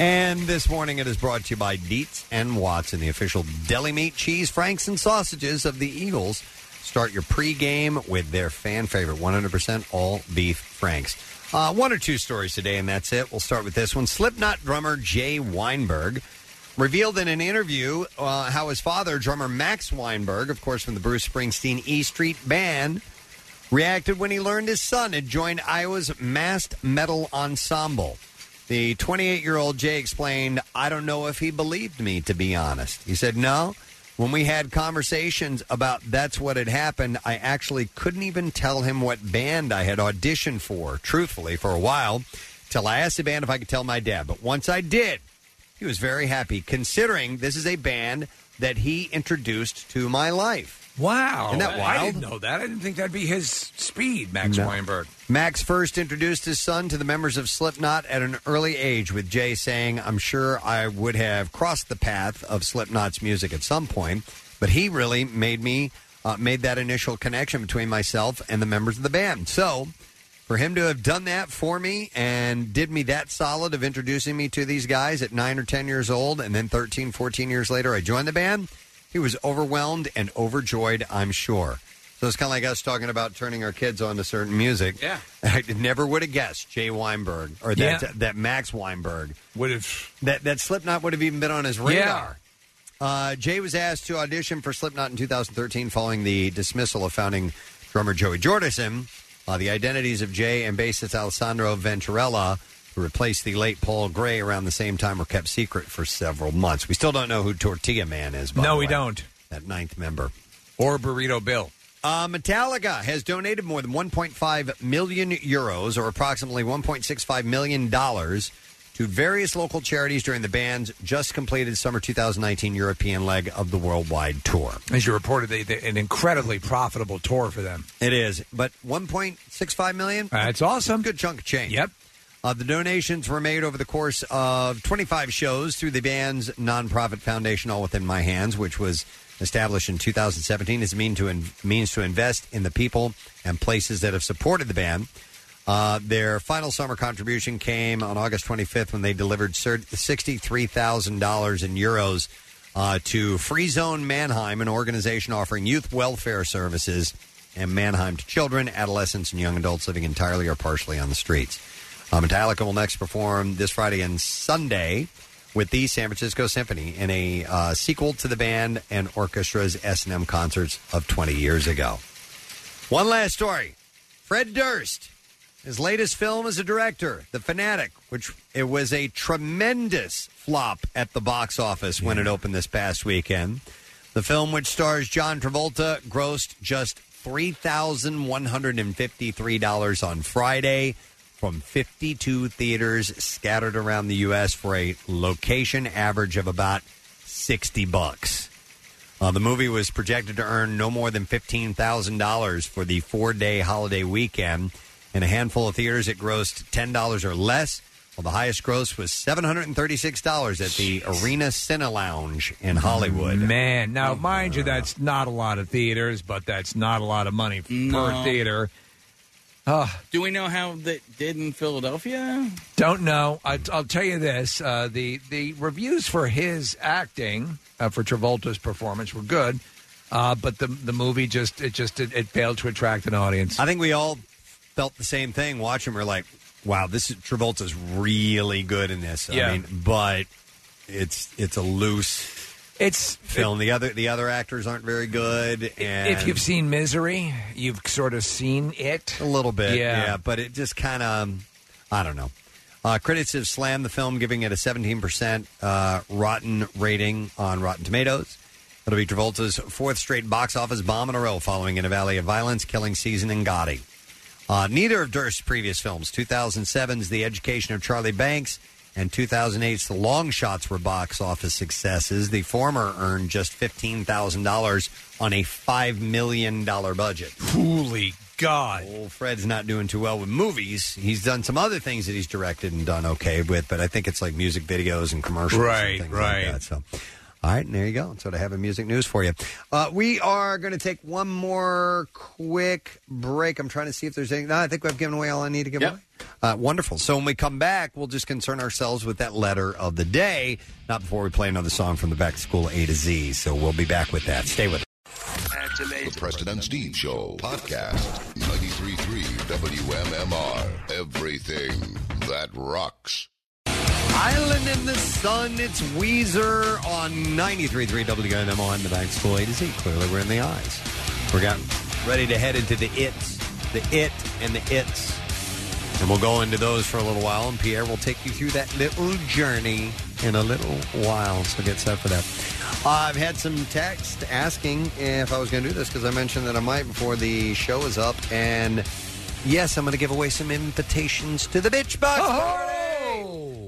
Speaker 2: And this morning it is brought to you by Dietz and Watson, the official deli meat, cheese, franks, and sausages of the Eagles. Start your pregame with their fan favorite 100% all beef franks. Uh, one or two stories today, and that's it. We'll start with this one. Slipknot drummer Jay Weinberg revealed in an interview uh, how his father, drummer Max Weinberg, of course from the Bruce Springsteen E Street Band, reacted when he learned his son had joined Iowa's massed metal ensemble. The 28 year old Jay explained, I don't know if he believed me, to be honest. He said, No. When we had conversations about that's what had happened, I actually couldn't even tell him what band I had auditioned for, truthfully, for a while, till I asked the band if I could tell my dad. But once I did, he was very happy, considering this is a band that he introduced to my life.
Speaker 4: Wow.
Speaker 2: Isn't that
Speaker 4: I
Speaker 2: wild?
Speaker 4: didn't know that. I didn't think that'd be his speed, Max
Speaker 2: No.
Speaker 4: Weinberg.
Speaker 2: Max first introduced his son to the members of Slipknot at an early age, with Jay saying, I'm sure I would have crossed the path of Slipknot's music at some point, but he really made me, uh, made that initial connection between myself and the members of the band. So for him to have done that for me and did me that solid of introducing me to these guys at 9 or 10 years old, and then 13, 14 years later, I joined the band, he was overwhelmed and overjoyed, I'm sure. So it's kind of like us talking about turning our kids on to certain music.
Speaker 4: Yeah.
Speaker 2: <laughs> I never would have guessed Jay Weinberg or that
Speaker 4: Yeah.
Speaker 2: that Max Weinberg
Speaker 4: would have
Speaker 2: that that Slipknot would have even been on his radar. Uh, Jay was asked to audition for Slipknot in 2013 following the dismissal of founding drummer Joey Jordison. Uh, the identities of Jay and bassist Alessandro Venturella, who replaced the late Paul Gray around the same time, were kept secret for several months. We still don't know who Tortilla Man is. By
Speaker 4: No,
Speaker 2: the
Speaker 4: we
Speaker 2: way.
Speaker 4: don't.
Speaker 2: That ninth member.
Speaker 4: Or Burrito Bill.
Speaker 2: Uh, Metallica has donated more than 1.5 million euros, or approximately 1.65 million dollars, to various local charities during the band's just completed summer 2019 European leg of the worldwide tour.
Speaker 4: As you reported, they, they, an incredibly profitable tour for them.
Speaker 2: It is, but 1.65 million.
Speaker 4: That's Uh, awesome.
Speaker 2: Good chunk of change.
Speaker 4: Yep.
Speaker 2: Uh, the donations were made over the course of 25 shows through the band's nonprofit foundation, All Within My Hands, which was established in 2017 as a mean to in- means to invest in the people and places that have supported the band. Uh, their final summer contribution came on August 25th when they delivered cer- $63,000 in euros uh, to Free Zone Mannheim, an organization offering youth welfare services in Mannheim to children, adolescents, and young adults living entirely or partially on the streets. Uh, Metallica will next perform this Friday and Sunday with the San Francisco Symphony in a uh, sequel to the band and orchestra's S&M concerts of 20 years ago. One last story. Fred Durst, his latest film as a director, The Fanatic, which it was a tremendous flop at the box office when it opened this past weekend. The film, which stars John Travolta, grossed just $3,153 on Friday from 52 theaters scattered around the U.S. for a location average of about 60 bucks. Uh, the movie was projected to earn no more than $15,000 for the four day holiday weekend. In a handful of theaters, it grossed $10 or less, while the highest gross was $736 at the Arena Cine Lounge in Hollywood.
Speaker 4: Man,
Speaker 2: Oh,
Speaker 4: now mind you, that's not a lot of theaters, but that's not a lot of money
Speaker 7: No.
Speaker 4: per theater. Uh,
Speaker 7: Do we know how that did in Philadelphia?
Speaker 4: don't know. I, I'll tell you this: uh, the the reviews for his acting uh, for Travolta's performance were good, uh, but the the movie just it just it, it failed to attract an audience.
Speaker 2: I think we all felt the same thing watching. We're like, wow, this is, Travolta's really good in this. I
Speaker 4: Yeah.
Speaker 2: mean, but it's it's a loose
Speaker 4: it's
Speaker 2: film. the other the other actors aren't very good. And
Speaker 4: if you've seen Misery, you've sort of seen it
Speaker 2: a little bit,
Speaker 4: Yeah.
Speaker 2: yeah, but it just kind of, um, I don't know. Uh, critics have slammed the film, giving it a 17% uh, rotten rating on Rotten Tomatoes. It'll be Travolta's fourth straight box office bomb in a row, following In a Valley of Violence, Killing Season, and Gotti. Uh, neither of Durst's previous films, 2007's The Education of Charlie Banks and 2008's The Long Shots, were box office successes. The former earned just $15,000 on a $5 million budget.
Speaker 4: Holy God.
Speaker 2: Old Fred's not doing too well with movies. He's done some other things that he's directed and done okay with, but I think it's like music videos and commercials
Speaker 4: Right,
Speaker 2: and things
Speaker 4: right.
Speaker 2: like that. So. All right, and there you go. That's what I have in music news for you. Uh, we are going to take one more quick break. I'm trying to see if there's any. No, I think I've given away all I need to give away. Uh, wonderful. So when we come back, we'll just concern ourselves with that letter of the day, not before we play another song from the Back to School A to Z. So we'll be back with that. Stay with us.
Speaker 1: The Preston and Steve Show podcast. 93.3 WMMR. Everything that rocks.
Speaker 2: Island in the Sun, it's Weezer on 93.3 WNMO and the Bank School A to Z. Clearly, we're in the eyes. We're getting ready to head into the its, the it, and the its. And we'll go into those for a little while, and Pierre will take you through that little journey in a little while. So get set for that. I've had some text asking if I was going to do this because I mentioned that I might before the show is up. And yes, I'm going to give away some invitations to the Bitch Box Party.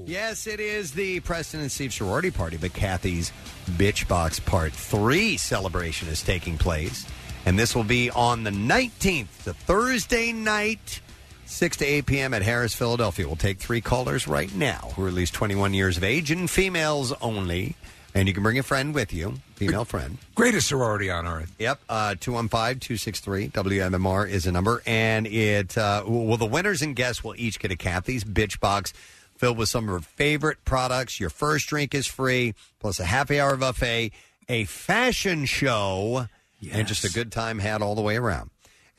Speaker 2: Yes, it is the Preston and Steve sorority party, but Kathy's Bitch Box Part 3 celebration is taking place And this will be on the 19th, the Thursday night, 6 to 8 p.m. at Harris, Philadelphia. We'll take three callers right now who are at least 21 years of age and females only. And you can bring a friend with you, female friend.
Speaker 4: Greatest sorority on earth.
Speaker 2: Yep, uh, 215-263-WMMR is a number, and it uh, well the winners and guests will each get a Kathy's Bitch Box filled with some of her favorite products. Your first drink is free, plus a happy hour buffet, a fashion show, and just a good time had all the way around.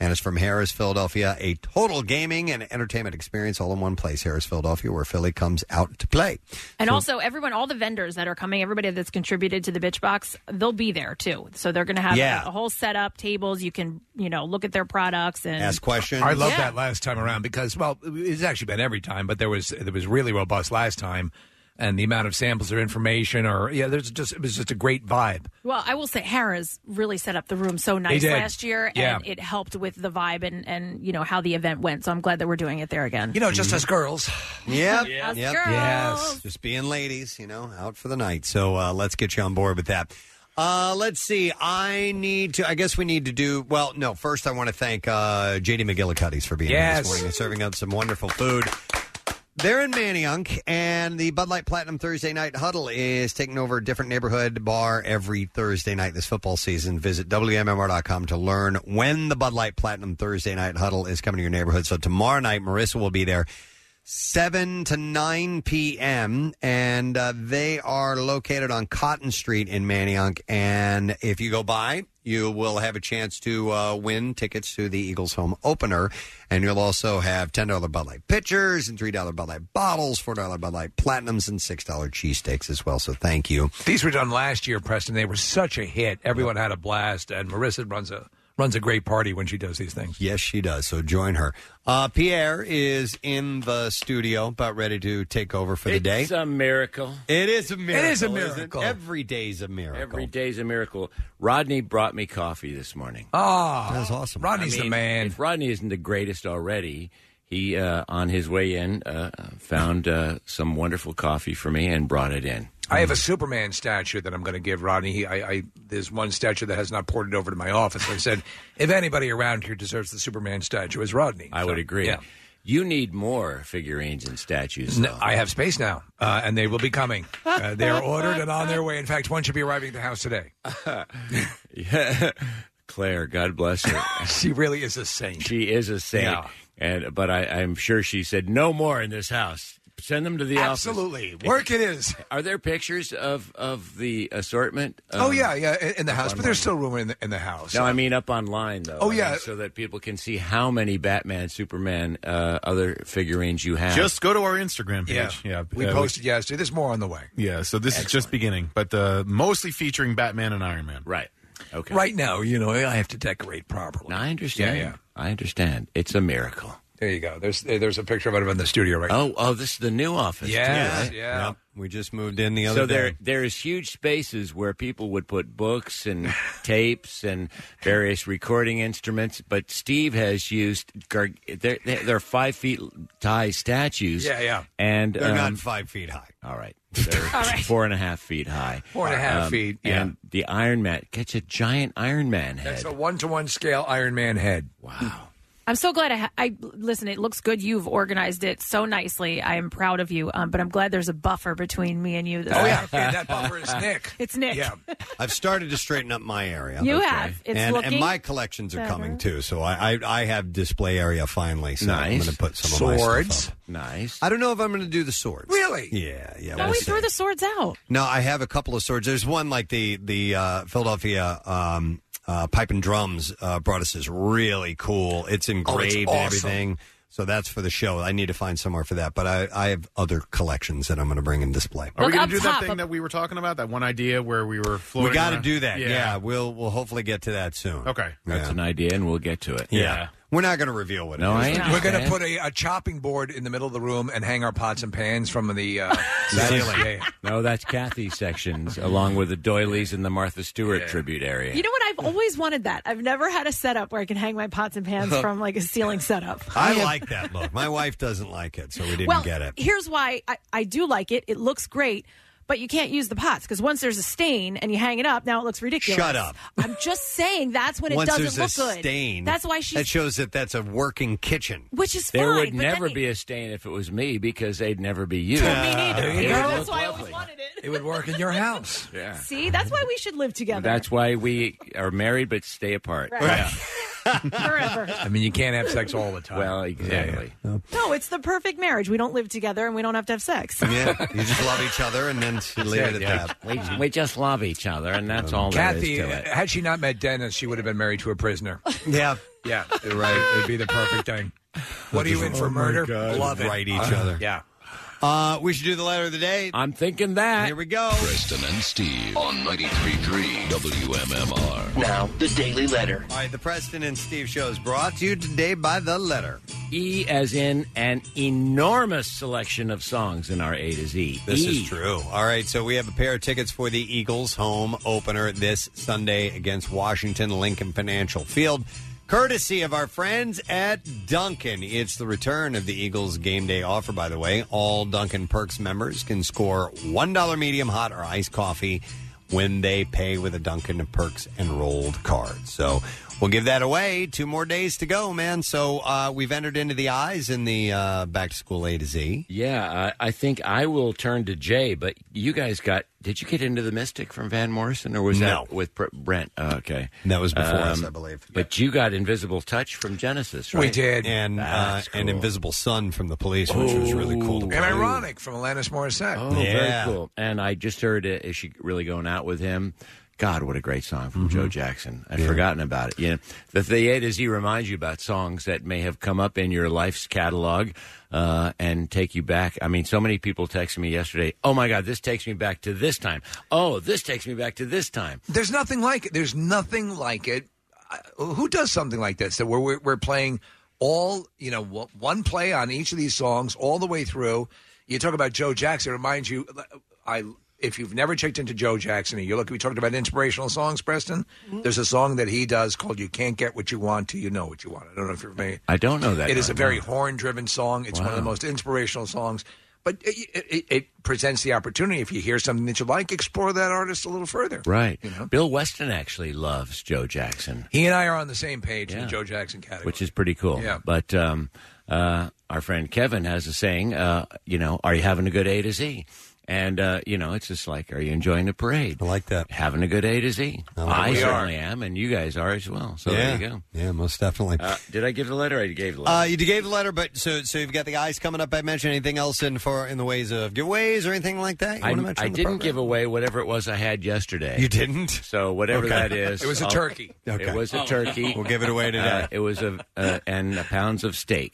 Speaker 2: And it's from Harris, Philadelphia, a total gaming and entertainment experience all in one place. Harris, Philadelphia, where Philly comes out to play.
Speaker 3: And
Speaker 2: So-
Speaker 3: also, everyone, all the vendors that are coming, everybody that's contributed to the bitch box, they'll be there too. So they're going to have
Speaker 4: Yeah.
Speaker 3: a, whole setup, tables. You can, you know, look at their products and
Speaker 4: I love
Speaker 3: Yeah.
Speaker 4: that last time around because well, it's actually been every time, but there was it was really robust last time, and the amount of samples or information or yeah, there's just it was just a great vibe.
Speaker 3: Well, I will say Harris really set up the room so nice
Speaker 4: did.
Speaker 3: last year,
Speaker 4: Yeah.
Speaker 3: and it helped with the vibe and and you know how the event went. So I'm glad that we're doing it there again.
Speaker 4: You know,
Speaker 2: Mm-hmm.
Speaker 4: just us girls.
Speaker 2: Yep.
Speaker 3: Us
Speaker 2: yep.
Speaker 3: girls.
Speaker 2: Yes. Just being ladies, you know, out for the night. So uh, let's get you on board with that. Uh, let's see. I need to. I guess we need to do. Well, no. First, I want to thank uh, JD McGillicuddy's for being here
Speaker 4: Yes.
Speaker 2: this morning and serving up some wonderful food. They're in Manayunk, and the Bud Light Platinum Thursday Night Huddle is taking over a different neighborhood bar every Thursday night this football season. Visit WMMR.com to learn when the Bud Light Platinum Thursday Night Huddle is coming to your neighborhood. So tomorrow night, Marissa will be there. 7 to 9 p.m. and uh, they are located on Cotton Street in Manayunk and if you go by you will have a chance to uh, win tickets to the Eagles home opener and you'll also have $10 Bud Light pitchers and $3 Bud Light bottles, $4 Bud Light platinums and $6 cheesesteaks as well. So thank you.
Speaker 4: These were done last year, Preston. They were such a hit. Everyone had a blast, and Marissa runs a runs a great party when she does these things.
Speaker 2: Yes, she does. So join her. Uh, Pierre is in the studio about ready to take over for the day.
Speaker 31: It's a miracle.
Speaker 2: uh, It is a miracle,
Speaker 31: It is a
Speaker 2: isn't it?
Speaker 31: miracle.
Speaker 2: Every day's a miracle.
Speaker 31: Every day's a miracle. Rodney brought me coffee this morning.
Speaker 4: Oh,
Speaker 2: that's awesome.
Speaker 31: Rodney's the man. If Rodney isn't the greatest already, he uh, on his way in uh, found uh, some wonderful coffee for me and brought it in.
Speaker 4: I have a Superman statue that I'm going to give Rodney. He, I, I, there's one statue that has not ported over to my office. I said, <laughs> if anybody around here deserves the Superman statue, it's Rodney.
Speaker 31: I would agree.
Speaker 4: yeah.
Speaker 31: You need more figurines and statues.
Speaker 4: No, I have space now, uh, and they will be coming. <laughs> Uh, they are ordered and on their way. In fact, one should be arriving at the house
Speaker 31: <laughs>
Speaker 4: today.
Speaker 31: Yeah. Claire, God bless
Speaker 4: <laughs>
Speaker 31: her.
Speaker 4: she really is a saint.
Speaker 31: She is a saint.
Speaker 4: Yeah.
Speaker 31: And but I, I'm sure she said no more in this house. Send them to the
Speaker 4: Absolutely. Work it is.
Speaker 31: <laughs> Are there pictures of of the assortment?
Speaker 4: oh
Speaker 31: Um,
Speaker 4: yeah, yeah, in- in the house, but
Speaker 31: online.
Speaker 4: there's still room in the, in the house.
Speaker 31: No, I mean up online though.
Speaker 4: Oh,
Speaker 31: I
Speaker 4: yeah.
Speaker 31: mean, so that people can see how many Batman, Superman, uh, other figurines you have.
Speaker 6: Just go to our Instagram page.
Speaker 31: Yeah.
Speaker 6: yeah.
Speaker 31: We
Speaker 6: uh,
Speaker 31: posted
Speaker 4: yesterday. There's more on the way.
Speaker 6: Yeah, so this is just beginning, but uh, mostly featuring Batman and Iron Man.
Speaker 31: Right. Okay.
Speaker 4: Right now, you know, I have to decorate properly.
Speaker 31: I understand.
Speaker 4: Yeah, yeah.
Speaker 31: I understand. It's a miracle.
Speaker 4: There you go. There's there's a picture of it in the studio right
Speaker 31: Oh, oh, this is the new office.
Speaker 4: Yes,
Speaker 31: too, right?
Speaker 4: yeah.
Speaker 2: Yep. We just moved in the other
Speaker 31: So
Speaker 2: day.
Speaker 31: there, there is huge spaces where people would put books and <laughs> tapes and various recording instruments. But Steve has used gar- they're, they're they're five feet high statues.
Speaker 2: Yeah, yeah.
Speaker 31: and
Speaker 2: They're not
Speaker 31: um,
Speaker 2: five feet <laughs> high.
Speaker 31: All right.
Speaker 4: <laughs>
Speaker 31: They're
Speaker 2: All right.
Speaker 31: four and a half feet high. Um,
Speaker 4: Four and a half feet, yeah.
Speaker 31: And the Iron Man, catch a giant Iron Man head.
Speaker 4: That's a one to one scale Iron Man head.
Speaker 3: I'm so glad I, ha- I listen. It looks good. You've organized it so nicely. I am proud of you. Um, but I'm glad there's a buffer between me and you. This
Speaker 2: Oh,
Speaker 3: time.
Speaker 2: yeah. And that buffer is Nick.
Speaker 3: <laughs> It's Nick.
Speaker 2: <laughs> I've started to straighten up my area.
Speaker 3: You have. It's
Speaker 2: and, and
Speaker 3: looking
Speaker 2: my collections are
Speaker 3: better.
Speaker 2: coming too. So I, I I have display area finally. So I'm
Speaker 31: Nice.
Speaker 2: going to put some of my
Speaker 31: Swords.
Speaker 2: stuff up.
Speaker 31: Nice.
Speaker 2: I don't know if I'm going to do the swords.
Speaker 31: Really?
Speaker 2: Yeah, yeah.
Speaker 3: No,
Speaker 2: we'll
Speaker 3: we
Speaker 2: see.
Speaker 3: threw the swords out.
Speaker 2: No, I have a couple of swords. There's one like the the uh, Philadelphia um, uh, Pipe and Drums uh, brought us this really cool. It's
Speaker 32: awesome.
Speaker 2: engraved and everything. So that's for the show. I need to find somewhere for that. But I, I have other collections that I'm going to bring in display.
Speaker 6: Are we going to do that thing that we were talking about? That one idea where we were floating
Speaker 2: we got to
Speaker 6: around?
Speaker 2: do that. Yeah. we'll we'll hopefully get to that soon.
Speaker 6: Okay.
Speaker 31: That's an idea, and we'll get to it.
Speaker 2: Yeah, we're not going to reveal what.
Speaker 31: No,
Speaker 2: it
Speaker 31: I
Speaker 2: is.
Speaker 31: understand.
Speaker 4: We're going to put a, a chopping board in the middle of the room and hang our pots and pans from the uh,
Speaker 31: That is-
Speaker 4: ceiling. Yeah.
Speaker 22: <laughs>
Speaker 31: no, that's Kathy's sections, along with the doilies and the Martha Stewart tribute area.
Speaker 3: You know what? I've always wanted that. I've never had a setup where I can hang my pots and pans from like a ceiling setup.
Speaker 2: I like that look. My wife doesn't like it, so we didn't
Speaker 3: well,
Speaker 2: get it.
Speaker 3: here's why I, I do like it. It looks great,
Speaker 22: But you can't use the pots because once there's a stain and you hang it up, now it looks ridiculous.
Speaker 2: Shut up.
Speaker 22: I'm just saying that's when it
Speaker 2: Once
Speaker 22: doesn't
Speaker 2: there's
Speaker 22: look
Speaker 2: a
Speaker 22: good.
Speaker 2: stain,
Speaker 22: That's why she's
Speaker 2: That shows that that's a working kitchen.
Speaker 22: which is
Speaker 31: There
Speaker 22: fine.
Speaker 31: would
Speaker 22: but then
Speaker 31: never
Speaker 22: it-
Speaker 31: be a stain if it was me because they'd never be used.
Speaker 22: Me neither.
Speaker 31: It would
Speaker 22: That's
Speaker 31: look
Speaker 22: why I always
Speaker 31: lovely.
Speaker 22: wanted it.
Speaker 4: It would work in your
Speaker 22: <laughs>
Speaker 4: house.
Speaker 31: Yeah.
Speaker 22: See, that's why we should live together.
Speaker 31: That's why we are married but stay apart.
Speaker 22: Right. <laughs> forever.
Speaker 4: I mean, you can't have sex all the time.
Speaker 31: Well, exactly.
Speaker 22: No, it's the perfect marriage. We don't live together and we don't have to have sex.
Speaker 2: Yeah, you just love each other and then leave it at that.
Speaker 31: We, we just love each other, and that's all
Speaker 4: Kathy,
Speaker 31: there is to it.
Speaker 4: had she not met Dennis, she would have been married to a
Speaker 22: <laughs>
Speaker 4: prisoner.
Speaker 2: Yeah.
Speaker 4: Yeah, you're right. It'd be the perfect thing. What are you in for murder? Love it.
Speaker 2: Right each other.
Speaker 4: Yeah.
Speaker 2: Uh, we should do the letter of the day.
Speaker 31: I'm thinking that.
Speaker 2: Here we go.
Speaker 1: Preston and Steve on 93.3 WMMR.
Speaker 2: Now,
Speaker 1: the Daily Letter.
Speaker 2: All right, the Preston and Steve show is brought to you today by The Letter.
Speaker 31: E as in an enormous selection of songs in our A to Z.
Speaker 2: This
Speaker 31: E.
Speaker 2: is true. All right, so we have a pair of tickets for the Eagles home opener this Sunday against Washington Lincoln Financial Field, courtesy of our friends at Duncan. It's the return of the Eagles game day offer, by the way. All Duncan Perks members can score $1 medium hot or iced coffee when they pay with a Duncan Perks enrolled card. So we'll give that away. Two more days to go, man. So uh, we've entered into the eyes in the uh, back to school A to Z.
Speaker 31: Yeah, I, I think I will turn to Jay. But you guys got? Did you get into the Mystic from Van Morrison, or was
Speaker 2: No.
Speaker 31: that with Br- Brent? Oh, okay,
Speaker 2: That was before us, I believe.
Speaker 31: Um, But you got Invisible Touch from Genesis, right?
Speaker 4: We did.
Speaker 2: and uh,
Speaker 31: That's
Speaker 2: and
Speaker 31: cool.
Speaker 2: Invisible Sun from the Police, which was really cool. To
Speaker 4: And
Speaker 2: play.
Speaker 4: ironic from Alanis Morissette.
Speaker 31: Oh, very cool. And I just heard, uh, is she really going out with him? God, what a great song from
Speaker 2: Mm-hmm.
Speaker 31: Joe Jackson. I'd forgotten about it. You know, the, the A to Z reminds you about songs that may have come up in your life's catalog uh, and take you back. I mean, so many people texted me yesterday, oh my God, this takes me back to this time. Oh, this takes me back to this time.
Speaker 4: There's nothing like it. There's nothing like it. I- Who does something like this? That we're we're, we're playing all you know one- one play on each of these songs all the way through. You talk about Joe Jackson. It reminds you, I if you've never checked into Joe Jackson, and you look. We talked about inspirational songs, Preston.
Speaker 31: Mm-hmm.
Speaker 4: There's a song that he does called "You Can't Get What You Want Till You Know What You Want." I don't know if you're familiar.
Speaker 31: I don't know that.
Speaker 4: It is a
Speaker 31: guy.
Speaker 4: very horn-driven song. It's one of the
Speaker 31: Wow.
Speaker 4: most inspirational songs. But it, it- it, it presents the opportunity if you hear something that you like, explore that artist a little further.
Speaker 31: Right. Bill Weston actually loves Joe Jackson.
Speaker 4: He and I are on the same page in
Speaker 31: Yeah.
Speaker 4: the Joe Jackson category.
Speaker 31: which is pretty cool.
Speaker 4: Yeah.
Speaker 31: But um, uh, our friend Kevin has a saying, uh, you know, are you having a good A to Z? And, uh, you know, it's just like, are you enjoying the parade? I
Speaker 2: like that.
Speaker 31: Having a good A to Z. I
Speaker 2: like it. We
Speaker 31: certainly am, and you guys are as well. So
Speaker 2: yeah.
Speaker 31: there you go.
Speaker 2: Yeah, most definitely.
Speaker 31: Uh, did I give the letter? I gave the letter.
Speaker 2: Uh, you gave the letter, but so so you've got the eyes coming up. I mentioned anything else in for in the ways of giveaways or anything like that. You
Speaker 31: I,
Speaker 2: wanna mention
Speaker 31: I
Speaker 2: on the
Speaker 31: didn't
Speaker 2: program?
Speaker 31: give away whatever it was I had yesterday.
Speaker 2: You didn't?
Speaker 31: So whatever
Speaker 2: Okay.
Speaker 31: that is,
Speaker 4: It was a
Speaker 31: I'll-
Speaker 4: turkey.
Speaker 2: Okay.
Speaker 31: It was a
Speaker 2: Oh.
Speaker 31: turkey.
Speaker 2: We'll give it away today.
Speaker 31: Uh, it was a uh, and pounds of steak.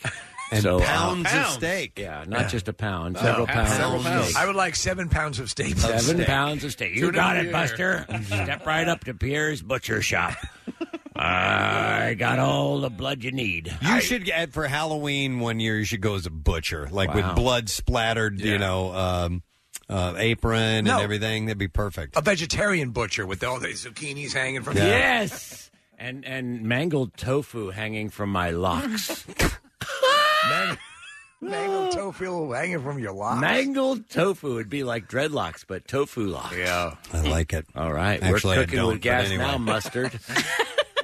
Speaker 2: And
Speaker 31: so, uh,
Speaker 2: pounds of steak.
Speaker 31: Yeah, not just a pound,
Speaker 4: No.
Speaker 31: several pounds. of steak.
Speaker 4: I would like seven pounds of steak.
Speaker 31: Seven pounds of steak. You
Speaker 4: Tuna
Speaker 31: got
Speaker 4: here.
Speaker 31: it, Buster. Step right up to Pierre's Butcher Shop. I got all the blood you need.
Speaker 2: You should get for Halloween one year. You should go as a butcher, like
Speaker 31: Wow.
Speaker 2: with blood splattered, you know, um, uh, apron
Speaker 4: No.
Speaker 2: and everything. That'd be perfect.
Speaker 4: A vegetarian butcher with all the zucchinis hanging from
Speaker 2: Yeah.
Speaker 4: the <laughs>
Speaker 31: Yes. And and mangled tofu hanging from my locks. <laughs>
Speaker 4: Man- mangled tofu hanging from your locks.
Speaker 31: mangled tofu would be like dreadlocks, but tofu locks. Yeah.
Speaker 2: I like it.
Speaker 31: All right.
Speaker 2: Actually, I
Speaker 31: We're cooking
Speaker 2: don't,
Speaker 31: with gas
Speaker 2: but anyway.
Speaker 31: now, mustard.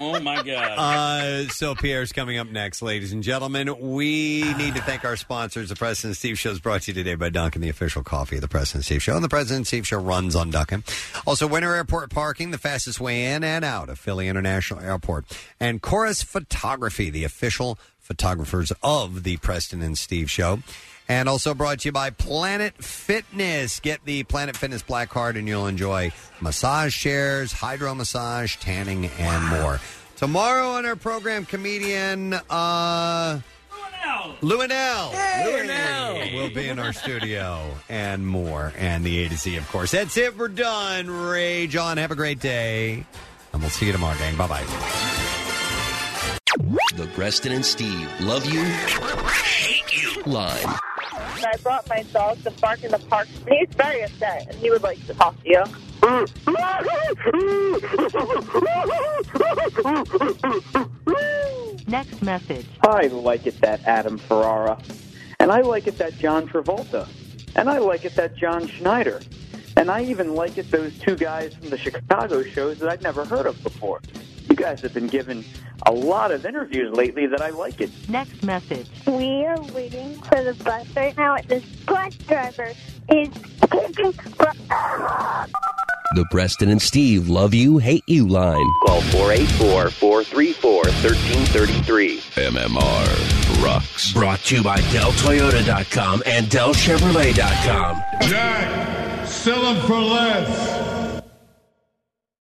Speaker 7: Oh my god!
Speaker 2: <laughs> Uh, so Pierre's coming up next, ladies and gentlemen. We need to thank our sponsors. The President Steve Show is brought to you today by Dunkin', the official coffee of the President Steve Show, and the President Steve Show runs on Dunkin'. Also, Winter Airport Parking, the fastest way in and out of Philly International Airport, and Chorus Photography, the official photographers of the Preston and Steve Show. And also brought to you by Planet Fitness. Get the Planet Fitness Black Card and you'll enjoy massage chairs, hydro massage, tanning, and more. Tomorrow on our program, comedian uh, Lewinell. will be in our studio and more, and the A to Z, of course. That's it. We're done. Ray John, have a great day. And we'll see you tomorrow, gang. Bye bye.
Speaker 5: The Preston and Steve love you, hate you line.
Speaker 32: And I brought my dog to bark in the park. And he's very upset, and he would like to talk to you.
Speaker 23: Next message.
Speaker 26: I like it that Adam Ferrara. And I like it that John Travolta. And I like it that John Schneider.
Speaker 16: And I even like it those two guys from the Chicago shows that I'd never heard of before. You guys have been given a lot of interviews lately that I like it.
Speaker 10: Next message.
Speaker 14: We are waiting for the bus right now. and This bus driver is kicking.
Speaker 7: The Preston and Steve love you, hate you line.
Speaker 5: Call 484 434 1333.
Speaker 33: MMR rocks.
Speaker 5: Brought to you by DellToyota.com and DellChevrolet.com.
Speaker 1: Jack, sell them for less.